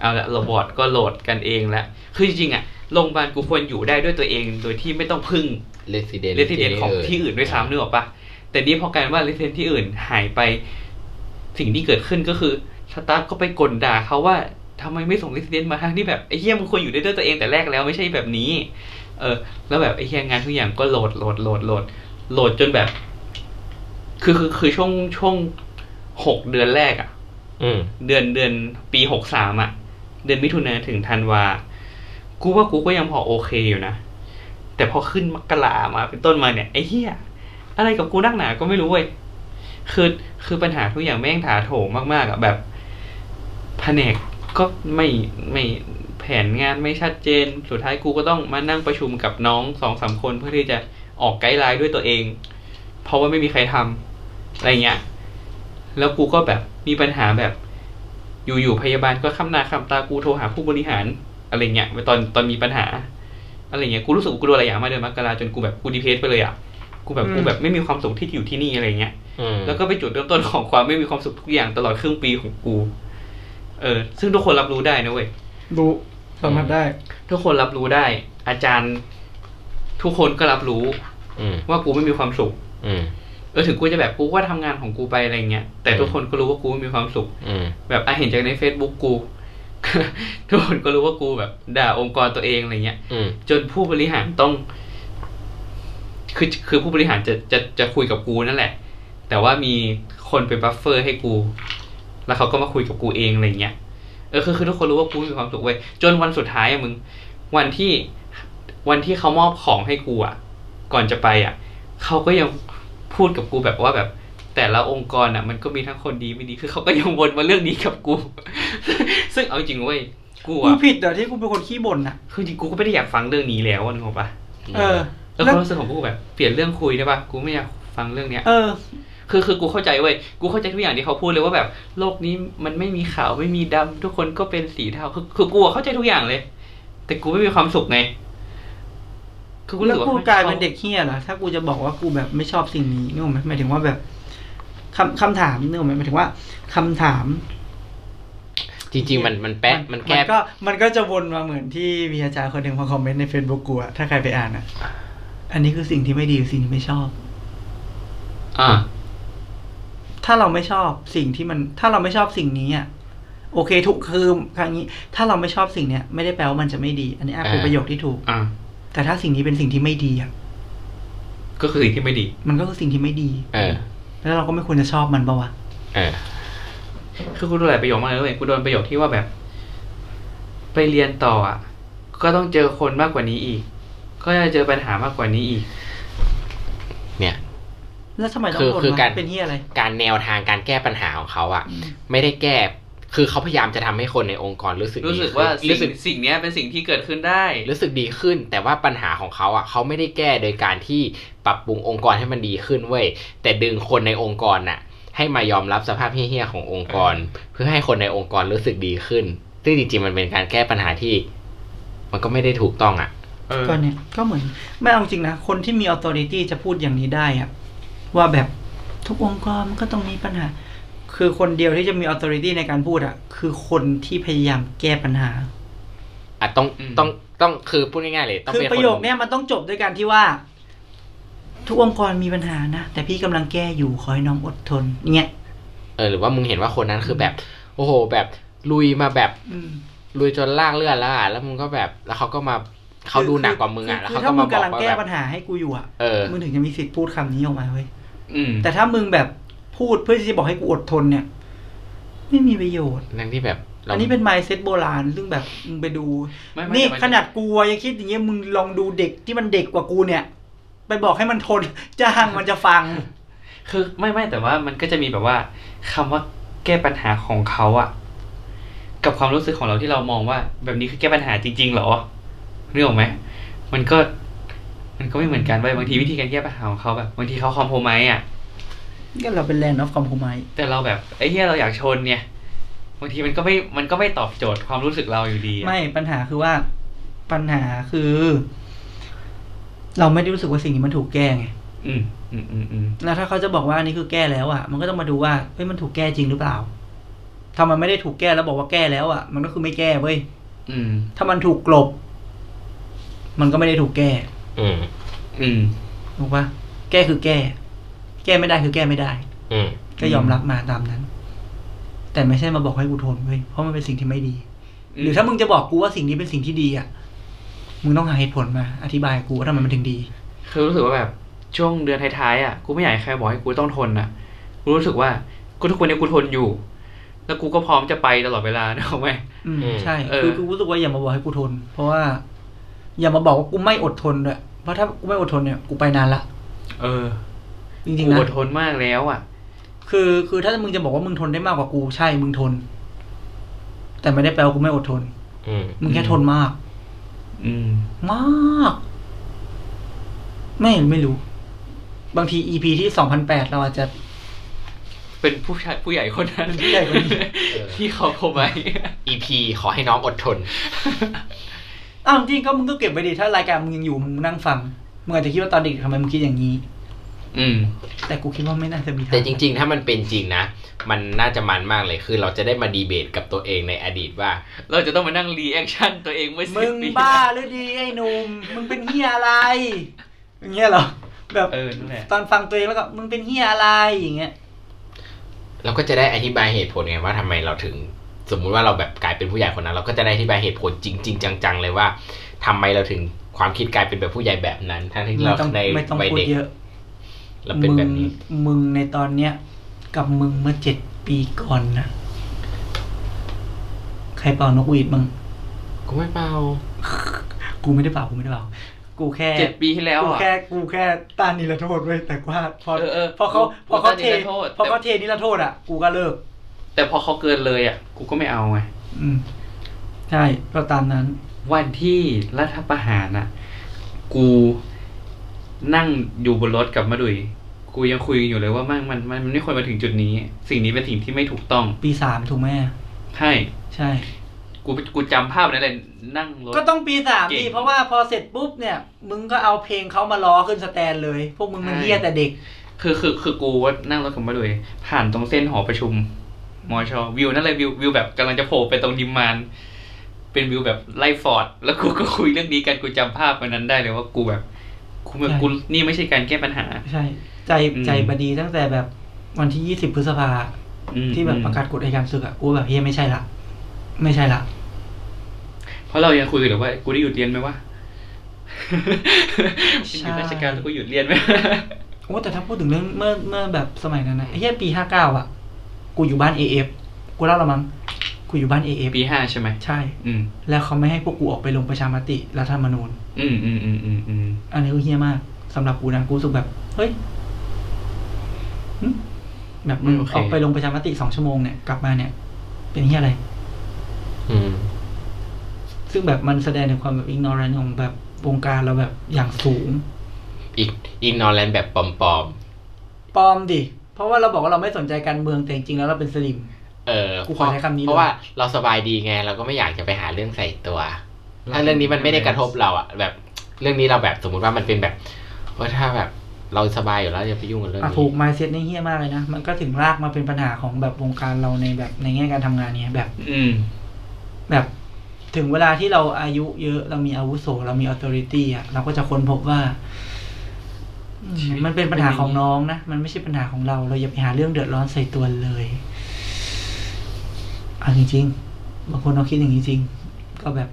[SPEAKER 1] เอาละระบอดก็โหลดกันเองละคือจริงๆอะโรงพยาบาลกูควรอยู่ได้ด้วยตัวเอง โดยที่ไม่ต้องพึ่ง
[SPEAKER 3] resident
[SPEAKER 1] เรส i เดนของที่อื่นด้วยซ้ำนึกออกปะแต่นี่พอกลารว่าเรส i เดนที่อื่นหายไป สิ่งที่เกิดขึ้นก็คือ สตาฟก็ไปกลด่าเขาว่าทำไมไม่ส่ง r e ส i เดนต์มาทั้งที่แบบไอ้เหี้ยมันควรอยู่ได้ด้วยตัวเองแต่แรกแล้วไม่ใช่แบบนี้ เออ แล้วแบบไอ้เหี้ยงานทุกอย่างก็โหลดโหลดโหลดโหลดโหลดจนแบบ คือคือคือช่วงช่วงหกเดือนแรกอะ
[SPEAKER 3] อืม
[SPEAKER 1] เดือนเดือนปีหกสามอ่ะ เดือนมิถุนาถึงธันวา กูว่ากูก็ยังพอโอเคอยู่นะ แต่พอขึ้นมกรามาเป็นต้นมาเนี่ยไอ้เหี้ยอะไรกับกูนักหนาก็ไม่รู้เว้ยคือคือปัญหาทุกอย่างแม่งถาโถมมากๆอ่ะแบบ แผนกก็ไม่ไม่แผนงานไม่ชัดเจน สุดท้ายกูก็ต้องมานั่งประชุมกับน้องสองสามคนเพื่อที่จะออกไกด์ไลน์ด้วยตัวเอง เพราะว่าไม่มีใครทำอะไรเงี้ย แล้วกูก็แบบมีปัญหาแบบ อยู่ๆพยาบาลก็ข้ามหน้าข้ามตากูโทรหาผู้บริหาร อะไรเงี้ยตอนตอนมีปัญหา อะไรเงี้ยกูรู้สึกว่ากูโดนอะไรอย่างมาเดือนมกราจนกูแบบกูดีเพรสไปเลยอ่ะกูแบบกูแบบไม่มีความสุขที่อยู่ที่นี่อะไรเงี้ย
[SPEAKER 3] อืม
[SPEAKER 1] แล้วก็เป็นจุดเริ่มต้นของความไม่มีความสุขทุกอย่างตลอดครึ่งปีของกู เออ ซึ่งทุกคนรับรู้ได้นะเว้ย
[SPEAKER 2] รู้สัมผัสได้
[SPEAKER 1] ทุกคนรับรู้ได้ อาจารย์ ทุกคนก็รับรู้
[SPEAKER 3] อืม
[SPEAKER 1] ว่ากูไม่มีความสุข
[SPEAKER 3] อืม
[SPEAKER 1] เออถึงกูจะแบบกูก็ทำงานของกูไปอะไรเงี้ย แต่ทุกคนก็รู้ว่ากูไม่มีความสุข
[SPEAKER 3] อืม
[SPEAKER 1] แบบอ่ะเห็นจากใน Facebook กู ทุกคนก็รู้ว่ากูแบบ ด่าองค์กรตัวเองอะไรเงี้ย
[SPEAKER 3] อืม
[SPEAKER 1] จนผู้บริหารต้อง คือคือผู้บริหารจะจะจะคุยกับกูนั่นแหละ แต่ว่ามีคนไปบัฟเฟอร์ให้กู แล้วเขาก็มาคุยกับกูเองอะไรเงี้ย เออคือคือทุกคนรู้ว่ากูมีความสุขเว้ยจนวันสุดท้ายอะมึง วันที่วันที่เขามอบของให้กูอะก่อนจะไปอะเขาก็ยังพูดกับกูแบบว่าแบบ แต่ละองค์กรอะมันก็มีทั้งคนดีไม่ดี คือเขาก็ยังวนมาเรื่องนี้กับกู ซึ่งเอาจริงเว้ยกู
[SPEAKER 2] กู
[SPEAKER 1] อะ
[SPEAKER 2] ผิดเหรอที่กูเป็นคนขี้บ่นนะ
[SPEAKER 1] คือจริงกูก็ไม่ได้อยากฟังเรื่องนี้แล้วอะนึกออกปะ
[SPEAKER 2] เออ
[SPEAKER 1] แล้ว
[SPEAKER 2] แล้
[SPEAKER 1] คว วามรู้สึกของกูแบบเปลี่ยนเรื่องคุยได้ปะกูไม่อยากฟังเรื่องเนี้ย
[SPEAKER 2] เออ
[SPEAKER 1] คือคือกูเข้าใจเว้ยกูเข้าใจทุกอย่างที่เขาพูดเลยว่าแบบ โลกนี้มันไม่มีขาวไม่มีดำทุกคนก็เป็นสีเทาคือคือกูอะเข้าใจทุกอย่างเลย แต่กูไม่มีความสุขไงคือกูรู้
[SPEAKER 2] แล้ว
[SPEAKER 1] สึว่า
[SPEAKER 2] กู
[SPEAKER 1] มัน
[SPEAKER 2] กลายเป็นเด็กเฮี้ยเหรอถ้ากูจะบอกว่ากูแบบไม่ชอบสิ่งนี้นึกออกไหมหมายถึงว่าแบบคำคำถามนึกออกไหมหมายถึงว่าคำถาม
[SPEAKER 3] จริง ๆ มันมันแป๊ะมันแค่
[SPEAKER 2] มันก็มันก็จะวนมาเหมือนที่มีอาจารย์คนหนึ่งมาคอมเมนต์ใน Facebook กูอะถ้าใครไปอ่านอะอันนี้คือสิ่งที่ไม่ดีหรือสิ่งที่ไม่ชอบ
[SPEAKER 1] อ่า
[SPEAKER 2] ถ้าเราไม่ชอบสิ่งที่มัน ถ้าเราไม่ชอบสิ่งนี้อะโอเคถูกคือครั้งนี้ ถ้าเราไม่ชอบสิ่งเนี้ยไม่ได้แปลว่ามันจะไม่ดี อันนี้อ่ะคือประโยคที่ถูก
[SPEAKER 1] อ่า
[SPEAKER 2] แต่ถ้าสิ่งนี้เป็นสิ่งที่ไม่ดีอะ
[SPEAKER 1] ก็คือสิ่งที่ไม่ดี
[SPEAKER 2] มันก็คือสิ่งที่ไม่ดี
[SPEAKER 3] เออ
[SPEAKER 2] แล้วเราก็ไม่ควรจะชอบมันปะวะ
[SPEAKER 3] เออ
[SPEAKER 1] คือกูโดนหลายประโยคมากเลยเว้ยกูโดนประโยคที่ว่าแบบ ไปเรียนต่ออ่ะ ก็ต้องเจอคนมากกว่านี้อีก ก็จะเจอปัญหามากกว่านี้อีก
[SPEAKER 3] เนี่ย
[SPEAKER 2] แล้วทำไมต้อ
[SPEAKER 3] คื
[SPEAKER 2] ง
[SPEAKER 3] อ
[SPEAKER 2] บ่น
[SPEAKER 3] คือ
[SPEAKER 2] วะ
[SPEAKER 3] การ
[SPEAKER 2] เป็นเฮียอะไร
[SPEAKER 3] การแนวทางการแก้ปัญหาของเขาอะไม่ได้แก้ คือเขาพยายามจะทำให้คนในองค์กรรู้สึก
[SPEAKER 1] รู้สึก
[SPEAKER 3] ดีขึ้น
[SPEAKER 1] ว่าสิ่
[SPEAKER 3] รู้
[SPEAKER 1] ง
[SPEAKER 3] สึก
[SPEAKER 1] สิ่งเนี้ยเป็นสิ่งที่เกิดขึ้นได้
[SPEAKER 3] รู้สึกดีขึ้น แต่ว่าปัญหาของเขาอะเขาไม่ได้แก้โดยการที่ปรับปรุงองค์กรให้มันดีขึ้นเว้ยแต่ดึงคนในองค์กรน่ะ ให้มายอมรับสภาพเฮี้ยๆขององค์กร เพื่อให้คนในองค์กรรู้สึกดีขึ้น ซึ่งจริงๆมันเป็นการแก้ปัญหาที่ มันก็ไม่ได้ถูกต้องอะ
[SPEAKER 1] เออ
[SPEAKER 2] ก็เนี่ยก็เหมือนไม่เอาจริงนะ คนที่มีอ t ต o r i t y จะพูดอย่างนี้ได้อะว่าแบบทุกองค์กรมันก็ต้องมีปัญหา คือคนเดียวที่จะมีอ t ต o r i t y ในการพูดอะคือคนที่พยายามแก้ปัญหา
[SPEAKER 3] อ่ะต้องต้องต้องคือพูดง่ายๆเลย ต้อง
[SPEAKER 2] คือ
[SPEAKER 3] เป็น
[SPEAKER 2] ประ
[SPEAKER 3] ค
[SPEAKER 2] โยคน เนี้ยมันต้องจบด้วยการที่ว่า ทุกองค์กรมีปัญหานะ แต่พี่กำลังแก้อยู่ขอให้น้องอดทนเงี้ย
[SPEAKER 3] เออหรือว่ามึงเห็นว่าคนนั้นคือแบบ โอ้โห แบบลุยมาแบบ
[SPEAKER 2] อืม
[SPEAKER 3] ลุยจนลากเลือดแล้วอ่ะแล้วมึงก็แบบแล้วเขาก็มาเขาดูหนักกว่ามึงอ่ะแล้ว
[SPEAKER 2] คื
[SPEAKER 3] เขา
[SPEAKER 2] อ
[SPEAKER 3] ก็
[SPEAKER 2] ถ้ามึ
[SPEAKER 3] มางบอก
[SPEAKER 2] กำลัง
[SPEAKER 3] ว่า
[SPEAKER 2] แก้
[SPEAKER 3] แบบ
[SPEAKER 2] ปัญหาให้กูอยู่อะ
[SPEAKER 3] เออ
[SPEAKER 2] มึงถึงจะมีสิทธิ์พูดคำนี้ออกมาเว้ย
[SPEAKER 1] อืม
[SPEAKER 2] แต่ถ้ามึงแบบพูดเพื่อที่จะบอกให้กูอดทนเนี่ย ไม่มีประโยชน์
[SPEAKER 3] นั่นที่แบบรา
[SPEAKER 2] อันนี้เป็น mindset โบราณ ซึ่งแบบมึงไปดู
[SPEAKER 1] ไม่ไม่
[SPEAKER 2] นี่
[SPEAKER 1] แต่มั
[SPEAKER 2] ขนาดกลัวยังคิดอย่างเงี้ยมึงลองดูเด็กที่มันเด็กกว่ากูเนี่ย ไปบอกให้มันทน จ้างมันจะ ฟัง
[SPEAKER 1] คือไม่ไม่แต่ว่ามันก็จะมีแบบว่าคำว่าแก้ปัญหาของเขาอะกับความรู้สึกของเราที่เรามองว่า แบบนี้คือแก้ปัญหาจริง ๆ เหรอนึกออกไหมมันก็ มันก็ไม่เหมือนกันเว้ยบางทีวิธีการแก้ปัญหาของเขาแบบบางทีเขาคอมโพมายอะ
[SPEAKER 2] ก็เราเป็น land of compromise
[SPEAKER 1] แต่เราแบบไอ้เหี้ยเราอยากชนเนี่ยบางทีมันก็ไม่มันก็ไม่ตอบโจทย์ความรู้สึกเราอยู่ดีอะ
[SPEAKER 2] ไม่ปัญหาคือว่า ปัญหาคือ เราไม่ได้รู้สึกว่าสิ่งนี้มันถูกแก้ไง
[SPEAKER 1] อืมอืมอืมอืม
[SPEAKER 2] แล้วถ้าเขาจะบอกว่าอันนี้คือแก้แล้วอ่ะ มันก็ต้องมาดูว่าเฮ้ยมันถูกแก้จริงหรือเปล่า ถ้ามันไม่ได้ถูกแก้แล้วบอกว่าแก้แล้วอ่ะ มันก็คือไม่แก้เว้ย
[SPEAKER 1] อืม
[SPEAKER 2] ถ้ามันถูกกลบ มันก็ไม่ได้ถูกแก้
[SPEAKER 3] อืม
[SPEAKER 1] อืม
[SPEAKER 2] ถูกปะแก้คือแก้ แก้ไม่ได้คือแก้ไม่ได้
[SPEAKER 3] อืม
[SPEAKER 2] ก็ยอมรับมาตามนั้น แต่ไม่ใช่มาบอกให้กูทนเว้ยเพราะมันเป็นสิ่งที่ไม่ดี หรือถ้ามึงจะบอกกูว่าสิ่งนี้เป็นสิ่งที่ดีอ่ะมึงต้องหาเหตุผลมา อธิบายกูว่าทำไมมันถึงดี
[SPEAKER 1] คือรู้สึกว่าแบบช่วงเดือนท้ายๆอ่ะกูไม่อยากให้ใครบอกให้กูต้องทนอ่ะกูรู้สึกว่ากูทุกคนเนี่ยกูทนอยู่ แล้วกูก็พร้อมจะไปตลอดเวลา นะเอาไหม
[SPEAKER 2] อืม
[SPEAKER 3] อืม
[SPEAKER 2] ใช่
[SPEAKER 1] เออ
[SPEAKER 2] คือกูรู้สึกว่าอย่ามาบอกให้กูทน เพราะว่า อย่ามาบอกว่ากูไม่อดทนด้วยเพราะถ้ากูไม่อดทนเนี่ยกูไปนานละ
[SPEAKER 1] เออ
[SPEAKER 2] จ
[SPEAKER 1] กู
[SPEAKER 2] ริงๆนะ
[SPEAKER 1] อดทนมากแล้วอ่ะ
[SPEAKER 2] คือคือถ้ามึงจะบอกว่ามึงทนได้มากกว่ากูใช่มึงทน แต่ไม่ได้แปลว่ากูไม่อดทน
[SPEAKER 3] อืม
[SPEAKER 2] มึงแค่
[SPEAKER 1] อืม
[SPEAKER 2] ทนมาก
[SPEAKER 1] อืม
[SPEAKER 2] มาก ไม่ไม่รู้ บางที EP ที่สองพันแปดเราอาจจะ
[SPEAKER 1] เป็นผู้ชายผู้ใหญ่คนนั้น
[SPEAKER 2] ผู้ใหญ่คนนี้
[SPEAKER 3] เออ
[SPEAKER 1] ที่เขาเข้า ไป
[SPEAKER 3] EP ขอให้น้องอดทน
[SPEAKER 2] อ้าวจริงก็มึงก็เก็บไว้ดิถ้ารายการมึงยังอยู่มึงนั่งฟังมึงอาจจะคิดว่าตอนเด็กทำไมมึงคิดอย่างนี้
[SPEAKER 1] อืม
[SPEAKER 2] แต่กูคิดว่าไม่น่าจะมีทาง
[SPEAKER 3] แต่จริง ๆ ถ้ามันเป็นจริงนะ มันน่าจะมันมากเลย คือเราจะได้มาดีเบตกับตัวเองในอดีตว่า
[SPEAKER 1] เราจะต้องมานั่งรีแอคชั่นตัวเองเมื่อสิ
[SPEAKER 2] มึ
[SPEAKER 1] บ
[SPEAKER 2] ง
[SPEAKER 1] ปี
[SPEAKER 2] บ้าหรือดีไอ้หนุ่มมึงเป็นเฮียอะไร อย่างเงี้ยเหรอแบบ
[SPEAKER 1] เออนั่นแหละ
[SPEAKER 2] ตอนฟังตัวเองแล้วก็มึงเป็นเฮียอะไรอย่างเงี้ย
[SPEAKER 3] เราก็จะได้อธิบายเหตุผลไงว่าทำไมเราถึง สมมุติว่าเราแบบกลายเป็นผู้ใหญ่คนนั้น เราก็จะได้อธิบายเหตุผลจริง ๆ จังๆเลยว่าทำไมเราถึงความคิดกลายเป็นแบบผู้ใหญ่แบบนั้น ทั้งที่
[SPEAKER 2] ไม่
[SPEAKER 3] เรา
[SPEAKER 2] ต้อง
[SPEAKER 3] ใน
[SPEAKER 2] ไม่ต้อง
[SPEAKER 3] วัย
[SPEAKER 2] พูด
[SPEAKER 3] เด็ก
[SPEAKER 2] เยอะ
[SPEAKER 3] เราเป็นแบบนี้
[SPEAKER 2] มึงมึงในตอนเนี้ย กับมึงเมื่อเจ็ดปีก่อนนะใครเป่านกหวีดมึง
[SPEAKER 3] กูไม่เป่า
[SPEAKER 2] กูไม่ได้เป่ากูไม่ได้เป่ากูแค่
[SPEAKER 1] เจ็ดปีที่แล้ว
[SPEAKER 2] กู
[SPEAKER 1] อ่ะ
[SPEAKER 2] แค่กูแค่ต้านนิรโทษเว้ยแต่ว่าพอ
[SPEAKER 1] เออเออ
[SPEAKER 2] พอเขา
[SPEAKER 1] กู
[SPEAKER 2] พอเขาเท
[SPEAKER 1] กูต้านนิรโทษ
[SPEAKER 2] พอเขาเทนิรโทษอ่ะกูก็เลิก
[SPEAKER 1] แต่พอเขาเกินเลยอ่ะ กูก็ไม่เอาไง
[SPEAKER 2] อืมใช่ก็ตามนั้น
[SPEAKER 1] วันที่รัฐประหารอ่ะ กูนั่งอยู่บนรถกับมาดุย กูยังคุยกันอยู่เลยว่ามันมันมันมันไม่ควรมาถึงจุดนี้ สิ่งนี้เป็นสิ่งที่ไม่ถูกต้อง
[SPEAKER 2] ปีสามถูกไหม
[SPEAKER 1] ใช่
[SPEAKER 2] ใช่
[SPEAKER 1] กูกูจำภาพนั้นเลยนั่งรถ
[SPEAKER 2] ก็ต้องปีสาม
[SPEAKER 1] เก่ง
[SPEAKER 2] ดิเพราะว่าพอเสร็จปุ๊บเนี่ย มึงก็เอาเพลงเขามาล้อขึ้นสแตนเลย พวกมึงมัน
[SPEAKER 1] ใช่
[SPEAKER 2] เฮี้ยแต่เด็ก
[SPEAKER 1] คือคือคือกูว่านั่งรถกับมาดุย ผ่านตรงเส้นหอประชุมมอชอวิวนั่นเลยวิววิวแบบกำลังจะโผล่ไปตรงนิมมานเป็นวิวแบบไล่ฟอร์ด แล้วกูก็คุยเรื่องนี้กันกูจำภาพวันนั้นได้เลยว่ากูแบบกูแบบ
[SPEAKER 2] ใช่
[SPEAKER 1] กูนี่ไม่ใช่การแก้ปัญหา
[SPEAKER 2] ใช่ ใจ
[SPEAKER 1] อืม
[SPEAKER 2] ใจบดีตั้งแต่แบบวันที่ยี่สิบพฤษภา
[SPEAKER 1] อืม
[SPEAKER 2] ที่แบบประกาศกฎอัยการศึกอะกูแบบเฮียไม่ใช่ละ ไม่ใช่ละ
[SPEAKER 1] เพราะเรายังคุยกันเลยว่า กูได้หยุดเรียนไหมวะอยู่ราชการแล้วกูหยุดเรียนไหม
[SPEAKER 2] โอ้แต่ถ้าพูดถึงเรื่องเมื่อเมื่อแบบสมัยนั้นนะเฮียปีห้าเก้าอะกูอยู่บ้านเอฟกูเล่าและมั้งกูอยู่บ้านเอฟ
[SPEAKER 1] ปีห้าใช่ไหม
[SPEAKER 2] ใช่
[SPEAKER 1] อืม
[SPEAKER 2] แล้วเขาไม่ให้พวกกูออกไปลงประชามติรัฐธรรมนูญ
[SPEAKER 1] อืมอืมอืมอืมอืม
[SPEAKER 2] อันนี้ก็เฮี้ยมากสำหรับกูนะกูรู้สึกแบบ เฮ้ยหึแบบมึงออกไปลงประชามติสองชั่วโมงเนี่ยกลับมาเนี่ย เป็นเฮี้ยอะไร
[SPEAKER 3] อืม
[SPEAKER 2] ซึ่งแบบมันแสดงถึงความแบบอิงนอรันของแบบวงการเราแบบอย่างสูง
[SPEAKER 3] อีกอีกนอนแลนแบบปลอม
[SPEAKER 2] ปลอมดิ เพราะว่าเราบอกว่าเราไม่สนใจการเมืองแต่จริงๆแล้วเราเป็นสลิม
[SPEAKER 3] ๆ เออ
[SPEAKER 2] กูขอใช้คำนี้เลย
[SPEAKER 3] เพราะว่าเราสบายดีไง เราก็ไม่อยากจะไปหาเรื่องใส่ตัว ถ้าเรื่องนี้มันไม่ได้กระทบเราอะแบบ เรื่องนี้เราแบบสมมุติว่ามันเป็นแบบว่าถ้าแบบเราสบายอยู่แล้วอย่าไปยุ่งกับเรื่อง
[SPEAKER 2] อ่ะ
[SPEAKER 3] นี้
[SPEAKER 2] ถูกไมเซ็ตนี่เฮี้ยมากเลยนะ มันก็ถึงลากมาเป็นปัญหาของแบบวงการเราในแบบในแง่การทำงานเนี่ยแบบ
[SPEAKER 1] อืม
[SPEAKER 2] แบบถึงเวลาที่เราอายุเยอะเรามีอาวุโสเรามีออ t h ริตี้อ่ะ เราก็จะค้นพบว่าอืม
[SPEAKER 1] ชีวิต
[SPEAKER 2] มันเป็นปัญหาของน้องนะ มันไม่ใช่ปัญหาของเรา เราอย่าไปหาเรื่องเดือดร้อนใส่ตัวเลยเอาจริงๆบางคนเราคิดอย่างนี้จริง ก็แบบ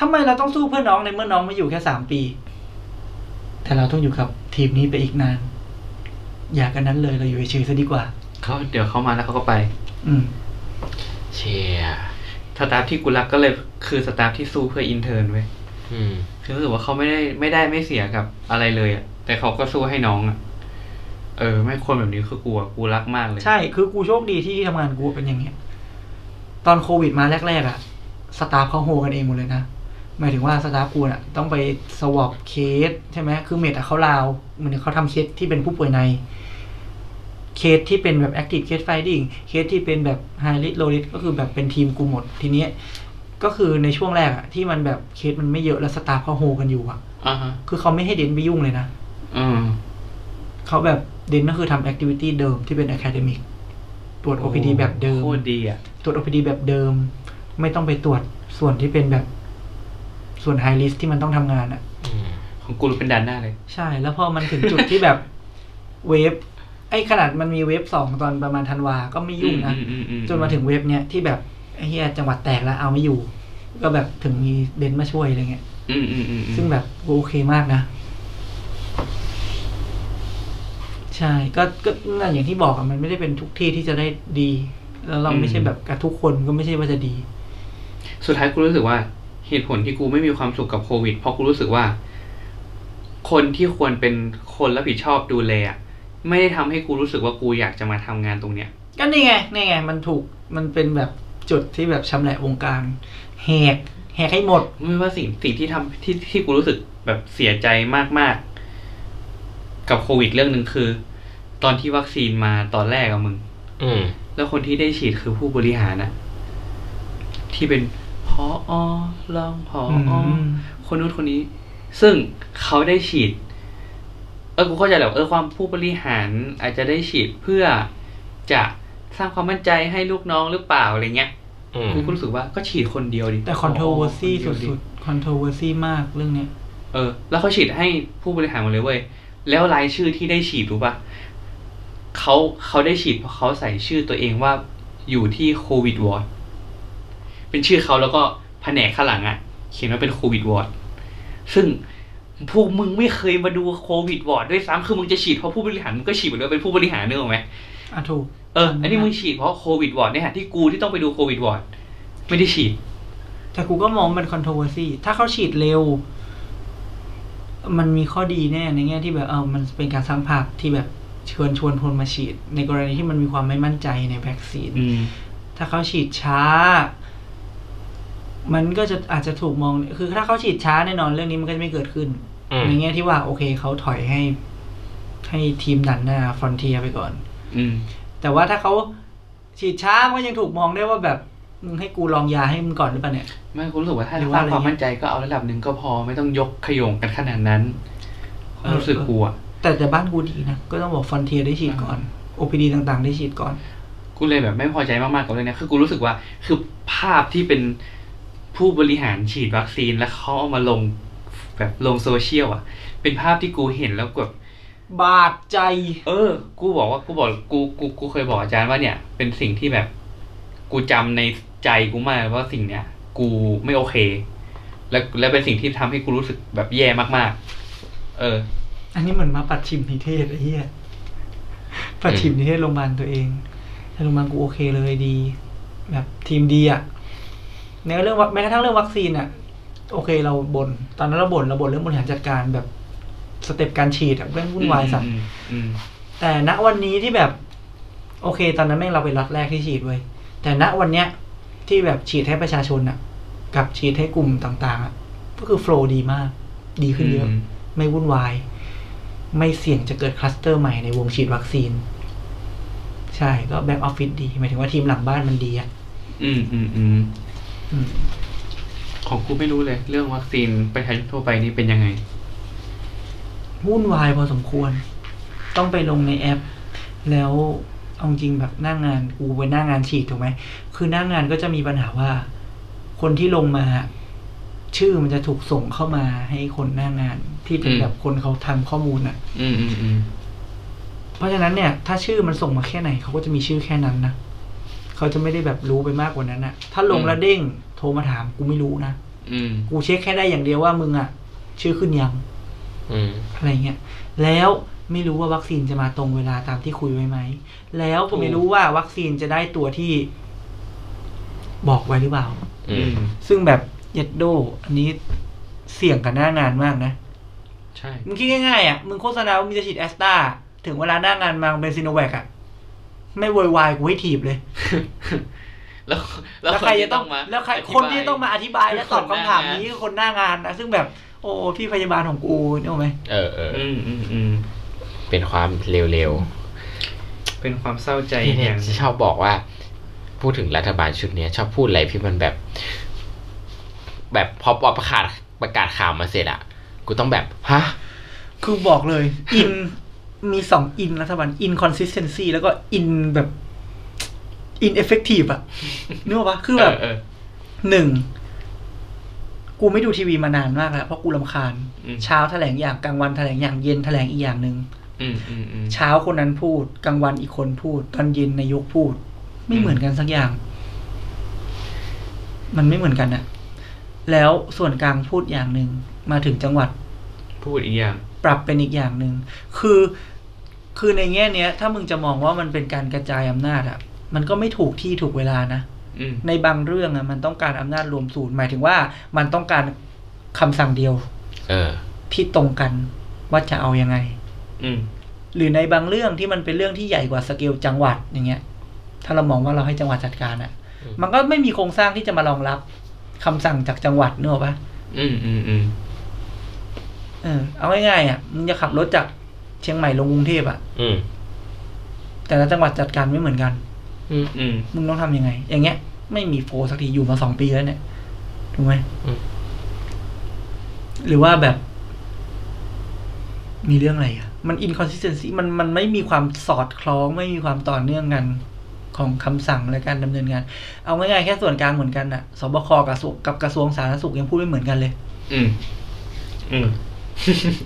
[SPEAKER 2] ทำไมเราต้องสู้เพื่อน้องในเมื่อน้องมาอยู่แค่สามปี แต่เราต้องอยู่กับทีมนี้ไปอีกนาน อยากกันนั้นเลยเราอยู่เฉยๆซะดีกว่า
[SPEAKER 1] เขาเดี๋ยวเขามาแล้วเขาก็ไป
[SPEAKER 2] อืม
[SPEAKER 3] เชียร์
[SPEAKER 1] สตาฟที่กูรักก็เลยคือสตาฟที่สู้เพื่ออินเทอร์นเว้ย
[SPEAKER 3] อืม
[SPEAKER 1] คือรู้สึกว่าเขาไม่ได้ไม่ได้ไม่เสียกับอะไรเลยอะแต่เขาก็สู้ให้น้องอะเออ ไม่คนแบบนี้คือกูอะกูรักมากเลย
[SPEAKER 2] ใช่ คือกูโชคดีที่ที่ทำงานกูเป็นอย่างเงี้ย ตอนโควิดมาแรกๆอะสตาฟเขาโฮกันเองหมดเลยนะ หมายถึงว่าสตาฟกูน่ะ ต้องไปสวอปเคสใช่ไหม คือเมดอะเขาลาวเหมือนเขาทำเคสที่เป็นผู้ป่วยใน เคสที่เป็นแบบแอคทีฟเคสไฟดิ้งเคสที่เป็นแบบไฮริสโลริสก็คือแบบเป็นทีมกูหมด ทีเนี้ยก็คือในช่วงแรกอะที่มันแบบเคสมันไม่เยอะแล้วสตาฟเขาโฮกันอยู่อะ
[SPEAKER 1] อ่าฮะ
[SPEAKER 2] คือเขาไม่ให้เดนไปยุ่งเลยนะ
[SPEAKER 1] อืม
[SPEAKER 2] เขาแบบเดนก็คือทำแอคทิวิตี้เดิมที่เป็นอะคาเดมิกตรวจ OPD แบบเดิม
[SPEAKER 1] โคตรดีอ่ะ
[SPEAKER 2] ตรวจ OPD แบบเดิม ไม่ต้องไปตรวจส่วนที่เป็นแบบ ส่วนไฮลิสที่มันต้องทำงานอ่ะ
[SPEAKER 3] อืม
[SPEAKER 1] ของกูเป็นด่านหน้าเลย
[SPEAKER 2] ใช่แล้วพอมันถึงจุดที่แบบ เวฟ ไอ้ขนาดมันมีเวฟสองตอนประมาณธันวาก็ไม่ยุ่งนะ
[SPEAKER 1] อือือื
[SPEAKER 2] จนมาถึงเวฟเนี้ยที่แบบไอ้เฮียจังหวัดแตกแล้วเอาไม่อยู่ ก็แบบถึงมีเบนซ์มาช่วยอะไรเงี้ย
[SPEAKER 1] อืมอืมอืมอืม
[SPEAKER 2] ซึ่งแบบโอเคมากนะ ใช่ก็ก็นั่นอย่างที่บอกอะมันไม่ได้เป็นทุกที่ที่จะได้ดี แล้วเราไม่ใช่แบบกับทุกคนก็ไม่ใช่ว่าจะดี
[SPEAKER 1] สุดท้ายกูรู้สึกว่า เหตุผลที่กูไม่มีความสุขกับโควิด เพราะกูรู้สึกว่า คนที่ควรเป็นคนรับผิดชอบดูแลอะไม่ได้ทำให้กูรู้สึกว่ากูอยากจะมาทำงานตรงเนี้ย
[SPEAKER 2] ก็นี่ไงนี่ไง มันถูกมันเป็นแบบจุดที่แบบชำแหละวงการแหกแหกให้หมด
[SPEAKER 1] ไม่ว่าสิ่งสิ่งที่ทำที่ที่กูรู้สึกแบบเสียใจมากๆ กับโควิดเรื่องหนึ่งคือ ตอนที่วัคซีนมาตอนแรกอะมึง
[SPEAKER 3] อืม
[SPEAKER 1] แล้วคนที่ได้ฉีดคือผู้บริหารนะที่เป็นพออรองพออ
[SPEAKER 2] ม
[SPEAKER 1] คนนู้นคนนี้ ซึ่งเขาได้ฉีด เออกูเข้าใจแหละว่าเออความผู้บริหารอาจจะได้ฉีดเพื่อจะสร้างความมั่นใจให้ลูกน้องหรือเปล่าอะไรเงี้ย
[SPEAKER 3] อืม
[SPEAKER 1] กูก็รู้สึกว่าก็ฉีดคนเดียวดิ
[SPEAKER 2] แต่ controversy
[SPEAKER 1] พอ
[SPEAKER 2] ส
[SPEAKER 1] คนเยว
[SPEAKER 2] ุดๆ controversy มากเรื่องเนี้ย
[SPEAKER 1] เออแล้วเขาฉีดให้ผู้บริหารหมดเลยเว้ย แล้วรายชื่อที่ได้ฉีดรู้ปะเขาเขาได้ฉีดเพราะเขาใส่ชื่อตัวเองว่าอยู่ที่โควิดวอร์ดเป็นชื่อเขาแล้วก็แผนกข้างหลังอะ่ะ เขียนว่าเป็นโควิดวอร์ดซึ่งพวกมึงไม่เคยมาดูโควิดวอร์ดด้วยซ้ำคือมึงจะฉีดเพราะผู้บริหารมึงก็ฉีดไปด้วยเป็นผู้บริหารเนกอะไหม
[SPEAKER 2] อ่ะถูก
[SPEAKER 1] เอออันนี้มึงฉีดเพราะโควิดวอร์ดเนี่ยฮะที่กูที่ต้องไปดูโควิดวอร์ดไม่ได้ฉีด
[SPEAKER 2] แต่กูก็มองเป็น controversy ถ้าเขาฉีดเร็ว มันมีข้อดีแน่ในแง่ที่แบบเออมันเป็นการสร้างภาพที่แบบเชิญชวนคนมาฉีด ในกรณีที่มันมีความไม่มั่นใจในวัคซีน
[SPEAKER 1] อืม
[SPEAKER 2] ถ้าเขาฉีดช้า มันก็จะอาจจะถูกมอง คือถ้าเขาฉีดช้าแน่นอนเรื่องนี้มันก็จะไม่เกิดขึ้น
[SPEAKER 3] อืม
[SPEAKER 2] ในแง่ที่ว่า โอเคเขาถอยให้ ให้ทีมดันหน้าฟรอนเทียไปก่อน
[SPEAKER 1] อืม
[SPEAKER 2] แต่ว่าถ้าเขาฉีดช้ามันก็ยังถูกมองได้ว่าแบบมึงให้กูลองยาให้มึงก่อนหรือเปล่าเนี่ย
[SPEAKER 1] ไม่คุณรู้สึกว่าถ้า
[SPEAKER 2] หรือ
[SPEAKER 1] ส
[SPEAKER 2] ว่า
[SPEAKER 1] ร้างความ
[SPEAKER 2] อะไรเงี้ย
[SPEAKER 1] มั่นใจก็เอาระดับหนึ่งก็พอไม่ต้องยกขยงกันขนาดนั้น
[SPEAKER 2] เออ
[SPEAKER 1] รู้สึกกลัว
[SPEAKER 2] แต่แต่บ้านกูดีนะ ก็ต้องบอกฟอนเทียได้ฉีดก่อน OPD ต่างๆ ได้ฉีดก่อน
[SPEAKER 1] กูเลยแบบไม่พอใจมากๆกับเรื่องเนี้ยคือกูรู้สึกว่าคือภาพที่เป็นผู้บริหารฉีดวัคซีนแล้วเขาเอามาลงแบบลงโซเชียลอ่ะ เป็นภาพที่กูเห็นแล้วแบบ
[SPEAKER 2] บาดใจ
[SPEAKER 1] เออ กูบอกว่ากูบอกกูกูกูเคยบอกอาจารย์ว่าเนี่ย เป็นสิ่งที่แบบ กูจำในใจกูมากเลยว่าสิ่งเนี้ย กูไม่โอเค และและเป็นสิ่งที่ทำให้กูรู้สึกแบบแย่มากๆ เออ
[SPEAKER 2] อันนี้เหมือนมาปัดชิมนิเทศไอ้เหี้ยปัดชิมนิเทศโรงพยาบาลตัวเองแต่โรงพยาบาลกูโอเคเลยดี แบบทีมดีอะในเรื่องวัคแม้กระทั่งเรื่องวัคซีนอะโอเคเราบน่นตอนนั้นเราบน่นเราบ่นเรื่องบริหารจัดการแบบสเต็ปการฉีดอะเรื่องวุ่นวายสัตว์
[SPEAKER 1] อืม
[SPEAKER 2] แต่ณวันนี้ที่แบบ โอเค ตอนนั้นแม่งเราเป็นล็อตแรกที่ฉีดเว้ยแต่ณวันเนี้ย ที่แบบฉีดให้ประชาชนอะกับฉีดให้กลุ่มต่างๆอะก็คือโฟลว์ดีมาก ดีขึ้นเยอะ ไม่วุ่นวาย ไม่เสี่ยงจะเกิดคลัสเตอร์ใหม่ในวงฉีดวัคซีน ใช่ก็แบ็กออฟฟิศดี หมายถึงว่าทีมหลังบ้านมันดีอะ
[SPEAKER 1] อืมอืมอืม
[SPEAKER 2] อืม
[SPEAKER 1] ของกูไม่รู้เลย เรื่องวัคซีนประชาชนทั่วไปนี่เป็นยังไง
[SPEAKER 2] วุ่นวายพอสมควร ต้องไปลงในแอป แล้วเอาจริงแบบหน้างงานกูไปหน้างงานฉีดถูกไหม คือหน้างงานก็จะมีปัญหาว่า คนที่ลงมา ชื่อมันจะถูกส่งเข้ามาให้คนหน้างงานที่เป็น
[SPEAKER 1] อืม
[SPEAKER 2] แบบคนเขาทำข้อมูลอะ
[SPEAKER 1] อืมอืมอืม
[SPEAKER 2] เพราะฉะนั้นเนี่ยถ้าชื่อมันส่งมาแค่ไหนเขาก็จะมีชื่อแค่นั้นนะเขาจะไม่ได้แบบรู้ไปมากกว่านั้นอะถ้าลงแล้วเด้งโทรมาถามกูไม่รู้นะ
[SPEAKER 1] อืม
[SPEAKER 2] กูเช็คแค่ได้อย่างเดียวว่ามึงอะชื่อขึ้นยัง
[SPEAKER 3] อืม
[SPEAKER 2] อะไรเงี้ยแล้วไม่รู้ว่าวัคซีนจะมาตรงเวลาตามที่คุยไว้ไหมแล้วก็ไม่รู้ว่าวัคซีนจะได้ตัวที่บอกไว้หรือเปล่า
[SPEAKER 3] อืม
[SPEAKER 2] ซึ่งแบบเย็ดโด อันนี้เสี่ยงกับหน้างานมากนะ
[SPEAKER 1] ใช่
[SPEAKER 2] มึงคิดง่ายๆอ่ะ มึงโฆษณาว่ามึงจะฉีดแอสตราถึงเวลาหน้างานมามึงเป็นซีโนแวคอ่ะ ไม่โวยวายกูให้ถีบเลย
[SPEAKER 1] แล้ว
[SPEAKER 2] แล้วใครจะต้อง
[SPEAKER 1] นที่
[SPEAKER 2] แล้วใคร
[SPEAKER 1] ธิบย
[SPEAKER 2] คนที่จะต้องมาอธิบายและ
[SPEAKER 1] คือ
[SPEAKER 2] ตอ
[SPEAKER 1] ค
[SPEAKER 2] บ
[SPEAKER 1] นห
[SPEAKER 2] คำ
[SPEAKER 1] น้า
[SPEAKER 2] ถาม
[SPEAKER 1] งาน
[SPEAKER 2] นี้คือคนหน้างานนะ ซึ่งแบบ โอ้พี่พยาบาลของกูนี่เอาไหม
[SPEAKER 3] เออเออ
[SPEAKER 1] อืมอืมอืม
[SPEAKER 3] เป็นความเร็ว
[SPEAKER 1] เป็นความเศร้าใจ
[SPEAKER 3] ๆ
[SPEAKER 1] อ
[SPEAKER 3] ที่เนี่ย
[SPEAKER 1] ย่าง
[SPEAKER 3] ชอบบอกว่า พูดถึงรัฐบาลชุดเนี้ย ชอบพูดอะไรที่มันแบบ แบบพอประกาศประกาศข่าวมาเสร็จอะกูต้องแบบฮะ
[SPEAKER 2] คือบอกเลย อิน มีสองอินรัฐบาลอินคอนสิสเทนซีแล้วก็อินแบบอินเอฟเฟกตีฟอ่ะนึกออกปะคือแบบ
[SPEAKER 1] เออ
[SPEAKER 2] หนึ่ง กูไม่ดูทีวีมานานมากแล้วเพราะกูรำคาญ
[SPEAKER 1] เอออืม
[SPEAKER 2] เช้าแถลงอย่างกลางวันแถลงอย่างเย็นแถลงอีกอย่างหนึ่ง
[SPEAKER 1] อืมอืมอืม
[SPEAKER 2] เช้าคนนั้นพูดกลางวันอีกคนพูด ตอนเย็นนายกพูด ไม่เหมือนกันสักอย่าง มันไม่เหมือนกันนะแล้วส่วนกลางพูดอย่างหนึ่งมาถึงจังหวัด
[SPEAKER 1] พูดอีกอย่าง
[SPEAKER 2] ปรับเป็นอีกอย่างหนึ่ง คือ คือในแง่เนี้ย ถ้ามึงจะมองว่ามันเป็นการกระจายอำนาจอะมันก็ไม่ถูกที่ถูกเวลานะ
[SPEAKER 1] อืม
[SPEAKER 2] ในบางเรื่องอะมันต้องการอำนาจรวมศูนย์ หมายถึงว่า มันต้องการคำสั่งเดียว
[SPEAKER 3] เออ
[SPEAKER 2] ที่ตรงกันว่าจะเอายังไง
[SPEAKER 1] อืม
[SPEAKER 2] หรือในบางเรื่องที่มันเป็นเรื่องที่ใหญ่กว่าสเกลจังหวัดอย่างเงี้ย ถ้าเรามองว่าเราให้จังหวัดจัดการอะ
[SPEAKER 3] อืม
[SPEAKER 2] มันก็ไม่มีโครงสร้างที่จะมารองรับคำสั่งจากจังหวัดเนกอะปะ
[SPEAKER 1] อืมอืมอืม
[SPEAKER 2] เออเอาง่ายๆอ่ะมึงจะขับรถจากเชียงใหม่ลงกรุงเทพอ่ะ
[SPEAKER 3] อืม
[SPEAKER 2] แต่ละจังหวัดจัดการไม่เหมือนกัน
[SPEAKER 3] อืม
[SPEAKER 1] อืม
[SPEAKER 2] มึงต้องทำยังไง อย่างเงี้ย ไม่มีโฟสักทีอยู่มาสองปีแล้วเนี่ยถูกไหม
[SPEAKER 3] อืม
[SPEAKER 2] หรือว่าแบบ มีเรื่องอะไรอ่ะ มันอินคอนสิสเทนซีมันมันไม่มีความสอดคล้อง ไม่มีความต่อเนื่องกันของคำสั่งและการดำเนินงาน เอาง่ายๆแค่ส่วนกลางเหมือนกันอ่ะสบคกับสวกับกระทรวงสาธารณสุขยังพูดไม่เหมือนกันเลย
[SPEAKER 1] อืมอืม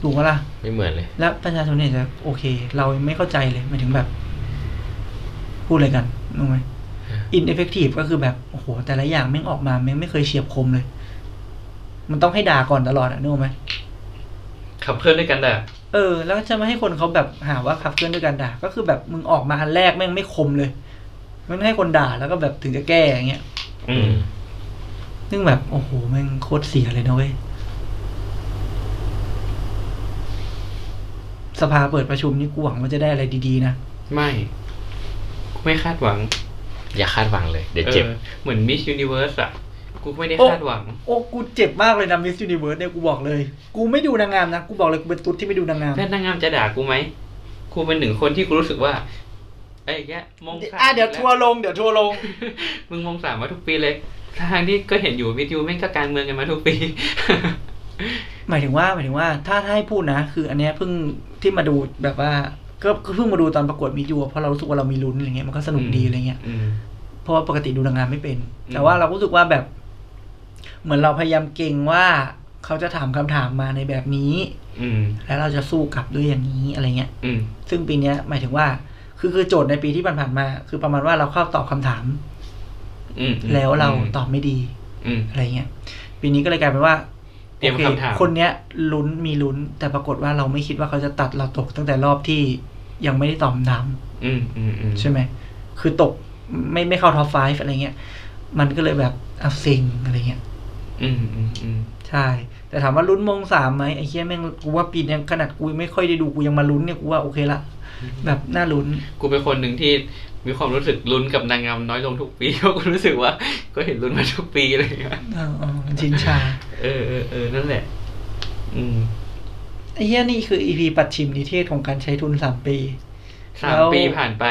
[SPEAKER 2] ถูกไหมล่ะ
[SPEAKER 3] ไม่เหมือนเลย
[SPEAKER 2] แล้วประชาชนเนี่ยจะโอเค เราไม่เข้าใจเลยหมายถึงแบบ พูดอะไรกันรู้ไหม
[SPEAKER 3] อืม
[SPEAKER 2] อินเอฟเฟกตีฟก็คือแบบ โอ้โห แต่ละอย่างแม่งออกมาแม่งไม่เคยเฉียบคมเลย มันต้องให้ด่าก่อนตลอดอะนึกออกไหม
[SPEAKER 1] ขับเคลื่อนด้วยกันแต่
[SPEAKER 2] เออ แล้วจะไม่ให้คนเขาแบบหาว่าขับเคลื่อนด้วยกันด่า ก็คือแบบมึงออกมาอันแรกแม่งไม่คมเลยมันให้คนด่าแล้วก็แบบถึงจะแก้อย่างเงี้ย
[SPEAKER 1] อืม
[SPEAKER 2] ซึ่งแบบโอ้โหแม่งโคตรเสียเลยนะเว้ยสภาเปิดประชุมนี่กูหวังว่าจะได้อะไรดีๆนะ
[SPEAKER 1] ไม่กูไม่คาดหวัง
[SPEAKER 3] อย่าคาดหวังเลย เดี๋ยวเจ็บ
[SPEAKER 1] ออเหมือนมิส s u นิเวิร์สอะกูไม่ได้
[SPEAKER 2] โอ้
[SPEAKER 1] คาดหวัง
[SPEAKER 2] โอ้กูเจ็บมากเลยนะมิสยูนิเวิร์สเนี่ยกูบอกเลย กูไม่ดูนางงามนะ กูบอกเลยกูเป็นตุ๊ดที่ไม่ดูนางงาม
[SPEAKER 1] แพทย์นางงามจะด่ากูไหมกูเป็นหนึ่งคนที่กูรู้สึกว่า ไอ้แกมงสาม
[SPEAKER 2] อ่ะเดี๋ยวทัวร์ลงเดี๋ยวทัวร์ลง
[SPEAKER 1] มึงมงสามมาทุกปีเลย ทางที่ก็เห็นอยู่วิทยุแม่งก็การเมืองกันมาทุก ปี
[SPEAKER 2] หมายถึงว่าหมายถึงว่าถ้าถ้าให้พูดนะ คืออันเนี้ยเพิ่งที่มาดูแบบว่า ก็ก็เพิ่งมาดูตอนประกวดมิจูเพราะเรารู้สึกว่าเรามีลุ้นอะไรเงี้ยมันก็สนุกดีอะไรเงี้ย
[SPEAKER 1] อืม
[SPEAKER 2] เพราะว่าปกติดูนางงามไม่เป็น
[SPEAKER 1] อืม
[SPEAKER 2] แต่ว่าเรารู้สึกว่าแบบ เหมือนเราพยายามเก่งว่าเขาจะถามคำถามมาในแบบนี้
[SPEAKER 1] อืม
[SPEAKER 2] แล้วเราจะสู้กลับด้วยอย่างนี้อะไรเงี้ย
[SPEAKER 1] อืม
[SPEAKER 2] ซึ่งปีเนี้ยหมายถึงว่า คือคือโจทย์ในปีที่ผ่านๆมา คือประมาณว่าเราเข้าตอบคำถาม
[SPEAKER 1] อืม
[SPEAKER 2] แล้วเรา
[SPEAKER 1] ม
[SPEAKER 2] ตอบไม่ดี
[SPEAKER 1] อืม
[SPEAKER 2] อะไรเงี้ย ปีนี้ก็เลยกลายเป็นว่า
[SPEAKER 1] เตรียม
[SPEAKER 2] โอ
[SPEAKER 1] คำถาม
[SPEAKER 2] คนเนี้ยลุ้นมีลุ้น แต่ปรากฏว่าเราไม่คิดว่าเขาจะตัดเราตกตั้งแต่รอบที่ยังไม่ได้ตอบคำถาม
[SPEAKER 1] อืมอืมอืม
[SPEAKER 2] ใช่ไหม คือตกไม่ไม่เข้าท็อปไฟฟ์อะไรเงี้ย มันก็เลยแบบเอาเซ็งอะไรเงี้ย
[SPEAKER 1] อืมอืมอืม
[SPEAKER 2] ใช่ แต่ถามว่าลุ้นมงสามไหมไอ้เหี้ยแม่งกูว่าปีเนี้ยขนาดกูไม่ค่อยได้ดูกูยังมาลุ้นเนี่ยกูว่าโอเคละแบบน่าลุ้น
[SPEAKER 1] กูเป็นคนหนึ่งที่มีความรู้สึกลุ้นกับนางงามน้อยลงทุกปี เพราะกูรู้สึกว่า ก็เห็นลุ้นมาทุกปีเลยอะ
[SPEAKER 2] เออเออมันชินชา
[SPEAKER 1] เออเออเออนั่นแหละ อืม
[SPEAKER 2] ไอ้เหี้ยนี่คืออีพีปัดชิมนิเทศของการใช้ทุนสามปี
[SPEAKER 1] สาม
[SPEAKER 2] แล้ว
[SPEAKER 1] ปีผ่านไป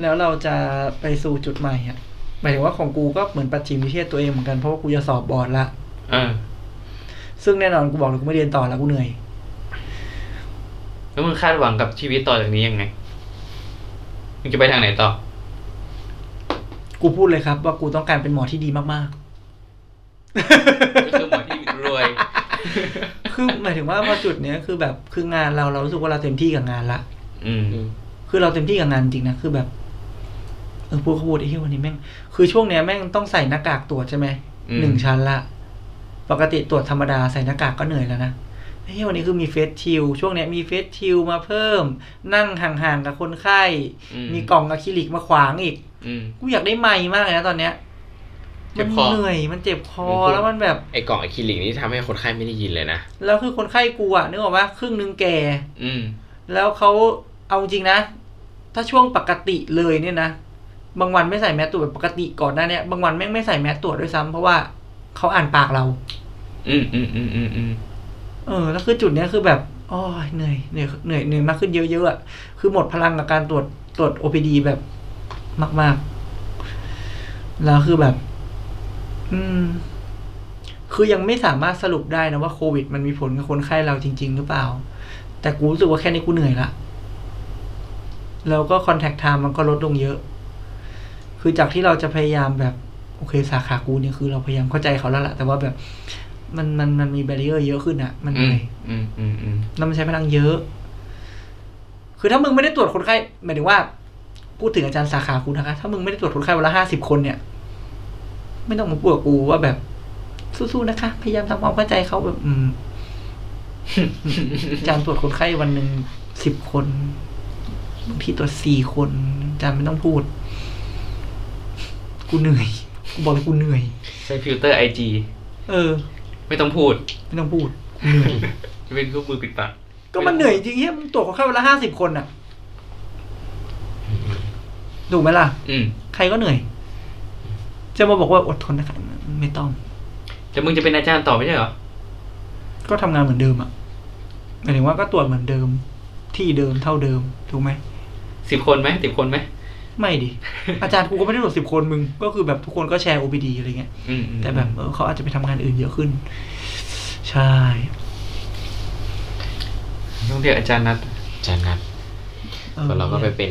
[SPEAKER 2] แล้วเราจะไปสู่จุดใหม่อะหมายถึงว่าของกูก็เหมือนปัดชิมนิเทศตัวเองเหมือนกันเพราะว่ากูจะสอบบอร์ดละ
[SPEAKER 1] เออ
[SPEAKER 2] ซึ่งแน่นอนกูบอกเลยกูไม่เรียนต่อแล้วกูเหนื่อย
[SPEAKER 1] แล้วมึงคาดหวังกับชีวิตต่อจากนี้ยังไง มึงจะไปทางไหนต่อ
[SPEAKER 2] กูพูดเลยครับว่ากูต้องการเป็นหมอที่ดีมาก
[SPEAKER 1] ก็คือหมอที่รวย
[SPEAKER 2] ๆ คือหมายถึงว่าพอจุดเนี้ยคือแบบคืองานเราเรารู้สึกว่าเราเต็มที่กับงานละ
[SPEAKER 1] อืม
[SPEAKER 2] คือเราเต็มที่กับงานจริงนะคือแบบเออพูดก็พูดไอ้เหี้ยวันนี้แม่งคือช่วงเนี้ยแม่งต้องใส่หน้ากากตรวจใช่ไหม
[SPEAKER 1] อืม
[SPEAKER 2] หนึ่งชั้นละ ปกติตรวจธรรมดาใส่หน้ากากก็เหนื่อยแล้วนะไอ้เหี้ยวันนี้คือมีเฟสชิลช่วงเนี้ยมีเฟสชิลมาเพิ่ม นั่งห่างๆกับคนไข้ มีกล่องอะคริลิกมาขวางอีก
[SPEAKER 1] อืม
[SPEAKER 2] กูอยากได้ไม้มากเลยนะตอนเนี้ย
[SPEAKER 1] เจ็
[SPEAKER 2] มั
[SPEAKER 1] บคอ
[SPEAKER 2] เหนื่อยมันเจ็บคอ
[SPEAKER 3] มึงพูด
[SPEAKER 2] แล้วมันแบบ
[SPEAKER 3] ไอ้กล่องอะคริลิกนี่ทำให้คนไข้ไม่ได้ยินเลยนะ
[SPEAKER 2] แล้วคือคนไข้กูอะนึกออกว่าครึ่งหนึงแก่
[SPEAKER 1] อืม
[SPEAKER 2] แล้วเขาเอาจริงนะ ถ้าช่วงปกติเลยเนี่ยนะ บางวันไม่ใส่แมสตรวจแบบปกติก่อนหน้าเนี้ยบางวันแม่งไม่ใส่แมสตรวจด้วยซ้ำเพราะว่าเขาอ่านปากเรา
[SPEAKER 1] อืม อืม อืม อืม อืม
[SPEAKER 2] เออ แล้วคือจุดเนี้ยคือแบบโอ้ยเหนื่อยเหนื่อยเหนื่อยเหนื่อยมากขึ้นเยอะๆอะคือหมดพลังกับการตรวจตรวจ OPD แบบมากๆ แล้วคือแบบ อืม คือยังไม่สามารถสรุปได้นะว่าโควิด มันมีผลกับคนไข้เราจริง ๆ หรือเปล่า แต่กูรู้สึกว่าแค่นี้กูเหนื่อยละ แล้วก็คอนแทคไทม์มันก็ลดลงเยอะ คือจากที่เราจะพยายามแบบ โอเคสาขากูเนี่ยคือเราพยายามเข้าใจเขาแล้วละแต่ว่าแบบ มันมันมันมีแบรีเออร์เยอะขึ้นอะมันเห
[SPEAKER 1] อื
[SPEAKER 2] นื่
[SPEAKER 1] ม
[SPEAKER 2] อย
[SPEAKER 1] อืม อืม
[SPEAKER 2] แล้วมันใช้พลังเยอะ คือถ้ามึงไม่ได้ตรวจคนไข้หมายถึงว่าพูดถึงอาจารย์สาขาคุณนะคะ ถ้ามึงไม่ได้ตรวจคนไข้วันละห้าสิบคนเนี่ย ไม่ต้องมาปวดกูว่าแบบสู้ๆนะคะ พยายามทำความเข้าใจเขาแบบ อืม อาจารย์ตรวจคนไข้วันหนึ่งสิบคนบางทีตรวจสี่คนอาจารย์ไม่ต้องพูด กูเหนื่อยกูบอกเลยกูเหนื่อย
[SPEAKER 1] ใช้ฟิลเตอร์ไอจี
[SPEAKER 2] เออ
[SPEAKER 1] ไม่ต้องพูด
[SPEAKER 2] ไม่ต้องพูดกูเหนื่อย
[SPEAKER 1] จะเป็นเครื่องมือปิดปาก
[SPEAKER 2] ก็มันเหนื่อยจริงเฮียมึงตรวจคนไข้วันละห้าสิบคนอ่ะถูกไหมล่ะ
[SPEAKER 1] อืม
[SPEAKER 2] ใครก็เหนื่อย จะมาบอกว่าอดทนนะครับไม่ต้อง
[SPEAKER 1] แต่มึงจะเป็นอาจารย์ต่อไม่ใช่เหรอ
[SPEAKER 2] ก็ทำงานเหมือนเดิมอ่ะหมายถึงว่าก็ตรวจเหมือนเดิม ที่เดิมเท่าเดิมถูกไหม
[SPEAKER 1] สิบคนไหมสิบคนไหม
[SPEAKER 2] ไม่ดิ อาจารย์กูก็ไม่ได้ตรวจสิบคนมึง ก็คือแบบทุกคนก็แชร์ OPD อะไรเงี้ย
[SPEAKER 1] อืมอืม
[SPEAKER 2] แต่แบบเออเขาอาจจะไปทำงานอื่นเยอะขึ้น ใช่
[SPEAKER 1] ต้องเรียกอาจารย์นัด
[SPEAKER 3] จันนัด
[SPEAKER 2] เออ
[SPEAKER 3] แล้วเราก็ไปเป็น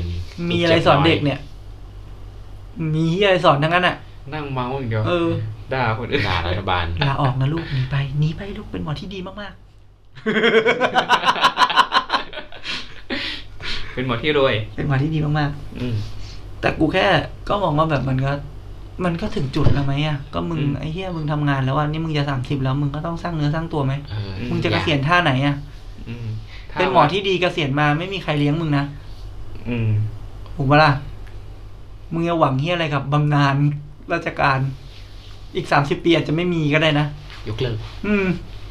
[SPEAKER 2] มีอะไรสอนเด็กเนี่ย มีเฮียอะไรสอนทั้งนั้นอ่ะ
[SPEAKER 1] นั่งเมาส์อย่างเดียว
[SPEAKER 2] เออ
[SPEAKER 1] ด่าคนอื่น
[SPEAKER 3] ด่ารัฐบาล
[SPEAKER 2] ลาออกนะลูกหนีไปหนีไปลูกเป็นหมอที่ดีมาก
[SPEAKER 1] เป็นหมอที่รวย
[SPEAKER 2] ๆ เป็นหมอที่ดีมาก
[SPEAKER 1] อืม
[SPEAKER 2] ๆ แต่กูแค่ก็มองว่าแบบมันก็ มันก็ถึงจุดแล้วไหมอ่ะก็มึง
[SPEAKER 1] อืม
[SPEAKER 2] ไอ้เหี้ยมึงทำงานแล้ววันนี้มึงจะสามสิบแล้วมึงก็ต้องสร้างเนื้อสร้างตัวไหม
[SPEAKER 3] เออ
[SPEAKER 2] มึงจะ
[SPEAKER 3] อ
[SPEAKER 2] เก
[SPEAKER 3] ยาก
[SPEAKER 2] ษียณท่าไหนอ่ะ
[SPEAKER 1] อืมถ้า
[SPEAKER 2] เป็นหมอที่ดีเกษียณมาไม่มีใครเลี้ยงมึงนะ
[SPEAKER 1] อืม
[SPEAKER 2] ถูกปะล่ะมึงจะหวังเหี้ยอะไรกับบำนาญราชการ อีกสามสิบปีอาจจะไม่มีก็ได้นะ
[SPEAKER 3] ยกเลิก
[SPEAKER 2] อืม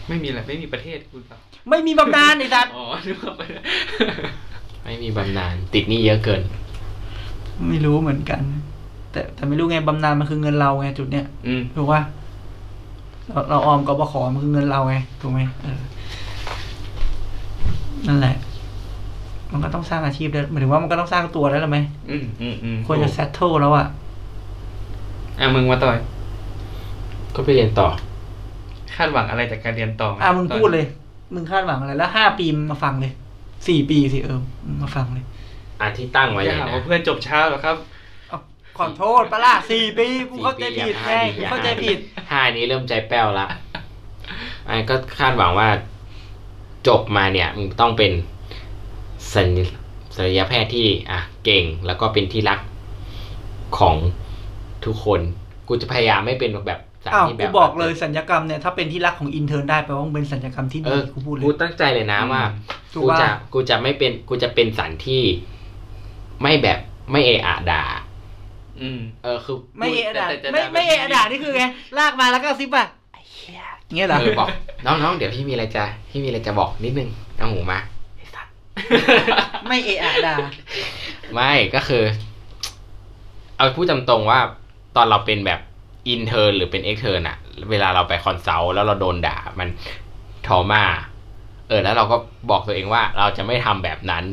[SPEAKER 1] ไม่มีแหละ ไม่มีประเทศคุณครับ
[SPEAKER 2] ไม่มีบำนาญไอ้สัตว์
[SPEAKER 1] อ๋อนึกว่าไป
[SPEAKER 3] ไม่มีบำนาญติดหนี้เยอะเกิน
[SPEAKER 2] ไม่รู้เหมือนกัน แต่แต่ไม่รู้ไงบำนาญมันคือเงินเราไงจุดเนี้ย
[SPEAKER 1] อืม
[SPEAKER 2] ถูกป่ะเราเราออมกบขมันคือเงินเราไง ถูกไหมเออนั่นแหละ มันก็ต้องสร้างอาชีพได้หมายถึงว่ามันก็ต้องสร้างตัวได้แล้วไหม
[SPEAKER 1] อืมอืมอืม
[SPEAKER 2] ควรจะเซตเทิลแล้วอะ
[SPEAKER 1] อ่ะมึงมาต่อย
[SPEAKER 3] ก็ไปเรียนต่อ
[SPEAKER 1] คาดหวังอะไรจากการเรียนต่อ
[SPEAKER 2] อ่ะมึงพูดเลย มึงคาดหวังอะไร แล้วห้าปีมึงมาฟังเลยสี่ปีสิเออมึงมาฟังเลย
[SPEAKER 3] อันที่ตั้งไว้
[SPEAKER 1] อย่า
[SPEAKER 3] เนี่ย
[SPEAKER 1] หา
[SPEAKER 3] นะ
[SPEAKER 1] ว่าเพื่อนจบเช้าหรอกครับ
[SPEAKER 2] เอาขอโทษปะล่ะสี่ปีกูเข้าใจผิดไงกู
[SPEAKER 3] สี่ปี
[SPEAKER 2] เข้าใจผิด
[SPEAKER 3] ห้านี้เริ่มใจแป้วละไอ้ก็คาดหวังว่า จบมาเนี่ยมึงต้องเป็นศัลยศัลยแพทย์ที่อ่ะเก่งแล้วก็เป็นที่รักของทุกคน กูจะพยายามไม่เป็นแบบสา
[SPEAKER 2] อ้าว
[SPEAKER 3] ที่แบ
[SPEAKER 2] กู
[SPEAKER 3] บ
[SPEAKER 2] บอกเลยสัญญกรรมเนี่ยถ้าเป็นที่รักของอินเทอร์ได้แปลว่ามึงเป็นสัญญกรรมที่
[SPEAKER 3] เอ
[SPEAKER 2] ดี
[SPEAKER 3] อ
[SPEAKER 2] กูพูดเลย
[SPEAKER 3] กูตั้งใจเลยนะ
[SPEAKER 1] อืม
[SPEAKER 3] ว่า
[SPEAKER 2] ถูก
[SPEAKER 3] กู
[SPEAKER 2] ปะ
[SPEAKER 3] จะกูจะไม่เป็นกูจะเป็นสันที่ไม่แบบไม่เอะอะด่า
[SPEAKER 1] อืม
[SPEAKER 3] เออคือ
[SPEAKER 2] ไม่เอะอะด่า
[SPEAKER 1] แต่แต่แต่
[SPEAKER 2] ไม่ไม่เอะ
[SPEAKER 1] แต่
[SPEAKER 2] อะด่านี่คือไงลากมาแล้วก็กระซิบอ่ะไอ้เหี้ยเงี้ยเหรอ
[SPEAKER 3] เออบอกน้องๆ เดี๋ยวพี่มีอะไรจะพี่มีอะไรจะบอกนิดนึงเอาหูมาไอ้สัตว์
[SPEAKER 2] ไม่เอะอะด่า
[SPEAKER 3] ไม่ก็คือ เอาพูดตามตรงว่า ตอนเราเป็นแบบอินเทอร์หรือเป็นเอ็กเทอร์น่ะ เวลาเราไปคอนซัลท์แล้วเราโดนด่ามันทอมาเออ แล้วเราก็บอกตัวเองว่าเราจะไม่ทำแบบนั้น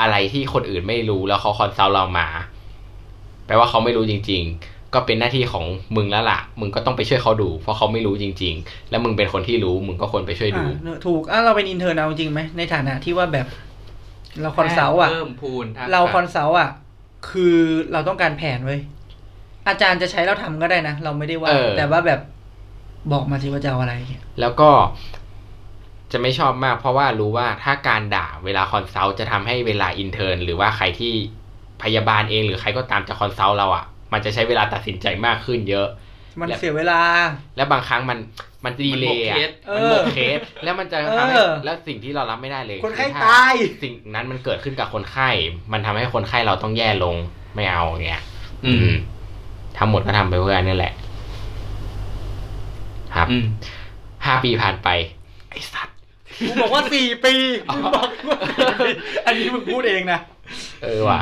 [SPEAKER 3] อะไรที่คนอื่นไม่รู้แล้วเขาคอนซัลท์เรามา แปลว่าเขาไม่รู้จริง ๆ ก็เป็นหน้าที่ของมึงแล้วล่ะ มึงก็ต้องไปช่วยเขาดู เพราะเขาไม่รู้จริง ๆ แล้วมึงเป็นคนที่รู้ มึงก็ควรไปช่วยดู
[SPEAKER 2] อ่าเนอะถูกอ่ะเราเป็นอินเทอร์นเอาจริงไหมในฐานะที่ว่าแบบ เราคอนซัลท์อ่ะ
[SPEAKER 1] เพิ่มพูนทักษะ
[SPEAKER 2] เราคอนซัลท์อ่ะ คือเราต้องการแผนเว้ยอาจารย์จะใช้เราทำก็ได้นะ เราไม่ได้ว่า
[SPEAKER 3] เออ
[SPEAKER 2] แต่ว่าแบบบอกมาสิว่าจะเอาอะไรเงี้ย
[SPEAKER 3] แล้วก็จะไม่ชอบมากเพราะว่ารู้ว่าถ้าการด่าเวลาคอนซัลท์จะทำให้เวลาอินเทอร์นหรือว่าใครที่พยาบาลเองหรือใครก็ตามจะคอนซัลท์เราอะ่ะ มันจะใช้เวลาตัดสินใจมากขึ้นเยอะ
[SPEAKER 2] มัน
[SPEAKER 3] และ
[SPEAKER 2] เสียเวลา
[SPEAKER 3] และบางครั้งมันมันดีเลยอะ
[SPEAKER 2] มัน
[SPEAKER 3] มัน
[SPEAKER 2] หม
[SPEAKER 3] หม
[SPEAKER 2] ก
[SPEAKER 3] ก
[SPEAKER 2] เค
[SPEAKER 3] เค
[SPEAKER 2] ส
[SPEAKER 3] ส แล้วมันจะ
[SPEAKER 2] เออ
[SPEAKER 3] ทำให้แล้วสิ่งที่เรารับไม่ได้เลย
[SPEAKER 2] คนไข้
[SPEAKER 3] อถ้
[SPEAKER 2] ตาย
[SPEAKER 3] สิ่งนั้นมันเกิดขึ้นกับคนไข้ มันทำให้คนไข้เราต้องแย่ลงไม่เอาอย่างเงี้ย
[SPEAKER 1] อืม
[SPEAKER 3] ทั้งหมดก็ทำไปเพื่ออันนี่แหละ ครับ
[SPEAKER 1] อืม
[SPEAKER 3] ห้าปีผ่านไปไอสัตว์
[SPEAKER 2] กูบอกว่าสี่ปีกูบอกว่า4ปีอันนี้มึงพูดเองนะ
[SPEAKER 3] เออว่ะ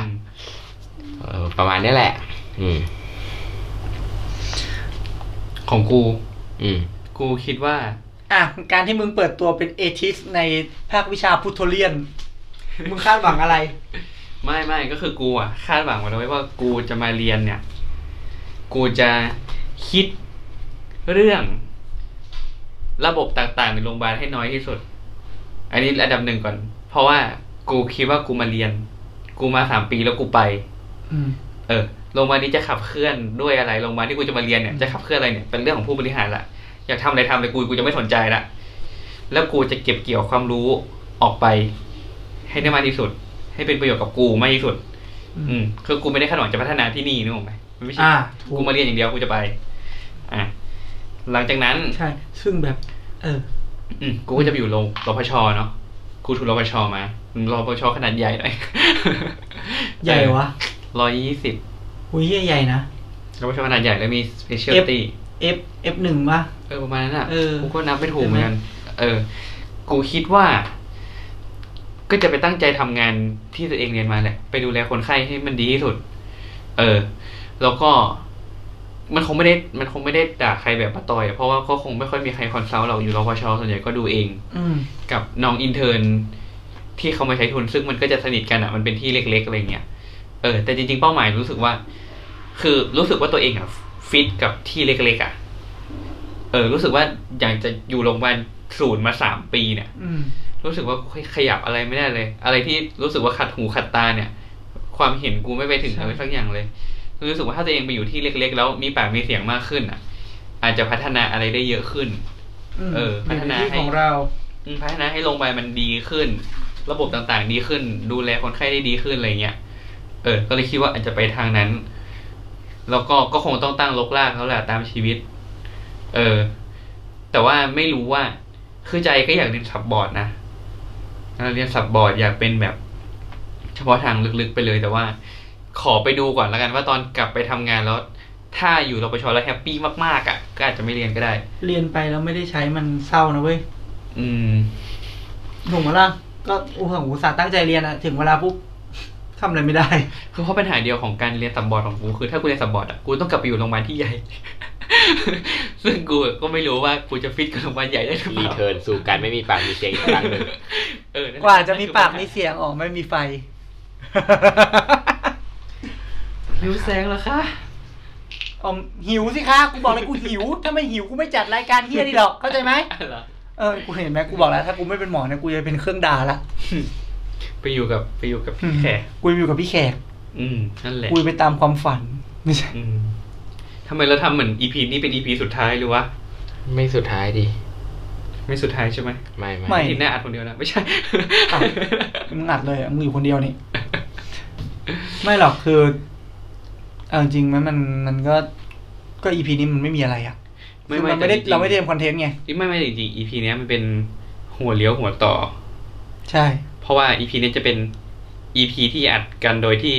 [SPEAKER 3] เออประมาณนี้แหละ อืม
[SPEAKER 1] ของกู
[SPEAKER 3] อืม
[SPEAKER 1] กูคิดว่า
[SPEAKER 2] อ่ะการที่มึงเปิดตัวเป็นเอทิสในภาควิชาพุทโธเลียน มึงคาดหวังอะไร
[SPEAKER 1] ไม่ไม่ก็คือกูอ่ะคาดหวังไว้แล้วว่ากูจะมาเรียนเนี่ย กูจะคิดเรื่องระบบต่างๆในโรงพยาบาลให้น้อยที่สุด อันนี้ระดับหนึ่งก่อน เพราะว่ากูคิดว่ากูมาเรียน กูมาสามปีแล้วกูไป
[SPEAKER 2] อืม
[SPEAKER 1] เออโรงพยาบาลนี้จะขับเคลื่อนด้วยอะไรโรงพยาบาลที่กูจะมาเรียนเนี่ยจะขับเคลื่อนอะไรเนี่ยเป็นเรื่องของผู้บริหารละอยากทำอะไรทำเลยกูกูจะไม่สนใจละแล้วกูจะเก็บเกี่ยวความรู้ออกไป ให้ได้มากที่สุด ให้เป็นประโยชน์กับกูมากที่สุด อืมคือกูไม่ได้คาดหวังจะพัฒนาที่นี่นึกออกไหมมันไม่ใช่
[SPEAKER 2] อ่าถูก
[SPEAKER 1] กูมาเรียนอย่างเดียวกูจะไป อ่ะหลังจากนั้น
[SPEAKER 2] ใช่ ซึ่งแบบ เออ
[SPEAKER 1] อืมกูก็จะไปอยู่โรงรพชเนาะกูถูกรพชมารพชขนาดใหญ่หน่อย
[SPEAKER 2] ใหญ่วะ
[SPEAKER 1] ร้อยยี่สิบ
[SPEAKER 2] หุยเหี้ยใหญ่นะ
[SPEAKER 1] รพชขนาดใหญ่แล้วมี
[SPEAKER 2] เอ
[SPEAKER 1] specialty
[SPEAKER 2] ฟ F F หนึ่งปะ
[SPEAKER 1] เออประมาณนั้นอ่ะ
[SPEAKER 2] เออ
[SPEAKER 1] กูก็นับไม่ถูกเหมือนกันเออ กูคิดว่า ก็จะไปตั้งใจทำงานที่ตัวเองเรียนมาแหละ ไปดูแลคนไข้ให้มันดีที่สุด เออ แล้วก็ มันคงไม่ได้ มันคงไม่ได้ด่าใครแบบป้าตอยอะเพราะว่าก็คงไม่ค่อยมีใครคอนซัลท์เราอยู่รพชส่วนใหญ่ก็ดูเอง
[SPEAKER 2] ืม
[SPEAKER 1] กับน้องอินเทอร์นที่เขามาใช้ทุนซึ่งมันก็จะสนิทกันอ่ะมันเป็นที่เล็ก ๆอะไรเงี้ยเออ แต่จริง ๆ เป้าหมายรู้สึกว่า คือรู้สึกว่าตัวเองอ่ะฟิตกับที่เล็กๆอ่ะเออ รู้สึกว่าอยากจะอยู่โรงพยาบาลศูนย์มาสามปีเนี่ย
[SPEAKER 2] อืม
[SPEAKER 1] รู้สึกว่าขยับอะไรไม่ได้เลย อะไรที่รู้สึกว่าขัดหูขัดตาเนี่ย ความเห็นกูไม่ไปถึง
[SPEAKER 2] ใช่
[SPEAKER 1] อะไรสักอย่างเลย รู้สึกว่าถ้าตัวเองไปอยู่ที่เล็ก ๆ แล้วมีปากมีเสียงมากขึ้นอ่ะ อาจจะพัฒนาอะไรได้เยอะขึ้น
[SPEAKER 2] ม
[SPEAKER 1] เออพัฒนา
[SPEAKER 2] ยู่ใที่
[SPEAKER 1] ให้
[SPEAKER 2] ของเรา
[SPEAKER 1] อืมพัฒนาให้โรงพยาบาลมันดีขึ้น ระบบต่างๆ ดีขึ้น ดูแลคนไข้ได้ดีขึ้นอะไรเงี้ย เออ ก็เลยคิดว่าอาจจะไปทางนั้น แล้วก็ก็คงต้องตั้งลกลากแล้วแหละตามชีวิต เออ แต่ว่าไม่รู้ว่า คือใจก็อยากเรียนสับบอร์ดนะอยากเรียนสับบอร์ดอยากเป็นแบบ เฉพาะทางลึกๆไปเลย แต่ว่า ขอไปดูก่อนแล้วกันว่าตอนกลับไปทำงานแล้ว ถ้าอยู่รปชแล้วแฮปปี้มากๆอ่ะก็อาจจะไม่เรียนก็ได้
[SPEAKER 2] เรียนไปแล้วไม่ได้ใช้มันเศร้านะเว้ย
[SPEAKER 1] อืม
[SPEAKER 2] ถูกไหมล่ะ ก็อุหังอุตส่าห์ตั้งใจเรียนอะถึงเวลาปุ๊บทำอะไรไม่ได้
[SPEAKER 1] คือเพราะปัญหาเดียวของการเรียนสับบอร์ดของกูคือถ้ากูเรียนสับบอร์ดอ่ะกูต้องกลับไปอยู่โรงพยาบาลที่ใหญ่ ซึ่งกูก็ไม่รู้ว่ากูจะฟิตกับโรงพยาบาลใหญ่ได้หรือเป
[SPEAKER 3] รี
[SPEAKER 1] ล่า
[SPEAKER 3] เทิร์นสู่การไม่มีปากมีเสียงอีกครั้งหนึ่ง
[SPEAKER 1] เออนั่น
[SPEAKER 2] กว่าจะมีปาก
[SPEAKER 1] คื
[SPEAKER 2] มี
[SPEAKER 1] อ
[SPEAKER 2] เสียงออกไม่มีไฟ
[SPEAKER 1] หิวแสงเหรอคะ
[SPEAKER 2] ออมหิวสิคะกูบอกเลยกูหิว ถ้าไม่หิวกูไม่จัดรายการเฮียนี่หรอก เข้าใจไหม
[SPEAKER 1] อะไรเหรอ
[SPEAKER 2] เออ กูเห็นไหมกูบอกแล้ว ถ้ากูไม่เป็นหมอนะกูจะเป็นเครื่องด่า ละ
[SPEAKER 1] ไปอยู่กับไปอยู่กับพี่แขก
[SPEAKER 2] กูอยู่กับพี่แขก
[SPEAKER 1] อืมนั่นแหละ
[SPEAKER 2] กูไปตามความฝัน ไม่ใช่
[SPEAKER 1] อืมทำไมเราทำเหมือนอีพีนี้เป็นอีพีสุดท้ายหรือวะ
[SPEAKER 3] ไม่สุดท้ายดิ
[SPEAKER 1] ไม่สุดท้ายใช่ไหม
[SPEAKER 3] ไม่
[SPEAKER 2] ไม่
[SPEAKER 3] ไม่
[SPEAKER 1] อาทีหน้าอัดคนเดียวนะไม่ใช่
[SPEAKER 2] อ่ะ มึงอัดเลยอ่ะมึงอยู่คนเดียว นี่ ไม่หรอกคือเอาจริงๆมันมันมันก็ก็อีพีนี้มันไม่มีอะไรอ่ะ
[SPEAKER 1] ไม่
[SPEAKER 2] คือ
[SPEAKER 1] ไม่
[SPEAKER 2] มันไม่ได้
[SPEAKER 1] แต่จริงๆ
[SPEAKER 2] เราไม่ได้ทำคอนเทนต์ไง
[SPEAKER 1] ที่ไม่ไม่จริงๆอีพีนี้ยมันเป็นหัวเลี้ยวหัวต่อ
[SPEAKER 2] ใช่
[SPEAKER 1] เพราะว่า EP นี้จะเป็น EP ที่อัดกันโดยที่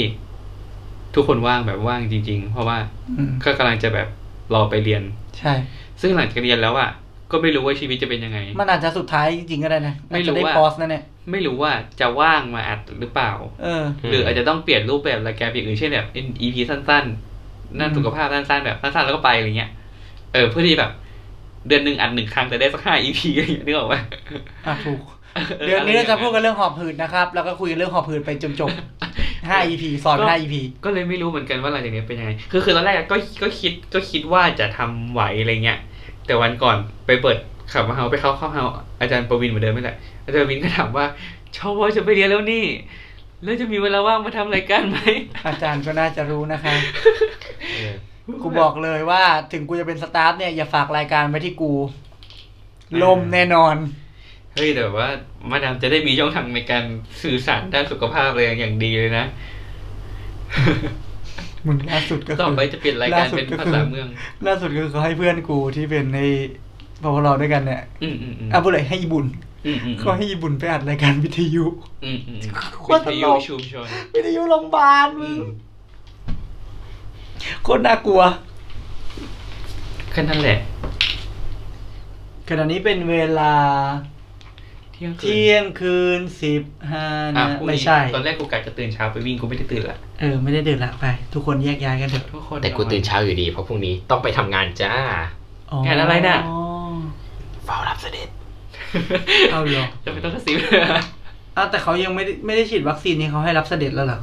[SPEAKER 1] ทุกคนว่างแบบว่างจริง ๆ เพราะว่า
[SPEAKER 2] อืม
[SPEAKER 1] ก็กำลังจะแบบรอไปเรียน
[SPEAKER 2] ใช่
[SPEAKER 1] ซึ่งหลังจากเรียนแล้วอ่ะก็ไม่รู้ว่าชีวิตจะเป็นยังไง
[SPEAKER 2] มันอาจจะสุดท้ายจริงๆก็ได้นะ
[SPEAKER 1] ไม่รู้
[SPEAKER 2] อจจะได้
[SPEAKER 1] ว่า
[SPEAKER 2] พอสนั่นแหละ
[SPEAKER 1] ไม่รู้ว่าจะว่างมาอัดหรือเปล่า
[SPEAKER 2] เออ
[SPEAKER 3] อืม
[SPEAKER 1] หรืออาจจะต้องเปลี่ยนรูปแบบรายการอย่างอื่นเช่นแบบเป็น EP สั้นๆนั่น
[SPEAKER 2] อืม
[SPEAKER 1] สุขภาพสั้นๆแบบสั้นๆแล้วก็ไปอะไรเงี้ยเออเพื่อที่แบบ เดือนหนึ่งอัดหนึ่งครั้งแต่ได้สักห้า EP อะไรอย่างเงี้ยนึกออกปะ
[SPEAKER 2] อ่ะถูก เดือนนี้เราจะพูดกันเรื่องหอบหืดนะครับ แล้วก็คุยกันเรื่องหอบหืดไปจนจบห้า EP สอนห้า EP
[SPEAKER 1] ก็เลยไม่รู้เหมือนกันว่าหลังจากนี้เป็นยังไง คือคือตอนแรกก็ก็คิดก็คิดว่าจะทำไหวอะไรเงี้ย แต่วันก่อนไปเปิดขับมาเฮาไปเข้าเข้าเฮาอาจารย์ประวินเหมือนเดิมไม่แหละ อาจารย์ประวินก็ถามว่าชอบว่าจะไปเรียนแล้วนี่ แล้วจะมีเวลาว่างมาทำรายการไหม
[SPEAKER 2] อาจารย์ก็น่าจะรู้ นะคะ
[SPEAKER 3] เออ
[SPEAKER 2] กูบอกเลยว่าถึงกูจะเป็นสตาฟเนี่ยอย่าฝากรายการไว้ที่กู ลมแน่นอน
[SPEAKER 1] เฮ้ยแต่ว่ามาดามจะได้มีช่องทางในการสื่อสารด้านสุขภาพอะไรอย่างดีเลยนะ
[SPEAKER 2] มึงล่าสุดก็คื
[SPEAKER 1] ต่อ
[SPEAKER 2] อ
[SPEAKER 1] ไปจะเปลี่ยนรายการ
[SPEAKER 2] ล่าสุด
[SPEAKER 1] เป็น
[SPEAKER 2] ก็คือ
[SPEAKER 1] ภาษาเมือง
[SPEAKER 2] ล่าสุดก็คือเขาให้เพื่อนกูที่เป็นในพวกเราด้วยกันเนี่ย
[SPEAKER 1] อืมอืมอืม
[SPEAKER 2] อ่ะบุเลยให้อีบุญ
[SPEAKER 1] อืมอืม
[SPEAKER 2] ก็ให้อีบุญไปอัดรายการวิทยุ
[SPEAKER 1] อืมอืม
[SPEAKER 2] โค
[SPEAKER 1] วิ
[SPEAKER 2] ตรตลก
[SPEAKER 1] ทยุชุมชน
[SPEAKER 2] วิทยุโรงพยาบาลมึ
[SPEAKER 1] อื
[SPEAKER 2] ง
[SPEAKER 1] ม
[SPEAKER 2] โคตรน่ากลัว
[SPEAKER 1] แค่นั้นแหละ
[SPEAKER 2] ขณะนี้เป็นเวลา
[SPEAKER 1] เที่ยงคืน
[SPEAKER 2] เที่ยงคืนสิบห้า
[SPEAKER 1] อ่ะ
[SPEAKER 2] นะ
[SPEAKER 1] พรุ่ง
[SPEAKER 2] ไม่
[SPEAKER 1] นี้
[SPEAKER 2] ใช่
[SPEAKER 1] ตอนแรกกูกะจะตื่นเช้าไปวิ่งกูไม่ได้ตื่นละ
[SPEAKER 2] เออ ไม่ได้ดื่มละไป ทุกคนแยกย้ายกันเถอะ
[SPEAKER 1] ทุกคน
[SPEAKER 3] แต่กู
[SPEAKER 1] อ
[SPEAKER 3] ตื่นเช้าอยู่ดีเพราะพรุ่งนี้ต้องไปทำงานจ้า
[SPEAKER 1] แกนอะไรน่ะ
[SPEAKER 2] อ๋อ
[SPEAKER 3] เฝ้ารับเสด็จ
[SPEAKER 2] เอาเหรอ
[SPEAKER 1] จะไม่ต้องกระซิบ
[SPEAKER 2] อ้าวแต่เขายังไม่ได้ไม่ได้ฉีดวัคซีนนี่เขาให้รับเสด็จแล้วเหรอ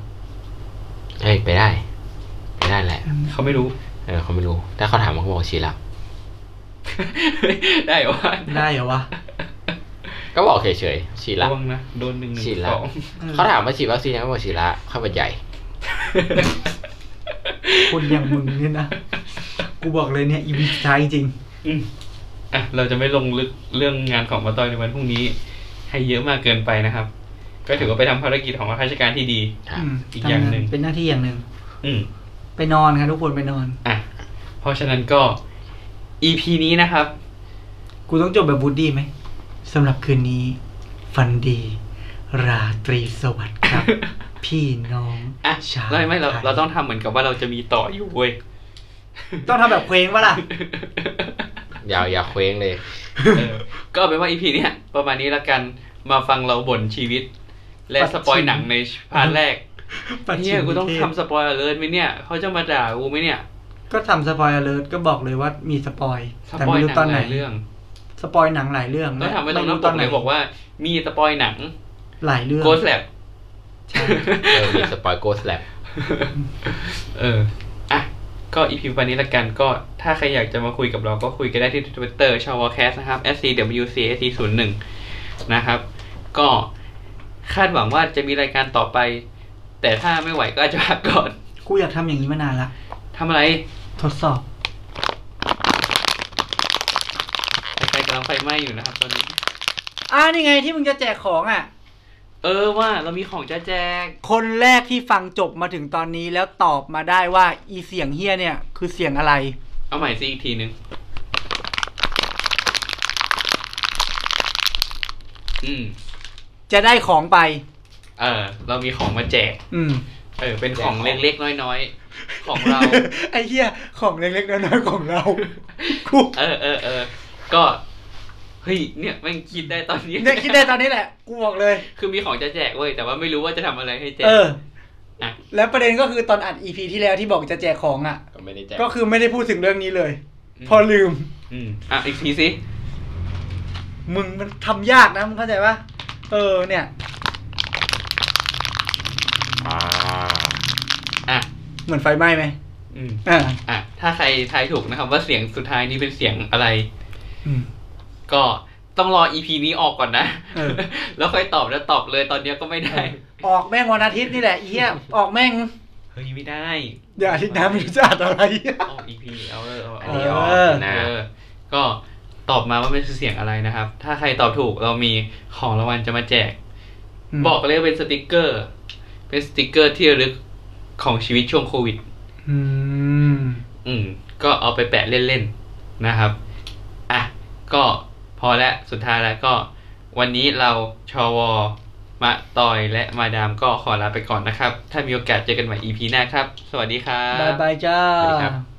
[SPEAKER 3] เอ้ยไปได้ไปได้แหละ
[SPEAKER 1] เขาไม่รู้
[SPEAKER 3] เออเขาไม่รู้ถ้าเขาถามเขาบอกฉีดแล้ว
[SPEAKER 1] ได้เหรอวะ
[SPEAKER 2] ได้เหรอวะ
[SPEAKER 3] ก็บอกเฉยๆฉีดแล้
[SPEAKER 1] ระ
[SPEAKER 3] ว
[SPEAKER 1] วังนะ โดนหนึ่งหนึ่ง
[SPEAKER 3] ฉีดแล้
[SPEAKER 1] ส
[SPEAKER 3] ว
[SPEAKER 1] อง
[SPEAKER 2] เออ
[SPEAKER 3] เขาถามว่าฉีดวัคซีนยังไม่บอกฉีดละข้าพเจ้าใหญ่
[SPEAKER 2] คนอย่างมึงเนี่ยนะ กูบอกเลยเนี่ยอีวีท้ายจริง
[SPEAKER 1] อืมอ่ะ เราจะไม่ลงลึกเรื่องงานของมาตอยในวันพรุ่งนี้ ให้เยอะมากเกินไปนะครับ ก็ถือว่าไปทำภารกิจของราชการที่ดี
[SPEAKER 3] ครับ
[SPEAKER 2] ม
[SPEAKER 1] อีกอย่างหนึ่ง
[SPEAKER 2] เป็นหน้าที่อย่างหนึ่ง
[SPEAKER 1] อืม
[SPEAKER 2] ไปนอนครับทุกคนไปนอน
[SPEAKER 1] อ่ะ เพราะฉะนั้นก็ EP นี้นะครับ
[SPEAKER 2] กูต้องจบแบบบูดดี้ไหมสำหรับคืนนี้ ฝันดี ราตรีสวัสดิ์ ครับ พี่น้อง
[SPEAKER 1] อ่ะ
[SPEAKER 2] ชาว
[SPEAKER 1] ไม่ไม่เรา
[SPEAKER 2] ทย
[SPEAKER 1] เราต้องทำเหมือนกับว่าเราจะมีต่ออยู่เว้ย
[SPEAKER 2] ต้องทำแบบเพลงปะล่ะ
[SPEAKER 3] อย่าอย่าเคว้งเลย
[SPEAKER 1] เออก็เอาเป็นว่า EP เนี้ยประมาณนี้ละกันมาฟังเราบ่นชีวิต และสปอยหนังในพาร์ทแรกเนี่ยกูต้องทำสปอยเลอร์ไหมเนี่ยเขาจะมาด่ากูไหมเนี่ย
[SPEAKER 2] ก็ทำสปอยเลอร์ก็บอกเลยว่ามีสปอย
[SPEAKER 1] ส
[SPEAKER 2] แต่
[SPEAKER 1] ปอย
[SPEAKER 2] ไม่
[SPEAKER 1] ห
[SPEAKER 2] รู้
[SPEAKER 1] นั
[SPEAKER 2] ตอง น
[SPEAKER 1] ห
[SPEAKER 2] ไหน
[SPEAKER 1] ลายเรื่อง
[SPEAKER 2] สปอยหนังหลายเรื่อง
[SPEAKER 1] ต้องทำไว้ตรงน้ำ
[SPEAKER 2] ไม่รู้
[SPEAKER 1] ปกไหนบอกว่า มีสปอยหนัง
[SPEAKER 2] หลายเรื่อง
[SPEAKER 1] โกสแลบ
[SPEAKER 3] เออมีสปอยโกสแลบ
[SPEAKER 1] เอออ่ะก็ EP วันนี้ละกันก็ถ้าใครอยากจะมาคุยกับเราก็คุยกันได้ที่ Twitter ชาวแคสนะครับ scwcac01 นะครับ ก็คาดหวังว่าจะมีรายการต่อไป แต่ถ้าไม่ไหวก็อาจจะพักก่อน
[SPEAKER 2] กูอยากทำอย่างนี้มานานละ
[SPEAKER 1] ทำอะไร
[SPEAKER 2] ทดสอบ
[SPEAKER 1] ไฟกำลังไฟไหม้อยู่นะครับตอนนี้
[SPEAKER 2] อ่านี่ไงที่มึงจะแจกของอ่ะ
[SPEAKER 1] เออว่าเรามีของจะแจก
[SPEAKER 2] คนแรกที่ฟังจบมาถึงตอนนี้แล้วตอบมาได้ว่าอีเสียงเฮียเนี่ย คือเสียงอะไร
[SPEAKER 1] เอาใหม่ซิอีกทีหนึ่งอืม
[SPEAKER 2] จะได้ของไป
[SPEAKER 1] เออ เรามีของมาแจก
[SPEAKER 2] อืม
[SPEAKER 1] เออ เป็นของเล็กๆ น้อยๆ ของ เรา
[SPEAKER 2] ไอ้เหี้ยของเล็กๆน้อยๆของเรา กู
[SPEAKER 1] เออเออเออก็ เฮ้ย เนี่ยแม่งคิดได้ตอนนี้
[SPEAKER 2] เนี่ยคิดได้ตอนนี้แหละ กูบอกเลย
[SPEAKER 1] คือมีของจะแจกเว้ย แต่ว่าไม่รู้ว่าจะทำอะไรให้แจก
[SPEAKER 2] เออ
[SPEAKER 1] อ่ะ
[SPEAKER 2] แล้วประเด็นก็คือตอนอัดอีพีที่แล้วที่บอกจะแจกของอ่ะ
[SPEAKER 3] ก็ไม่ได้แจก
[SPEAKER 2] ก็คือไม่ได้พูดถึงเรื่องนี้เลย
[SPEAKER 1] อืม
[SPEAKER 2] พอลืม
[SPEAKER 1] อืมอ่ะ อีกทีสิ
[SPEAKER 2] มึงมันทำยากนะมึงเข้าใจปะเออเนี่ย
[SPEAKER 3] อ่า
[SPEAKER 1] อ่ะ
[SPEAKER 2] เหมือนไฟไหม้ไหม
[SPEAKER 1] อืม
[SPEAKER 2] อ่า
[SPEAKER 1] อ่ะ ถ้าใครทายถูกนะครับ ว่าเสียงสุดท้ายนี้เป็นเสียงอะไร
[SPEAKER 2] อืม
[SPEAKER 1] ก็ต้องรอ EP นี้ออกก่อนนะ
[SPEAKER 2] เออ
[SPEAKER 1] แล้วค่อยตอบแล้วตอบเลยตอนเนี้ยก็ไม่ได้
[SPEAKER 2] ออกแม่งวันอาทิตย์นี่แหละไอ้เหี้ยออกแม่ง
[SPEAKER 1] เฮ้ยไม่ได้
[SPEAKER 2] เดี๋ยวอาทิตย์หน้าไม่รู้จะอัดอะไร
[SPEAKER 1] ออก EP เอาเออเอา
[SPEAKER 3] อัน
[SPEAKER 1] เอา
[SPEAKER 3] นี้
[SPEAKER 1] เอา
[SPEAKER 3] ออก
[SPEAKER 2] เออ
[SPEAKER 3] นะ
[SPEAKER 1] เออ ก็ตอบมาว่าเป็นเสียงอะไรนะครับ ถ้าใครตอบถูกเรามีของรางวัลจะมาแจก บอกเลยว่าเป็นสติกเกอร์ เป็นสติกเกอร์ที่ระลึกของชีวิตช่วงโควิด
[SPEAKER 2] อืม
[SPEAKER 1] อืม ก็เอาไปแปะเล่นๆนะครับ อ่ะ ก็พอแล้วสุดท้ายแล้วก็ วันนี้เราชอวอมะตอยและมาดามก็ขอลาไปก่อนนะครับ ถ้ามีโอกาสเจอกันใหม่ EP หน้าครับ สวัสดีครับ
[SPEAKER 2] บายบายจ้า
[SPEAKER 1] สวัสดีครับ